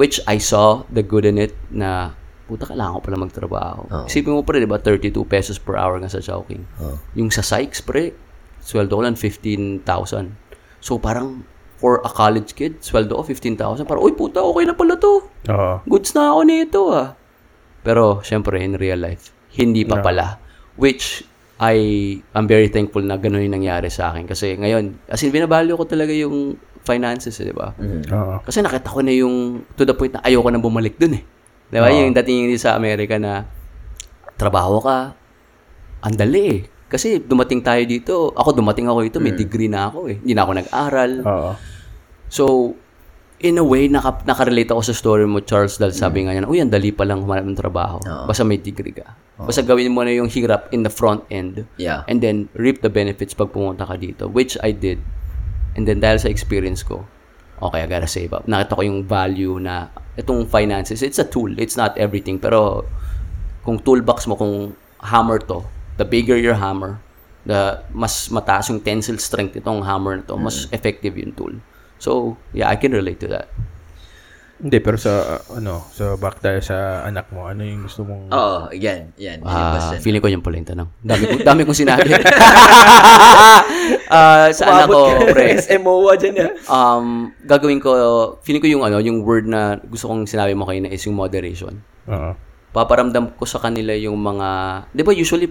Speaker 1: Which I saw the good in it na, puta, kailangan ko pala magtrabaho. Isipin mo pre, di ba, 32 pesos per hour nga sa Chowking.
Speaker 2: Oh.
Speaker 1: Yung sa Sykes pre, sweldo ko lang 15,000. So parang, for a college kid, sweldo ko 15,000. Parang, uy puta, okay na pala to.
Speaker 2: Ah.
Speaker 3: Oo.
Speaker 1: Goods na ako nito ah. Pero, syempre, in real life, hindi pa pala. Which, I am very thankful na ganun yung nangyari sa akin. Kasi ngayon, as in, binabalyo ko talaga yung finances, eh, di ba?
Speaker 2: Mm-hmm.
Speaker 3: Oo.
Speaker 1: Kasi nakita ko na yung to the point na ayoko na bumalik dun eh. Di ba? Yung dating yung sa Amerika na trabaho ka, ang dali eh. Kasi dumating tayo dito, ako dumating ako dito, may degree na ako eh. Hindi na ako nag-aral.
Speaker 3: Oo.
Speaker 1: So, in a way, naka, nakarelate ako sa story mo, Charles, dahil sabi nga niya, uy, ang dali pa lang humanap ng trabaho. Basta may degree ka. Basta gawin mo na yung hirap in the front end.
Speaker 2: Yeah.
Speaker 1: Ah. And then, reap the benefits pag pumunta ka dito, which I did. And then, dahil sa experience ko, okay, I gotta save up. Nakita ko yung value na itong finances, it's a tool. It's not everything. Pero, kung toolbox mo, kung hammer to, the bigger your hammer, the mas mataas yung tensile strength itong hammer na to, mas effective yung tool. So, yeah, I can relate to that.
Speaker 3: Hindi, pero sa, uh, ano, so back tayo sa anak mo, ano yung gusto mong...
Speaker 2: Oo, again, yan. Yun yung
Speaker 1: Ah,
Speaker 2: question.
Speaker 1: feeling ko yung pala yung tanong. Dami, kong- dami kong sinabi. Ah, sa anak ko, pre.
Speaker 2: SMOA ah, dyan yan.
Speaker 1: Um, gagawin ko, feeling ko yung ano, yung word na gusto kong sinabi mo kayo na is yung moderation.
Speaker 3: Oo.
Speaker 1: Paparamdam ko sa kanila yung mga, di ba usually,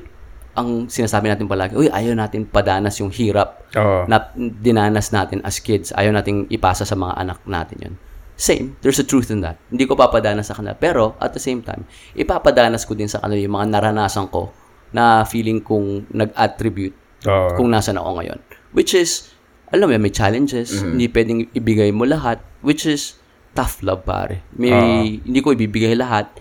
Speaker 1: ang sinasabi natin palagi, uy, ayaw natin padanas yung hirap
Speaker 3: Oo.
Speaker 1: na dinanas natin as kids. Ayaw nating ipasa sa mga anak natin yun. Same. There's a truth in that. Hindi ko papadanas sa kanila. Pero, at the same time, ipapadanas ko din sa kanila yung mga naranasan ko na feeling kong nag-attribute
Speaker 3: Oo.
Speaker 1: kung nasaan ako ngayon. Which is, alam mo, yan, may challenges. Hindi pwedeng ibigay mo lahat. Which is, tough love, pare. May, hindi ko ibibigay lahat.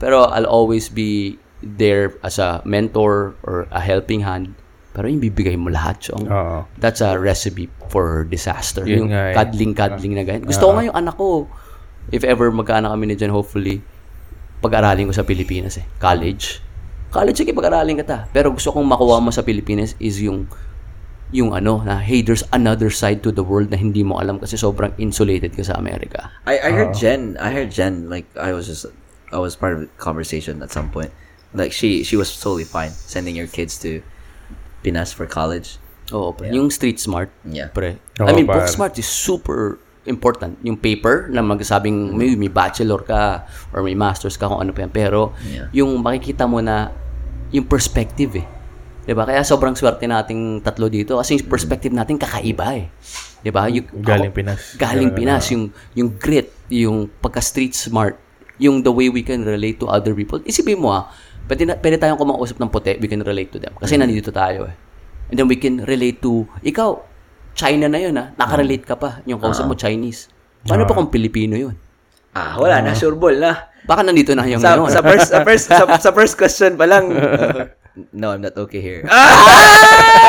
Speaker 1: Pero I'll always be there as a mentor or a helping hand. Pero yung bibigay mo lahat, chong.
Speaker 3: Oo.
Speaker 1: That's a recipe for disaster. yung
Speaker 3: Yun nga eh.
Speaker 1: kadling-kadling na ganyan. Gusto ko nga yung anak ko, if ever magkaanak kami ni Jen, hopefully, pag-aralin ko sa Pilipinas eh. College. College, sige, pag-aralin ka ta. Pero gusto kong makuha mo sa Pilipinas is yung yung ano, na hey, there's another side to the world na hindi mo alam kasi sobrang insulated ka sa Amerika.
Speaker 2: I, I heard Jen. I heard Jen. Like I was just, I was part of the conversation at some point. Like she, she was totally fine sending your kids to Pinas for college.
Speaker 1: Oo, pre. Yung street smart,
Speaker 2: Yeah.
Speaker 1: pre.
Speaker 3: Oo,
Speaker 1: I mean,
Speaker 3: par.
Speaker 1: book smart is super important. Yung paper na
Speaker 2: Mm.
Speaker 1: magsasabing may, may bachelor ka or may master's ka kung ano pa yan. Pero
Speaker 2: Yeah.
Speaker 1: yung makikita mo na yung perspective eh. 'Di ba? Kaya sobrang swerte nating tatlo dito kasi
Speaker 2: Mm.
Speaker 1: yung perspective natin kakaiba eh. 'Di ba? Yung-
Speaker 3: Galing
Speaker 1: ako-
Speaker 3: Pinas.
Speaker 1: Galing
Speaker 3: Ganun,
Speaker 1: Pinas yung yung grit, yung pagka street smart, yung the way we can relate to other people. Isipin mo ah, pwede, na, pwede tayong kumausap ng puti, we can relate to them.
Speaker 3: Mm.
Speaker 1: Kasi nandito tayo eh. And then we can relate to, ikaw, China na yun ah, nakarelate ka pa. Yung
Speaker 3: Ah.
Speaker 1: kausap mo, Chinese. Paano pa kung Pilipino yun?
Speaker 2: Ah, wala na sureball na.
Speaker 1: Baka nandito na yung
Speaker 2: Sa,
Speaker 1: ano.
Speaker 2: sa first, sa first, sa, sa first question pa lang. no, I'm not okay here. Ah,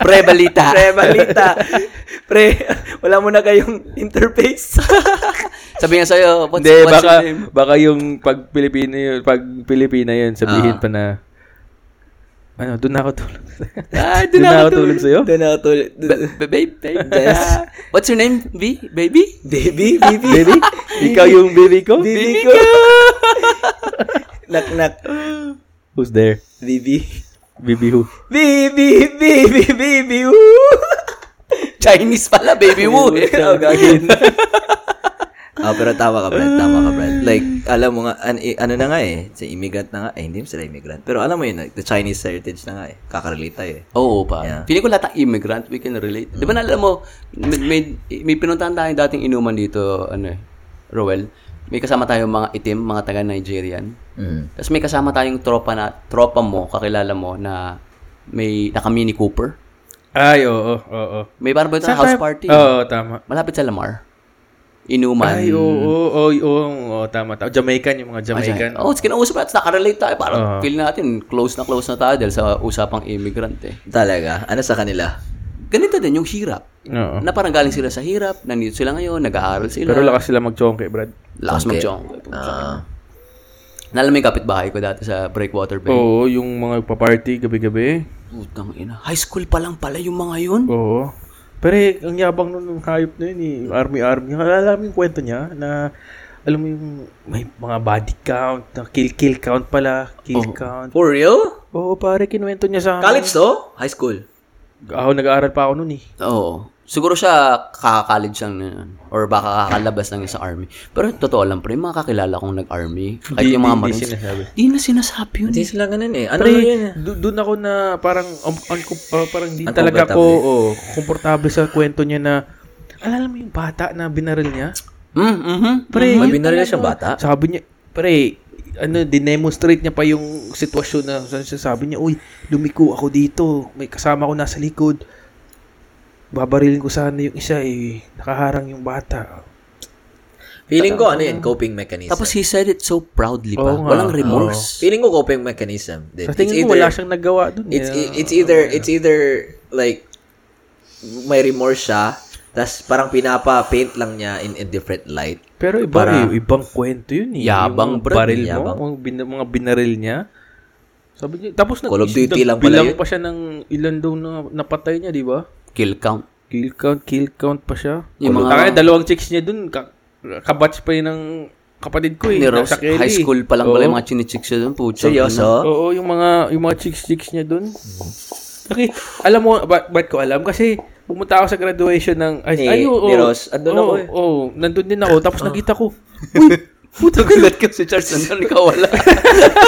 Speaker 1: Pre, balita.
Speaker 2: pre, balita. Pre, wala mo na kayong interface.
Speaker 1: Sabi nga sa'yo, what's,
Speaker 3: Hindi,
Speaker 1: what's
Speaker 3: baka,
Speaker 1: your name?
Speaker 3: baka yung pag Pilipino yun, pag Pilipina yun, sabihin pa na, ano, doon na ako tulog.
Speaker 1: Ah,
Speaker 3: doon na ako tulog sa'yo?
Speaker 2: Doon na tulog.
Speaker 1: Ba- babe, babe.
Speaker 2: Yes.
Speaker 1: What's your name? B? Baby?
Speaker 2: Baby, baby.
Speaker 3: Baby? Ikaw yung baby ko?
Speaker 2: Baby ko. knock, knock.
Speaker 3: Who's there?
Speaker 2: Baby.
Speaker 3: Baby who?
Speaker 2: Baby, baby, baby. Woo!
Speaker 1: Chinese pala, baby Wu. eh.
Speaker 2: Oh, gagawin. Ah, pero tama ka, Brad. Tama ka, Brad. Like, alam mo nga, an- i- ano na nga eh, sa immigrant na nga, eh, hindi sila immigrant. Pero alam mo yun, like, the Chinese heritage na nga eh, kakarelate tayo eh.
Speaker 1: Oo, pa.
Speaker 2: Yeah.
Speaker 1: Feeling ko lahat ng immigrant, we can relate. Di ba naalala mo, may, may, may pinuntahan tayong dating inuman dito, ano eh, Roel. May kasama tayong mga itim, mga taga-Nigerian.
Speaker 2: eh. Mm.
Speaker 1: Tapos may kasama tayong tropa na, tropa mo, kakilala mo, na may naka Mini Cooper.
Speaker 3: Ay, oo, oo, oo.
Speaker 1: May parang ba ito na
Speaker 3: Saan
Speaker 1: house
Speaker 3: tayo-
Speaker 1: party?
Speaker 3: Oo, tama.
Speaker 1: Malapit sa Lamar. Inuman.
Speaker 3: Ay, oo, oo, oo, oo, oo, tama. tama. Jamaican, yung mga Jamaican.
Speaker 1: Oh, it's kinausap natin, nakarelate tayo. Parang
Speaker 3: Oo.
Speaker 1: feel natin, close na close na tayo dahil sa usapang immigrant eh.
Speaker 2: Talaga, ano sa kanila?
Speaker 1: Ganito din yung hirap.
Speaker 3: Oo.
Speaker 1: Na parang galing sila sa hirap, nandito sila ngayon, nag-aaral sila.
Speaker 3: Pero lakas sila mag-chonke, Brad.
Speaker 1: Lakas
Speaker 2: Okay.
Speaker 1: mag-chong.
Speaker 2: Ah,
Speaker 1: Nalaman yung kapitbahay ko dati sa Breakwater Bay.
Speaker 3: Oo, yung mga pa-party gabi-gabi.
Speaker 1: Putang ina. High school pa lang pala yung mga yun.
Speaker 3: Oo. Pero eh, ang yabang nun ng hayop na yun, eh. Army Army. Alam mo yung kwento niya na alam mo yung may mga body count, na kill kill count pala, kill count.
Speaker 2: For real?
Speaker 3: Oo, pare, kinuwento niya sa akin.
Speaker 2: College to? High school?
Speaker 3: Ako, nag-aaral pa ako noon eh.
Speaker 1: Oo. Siguro siya kaka-college lang na yun. Or baka kakalabas lang yun sa army. Pero totoo lang, pre, mga kakilala kong nag-army. Kahit yung mga marines.
Speaker 3: sinasabi.
Speaker 1: Di na sinasabi yun.
Speaker 2: Hindi sila ganun eh. Ano
Speaker 3: Pre,
Speaker 2: yun?
Speaker 3: do- doon ako na parang um, uncom- ah, parang di
Speaker 2: Uncomfortable.
Speaker 3: talaga ako oh, komportable sa kwento niya na alala mo yung bata na binaril niya?
Speaker 1: Mm, mhm.
Speaker 3: Pre,
Speaker 2: May
Speaker 3: yun
Speaker 2: binaril
Speaker 3: talaga.
Speaker 2: siyang bata?
Speaker 3: Sabi niya, pre, ano, dinemonstrate niya pa yung sitwasyon na sa- sa- sabi niya, uy, lumiko ako dito, may kasama ko nasa likod. Babarilin ko sana yung isa eh, nakaharang yung bata.
Speaker 2: Feeling ko ano yun? Coping mechanism.
Speaker 1: Tapos he said it so proudly pa.
Speaker 3: Oo nga.
Speaker 1: Walang remorse.
Speaker 2: feeling ko coping mechanism. din. It's
Speaker 3: Sa tingin
Speaker 2: either-
Speaker 3: ko wala siyang nagawa eh. doon.
Speaker 2: It's e, i- it's either it's either like may remorse siya, tas parang pinapa-paint lang niya in a different light.
Speaker 3: Pero iba
Speaker 2: Para-
Speaker 3: eh, ibang kwento yun eh.
Speaker 1: Yabang,
Speaker 3: yung
Speaker 1: bro.
Speaker 3: baril
Speaker 2: Yabang.
Speaker 3: mo, mga, bin- mga binaril niya. Sabi niya, tapos nag-
Speaker 2: Call of Duty lang pala
Speaker 3: nagbilang
Speaker 2: yun.
Speaker 3: pa siya ng ilan daw na napatay niya, di ba?
Speaker 1: Kill count.
Speaker 3: Kill count, kill count pa siya.
Speaker 1: Yung
Speaker 3: Yung
Speaker 1: mga-
Speaker 3: dalawang chicks niya dun, ka- kabatch pa yun ng kapatid ko eh.
Speaker 1: Ni Rose,
Speaker 3: nasa Kelly.
Speaker 1: high school pa lang
Speaker 3: Oo.
Speaker 1: pala yung mga chinichicks siya doon. Pucha.
Speaker 2: Seryoso?
Speaker 3: Oo, yung mga yung mga chicks-chicks niya doon. Okay, alam mo, ba, ba't ko alam? Kasi pumunta ako sa graduation ng... Ay,
Speaker 2: Ni-
Speaker 3: ay, oo,
Speaker 2: ni
Speaker 3: oo.
Speaker 2: Rose. Andun
Speaker 3: Oo,
Speaker 2: ako eh. Ah.
Speaker 3: Oo, nandun din ako. Tapos nakita ko, Uy, puta ka
Speaker 1: Gulat ka si Charles Nandun, ikaw wala.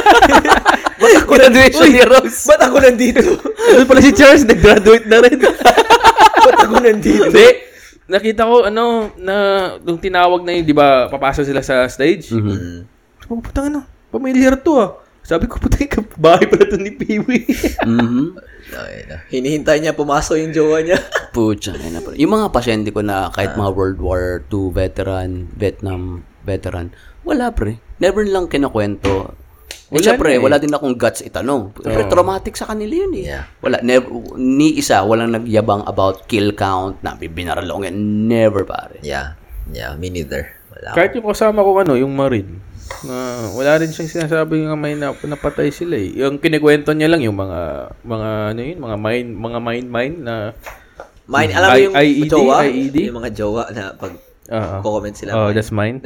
Speaker 1: Ba't ako graduation ni Rose?
Speaker 2: Ba't ako nandito?
Speaker 3: Ano pala si Charles, nag-graduate na rin.
Speaker 2: Ba't ako nandito?
Speaker 3: Hindi. Nakita ko, ano, na, nung tinawag na yun, di ba, papasok sila sa stage?
Speaker 2: Mhm. Mm.
Speaker 3: Sabi ko, putang ano, pamilyar to ah. Sabi ko, putang ka, bahay pala to ni Peewee.
Speaker 1: Mhm.
Speaker 2: Ay, na. Hinihintay niya pumasok yung jowa niya.
Speaker 1: Pucha, ayun na pala. Yung mga pasyente ko na kahit
Speaker 3: Ah.
Speaker 1: mga World War II veteran, Vietnam veteran, wala pre. Never lang kinakwento.
Speaker 3: Wala
Speaker 1: Eh, syempre,
Speaker 3: na eh.
Speaker 1: wala din akong guts itanong. Pero traumatic sa kanila yun eh.
Speaker 2: Yeah.
Speaker 1: Wala, never, ni isa, walang nagyabang about kill count, na binaralong yan. Never pare.
Speaker 2: yeah. Yeah, me neither. Wala.
Speaker 3: Kahit yung kasama ko, ano, yung Marine, na wala rin siyang sinasabi nga may na, napatay sila eh. Yung kinikwento niya lang yung mga, mga ano yun, mga mine, mga mine mine na,
Speaker 2: Mine, alam mo yung
Speaker 3: I-
Speaker 1: E
Speaker 3: IED?
Speaker 2: jowa?
Speaker 3: IED?
Speaker 2: Yung mga jowa na pag
Speaker 3: ah, ah.
Speaker 2: comment sila. Diba?
Speaker 3: oh, that's mine.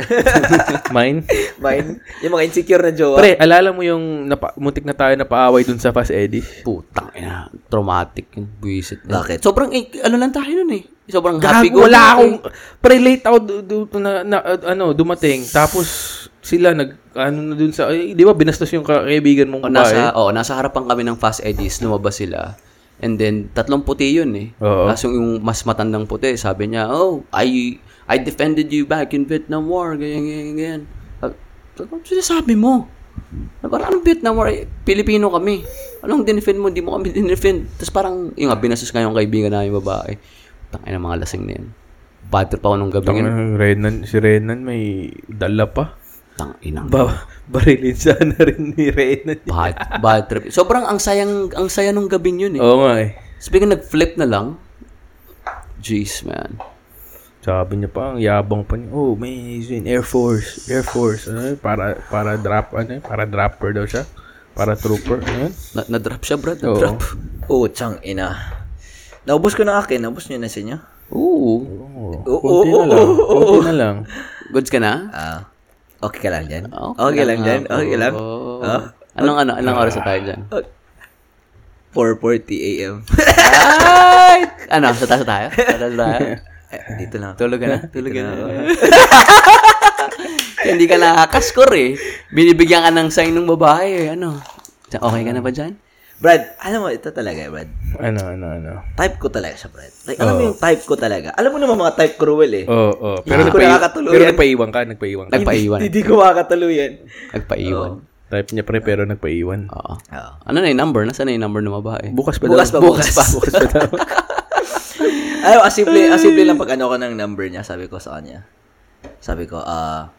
Speaker 3: mine.
Speaker 2: Mine, yung mga insecure na jowa.
Speaker 3: Pre, alala mo yung napa, muntik na tayo na paaway dun sa Fast Eddie?
Speaker 1: Putang ina, traumatic yung buwisit. na.
Speaker 2: Bakit?
Speaker 1: Sobrang, eh, ano lang tayo nun eh. Sobrang happy eh.
Speaker 3: Happy
Speaker 1: go.
Speaker 3: wala akong pre late ako du- du- du- na, na- uh, ano dumating tapos sila nag ano na dun sa eh, di ba binastos yung ka- kaibigan mong
Speaker 1: O,
Speaker 3: babae.
Speaker 1: nasa, oh, nasa harapan kami ng Fast Eddies, lumabas sila. And then, tatlong puti yun eh.
Speaker 3: Oo.
Speaker 1: Kaso yung mas matandang puti, sabi niya, oh, I I defended you back in Vietnam War, ganyan, ganyan, ganyan. Sabi, ano sinasabi mo? Na Parang anong Vietnam War? Eh, Pilipino kami. Anong dinefend mo? Hindi mo kami dinefend. Tapos parang, yung nga, binasos nga yung kaibigan namin babae. Tangin ang mga lasing na yun. Bad trip ako nung gabi.
Speaker 3: Tang- eh, Renan, si Renan may dala pa.
Speaker 1: Tangin ang
Speaker 3: Ba barilin sana rin ni Renan.
Speaker 1: bad, bad trip. Sobrang ang sayang, ang saya nung gabi yun eh.
Speaker 3: Oo nga eh.
Speaker 1: Speaking of nag-flip na lang, jeez, man.
Speaker 3: Sabi niya pa, ang yabang pa niya. Oh, may he's in Air Force, Air Force. Ano, yun? para para drop ano, yun? para dropper daw siya. Para trooper, ano? yun?
Speaker 1: Na- na-drop siya, Brad.
Speaker 3: Oo.
Speaker 1: Na-drop.
Speaker 2: Oh, chang ina. Naubos ko na akin. Naubos niyo na sa inyo?
Speaker 1: Oo.
Speaker 3: Oo, Oh, konti na lang. Konti na lang.
Speaker 1: Goods ka na?
Speaker 3: Uh,
Speaker 2: Ah. okay ka lang dyan?
Speaker 1: Ah,
Speaker 2: Okay, lang
Speaker 1: nga
Speaker 2: dyan?
Speaker 1: po.
Speaker 2: Okay lang?
Speaker 1: Oo.
Speaker 2: Ah?
Speaker 1: Anong, ano,
Speaker 3: uh,
Speaker 1: anong oras na tayo dyan?
Speaker 2: 4.40 a.m.
Speaker 1: Ay! Ano, sa taas na tayo? Sa taas na tayo?
Speaker 2: Eh, Dito lang.
Speaker 1: Tulog ka na? Tulog ka na. Kaya Hindi ka nakakaskor eh. Binibigyan ka ng sign ng babae eh. Ano? Okay ka na ba dyan?
Speaker 2: Brad, alam mo, ito talaga, Brad.
Speaker 3: Ano, ano, ano.
Speaker 2: Type ko talaga siya, Brad. Like, alam mo yung type ko talaga. Alam mo naman mga type ko, Ruel, eh.
Speaker 3: Oo, oo. Pero,
Speaker 2: Hindi ko
Speaker 3: nagpaiwan-
Speaker 2: nakakatuluyan.
Speaker 3: pero nagpaiwan ka, nagpaiwan ka.
Speaker 1: Nagpaiwan.
Speaker 2: Hindi ko makakatuluyan.
Speaker 1: Nagpaiwan.
Speaker 3: Type niya pre, pero nagpaiwan.
Speaker 2: Ah.
Speaker 1: Oo.
Speaker 2: Oo.
Speaker 1: Ano na yung number? Nasaan na yung number ng babae?
Speaker 3: Bukas pa
Speaker 2: Bukas
Speaker 3: daw.
Speaker 2: pa, bukas.
Speaker 3: Bukas pa daw.
Speaker 2: Alam, as simple, as simple lang pag ano ko ng number niya, sabi ko sa kanya. Sabi ko, ah,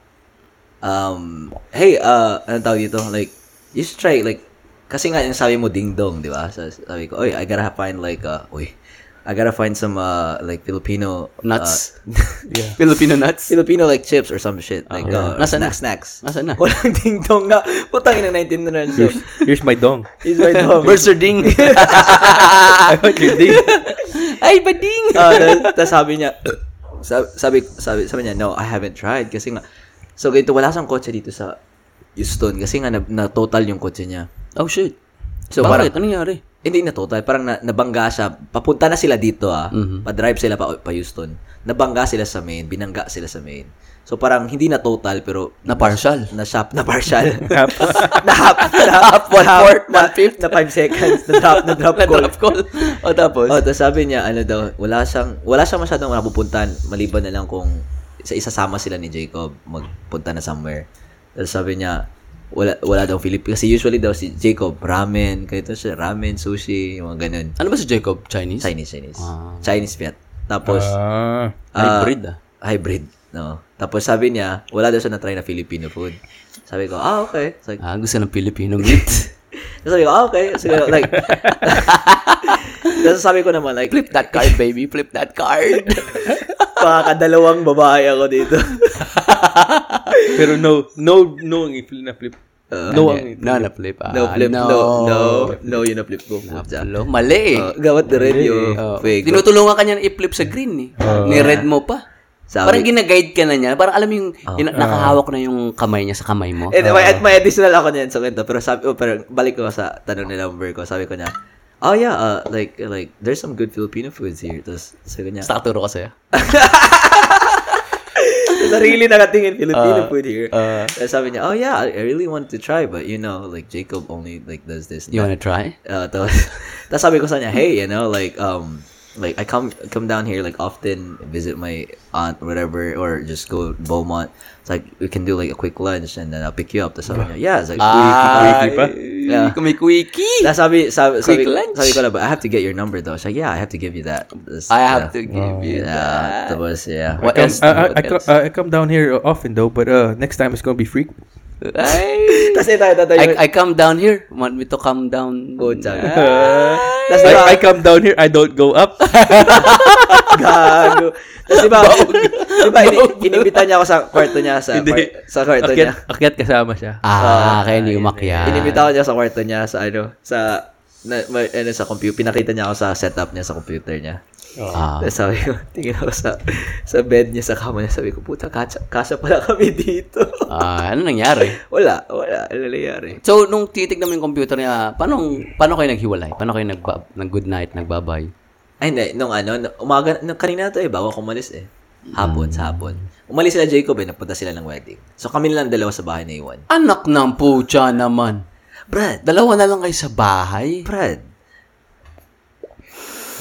Speaker 2: um, hey, ah, anong tawag dito? Like, you should try, like, kasi nga, yung sabi mo ding-dong, di ba? So, sabi ko, oy, I gotta find, like, uh, oy, I gotta find some, uh, like, Filipino,
Speaker 1: Nuts.
Speaker 3: Uh, Yeah.
Speaker 1: Filipino nuts.
Speaker 2: Filipino, like, chips or some shit. Like, uh,
Speaker 1: Nasaan na?
Speaker 2: snacks, snacks.
Speaker 1: Nasaan na?
Speaker 2: Walang ding-dong nga. Putang ina, 19 na siya.
Speaker 3: Here's my dong.
Speaker 2: Is my dong.
Speaker 1: Burserding.
Speaker 3: I want your ding.
Speaker 1: Ay, bading!
Speaker 2: Ah, tas- tas sabi niya, sabi, sabi, sabi, sabi niya, no, I haven't tried. Kasi nga, So, ganito, wala siyang kotse dito sa Houston kasi nga na, total yung kotse niya.
Speaker 1: Oh, shit.
Speaker 2: So,
Speaker 1: Bakit?
Speaker 2: parang,
Speaker 1: Ano nangyari?
Speaker 2: hindi na total, parang na, nabangga siya. Papunta na sila dito ah. Pa-drive sila pa, pa Houston. Nabangga sila sa main, binangga sila sa main. So, parang hindi na total pero
Speaker 1: Na partial.
Speaker 2: na shop na partial. na half, na half, na half, one fourth, one fifth, na five seconds, na drop, na drop goal.
Speaker 1: Na-drop call. o tapos?
Speaker 2: Oh, tapos sabi niya, ano daw, wala siyang, wala siyang masyadong napupuntahan, maliban na lang kung sa isasama sila ni Jacob, magpunta na somewhere. Tapos sabi niya, wala, wala daw Philippine. Kasi usually daw si Jacob, ramen, ganito siya, ramen, sushi, yung mga ganun.
Speaker 1: ano ba si Jacob? Chinese?
Speaker 2: Chinese, Chinese. Chinese Fiat. Tapos,
Speaker 3: Ah.
Speaker 2: ah,
Speaker 1: Hybrid ah.
Speaker 2: hybrid. No. Tapos sabi niya, wala daw siya na-try na Filipino food. Sabi ko, ah, okay. So,
Speaker 1: Ah, gusto ng Pilipino meat.
Speaker 2: sabi ko, ah, okay. So, like, tapos sabi ko naman, like,
Speaker 1: Flip that card, baby. Flip that card.
Speaker 2: Pakakadalawang babae ako dito.
Speaker 3: Pero no, no, no ang i-flip na flip. no ang i-flip.
Speaker 1: No, na-flip. Ah,
Speaker 2: No flip, no, no, no, yun na flip ko.
Speaker 1: Hello, mali eh.
Speaker 2: Uh, gawat the red yung
Speaker 1: Oh.
Speaker 2: fake.
Speaker 1: Tinutulungan ka niya na i-flip sa green eh. Ni red mo pa.
Speaker 2: Sabi-
Speaker 1: Parang ginaguide ka na niya. Parang alam mo yung yun- nakahawak na yung kamay niya sa kamay mo.
Speaker 2: And Eh, may, at may additional ako niyan sa kwento. Pero sabi, oh, pero balik ko sa tanong ni Lumber ko. Sabi ko niya, oh yeah, uh, like, like, there's some good Filipino foods here. Tapos, sabi ko niya,
Speaker 1: Basta katuro ka sa'yo.
Speaker 2: sarili nakatingin Filipino food here. Tapos sabi niya, oh yeah, I I really want to try. But you know, like, Jacob only, like, does this. and
Speaker 1: You
Speaker 2: that."
Speaker 1: wanna try?
Speaker 2: Uh, tapos, tapos sabi ko sa niya, hey, you know, like, um, like, I come come down here, like, often visit my aunt, whatever, or just go to Beaumont. It's like, we can do, like, a quick lunch, and then I'll pick you up. Tapos sabi niya, yeah, it's like,
Speaker 3: Quickie pa?
Speaker 1: Yeah. Kumikwiki.
Speaker 2: Tapos sabi, sabi, sabi,
Speaker 1: Quick lunch?
Speaker 2: sabi ko na, but I have to get your number, though. She's like, yeah, I have to give you that. Tapos,
Speaker 1: I have to
Speaker 2: yeah.
Speaker 1: give you
Speaker 2: Yeah,
Speaker 1: that.
Speaker 2: tapos, yeah.
Speaker 1: What
Speaker 3: Come-
Speaker 1: else?
Speaker 3: I, I- I
Speaker 1: What
Speaker 3: co-
Speaker 1: else?
Speaker 3: uh, I come down here often though, but uh, next time it's gonna be freak.
Speaker 1: Ay.
Speaker 2: Tapos, ito, ito, ito.
Speaker 1: Oh. I,
Speaker 2: yung-
Speaker 1: I come down here. Want me to come down?
Speaker 2: Go, Chang.
Speaker 3: That's
Speaker 2: diba-
Speaker 3: I, I come down here, I don't go up.
Speaker 2: Gago. Tapos diba, diba, ini, inibita niya ako sa kwarto niya, sa,
Speaker 3: Hindi.
Speaker 2: kwar- sa kwarto niya.
Speaker 3: akyat, akyat kasama siya.
Speaker 1: Ah, kaya ni umakyat.
Speaker 2: Inibita ako niya sa kwarto niya, sa ano, sa, na, may- ano, sa computer. Pinakita niya ako sa setup niya, sa computer niya.
Speaker 1: Ah.
Speaker 2: Tapos sabi ko, tingin ako sa, sa bed niya, sa kama niya. Sabi ko, puta, kasha, kasha pala kami dito.
Speaker 1: Ah, ano nangyari?
Speaker 2: wala, wala, ano nangyari.
Speaker 1: So, nung titignan mo yung computer niya, paano, paano kayo naghiwalay? Paano kayo nagba, nag-good night, nagbabay?
Speaker 2: Ay, hindi, nung ano, nung umaga, nung kanina to eh, bago ako umalis eh. Hapon,
Speaker 3: Mm.
Speaker 2: sa hapon. Umalis sila Jacob eh, napunta sila ng wedding. So kami lang dalawa sa bahay na iwan.
Speaker 1: Anak ng pucha naman.
Speaker 2: Brad,
Speaker 1: Dalawa na lang kayo sa bahay.
Speaker 2: Brad,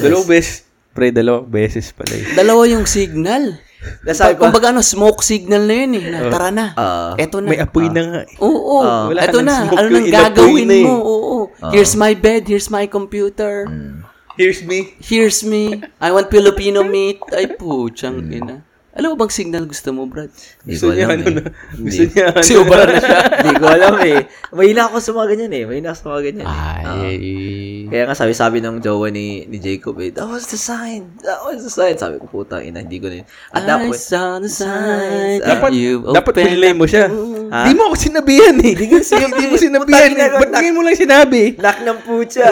Speaker 3: Dalawang beses. Pre, dalawang beses pala eh.
Speaker 1: Dalawa yung signal.
Speaker 2: Nasabi
Speaker 1: Kung baga ano, smoke signal na yun eh. Na, Tara na.
Speaker 2: Ah.
Speaker 1: Eto
Speaker 3: Oh.
Speaker 1: na.
Speaker 3: May apoy na nga. eh.
Speaker 1: Oo,
Speaker 3: Wala ka
Speaker 1: eto
Speaker 3: ng
Speaker 1: na.
Speaker 3: smoke
Speaker 1: Ano
Speaker 3: yun,
Speaker 1: nang
Speaker 3: inapoy
Speaker 1: gagawin
Speaker 3: na eh.
Speaker 1: mo? Oo. Here's my bed, here's my computer.
Speaker 3: Here's me.
Speaker 1: Here's me. I want Filipino meat. Ay,
Speaker 3: Hmm.
Speaker 1: puchang ina. Alam mo bang signal gusto mo, Brad?
Speaker 2: Hindi
Speaker 3: Gusto
Speaker 2: ko
Speaker 3: niya
Speaker 2: alam
Speaker 3: ano
Speaker 2: eh.
Speaker 3: na. Gusto niya ano.
Speaker 1: Siubaran na siya.
Speaker 2: Hindi ko alam eh. Mahina ako sa mga ganyan eh. Mahina ako sa mga ganyan eh.
Speaker 3: Ah.
Speaker 1: Ay.
Speaker 2: Kaya nga sabi-sabi ng jowa ni, ni Jacob eh, that was the sign. That was the sign. Sabi ko, puta, ina, hindi ko na yun. At that
Speaker 1: I
Speaker 2: point,
Speaker 1: saw the signs that
Speaker 3: Dapat,
Speaker 1: you
Speaker 3: dapat
Speaker 1: opened.
Speaker 3: pinilay mo siya. Mm. Di mo ako sinabihan eh. Di, kasi, di mo sinabihan
Speaker 2: Putang
Speaker 3: eh.
Speaker 2: ina,
Speaker 3: Ba't
Speaker 2: nak-
Speaker 3: ngayon mo lang sinabi?
Speaker 2: knock ng pucha.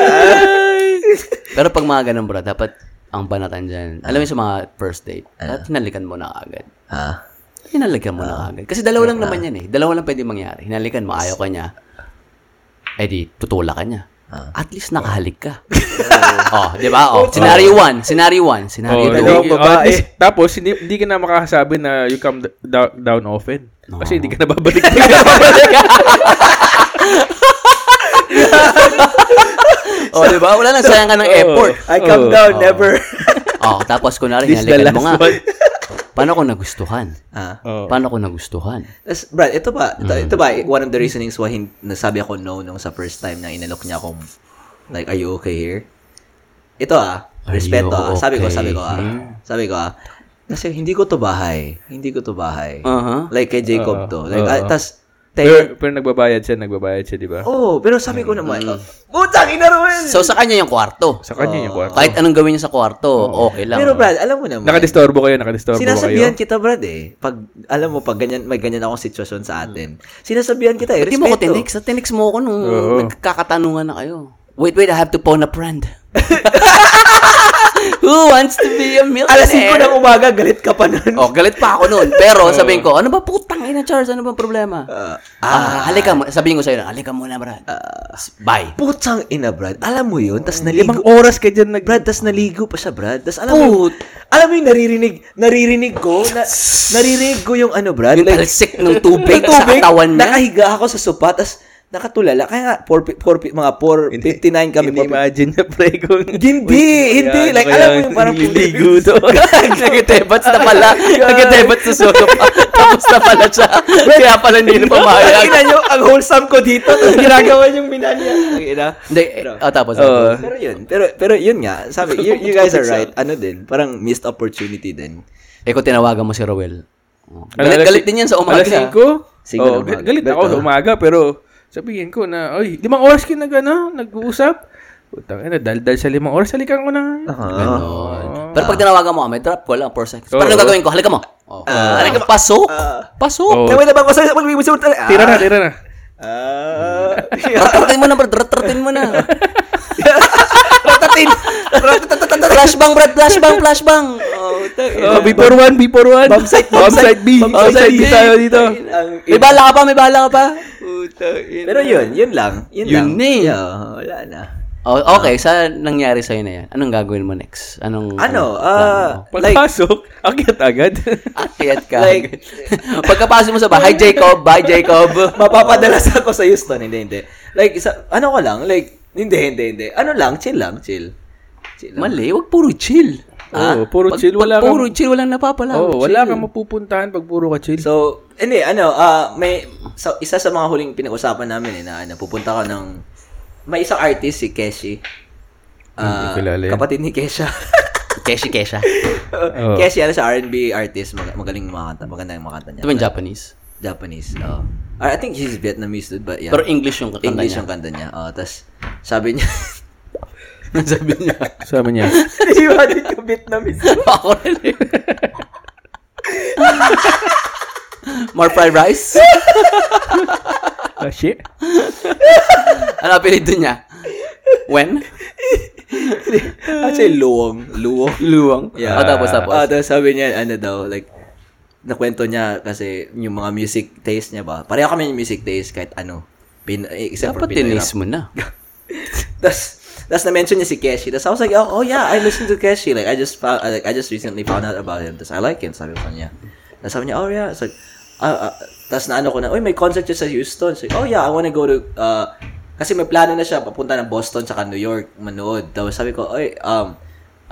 Speaker 1: Pero pag mga ganun, bro, dapat ang banatan dyan. Alam mo sa mga first date, dapat hinalikan mo na agad.
Speaker 2: ha?
Speaker 1: Hinalikan mo na agad. Kasi dalawa lang naman yan eh. Dalawa lang pwede mangyari. Hinalikan mo, ayaw ka niya. Eh di, tutula ka niya. At least nakahalik ka. oh, di ba? Ah. Oh, scenario 1, scenario 1,
Speaker 3: Oh,
Speaker 1: scenario
Speaker 2: Ito,
Speaker 3: di-
Speaker 2: dalawang babae.
Speaker 3: at least- tapos, hindi, hindi ka na makakasabi na you come d- down, down often. Kasi hindi ka na babalik.
Speaker 1: Oh, di ba? Wala na, sayang ka ng effort.
Speaker 2: I come
Speaker 3: Oh.
Speaker 2: down, never.
Speaker 1: Oh, tapos kunwari,
Speaker 3: This is the
Speaker 1: hinalikan mo nga.
Speaker 3: last one.
Speaker 1: Paano kung nagustuhan?
Speaker 2: Ah.
Speaker 3: Oh.
Speaker 1: Paano kung nagustuhan?
Speaker 2: Tas, Brad, ito ba, ito,
Speaker 1: Mm.
Speaker 2: ito ba, eh, one of the reasonings why hin- nasabi ako no nung sa first time na inalok niya akong, like, are you okay here? Ito ah,
Speaker 1: Are
Speaker 2: respeto
Speaker 1: you
Speaker 2: ah, sabi ko,
Speaker 1: okay
Speaker 2: sabi ko ah,
Speaker 1: here?
Speaker 2: sabi ko ah, kasi hindi ko to bahay, hindi ko to bahay.
Speaker 1: Aha.
Speaker 2: Like kay
Speaker 1: Uh-huh.
Speaker 2: Jacob to. Like, uh,
Speaker 3: Oo.
Speaker 2: tas, te,
Speaker 3: pero, pero nagbabayad siya, nagbabayad siya, di ba?
Speaker 2: oh, pero sabi ko naman, oh,
Speaker 1: Mm-hmm.
Speaker 2: putang ina eh." Ruel!
Speaker 1: So, sa kanya yung kwarto.
Speaker 3: Sa kanya yung kwarto.
Speaker 1: Kahit anong gawin niya sa kwarto, okay lang.
Speaker 2: Pero Brad, alam mo naman,
Speaker 3: Nakadisturbo kayo, nakadisturbo
Speaker 2: sinasabihan
Speaker 3: kayo.
Speaker 2: kita Brad eh, pag, alam mo, pag ganyan, may ganyan akong sitwasyon sa atin, sinasabihan kita eh,
Speaker 1: Hindi Mm. mo ko
Speaker 2: respeto.
Speaker 1: tinex. Tinex mo ko nung
Speaker 3: Oo.
Speaker 1: nagkakatanungan na kayo. Wait, wait, I have to phone a friend. Who? wants to be a millionaire.
Speaker 2: Alas 5 ng umaga, galit ka pa nun.
Speaker 1: Oh, galit pa ako noon. Pero sabihin ko, ano ba putang ina, Charles? Ano ba problema? ah, halika mo. Sabihin ko sa'yo, halika muna, brad.
Speaker 2: Ah.
Speaker 1: S- Bye.
Speaker 2: Putang ina, Brad. Alam mo yun?
Speaker 1: Mm.
Speaker 2: Tapos naligo. Limang oras ka dyan nag... Brad, tapos naligo pa siya, Brad. Tapos alam mo
Speaker 1: Put-
Speaker 2: Alam mo yung naririnig, naririnig ko, na, naririnig ko yung ano, Brad.
Speaker 1: Yung talsik ng tubig,
Speaker 2: Yung
Speaker 1: sa katawan niya.
Speaker 2: Nakahiga ako sa sopa, tapos nakatulala. Kaya nga, four, pi- four, pi- mga 4.59 kami. four-
Speaker 3: Imagine niya, pre, kung...
Speaker 2: Hindi, hindi. Like, alam mo yung parang
Speaker 3: Niligo to.
Speaker 1: Nagitebats na pala. Nagitebats sa solo pa. Tapos na pala siya. Kaya pala hindi na
Speaker 2: Ang ina
Speaker 1: pumayag.
Speaker 2: nyo, ang wholesome ko dito, tapos ginagawa yung binanya. Ang ina.
Speaker 1: Hindi, eh, oh, tapos.
Speaker 2: Oo. pero yun, pero pero yun nga, sabi, you, you guys are right. Ano din, parang missed opportunity din.
Speaker 1: Eh, kung tinawagan mo si Rowell. Oh. Galit, galit din yan sa umaga.
Speaker 3: Ano,
Speaker 1: ah.
Speaker 3: Alas 5?
Speaker 2: Sige,
Speaker 3: Oh,
Speaker 2: umaga.
Speaker 3: ga- galit ako sa umaga, pero sabihin ko na, oy, limang oras ka nag, ano, nag-uusap. Putang ina, daldal sa limang oras, salikan ko na.
Speaker 2: Ah.
Speaker 1: Oh. Pero pag tinawagan mo, may trap ko lang for seconds. Parang
Speaker 3: Oo.
Speaker 1: gagawin ko, halika mo. Oh. halika mo. Pasok. Pasok.
Speaker 3: Oo.
Speaker 2: Tama na ba ko sa pag mo sa
Speaker 3: Tira na, tira na.
Speaker 2: Ah.
Speaker 1: Ratratin mo na, brad. Ratratin mo na.
Speaker 2: Ratatin.
Speaker 1: flashbang, brad. Flashbang, flashbang. Oh,
Speaker 3: Oh, before one, before one.
Speaker 2: Bomb site, bomb site,
Speaker 3: Bombsite B.
Speaker 2: bomb
Speaker 3: Bombsite
Speaker 2: site
Speaker 3: B
Speaker 2: B.
Speaker 3: tayo dito.
Speaker 1: May bala ka pa, may bala ka pa.
Speaker 2: Pero yun, yun lang. Yun,
Speaker 1: Yun
Speaker 2: lang.
Speaker 1: na eh.
Speaker 2: Yeah, wala na.
Speaker 1: Oh, okay, sa nangyari sa'yo na yan, anong gagawin mo next? Anong,
Speaker 2: Ano,
Speaker 1: anong
Speaker 2: ah, like,
Speaker 3: Pagpasok, akyat agad.
Speaker 1: plano mo? Akyat ka.
Speaker 2: Like-
Speaker 1: Pagkapasok mo sa bahay, Jacob, bye Jacob.
Speaker 2: mapapadalas ako sa Houston. Hindi, hindi. Like, sa, ano ko lang, like, hindi, hindi, hindi. Ano lang, chill lang, chill. Chill lang.
Speaker 1: Mali, wag puro chill. Ah,
Speaker 3: Oo, puro
Speaker 1: Pag-
Speaker 3: chill,
Speaker 1: pag
Speaker 3: wala kang-
Speaker 1: puro chill, walang napapala.
Speaker 3: Oh, wala kang mapupuntahan pag puro ka chill.
Speaker 2: So, hindi, ano, ah may, sa, isa sa mga huling pinag-usapan namin, eh, na, ano, pupunta ka ng, may isang artist, si Keshi. Ah,
Speaker 3: Hindi kilala yan.
Speaker 2: kapatid ni Kesha.
Speaker 1: Kesha, kesha.
Speaker 2: Oh. Keshi, ano, sa R&B artist, mag- magaling makanta, maganda yung makanta niya.
Speaker 1: Ito ba yung Japanese?
Speaker 2: Japanese, oo. Or I think she's Vietnamese, dude, but yeah.
Speaker 1: Pero English yung kakanta
Speaker 2: English
Speaker 1: niya.
Speaker 2: yung kanta niya. Oh, tapos, sabi niya,
Speaker 1: Sabi niya.
Speaker 3: Sabi niya.
Speaker 2: Iwanin ka Vietnamese.
Speaker 1: Ako rin eh. More fried rice?
Speaker 3: Kasi,
Speaker 1: Ano apelido niya? When?
Speaker 2: Actually, luwang. Luwang.
Speaker 1: Luwang. Yeah. Oh, tapos, tapos.
Speaker 2: Ah, tapos sabi niya, ano daw, like, nakwento niya kasi yung mga music taste niya ba? Pareho kami yung music taste kahit ano. Pin, eh, except
Speaker 1: Dapat
Speaker 2: for Pinoy
Speaker 1: tinis
Speaker 2: rap.
Speaker 1: mo na.
Speaker 2: Tapos, tapos na-mention niya si Keshi. Tapos I was like, oh, oh yeah, I listened to Keshi. Like, I just found, like, I just recently found out about him. Tapos I like him, sabi ko sa niya. Tapos sabi niya, oh yeah. It's like, ah, ah. tapos naano ko na, uy, may concert siya sa Houston. So, oh yeah, I wanna go to, uh, kasi may plano na siya, papunta ng Boston saka New York, manood. Tapos sabi ko, oy, um,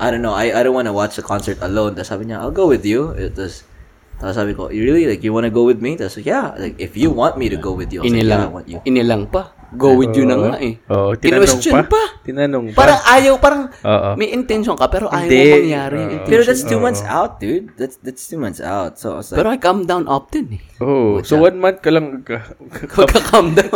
Speaker 2: I don't know, I, I don't wanna watch the concert alone. Tapos sabi niya, I'll go with you. Eh, Tapos, tapos sabi ko, you really, like, you wanna go with me? Tapos, yeah, like, if you want me to go with you, I was like, yeah, I
Speaker 1: Inilang,
Speaker 2: want you.
Speaker 1: inilang pa. Go with you na nga eh.
Speaker 3: oh, tinanong
Speaker 1: Kinwestiyon
Speaker 3: pa. Tinanong pa.
Speaker 1: Parang ayaw, parang
Speaker 3: Oo.
Speaker 1: may intention ka, pero ayaw
Speaker 3: Hindi.
Speaker 1: mo mangyari yung
Speaker 3: Oo.
Speaker 1: intention.
Speaker 2: Pero Uh, that's two months out, dude. That's that's two months out. So I was like,
Speaker 1: Pero I calm down often eh.
Speaker 3: Oh, so one month ka lang ka- ka-
Speaker 1: Pagka-calm down.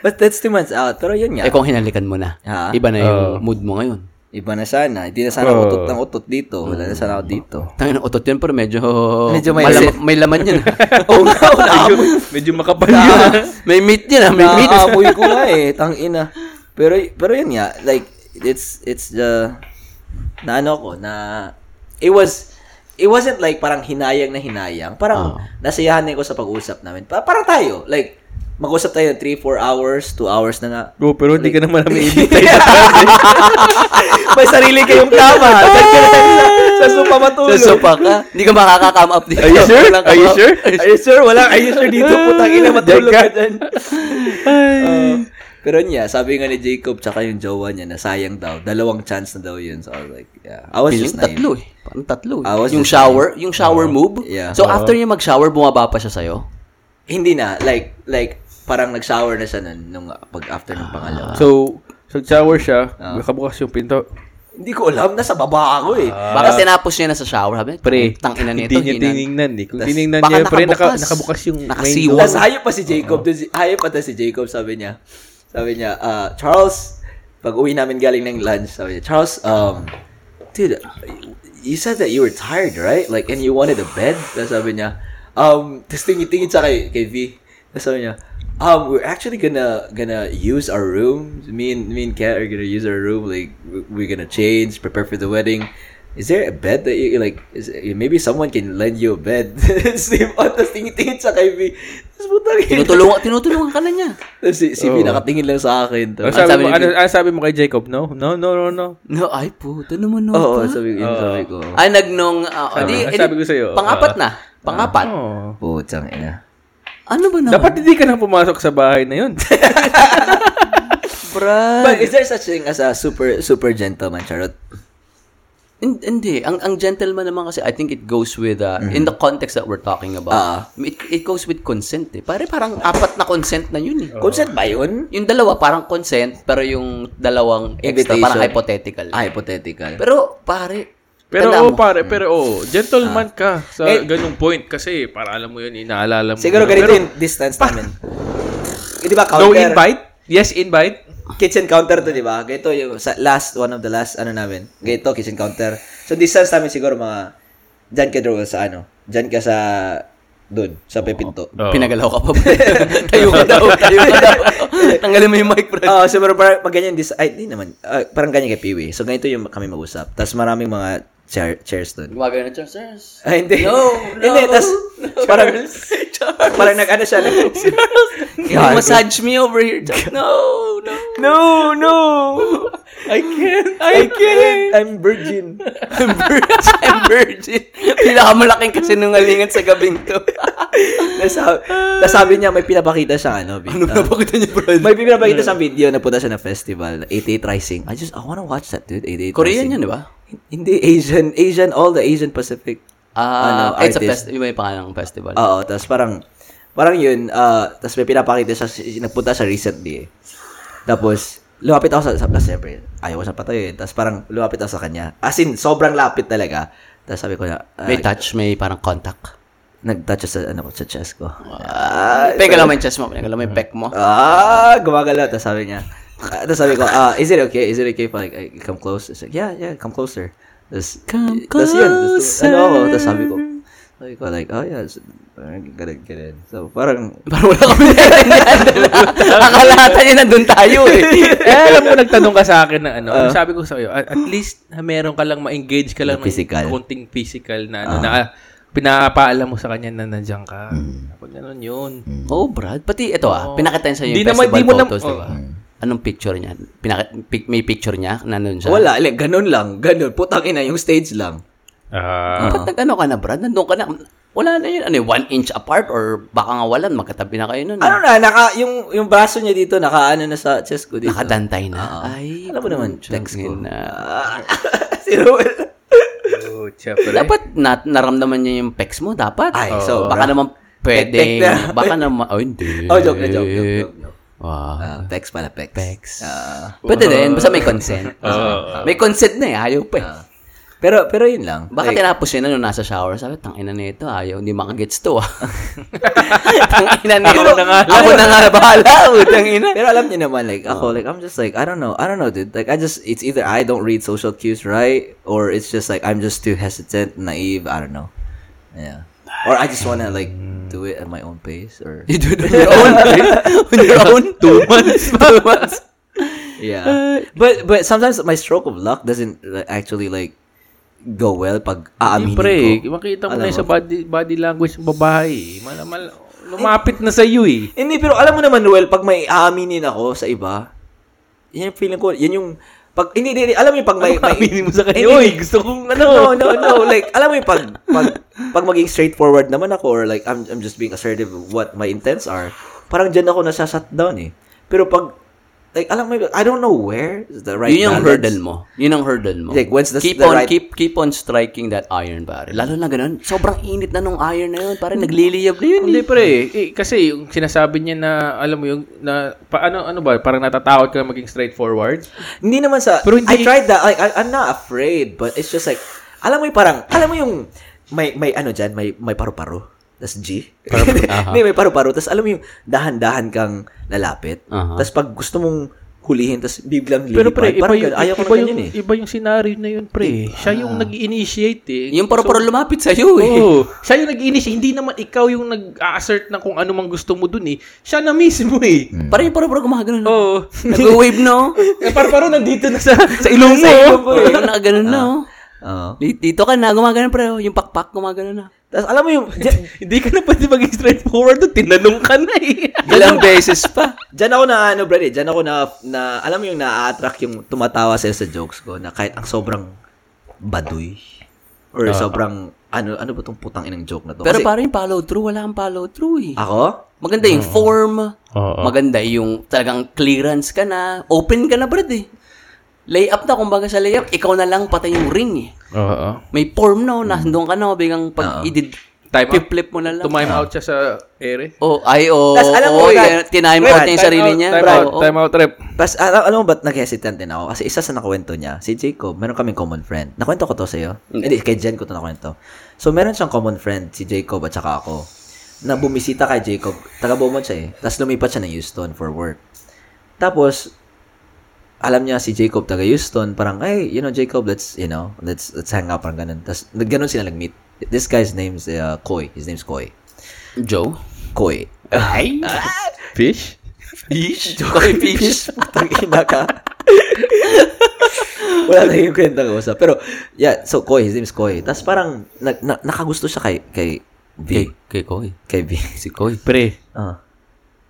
Speaker 2: but that's two months out. Pero yun
Speaker 1: eh
Speaker 2: nga.
Speaker 1: kung hinalikan mo na,
Speaker 2: Ha?
Speaker 1: iba na yung
Speaker 3: Oh.
Speaker 1: mood mo ngayon.
Speaker 2: Iba na sana. Hindi na sana
Speaker 3: Oo.
Speaker 2: utot ng utot dito. Wala na sana ako dito.
Speaker 1: Tangin ng otot yun, pero medyo,
Speaker 2: Medyo may-
Speaker 1: malam- may laman yun.
Speaker 2: oh, no,
Speaker 3: medyo,
Speaker 2: naamoy.
Speaker 3: medyo makapal yun.
Speaker 1: may meat yun ah, may meat.
Speaker 2: Naamoy ko nga eh. Tang ina. Pero, pero yun nga. Like, it's, it's the, na ano ko, na, it was, it wasn't like parang hinayang na hinayang. Parang,
Speaker 1: Oo.
Speaker 2: nasayahan din ko sa pag-usap namin. Pa- parang tayo. Like, mag-usap tayo ng 3, 4 hours, 2 hours na nga.
Speaker 3: Oh, pero hindi ka naman namin ibig
Speaker 2: May sarili kayong kama. Saan ka na- sa, sa sopa matulog.
Speaker 1: Sa sopa ka, hindi ka makaka-come up dito.
Speaker 3: Are you sure?
Speaker 1: Walang
Speaker 3: Are you
Speaker 1: come up.
Speaker 3: sure?
Speaker 2: Are you sure? Wala, are you sure dito? Putang ina, matulog ka dyan. Oo. pero niya, sabi nga ni Jacob, tsaka yung jowa niya, nasayang daw. Dalawang chance na daw yun. So I was like, yeah. I was
Speaker 1: Feeling
Speaker 2: just naive.
Speaker 1: tatlo eh. Parang tatlo eh.
Speaker 2: I was
Speaker 1: Yung
Speaker 2: just
Speaker 1: shower, yung shower move.
Speaker 2: Yeah.
Speaker 1: So after niya mag-shower, bumaba pa siya sa'yo.
Speaker 2: Hindi na. Like, like, parang nag-shower na siya nun, nung uh, pag after ng pangalawa.
Speaker 3: So, so shower siya,
Speaker 2: Ah.
Speaker 3: nakabukas yung pinto.
Speaker 2: Hindi ko alam, nasa baba ako eh.
Speaker 1: Baka tinapos niya na sa shower, habi?
Speaker 3: Ah. Pre,
Speaker 1: tang ina nito.
Speaker 3: hindi niya tinignan
Speaker 1: hinan.
Speaker 3: eh. Kung
Speaker 2: Tas-
Speaker 3: tinignan niya,
Speaker 1: baka
Speaker 3: pre, naka,
Speaker 1: nakabukas.
Speaker 3: nakabukas yung main
Speaker 1: Nakasiwa.
Speaker 3: door.
Speaker 2: Tapos hayop pa si Jacob. Dun si- Hayop pa ta si Jacob, sabi niya. Sabi niya, ah, Charles, pag uwi namin galing ng lunch, sabi niya, Charles, um, dude, you said that you were tired, right? Like, and you wanted a bed? Tapos sabi niya, um, tapos tingin-tingin siya kay, kay V. Tapos sabi niya, Um, we're actually gonna gonna use our room. Me and me and Kat are gonna use our room. Like we- we're gonna change, prepare for the wedding. Is there a bed that you like? Is, maybe someone can lend you a bed. Sleep on, tapos tingin-tingin sa kaibi. Tapos puta
Speaker 1: Tinutulungan, tinutulungan ka na niya.
Speaker 2: Tapos si, si
Speaker 3: Oo.
Speaker 2: P nakatingin lang sa akin.
Speaker 3: Ano
Speaker 2: Tapos,
Speaker 1: Ang
Speaker 3: sabi,
Speaker 1: sabi
Speaker 3: mo,
Speaker 1: ni
Speaker 3: ano,
Speaker 1: Vic-
Speaker 3: ano sabi mo kay Jacob? No? No, no, no, no.
Speaker 1: No, ay po. Ito naman no.
Speaker 2: Oo,
Speaker 1: pa.
Speaker 2: sabi, yun sabi ko.
Speaker 1: Ay, nagnong... ah,
Speaker 3: Sabi- ang
Speaker 1: di- eh, di-
Speaker 3: sabi ko sa'yo, ah,
Speaker 1: Pangapat na. Pangapat.
Speaker 3: Oh.
Speaker 2: Putang ina.
Speaker 1: Ano ba naman?
Speaker 3: Dapat hindi ka na pumasok sa bahay na yun.
Speaker 1: Brad.
Speaker 2: But is there such thing as a super super gentleman charot?
Speaker 1: Hin- Hindi. Ang, ang gentleman naman kasi, I think it goes with, uh, in the context that we're talking about,
Speaker 2: Ah.
Speaker 1: it, it goes with consent eh. Pare, parang apat na consent na yun eh.
Speaker 2: Consent ba yun?
Speaker 1: Yung dalawa parang consent, pero yung dalawang extra
Speaker 2: Invitation.
Speaker 1: parang hypothetical.
Speaker 2: Ah, hypothetical.
Speaker 1: Pero, pare,
Speaker 3: Pero oo,
Speaker 1: tandaan mo,
Speaker 3: pare, pero oo. gentleman ka sa
Speaker 2: Mm. Eh,
Speaker 3: ganung point kasi para alam mo yun, inaalala mo.
Speaker 2: Siguro
Speaker 3: yun.
Speaker 2: ganito
Speaker 3: Pero
Speaker 2: yung distance namin. Eh, Di ba
Speaker 3: No
Speaker 2: counter?
Speaker 3: invite? Yes, invite?
Speaker 2: Kitchen counter to, di ba? Ganito yung sa last, one of the last, ano namin. Ganito, kitchen counter. So, distance namin siguro mga, dyan ka doon sa ano. Dyan ka sa, doon, sa pepinto.
Speaker 3: Oo.
Speaker 1: pinagalaw ka pa. tayo ka daw, tayo ka daw. Tanggalin mo yung mic, bro.
Speaker 2: Oo, so parang, parang pag ganyan, dis- ay, di naman, Ah, parang ganyan kay Piwi. So, ganito yung kami mag-usap. Tapos maraming mga chair- chairs doon.
Speaker 1: Gumagano na, Charles.
Speaker 2: Ay, hindi.
Speaker 1: No, no.
Speaker 2: Hindi, tas, parang, parang nag-ano siya, nag-
Speaker 1: You massage me over here. Charles. No, no.
Speaker 2: No, no. I can't. I can't. I'm virgin.
Speaker 1: I'm virgin. I'm virgin. Pinakamalaking kasinungalingan sa gabing to.
Speaker 2: Nasabi, nasabi niya may pinapakita siya ano. Ano
Speaker 1: Napakita niya, bro.
Speaker 2: May pinapakita
Speaker 1: Hmm.
Speaker 2: siyang video na punta siya na festival, 88 Rising. I just I wanna watch that dude, 88
Speaker 1: Korean
Speaker 2: Rising.
Speaker 1: yun, di ba?
Speaker 2: Hindi Asian, Asian all the Asian Pacific.
Speaker 1: Ah,
Speaker 2: ano,
Speaker 1: it's a
Speaker 2: artist. Ah,
Speaker 1: fest, may pangalang festival.
Speaker 2: Oo, tapos parang parang yun, ah tapos may pinapakita siya nagpunta siya recently. Eh. Tapos lumapit ako sa sa tapos siyempre, ayaw ko siya patayin. Tapos parang lumapit ako sa kanya. As in, sobrang lapit talaga. Tapos sabi ko na, ah,
Speaker 1: may touch, may parang contact.
Speaker 2: nag-touch siya sa ano ko sa chest ko.
Speaker 1: Uh, Pega lang mo yung chest mo, pega lang mo yung pec mo.
Speaker 2: ah, gumagalaw. Tapos sabi niya, ah, tapos sabi ko, ah, is it okay? Is it okay if like, I come close? It's like, yeah, yeah, come closer. Tapos,
Speaker 1: Come
Speaker 2: Tapos yun, tapos,
Speaker 1: closer.
Speaker 2: ano ako, tapos sabi ko, sabi ko, like, oh yeah, so, parang ganun, ganun. So, parang,
Speaker 1: Parang wala kami naiintindihan. Akala ata niya nandun tayo eh.
Speaker 3: eh, alam mo, nagtanong ka sa akin na ano. Ano sabi ko sa iyo, at, at least na meron ka lang ma-engage ka
Speaker 2: Ah.
Speaker 3: lang
Speaker 2: Na physical.
Speaker 3: ng konting physical na ano, na ah, pinapaalam mo sa kanya na nandiyan ka.
Speaker 2: Mm.
Speaker 3: Pag ganun yun.
Speaker 1: Oh, Brad. Pati ito ah, pinakita niya sa yung
Speaker 3: Di naman-
Speaker 1: festival
Speaker 3: di mo nam-
Speaker 1: photos, di ba? Anong picture niya? Pinaka- pic- may picture niya? Nandun siya?
Speaker 2: wala, like, ganun lang, ganun, putang ina, yung stage lang.
Speaker 3: Ah.
Speaker 1: Ba't nag-ano ka na, Brad? Nandun ka na. Wala na yun. Ano yun, one inch apart or baka nga walan, magkatabi na kayo nun. eh.
Speaker 2: Ano na, naka, yung, yung braso niya dito, naka, ano na sa chest ko dito.
Speaker 1: Nakadantay na.
Speaker 2: Oo.
Speaker 1: Ay,
Speaker 2: Alam mo naman,
Speaker 1: putya
Speaker 2: text ko.
Speaker 1: na.
Speaker 2: Ah, si Ruel.
Speaker 3: Oh, syempre.
Speaker 1: Dapat na, naramdaman niya yung pecs mo, dapat.
Speaker 2: Ay, so,
Speaker 1: baka naman
Speaker 2: Tek-tek
Speaker 1: pwede.
Speaker 2: na.
Speaker 1: Baka naman, oh hindi.
Speaker 2: Oh, joke na, joke, joke, joke, joke.
Speaker 1: Wow.
Speaker 2: Ah, pecs pala, pecs.
Speaker 1: Eh. Pecs.
Speaker 2: Ah.
Speaker 1: Pwede din, basta may consent. may consent na eh, ayaw pa eh.
Speaker 2: pero, pero yun lang.
Speaker 1: Baka tinapos yun na nung nasa shower. Sabi, tangina na ito, ayaw, hindi makagets to ah. tangina na
Speaker 3: Ako na nga.
Speaker 1: Ako na nga, bahala. Utang ina.
Speaker 2: Pero alam niyo naman, like,
Speaker 1: Oh.
Speaker 2: ako, like, I'm just like, I don't know, I don't know, dude. Like, I just, it's either I don't read social cues right, or it's just like, I'm just too hesitant, naive, I don't know. Yeah. Or I just wanna, like, do it at my own pace, or...
Speaker 1: You do it on your own, right? On your own? Two months. Two months. Uh,
Speaker 2: Yeah. But, but sometimes my stroke of luck doesn't like, actually, like, go well pag aaminin
Speaker 3: Siyempre,
Speaker 2: ko.
Speaker 3: makita mo
Speaker 2: Alam
Speaker 3: na yun
Speaker 2: mo.
Speaker 3: sa body, body language ng babae. eh. Malamal, lumapit na sa iyo eh.
Speaker 2: Hindi, pero alam mo naman, Noel, pag may aaminin ako sa iba, yan yung feeling ko, yan yung, pag, hindi, hindi, hindi, alam mo yung pag may, may,
Speaker 3: Aminin Ano mo sa kanya,
Speaker 2: Hindi,
Speaker 3: oy, gusto kong
Speaker 2: No,
Speaker 3: ano.
Speaker 2: no, no. Like, alam mo yung pag, pag, pag maging straightforward naman ako or like, I'm, I'm just being assertive of what my intents are, parang dyan ako nasa-shut down eh. Pero pag, like, alam mo yun, I don't know where is the right
Speaker 1: Yun yung
Speaker 2: balance.
Speaker 1: hurdle mo. Yun ang hurdle mo.
Speaker 2: Like, when's the-
Speaker 1: keep
Speaker 2: the
Speaker 1: on,
Speaker 2: right-
Speaker 1: keep, keep on striking that iron, pare. Mm. Lalo na ganun, sobrang init na nung iron na yun. Pare, nagliliyab na yun.
Speaker 3: Hindi pre, eh, kasi yung sinasabi niya na alam mo yung na paano ano ba, parang natatakot ka na maging straightforward.
Speaker 2: Hindi naman sa,
Speaker 3: Pero hindi-
Speaker 2: I tried that. Like, I, I'm not afraid, but it's just like, alam mo yung parang, alam mo yung, may, may ano dyan, may, may paru-paro. Tapos G. Hindi, may paru-paro. Tapos alam mo yung dahan-dahan kang lalapit.
Speaker 1: Aha.
Speaker 2: Tapos pag gusto mong hulihin, tapos biglang lilipad.
Speaker 3: Pero pre, iba
Speaker 2: Parang
Speaker 3: yung,
Speaker 2: ganun. Ayaw ko
Speaker 3: iba,
Speaker 2: na
Speaker 3: yung,
Speaker 2: ganyan eh. Ah.
Speaker 3: iba yung scenario na yun, pre. Siya yung nag-initiate eh.
Speaker 1: Yung paro-paro lumapit sa'yo eh.
Speaker 3: Oo. Siya yung nag-initiate. Hindi naman ikaw yung nag-assert ng kung ano mang gusto mo dun eh. Siya na mismo eh.
Speaker 1: Parang yung paro-paro gumagano na.
Speaker 3: Oo.
Speaker 1: Nag-wave no?
Speaker 3: eh, parang nandito na sa, sa ilong mo.
Speaker 1: Sa
Speaker 3: oh.
Speaker 1: ilong ko eh. Nakaganon na oh.
Speaker 2: Oo.
Speaker 1: Di- Dito ka na, gumagano pre. oh. Yung pakpak, gumagano na.
Speaker 2: Tapos alam mo yung, dyan,
Speaker 3: Hindi ka na pwede maging straightforward doon. Tinanong ka na eh.
Speaker 1: Ilang beses pa.
Speaker 2: dyan ako na ano, brad, eh, dyan ako na, na, alam mo yung na-attract yung tumatawa sila sa jokes ko na kahit ang sobrang baduy or
Speaker 3: Ah.
Speaker 2: sobrang, ano, ano ba tong putang inang joke na to?
Speaker 1: Pero
Speaker 2: Kasi
Speaker 1: parang yung follow through, wala kang follow through eh.
Speaker 2: ako,
Speaker 1: Maganda yung form.
Speaker 3: Oo.
Speaker 1: Maganda yung talagang clearance ka na. Open ka na, Brad eh. Layup na, kumbaga sa layup, ikaw na lang patay yung ring eh.
Speaker 3: Oo.
Speaker 1: May form no, nandun ka na, biglang pag i-did,
Speaker 3: Time out.
Speaker 1: flip mo na lang.
Speaker 3: Tumime out siya sa ere.
Speaker 1: Oh, ay, oh,
Speaker 2: Tas alam mo,
Speaker 1: oh,
Speaker 2: Brad,
Speaker 1: tinime
Speaker 2: Brad,
Speaker 1: out niya yung
Speaker 2: time
Speaker 1: sarili
Speaker 2: out,
Speaker 1: niya.
Speaker 3: Time
Speaker 1: Brad,
Speaker 3: out,
Speaker 1: oo.
Speaker 3: time out, rep.
Speaker 2: Tapos, al- alam mo ba't nag-hesitant din ako? Kasi isa sa nakwento niya, si Jacob, meron kaming common friend. Nakwento ko to sa'yo? Hindi, kay Jen ko to nakwento. So, meron siyang common friend, si Jacob at saka ako, na bumisita kay Jacob. Taga Beaumont siya eh. Tapos lumipat siya ng Houston for work. Tapos, alam niya si Jacob taga Houston, parang, hey, you know, Jacob, let's, you know, let's, let's hang out, parang ganun. Tapos, nagganon sila nag-meet. This guy's name's uh, Koy. His name's Koy.
Speaker 1: Joe?
Speaker 2: Koy.
Speaker 3: Ay. Fish?
Speaker 1: Fish? Joe kay Fish.
Speaker 2: Putang ina ka. Wala na yung kwenta ko sa. Pero, yeah, so Koy, his name is Koy. Tapos parang, na, na, nakagusto siya kay, kay
Speaker 1: Kay,
Speaker 2: V.
Speaker 1: kay Koy.
Speaker 2: Kay V.
Speaker 1: Si Koy.
Speaker 3: Pre,
Speaker 2: Ah.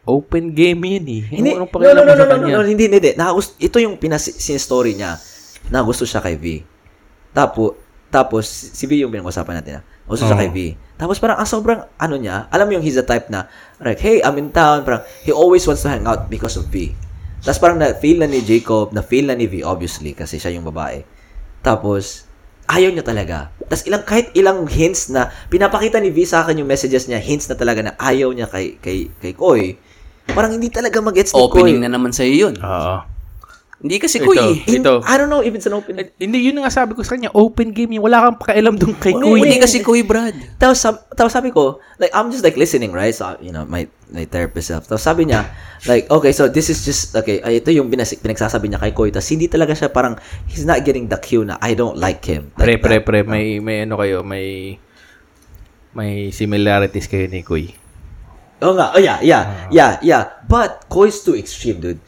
Speaker 3: open game yun eh.
Speaker 2: Hindi, no, no,
Speaker 3: Ano- anong
Speaker 2: no,
Speaker 3: pakialam
Speaker 2: no,
Speaker 3: mo sa
Speaker 2: no, no,
Speaker 3: kanya?
Speaker 2: no, hindi, hindi. Nakagusto, ito yung story niya. Nakagusto siya kay V. Tapos, tapos, si V yung pinag-usapan natin. Ah. Gusto siya
Speaker 3: Oo.
Speaker 2: kay V. Tapos parang, ang sobrang, ano niya, alam mo yung he's the type na, like, hey, I'm in town. Parang, he always wants to hang out because of V. Tapos parang na-feel na ni Jacob, na-feel na ni V, obviously, kasi siya yung babae. Tapos, ayaw niya talaga. Tapos ilang, kahit ilang hints na, pinapakita ni V sa akin yung messages niya, hints na talaga na ayaw niya kay, kay, kay Koy. Parang hindi talaga mag-gets ni Koy.
Speaker 1: Opening na naman sa'yo yun.
Speaker 3: Oo.
Speaker 1: Hindi kasi Koy
Speaker 3: Ito.
Speaker 1: eh.
Speaker 2: In-
Speaker 3: Ito.
Speaker 2: I don't know if it's an open.
Speaker 3: Eh, Hindi, yun ang nga sabi ko sa kanya. Open game yun. Wala kang pakialam doon kay
Speaker 2: Wait,
Speaker 3: Kuya.
Speaker 1: Hindi kasi Koy, Brad.
Speaker 2: Tapos, sab- tapos sabi ko, like, I'm just like listening, right? So, you know, my, my therapist self. Tapos sabi niya, like, okay, so this is just, okay, ay, ito yung binas- pinagsasabi niya kay Koy. Tapos hindi talaga siya parang, he's not getting the cue na I don't like him.
Speaker 3: Pre,
Speaker 2: Like
Speaker 3: pre,
Speaker 2: that.
Speaker 3: pre, may, may ano kayo, may may similarities kayo ni Kuy.
Speaker 2: Oo nga, oh yeah, yeah, yeah, yeah. But Koy's too extreme, dude.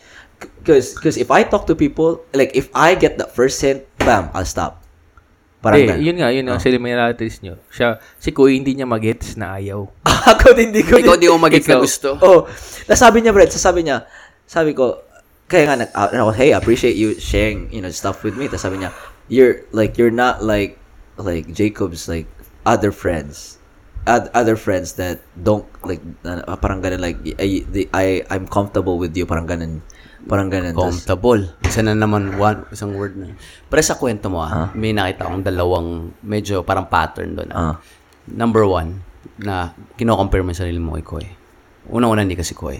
Speaker 2: Because cause if I talk to people, like, if I get that first hint, bam, I'll stop. Parang
Speaker 3: Eh,
Speaker 2: ganun. Ah.
Speaker 3: yun nga, yun ang similarities nyo. Siya, si Kuy hindi niya magets na ayaw.
Speaker 2: Ako din, hindi ko
Speaker 1: Ikaw di umagit na
Speaker 3: Ikaw.
Speaker 1: gusto.
Speaker 2: Oh, nasabi niya, Brad, sasabi niya, sabi ko, kaya nga, nag, ano ako, hey, I appreciate you sharing, you know, stuff with me. Tapos sabi niya, you're, like, you're not like, like, Jacob's, like, other friends. Oth- other friends that don't, like, uh, parang ganun, like, I, the, I, I'm comfortable with you, parang ganun. Parang ganun. Tas-
Speaker 1: Comfortable. Isa na naman, one, isang word na. yun. Pero sa kwento mo, ah, may nakita akong dalawang medyo parang pattern doon.
Speaker 2: Ah.
Speaker 1: ah. Number one, na kinocompare mo yung sarili mo kay Koy. Unang-una, hindi kasi Koy.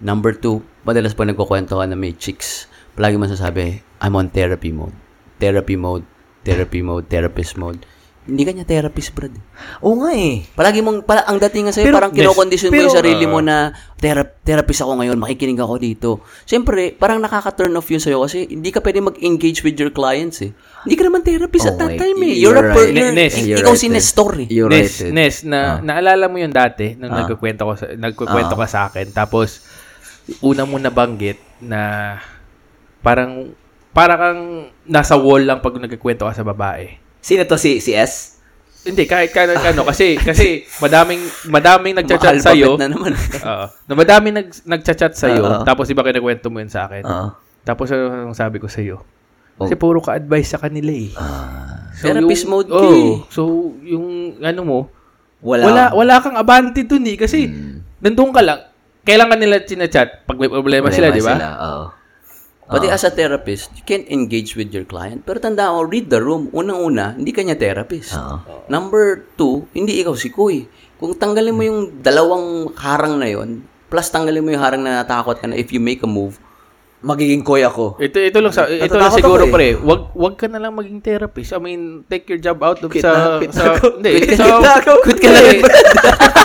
Speaker 1: Number two, madalas pag nagkukwento ka na may chicks, palagi mo sasabi, I'm on therapy mode. Therapy mode, therapy mode, therapist mode. Hindi ka niya therapist, Brad.
Speaker 2: Oo nga eh.
Speaker 1: Palagi mong, pala, ang dating nga sa'yo,
Speaker 2: Pero-
Speaker 1: parang kinokondisyon mo
Speaker 2: pero- ah.
Speaker 1: yung sarili mo na therap- therapist ako ngayon, makikinig ako dito. Siyempre, parang nakaka-turn off yun sa'yo kasi hindi ka pwede mag-engage with your clients eh. Hindi ka naman therapist at
Speaker 2: Oh
Speaker 1: that
Speaker 2: my-
Speaker 1: time eh.
Speaker 2: you're
Speaker 1: You're, a
Speaker 2: right.
Speaker 1: partner.
Speaker 3: Nes-
Speaker 1: Ik-
Speaker 2: you're
Speaker 1: Ikaw
Speaker 2: right
Speaker 1: si
Speaker 2: there.
Speaker 1: Nestor eh.
Speaker 2: You're
Speaker 3: Nes,
Speaker 2: right. dude.
Speaker 3: Nes, na, naalala mo yun dati, nung
Speaker 2: Ah.
Speaker 3: nagkukwento ko sa, nagkukwento ka sa akin. Tapos, una mo nabanggit na parang, parang kang nasa wall lang pag nagkukwento ka sa babae.
Speaker 2: Sino to? Si, si S?
Speaker 3: Hindi, kahit kahit ano, kasi, kasi madaming, madaming nagchat-chat
Speaker 1: Mga
Speaker 3: sa'yo.
Speaker 1: alphabet na naman.
Speaker 3: Oo. na madami nag, nagchat-chat sa'yo,
Speaker 2: Oo.
Speaker 3: tapos iba kinakwento mo yun sa akin.
Speaker 2: Ah.
Speaker 3: Tapos ano ang sabi ko sa'yo? Kasi
Speaker 2: Oh.
Speaker 3: puro ka-advise sa kanila eh.
Speaker 2: ah.
Speaker 1: Therapist mode
Speaker 3: oh,
Speaker 1: ka eh.
Speaker 3: So, yung ano mo,
Speaker 2: Wala. Hmm.
Speaker 3: wala, wala kang abante dun eh. Kasi, nandun ka lang. Kailangan nila chinachat pag may problema, sila, di ba?
Speaker 2: Oo.
Speaker 1: Pati
Speaker 2: Ah.
Speaker 1: as a therapist, you can't engage with your client. Pero tandaan mo, read the room. Unang-una, hindi ka niya therapist.
Speaker 2: Oo.
Speaker 1: Number two, hindi ikaw si Kuy. Kung tanggalin mo yung dalawang harang na yon, plus tanggalin mo yung harang na natakot ka na if you make a move,
Speaker 2: magiging koy ako.
Speaker 3: Ito ito lang sa ito lang
Speaker 2: Natatakot
Speaker 3: siguro
Speaker 2: ako eh.
Speaker 3: pre. Wag wag ka na lang maging therapist. I mean, take your job out of
Speaker 2: Quit
Speaker 3: sa
Speaker 2: na, quit na
Speaker 3: sa
Speaker 2: ako.
Speaker 3: hindi
Speaker 2: Quit
Speaker 3: sa
Speaker 2: na ako. Quit ka na rin, Brad.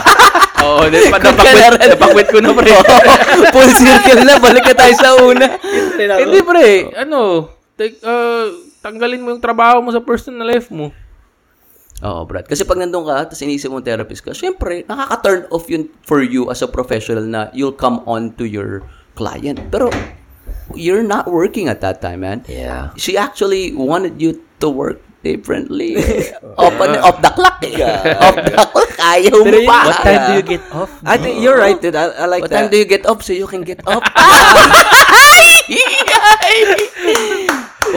Speaker 3: Oo, oh, then
Speaker 2: Quit ka na rin.
Speaker 3: napakwit, napakwit ko na pre.
Speaker 2: Full circle na. Balik na tayo sa una.
Speaker 3: hindi pre, ano, take uh, tanggalin mo yung trabaho mo sa personal life mo.
Speaker 1: Oo, Brad. Kasi pag nandun ka, tapos iniisip mo therapist ka, syempre, nakaka-turn off yun for you as a professional na you'll come on to your client. Pero, you're not working at that time, man.
Speaker 2: Yeah.
Speaker 1: She actually wanted you to work differently. off, on- off the clock. eh. off the clock. Ayaw mo pa.
Speaker 2: What time do you get off? I think you're right, dude. I, I like
Speaker 1: Oh. What time
Speaker 2: that.
Speaker 1: do you get up so you can get up?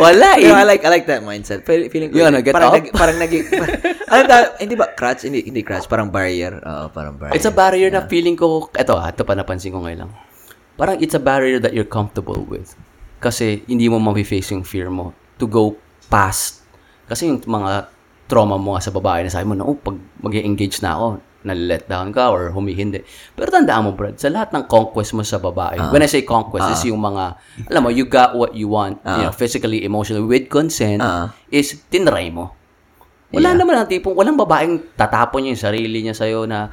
Speaker 1: Wala eh.
Speaker 2: No, I like I like that mindset. Fe- Feeling ko.
Speaker 1: Yun, ano, get
Speaker 2: parang
Speaker 1: up?
Speaker 2: nag- parang naging ano ta- hindi ba crutch? Hindi hindi crutch, parang barrier. Oo, parang barrier.
Speaker 1: It's a barrier na feeling ko, eto ah, ito pa napansin ko ngayon lang. Parang it's a barrier that you're comfortable with. Kasi hindi mo mapiface yung fear mo to go past. Kasi yung mga trauma mo nga sa babae na sabi mo na, oh, pag mag engage na ako, nalilet down ka or humihindi. Pero tandaan mo, Brad, sa lahat ng conquest mo sa babae, when I say conquest, is yung mga, alam mo, you got what you want, you know, physically, emotionally, with consent,
Speaker 2: Ah.
Speaker 1: is tinry mo. Wala naman ang tipong, walang babaeng tatapon yung sarili niya sa'yo na,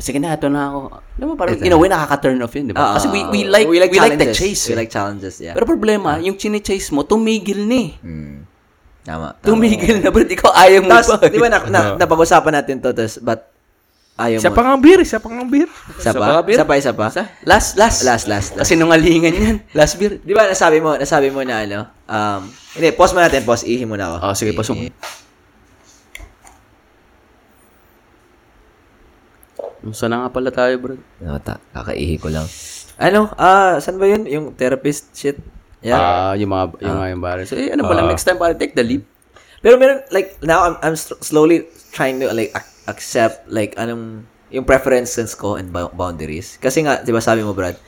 Speaker 1: sige na, ito na ako. Alam mo, parang in a way, nakaka-turn off yun, di
Speaker 2: Oo,
Speaker 1: ba? Kasi we,
Speaker 2: oo,
Speaker 1: we
Speaker 2: oo.
Speaker 1: like, we like, the
Speaker 2: challenges.
Speaker 1: chase.
Speaker 2: Ah, We
Speaker 1: eh.
Speaker 2: like challenges, yeah. Ah.
Speaker 1: Pero problema, yung chine-chase mo, tumigil na eh.
Speaker 2: Mm. Tama. tama.
Speaker 1: Tumigil na, bro. Ikaw ayaw mo
Speaker 2: Ah. Tapos,
Speaker 1: pa.
Speaker 2: di ba na, na, napag-usapan natin to, tas, but ayaw
Speaker 3: Siya
Speaker 2: mo.
Speaker 3: pa nga ang beer, siya pa nga ang beer.
Speaker 2: Isa pa? Isa pa, isa pa.
Speaker 1: Last,
Speaker 2: Last,
Speaker 1: last.
Speaker 2: last, last.
Speaker 1: Kasi nungalingan yan. Last beer.
Speaker 2: Di ba nasabi mo, nasabi mo na ano, um, hindi, pause mo natin, pause, ihi muna ako.
Speaker 1: Ah, sige, pause mo.
Speaker 2: Ihi.
Speaker 1: Sana nga pala tayo, bro.
Speaker 2: Ano, ta- kakaihi ko lang. Ano, ah, saan ba yun? Yung therapist shit? Yeah. Ah.
Speaker 1: Ah, yung mga, yung mga yung barriers. Eh, ano pala, next time, pala, take the leap.
Speaker 2: Pero meron, like, now I'm, I'm str- slowly trying to, like, ac- accept, like, anong, yung preferences ko and bou- boundaries. Kasi nga, di ba sabi mo, Brad,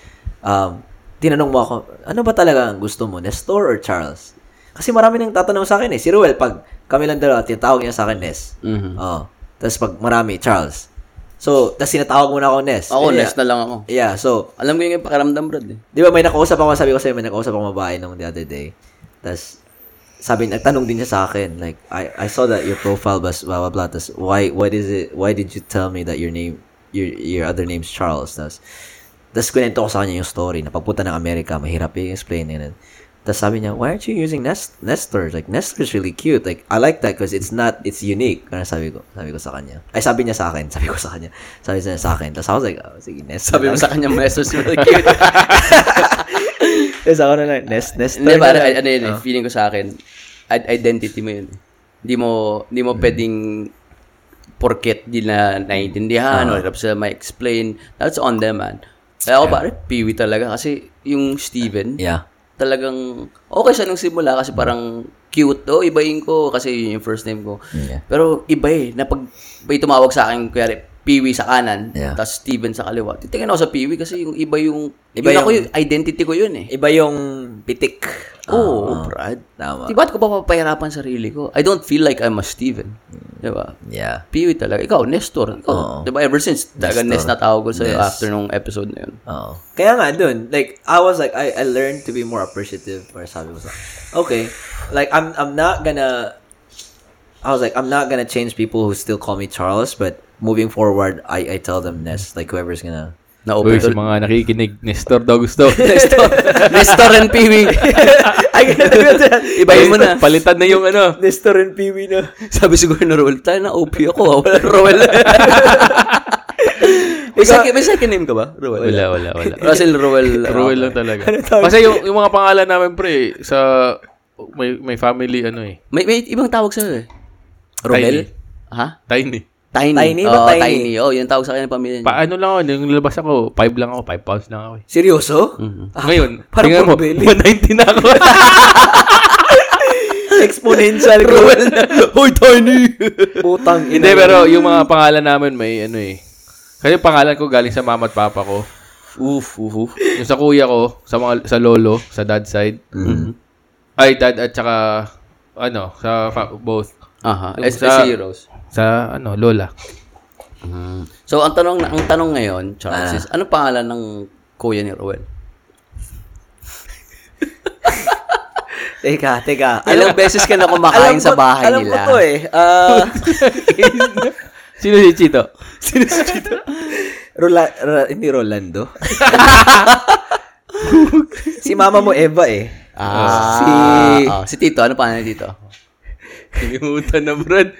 Speaker 2: um, tinanong mo ako, ano ba talaga ang gusto mo, Nestor or Charles? Kasi marami nang tatanong sa akin eh. Si Ruel, pag kami lang dalawa, tinatawag niya sa akin Nes.
Speaker 1: Mhm.
Speaker 2: Oo. Tapos pag marami, Charles. So, tapos sinatawag mo na ako Nes.
Speaker 1: Ako,
Speaker 2: Eh,
Speaker 1: last na lang ako.
Speaker 2: Yeah, so,
Speaker 1: Alam ko yung pakiramdam, bro. Eh.
Speaker 2: Di ba may nakausap ako, sabi ko sa'yo, may nakausap akong babae nung the other day. Tapos, sabi, nagtanong din siya sa akin, like, I, I saw that your profile was blah, blah, blah. Tapos, why, what is it, why did you tell me that your name, your, your other name's Charles? Tapos, tapos kunento ko sa kanya yung story na pagpunta ng Amerika, mahirap i-explain yun. Tapos sabi niya, why aren't you using Nest Nestor? Like, Nestor's really cute. Like, I like that because it's not, it's unique. Kaya sabi ko, sabi ko sa kanya. Ay, sabi niya sa akin. Sabi ko sa kanya. Sabi niya sa akin. Tapos I was like, oh, sige, Nestor.
Speaker 1: Sabi mo sa kanya, Maestros, really cute.
Speaker 2: Tapos ako na lang, Nest, Nestor. Ah.
Speaker 1: Hindi,
Speaker 2: na
Speaker 1: para,
Speaker 2: lang.
Speaker 1: ano yun, eh, feeling ko sa akin, ad- identity mo yun. eh. Hindi mo, hindi
Speaker 2: Hmm.
Speaker 1: mo pwedeng porket di na naiintindihan
Speaker 2: Ah.
Speaker 1: or hirap sila ma-explain. That's on them, man. Kaya ako pare, piwi talaga kasi yung Steven,
Speaker 2: Yeah.
Speaker 1: talagang okay siya nung simula kasi parang cute. Oh, ibahin ko kasi yun yung first name ko.
Speaker 2: Yeah.
Speaker 1: Pero iba eh. Na pag may tumawag sa akin, kaya Piwi sa kanan,
Speaker 2: Yeah.
Speaker 1: tapos Steven sa kaliwa. Titingin ako sa Piwi kasi yung iba yung,
Speaker 2: Iba
Speaker 1: iba yun ako
Speaker 2: yung-
Speaker 1: yung identity ko yun eh.
Speaker 2: Iba yung pitik. Ah,
Speaker 1: Oo, oh, Brad.
Speaker 2: Tama.
Speaker 1: Di ba't ko pa papahirapan sarili ko? I don't feel like I'm a Steven. Di ba?
Speaker 2: Yeah.
Speaker 1: Piwi talaga. Ikaw, Nestor. Ikaw,
Speaker 2: Oo.
Speaker 1: di ba? Ever since, talaga Nes na tawag ko sa'yo
Speaker 2: Nes.
Speaker 1: after nung episode na yun.
Speaker 2: Oo. Kaya nga dun, like, I was like, I, I learned to be more appreciative. Or sabi ko sa, okay, like, I'm, I'm not gonna, I was like, I'm not gonna change people who still call me Charles, but moving forward, I, I tell them Nest, like, whoever's gonna,
Speaker 1: Na-open
Speaker 3: Uy,
Speaker 1: to.
Speaker 3: sa mga nakikinig, Nestor daw gusto.
Speaker 1: Nestor. Nestor and Piwi.
Speaker 2: I get it.
Speaker 1: Ibahin mo na.
Speaker 3: Palitan na yung ano.
Speaker 2: Nestor and Peewee na.
Speaker 1: Sabi siguro na Roel, tayo na OP ako. ah. Wala Roel. may, second, may second name ka ba? Roel.
Speaker 3: Wala, wala, wala.
Speaker 1: Russell ah. Roel.
Speaker 3: Cruel lang talaga. Kasi yung, yung mga pangalan namin pre, sa may may family ano eh.
Speaker 1: May, may ibang tawag sa'yo eh.
Speaker 3: Roel?
Speaker 1: Ha?
Speaker 3: Tiny.
Speaker 1: Tiny.
Speaker 2: Tiny ba?
Speaker 1: Oo,
Speaker 2: Tiny.
Speaker 1: Oh, yung tawag sa kanya ng pamilya niya.
Speaker 3: Paano lang ako, nung labas ako, 5 lang ako, 5 pounds lang ako eh.
Speaker 2: Seryoso?
Speaker 3: Ngayon,
Speaker 2: parang
Speaker 3: tingnan mo,
Speaker 2: pambili.
Speaker 3: 190 na ako.
Speaker 2: Exponential growth.
Speaker 1: Roel. Hoy, Tiny!
Speaker 2: Putang ina.
Speaker 3: Hindi, pero yung mga pangalan namin may ano eh. Kasi yung pangalan ko galing sa mama at papa ko.
Speaker 1: Oof, oof, oof.
Speaker 3: Yung sa kuya ko, sa mga sa lolo, sa dad side.
Speaker 2: Mm.
Speaker 3: Ay, dad at saka ano, sa fa- both.
Speaker 1: Aha,
Speaker 3: Yung
Speaker 1: as,
Speaker 3: sa-
Speaker 1: as heroes.
Speaker 3: Sa ano, lola.
Speaker 1: Mm. So, ang tanong, ang
Speaker 2: Ah.
Speaker 1: tanong ngayon, Charles, is, ano pangalan ng kuya ni Roel?
Speaker 2: Teka, teka.
Speaker 1: Ilang beses ka na kumakain sa bahay
Speaker 2: alam Alam
Speaker 1: nila.
Speaker 2: ko to eh. Ah,
Speaker 3: Sino si Chito?
Speaker 2: sino si Chito? Rola, Ra- hindi Rolando. si mama mo Eva eh.
Speaker 1: Ah, si...
Speaker 2: Si...
Speaker 1: si Tito. Ano pangalan ni Tito?
Speaker 3: Kalimutan na, Brad.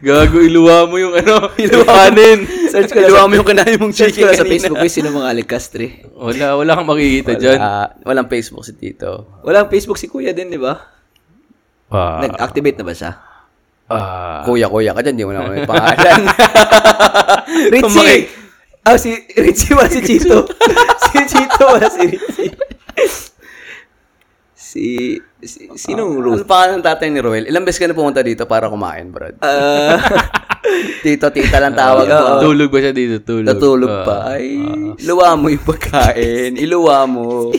Speaker 3: Gago, iluwa mo yung ano, yung kanin.
Speaker 2: Search ko na
Speaker 1: Iluwa
Speaker 2: sa,
Speaker 1: mo yung kanahin mong
Speaker 2: search ko
Speaker 1: chicken
Speaker 2: na sa
Speaker 1: kanina.
Speaker 2: Facebook ko sino mga alikastre.
Speaker 3: Wala, wala kang makikita dyan.
Speaker 1: Wala, Ah, walang Facebook si Tito.
Speaker 2: Walang Facebook si Kuya din, di ba?
Speaker 3: Ah,
Speaker 2: Nag-activate na ba siya?
Speaker 3: ah.
Speaker 1: Kuya, kuya ka dyan. Di mo na ako may pangalan.
Speaker 2: Richie! Ah, si Richie wala si Chito. si Chito wala si Richie. si, si sinong Ruth?
Speaker 1: ano pangalan ng tatay ni Roel? Ilang beses ka na pumunta dito para kumain, Brad?
Speaker 2: Ah,
Speaker 1: Tito, tita lang tawag mo.
Speaker 3: Tulog ba siya dito? Tulog.
Speaker 1: ah, Natulog
Speaker 3: Ah.
Speaker 1: pa. Ay, iluwa mo yung pagkain. Iluwa mo.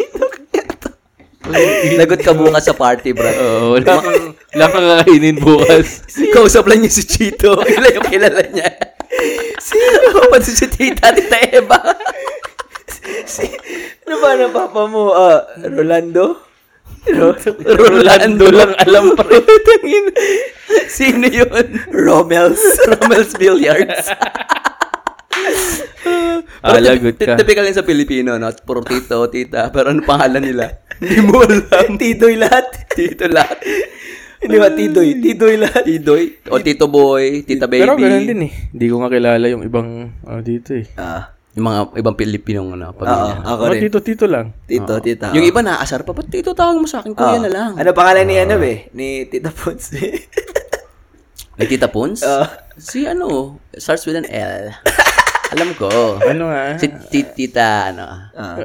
Speaker 1: Lagot ka bukas sa party, bro.
Speaker 3: Oo, ah, wala kang, wala kang kakainin bukas.
Speaker 1: Kausap lang niya si Chito. Kilala yung kilala niya. Sino? Pati si Tita, Tita Eva.
Speaker 2: ano ba na papa mo? Ah, Rolando? Ro-
Speaker 1: Rolando lang alam pa rin.
Speaker 2: Tangin.
Speaker 1: Sino yun?
Speaker 2: Romels.
Speaker 1: Rommel's Billiards.
Speaker 3: Ah,
Speaker 1: Pero typ-
Speaker 3: lagot ka.
Speaker 1: Typical yun sa Pilipino, no? Puro tito, tita. Pero ano pangalan nila? Hindi mo alam.
Speaker 2: Tidoy lahat.
Speaker 1: Tito lahat.
Speaker 2: Hindi ba Tidoy? Tidoy lahat.
Speaker 1: Tidoy. O Tito Boy, Tita Baby.
Speaker 3: Pero ganun din eh. Hindi ko nga kilala yung ibang ano dito eh.
Speaker 2: Ah,
Speaker 1: Yung mga ibang Pilipinong ano,
Speaker 2: oo,
Speaker 1: pamilya.
Speaker 2: ako
Speaker 3: Mga
Speaker 2: rin.
Speaker 3: tito-tito lang.
Speaker 2: Tito, tita.
Speaker 1: Yung iba naaasar pa, ba't tito tawag mo sa akin? Kuya
Speaker 2: Ah.
Speaker 1: na lang.
Speaker 2: Ano pangalan ni ano be? Ni Tita Ponce.
Speaker 1: May Tita Pons?
Speaker 2: Ah.
Speaker 1: si ano, starts with an L. Alam ko.
Speaker 3: Ano nga?
Speaker 1: Si ti- Tita, ano.
Speaker 2: Ah.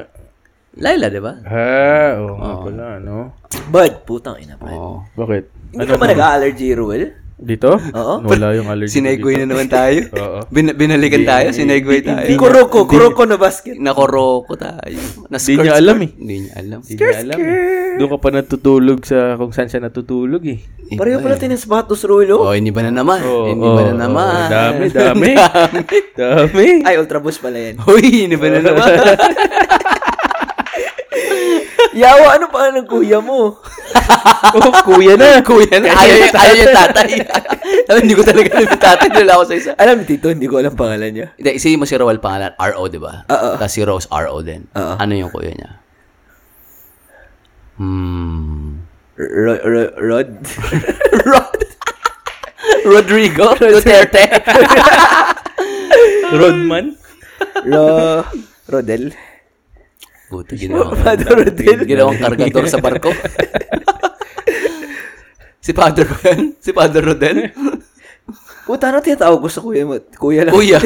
Speaker 1: Laila, di ba?
Speaker 3: Ha, oo Eh, nga pala, ano?
Speaker 2: Bud, putang ina,
Speaker 3: Ah.
Speaker 2: Bud.
Speaker 1: Oo.
Speaker 3: Bakit?
Speaker 2: Hindi ka ba nag-allergy, Ruel?
Speaker 3: Dito?
Speaker 2: Oo.
Speaker 3: Wala yung allergy.
Speaker 1: Sinegoy
Speaker 3: dito.
Speaker 1: na naman tayo.
Speaker 3: Oo.
Speaker 1: Bin- binalikan tayo, sinegoy tayo.
Speaker 2: Kuroko, kuroko na basket.
Speaker 1: Nakoroko tayo. Na
Speaker 3: Hindi niya alam eh.
Speaker 1: Hindi niya alam.
Speaker 3: Hindi niya alam eh. Doon ka pa natutulog sa kung saan siya natutulog eh.
Speaker 2: Pareho pala tayo ng sapatos, Ruel, oh.
Speaker 1: Oh, hindi ba na naman? Hindi
Speaker 3: Oo,
Speaker 1: ba na
Speaker 3: oo,
Speaker 1: naman?
Speaker 3: oh. Dami, dami. dami.
Speaker 2: Ay, ultrabus pala yan.
Speaker 1: Hoy, hindi ba na naman?
Speaker 2: Yawa, ano pa ng kuya mo?
Speaker 3: Oh, kuya na.
Speaker 1: Kuya na. Ayaw, niya- ayaw yung tatay. Sabi, hindi ko talaga alam yung tatay. Nila ako sa isa.
Speaker 2: Alam ni Tito, hindi ko alam pangalan niya.
Speaker 1: Hindi, si mo si Roel pangalan, RO, di ba? Oo. Tapos si Rose, RO din.
Speaker 2: Oo.
Speaker 1: Ano yung kuya niya? Hmm.
Speaker 2: Ro- Ro- Rod?
Speaker 1: Rod. Rodrigo Duterte.
Speaker 3: Rodman.
Speaker 2: Ro... Rodel?
Speaker 1: Buti, ginawa ko.
Speaker 2: Father Rodel?
Speaker 1: Ginawang kargador sa barko. si Father Rodel? Si Father Rodel?
Speaker 2: Puta, ano tinatawag ko sa kuya mo? Kuya lang.
Speaker 1: Kuya.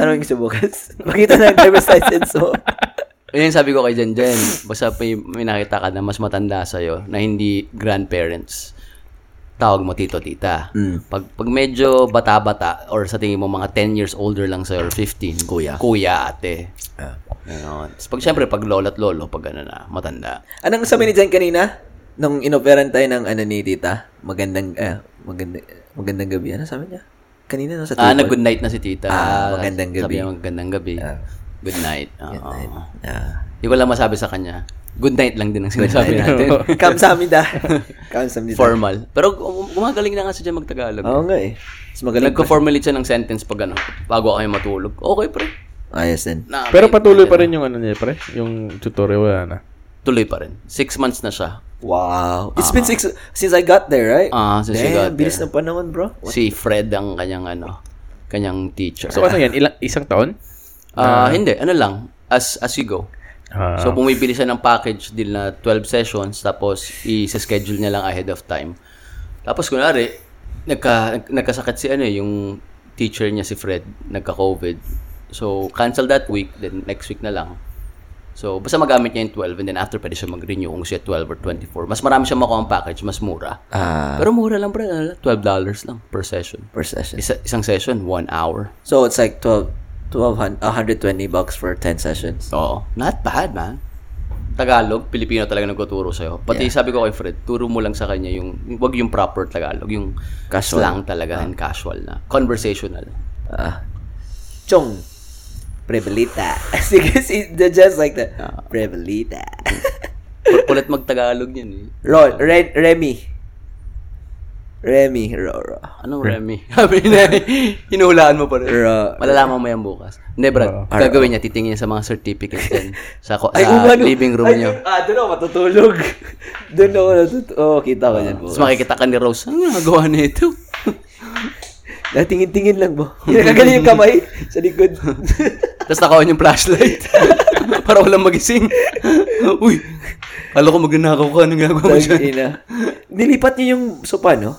Speaker 2: Tanongin ko sa bukas. Makita na yung driver's license mo.
Speaker 1: Yun yung sabi ko kay Jen Jen. Basta may, may nakita ka na mas matanda sa'yo na hindi grandparents. Tawag mo tito-tita. Pag, pag medyo bata-bata or sa tingin mo mga 10 years older lang sa'yo or 15.
Speaker 2: Kuya.
Speaker 1: Kuya, ate.
Speaker 2: Ah.
Speaker 1: Ganon. Tapos pag syempre, pag lola't lolo, pag ano na, matanda.
Speaker 2: Anong sabi ni Jan kanina? Nung inoperan tayo ng ano ni Tita? Magandang, eh, magandang, magandang gabi. Ano sabi niya? Kanina no, sa
Speaker 1: Ah,
Speaker 2: table?
Speaker 1: nag-good night na si tita.
Speaker 2: Ah, magandang gabi.
Speaker 1: Sabi niya, magandang gabi. good night. Oo.
Speaker 2: Ah.
Speaker 1: Hindi ko lang masabi sa kanya. Good night lang din ang sinasabi natin.
Speaker 2: Kamsamida. Kamsamida.
Speaker 1: Formal. Pero gum- gumagaling na nga siya dyan magtagalog.
Speaker 2: Oo nga eh. Mas magaling.
Speaker 1: Nagko-formulate siya ng sentence pag ano, bago ako matulog. Okay, pre.
Speaker 2: Ayos din.
Speaker 1: Na,
Speaker 3: Pero patuloy pa rin yung ano niya, pre. Yung tutorial, wala na.
Speaker 1: tuloy pa rin. Six months na siya.
Speaker 2: Wow. Ah. It's been six since I got there, right?
Speaker 1: Ah, since you
Speaker 2: Damn,
Speaker 1: got
Speaker 2: bilis ng panahon, bro.
Speaker 1: Si Fred ang kanyang ano, kanyang teacher.
Speaker 3: So ano yan? Ilang, isang taon?
Speaker 1: Ah, hindi, ano lang, as as you go.
Speaker 3: Ah,
Speaker 1: So pumipili siya ng package deal na 12 sessions tapos i-schedule niya lang ahead of time. Tapos kunwari, nagka nag- nagkasakit si ano eh, yung teacher niya si Fred, nagka-COVID. So cancel that week, then next week na lang. So basta magamit niya yung 12 and then after pwede siya mag-renew kung siya 12 or 24. Mas marami siya makuha ang package, mas mura.
Speaker 2: Ah,
Speaker 1: Pero mura lang pre, ano lang, $12 lang per session.
Speaker 2: per session.
Speaker 1: Isa, isang session, one hour.
Speaker 2: So it's like 12 12 120 bucks for 10 sessions.
Speaker 1: Oo. Not bad, man. Tagalog, Pilipino talaga nagtuturo sa'yo. Pati sabi ko kay Fred, turo mo lang sa kanya yung, wag yung proper Tagalog, yung
Speaker 2: Casual.
Speaker 1: slang talaga and casual na. Conversational.
Speaker 2: Ah. Chong.
Speaker 1: Ah.
Speaker 2: Prebalita. Sige, si- they're just like that. Prebalita.
Speaker 1: Pagkulat mag-Tagalog yan eh.
Speaker 2: Ro, Re, Remy. Remy. Ro, ro.
Speaker 1: Anong Remy? Sabi na, hinuhulaan mo pa rin.
Speaker 2: Ra-
Speaker 1: Malalaman mo yan bukas. Hindi, Brad. Gagawin niya, titingin niya sa mga certificates din. Sa, ko- sa
Speaker 2: oo nga, no.
Speaker 1: Ah, living room
Speaker 2: Ay,
Speaker 1: niyo.
Speaker 2: dun- Ah, doon ako matutulog. doon ako natutulog. Oo, kita ko yan.
Speaker 1: Tapos makikita ka ni Rose, ano nagawa na ito?
Speaker 2: Natingin-tingin Ah, lang ba? Nagagaling yung kamay sa likod.
Speaker 1: Tapos nakawan yung flashlight. Para walang magising. Uy, kala ko magnanakaw ka. Anong gagawa mo dyan?
Speaker 2: Tangina. Nilipat niyo yung sopa, no?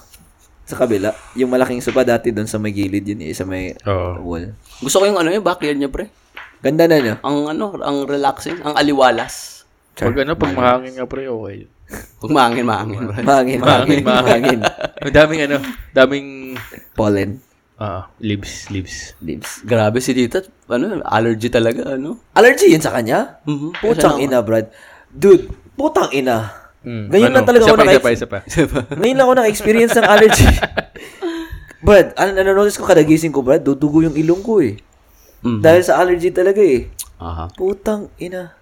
Speaker 2: Sa kabila. Yung malaking sopa dati doon sa may gilid yun eh. Sa may
Speaker 3: Oo.
Speaker 2: wall.
Speaker 1: Gusto ko yung ano yung backyard niya, pre.
Speaker 2: Ganda na, no?
Speaker 1: Ang ano, ang relaxing, ang aliwalas.
Speaker 3: Pag ano, pag mahangin ka pre, okay. yun.
Speaker 1: Huwag maangin, maangin, Brad.
Speaker 2: Mahangin, mahangin, mahangin.
Speaker 3: Ang daming ano, daming
Speaker 2: Pollen.
Speaker 3: ah, leaves, leaves.
Speaker 2: Leaves.
Speaker 1: Grabe si Tita. Ano, allergy talaga, ano?
Speaker 2: Allergy yun sa kanya?
Speaker 3: Mm-hmm.
Speaker 1: Mhm.
Speaker 2: Putang ina, Brad. Dude, putang ina.
Speaker 3: Mm.
Speaker 2: Ganyan lang talaga
Speaker 3: isa
Speaker 2: ako
Speaker 3: pa, isa pa,
Speaker 2: naka-
Speaker 3: isa pa.
Speaker 2: Ngayon lang ako naka-experience ng allergy. Brad, ano nanonotice ko kada gising ko, Brad, dudugo yung ilong ko eh.
Speaker 3: Mm-hmm.
Speaker 1: Mhm.
Speaker 2: Dahil sa allergy talaga eh.
Speaker 1: Aha.
Speaker 2: Putang ina.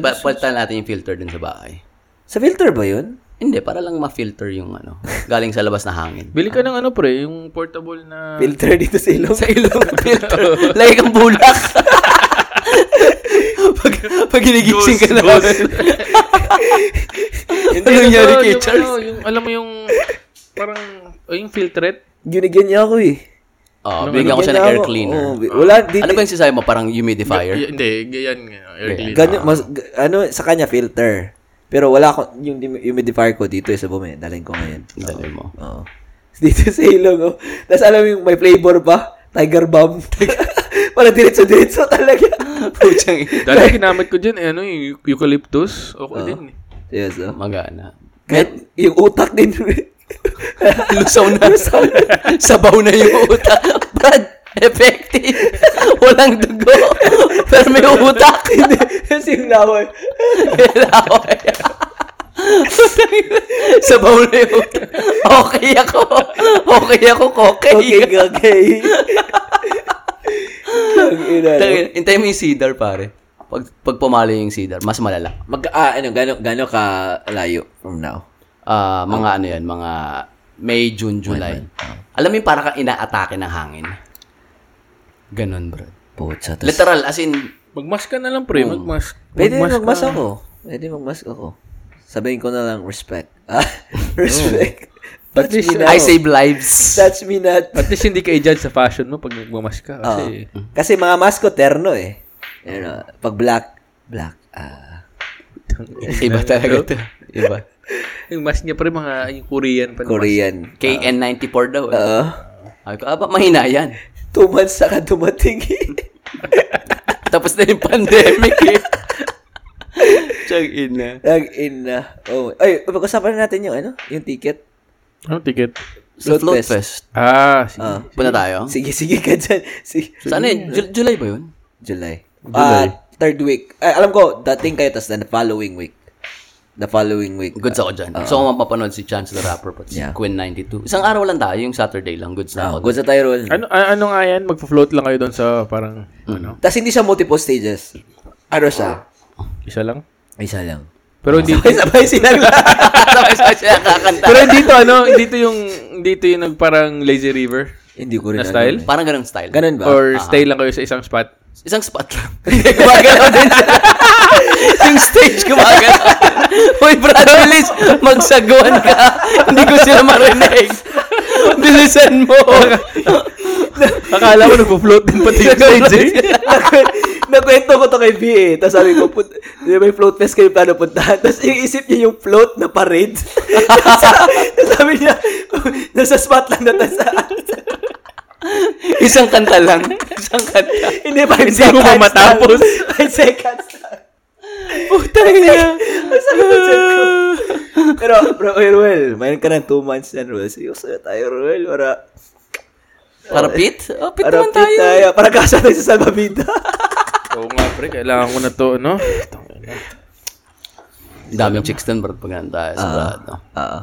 Speaker 2: Buti
Speaker 1: pal,
Speaker 2: na-
Speaker 1: palitan natin yung filter dun sa bahay.
Speaker 2: Sa filter ba yun?
Speaker 1: Hindi, para lang ma-filter yung ano, galing sa labas na hangin.
Speaker 3: Bili ka ng ano pre, yung portable na...
Speaker 2: Filter dito sa ilong?
Speaker 1: Ah. sa ilong filter. Lagi kang bulak. pag, pag ginigising ka na. Hindi
Speaker 3: Ano
Speaker 1: nangyari
Speaker 3: to,
Speaker 1: kay
Speaker 3: yung
Speaker 1: Charles?
Speaker 3: ano, yung, alam mo yung, parang, o yung filtret?
Speaker 2: Ginigyan niya ako eh.
Speaker 1: Oh, bigyan ko siya ng
Speaker 2: Ginigyan
Speaker 1: air
Speaker 2: ako.
Speaker 1: cleaner.
Speaker 2: Oo, bi- wala, di,
Speaker 1: Ano ba yung sasaya mo? Parang humidifier?
Speaker 3: Y- hindi, ganyan. nga, Air cleaner.
Speaker 2: ganyan, mas, g- ano, sa kanya filter. Pero wala ko, yung dim- humidifier ko dito eh, sa bumi. Dalhin ko ngayon.
Speaker 1: Dali mo.
Speaker 2: Oo. Dito sa ilong, oh. Tapos alam mo yung may flavor pa? Tiger bomb. Para diretso-diretso talaga.
Speaker 1: Puchang
Speaker 3: Dati ginamit ko dyan, eh, ano, yung eucalyptus. Okay din eh.
Speaker 2: yes, oh.
Speaker 1: Magana.
Speaker 2: Kahit yung utak din.
Speaker 1: Lusaw na. Lusaw na. Sabaw na yung utak. Brad, effective. Walang dugo. Pero may utak. eh.
Speaker 2: Tapos yung laway.
Speaker 1: Sabaw na yung utak. Okay ako. Okay ako, okay.
Speaker 2: Okay, okay. Ang ina, no?
Speaker 1: Tangina, Hintay mo yung cedar, pare. Pag, pag pumalo yung cedar, mas malala.
Speaker 2: Mag, ah, ano, gano, gano ka layo from now?
Speaker 1: Ah, mga ano yan, mga May, Ah. June, July. Alam mo yung parang kang inaatake ng hangin. Ganon, bro.
Speaker 2: Pucha, tas...
Speaker 1: Literal, as in,
Speaker 3: Magmask ka na lang, pre. Magmask.
Speaker 2: Pwede
Speaker 3: Magmask
Speaker 2: magmask,
Speaker 3: ka.
Speaker 2: ako. Pwede magmask ako. Sabihin ko na lang, respect. Ah, respect. Touch me not.
Speaker 1: I save lives.
Speaker 2: Touch me not.
Speaker 3: At least hindi ka i-judge sa fashion mo pag nagmamask ka.
Speaker 2: Oo.
Speaker 3: Kasi,
Speaker 2: Kasi mga mask ko, terno eh. You know, pag black, black, ah.
Speaker 1: Iba talaga ito. Iba.
Speaker 3: yung mask niya, pre, mga yung Korean pa. na
Speaker 2: Korean.
Speaker 1: KN94 daw. Eh.
Speaker 2: Oo.
Speaker 1: Sabi ko, aba, mahina yan.
Speaker 2: two months saka dumating.
Speaker 1: Tapos na yung pandemic eh. Tiyang ina.
Speaker 2: Nag in na. Oh. Ay, pag-usapan na natin yung ano? Yung ticket.
Speaker 3: mask. Ano, ticket?
Speaker 1: Sa
Speaker 2: Float
Speaker 1: Float
Speaker 2: Fest.
Speaker 1: Fest.
Speaker 3: Ah, sige.
Speaker 2: Ah.
Speaker 1: Punta tayo?
Speaker 2: Sige, sige ka dyan. Sige.
Speaker 1: Saan yun? Ju- July ba yun?
Speaker 2: July. Ah, third week. Ay, alam ko, dating kayo, tas the following week. The following week.
Speaker 1: Goods ako dyan. Gusto ko mapapanood si Chance the Rapper pati si
Speaker 2: Ah. Yeah.
Speaker 1: Queen 92. Isang araw lang tayo, yung Saturday lang. Goods na
Speaker 2: Ah,
Speaker 1: ako.
Speaker 2: good sa tayo roll.
Speaker 3: Ano, a- ano nga yan? Magpa-float lang kayo doon sa parang,
Speaker 1: Hmm.
Speaker 3: ano,
Speaker 2: Tas hindi siya multiple stages. Ano siya?
Speaker 3: isa lang.
Speaker 2: Isa lang.
Speaker 3: Pero hindi,
Speaker 2: Sabay sila lang.
Speaker 1: Tapos na siya kakanta.
Speaker 3: pero dito ano, dito yung dito yung nagparang lazy river
Speaker 2: hindi ko rin eh.
Speaker 3: na style
Speaker 1: Parang ganun style.
Speaker 2: Ganun ba? Ah.
Speaker 3: or stay lang kayo sa isang spot.
Speaker 1: Isang spot lang. gumagalaw din siya. yung stage gumagalaw. Uy, Brad, bilis. Magsaguan ka. Hindi ko sila marinig. Bilisan mo.
Speaker 3: Akala ko nagpo-float din pati yung stage. eh.
Speaker 2: Nakwento ko to kay B eh. Tapos sabi ko, put, di ba may float fest kayo plano puntahan? Tapos yung isip niya yung float na parade. Tapos sabi niya, nasa spot lang na tas
Speaker 1: Isang kanta lang. Isang kanta.
Speaker 2: Hindi, 5
Speaker 3: ko
Speaker 2: seconds.
Speaker 3: matapos.
Speaker 2: 5 seconds lang.
Speaker 1: Putang ina.
Speaker 2: Ang sabi ko, sabi ko. Pero, bro, oy, Ruel, mayroon ka ng 2 months yan, Ruel. Seryoso na tayo, Ruel. Para,
Speaker 1: Para pit? Oh, pit
Speaker 2: para
Speaker 1: naman
Speaker 2: fit
Speaker 1: tayo.
Speaker 2: Para kasya tayo sa salvavida.
Speaker 3: Oo nga pre, kailangan ko na to, ano?
Speaker 1: Daming chicks dun, Brad, pag ganun tayo sa Brad. no?
Speaker 2: Ah.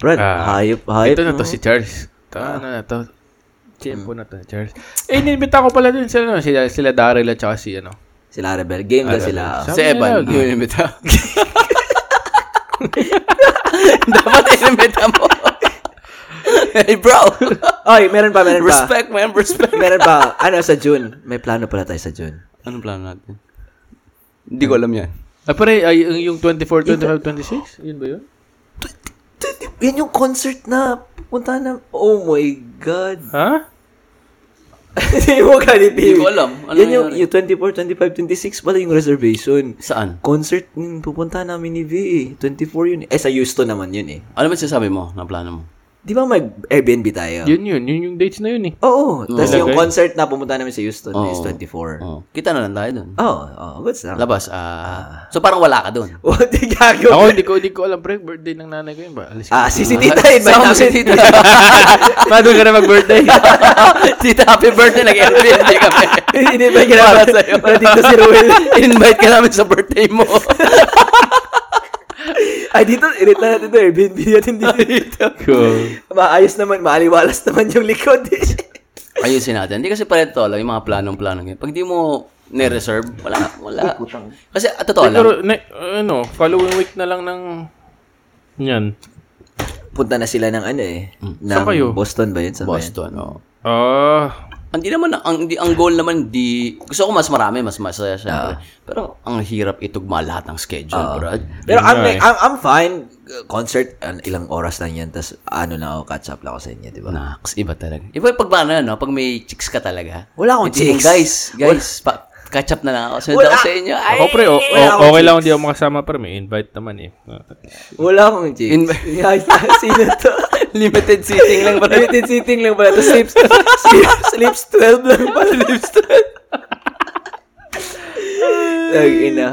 Speaker 2: Brad,
Speaker 3: Ah,
Speaker 2: hayop, hayop.
Speaker 3: Ito na to si Charles. Ito
Speaker 2: Ah.
Speaker 3: ano na to. Tempo na to, Charles. Eh, inimbita ko pala din sila, ano, sila, sila Daryl at saka si, ano,
Speaker 2: Sila Rebel. Game na sila.
Speaker 3: Sabi
Speaker 1: Si
Speaker 3: niya
Speaker 1: Evan,
Speaker 3: lagi.
Speaker 1: yun yung meta. Dapat yun yung meta mo. hey, bro.
Speaker 2: Oy, meron pa,
Speaker 1: Diba?
Speaker 2: meron pa.
Speaker 1: respect, man. Respect.
Speaker 2: meron pa. Ano, sa June. May plano pala tayo sa June.
Speaker 1: Anong plano natin? Hindi ko alam yan.
Speaker 3: Ah, pero ay, yung- yung 24, 25, 26? Yun ba yun?
Speaker 2: Yan yung concert na pupunta na. Oh my God.
Speaker 3: Ha?
Speaker 2: Hindi mo kalipin.
Speaker 1: Hindi ko alam. Ano
Speaker 2: Yan yung,
Speaker 1: nangyari?
Speaker 2: yung 24, 25, 26 pala yung reservation.
Speaker 1: Saan?
Speaker 2: Concert yung pupunta namin ni V eh. 24 yun eh. Eh, sa Houston naman yun eh.
Speaker 1: Ano ba sinasabi mo na plano mo?
Speaker 2: Di ba mag-Airbnb tayo?
Speaker 3: Yun yun. Yun yung dates na yun eh.
Speaker 2: Oo. Tapos
Speaker 3: Talaga
Speaker 2: yung
Speaker 3: eh?
Speaker 2: concert na pumunta namin sa Houston
Speaker 1: Oo.
Speaker 2: is 24. Oo.
Speaker 1: Oh, kita na lang tayo dun.
Speaker 2: Oh, good stuff.
Speaker 1: Labas. ah so parang wala ka dun.
Speaker 2: What the gago?
Speaker 3: Ako, hindi ko, hindi ko alam, pre. Birthday ng nanay ko yun ba? Alis
Speaker 2: Ah, si si Tita yun.
Speaker 1: Sama mo si Tita.
Speaker 3: Paano ka na mag-birthday?
Speaker 1: Tita, happy birthday. Nag-Airbnb kami.
Speaker 2: Hindi ba ginagawa
Speaker 1: Para sa'yo.
Speaker 2: Para dito si Ruel.
Speaker 1: Invite ka namin sa birthday mo.
Speaker 2: Ay, dito, edit na natin to. Airbnb natin dito.
Speaker 3: Cool.
Speaker 2: Maayos naman, maaliwalas naman yung likod. eh.
Speaker 1: Ayusin natin. Hindi kasi pare to lang yung mga planong-planong yun. Pag di mo ni-reserve, wala, wala. Kasi at totoo lang,
Speaker 3: Pero, ne, ano, following week na lang ng... Yan.
Speaker 2: Punta na sila ng ano eh. Ng
Speaker 3: Saan kayo?
Speaker 2: Boston ba yun? Saan ba yun?
Speaker 1: Hmm. Boston, oo.
Speaker 3: Ah,
Speaker 1: Hindi naman, ang, hindi, ang goal naman, di, gusto ko mas marami, mas masaya siya. Pero ang hirap itugma lahat ng schedule, Brad.
Speaker 2: Pero I'm,
Speaker 3: nga
Speaker 1: eh.
Speaker 2: like, I'm, I'm fine. Concert, an- ilang oras lang yan. Tapos ano na ako, catch up lang ako sa inyo, di ba?
Speaker 1: Naks, iba talaga. Iba yung pagmano, no? Pag may chicks ka talaga.
Speaker 2: Wala akong
Speaker 1: Hindi,
Speaker 2: chicks.
Speaker 1: Guys, guys, pa, catch up na lang ako. Sunod
Speaker 2: Wala.
Speaker 1: ako sa inyo. Ay, oh,
Speaker 3: ako oh, pre, o,
Speaker 2: wala
Speaker 3: o-
Speaker 2: akong
Speaker 3: okay lang hindi ako makasama pre, may invite naman eh.
Speaker 2: Wala akong chicks.
Speaker 1: In-
Speaker 2: Sino to?
Speaker 1: limited seating lang, Brad.
Speaker 2: Limited seating lang pala. Tapos sleeps, sleeps, sleeps 12 lang pala. Sleeps 12. Tag ina.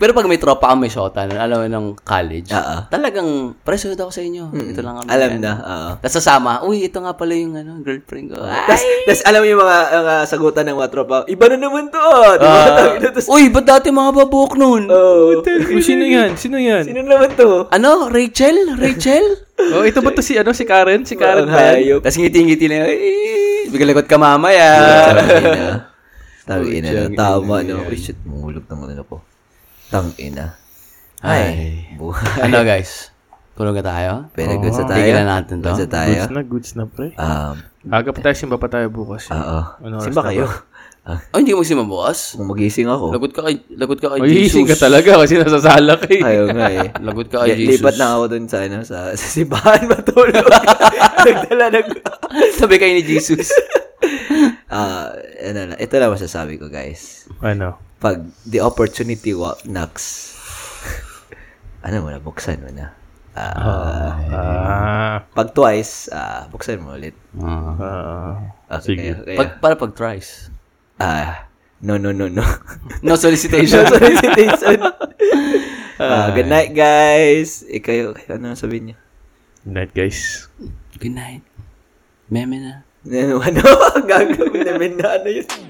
Speaker 1: Pero pag may tropa kang may shota, nun, alam mo, ng college,
Speaker 2: Oo.
Speaker 1: talagang, pre, sunod ako sa inyo. Ito lang kami.
Speaker 2: Alam na, oo.
Speaker 1: Tapos sasama, uy, ito nga pala yung ano, girlfriend ko.
Speaker 3: Ah.
Speaker 1: Ay,
Speaker 2: Tapos alam mo yung mga, mga sagutan ng mga tropa. Iba na naman to. ah." Di ba? Tag ina, Tapos,
Speaker 1: uy, ba't dati mga babok nun?
Speaker 2: oh,
Speaker 3: Sino yan? Sino yan?
Speaker 2: sino naman to?
Speaker 1: ano, Rachel? Rachel?
Speaker 3: Oh, ito ba to si ano si Karen? Si Karen
Speaker 2: Ang
Speaker 3: ba
Speaker 2: hayop.
Speaker 3: yan?
Speaker 1: Tapos ngiti-ngiti lang, eh, bigalagot ka mamaya. Ah.
Speaker 2: Tang ina
Speaker 1: Oh,
Speaker 2: na. Tama no. Uy, shit, mungulog ng ano ko. Tang ina. Ay. Buhay.
Speaker 1: ano guys? Tulog na tayo?
Speaker 2: Pero good sa tayo.
Speaker 1: Oh. Tigilan natin to.
Speaker 2: Good sa tayo.
Speaker 3: Goods na, goods na pre.
Speaker 2: Um,
Speaker 3: Aga pa tayo, simba pa tayo bukas.
Speaker 2: oo.
Speaker 3: Ano oras
Speaker 2: Simba
Speaker 3: na
Speaker 2: kayo.
Speaker 1: Oh, hindi mo si mabukas?
Speaker 2: Kung magising ako.
Speaker 1: Lagot ka kay, lagot ka
Speaker 3: Ay,
Speaker 1: kay Jesus.
Speaker 3: gising ka talaga kasi nasasala ka eh.
Speaker 2: Ayaw nga eh.
Speaker 1: Lagot ka kay
Speaker 2: Li-
Speaker 1: Jesus.
Speaker 2: Lipat na ako dun sa, ano, sa, sa simbahan matulog. Nagdala ng...
Speaker 1: Sabi kayo ni Jesus.
Speaker 2: Ah, ano na. Ito lang masasabi ko, guys.
Speaker 3: Ano?
Speaker 2: Pag the opportunity wa- knocks, ano mo na, buksan mo na. Ah,
Speaker 3: Ah.
Speaker 2: Pag twice, ah, buksan mo ulit.
Speaker 3: Ah.
Speaker 2: Okay, Sige. Okay,
Speaker 1: Pag, para pag tries.
Speaker 2: Ah, no, no, no, no.
Speaker 1: No
Speaker 2: no
Speaker 1: solicitation.
Speaker 2: solicitation. Ah, good night, guys. Eh, kayo, kayo, ano sabihin niyo?
Speaker 3: Good night guys.
Speaker 1: Good night. Meme na.
Speaker 2: Ano, ano? Gagawin namin na ano yun.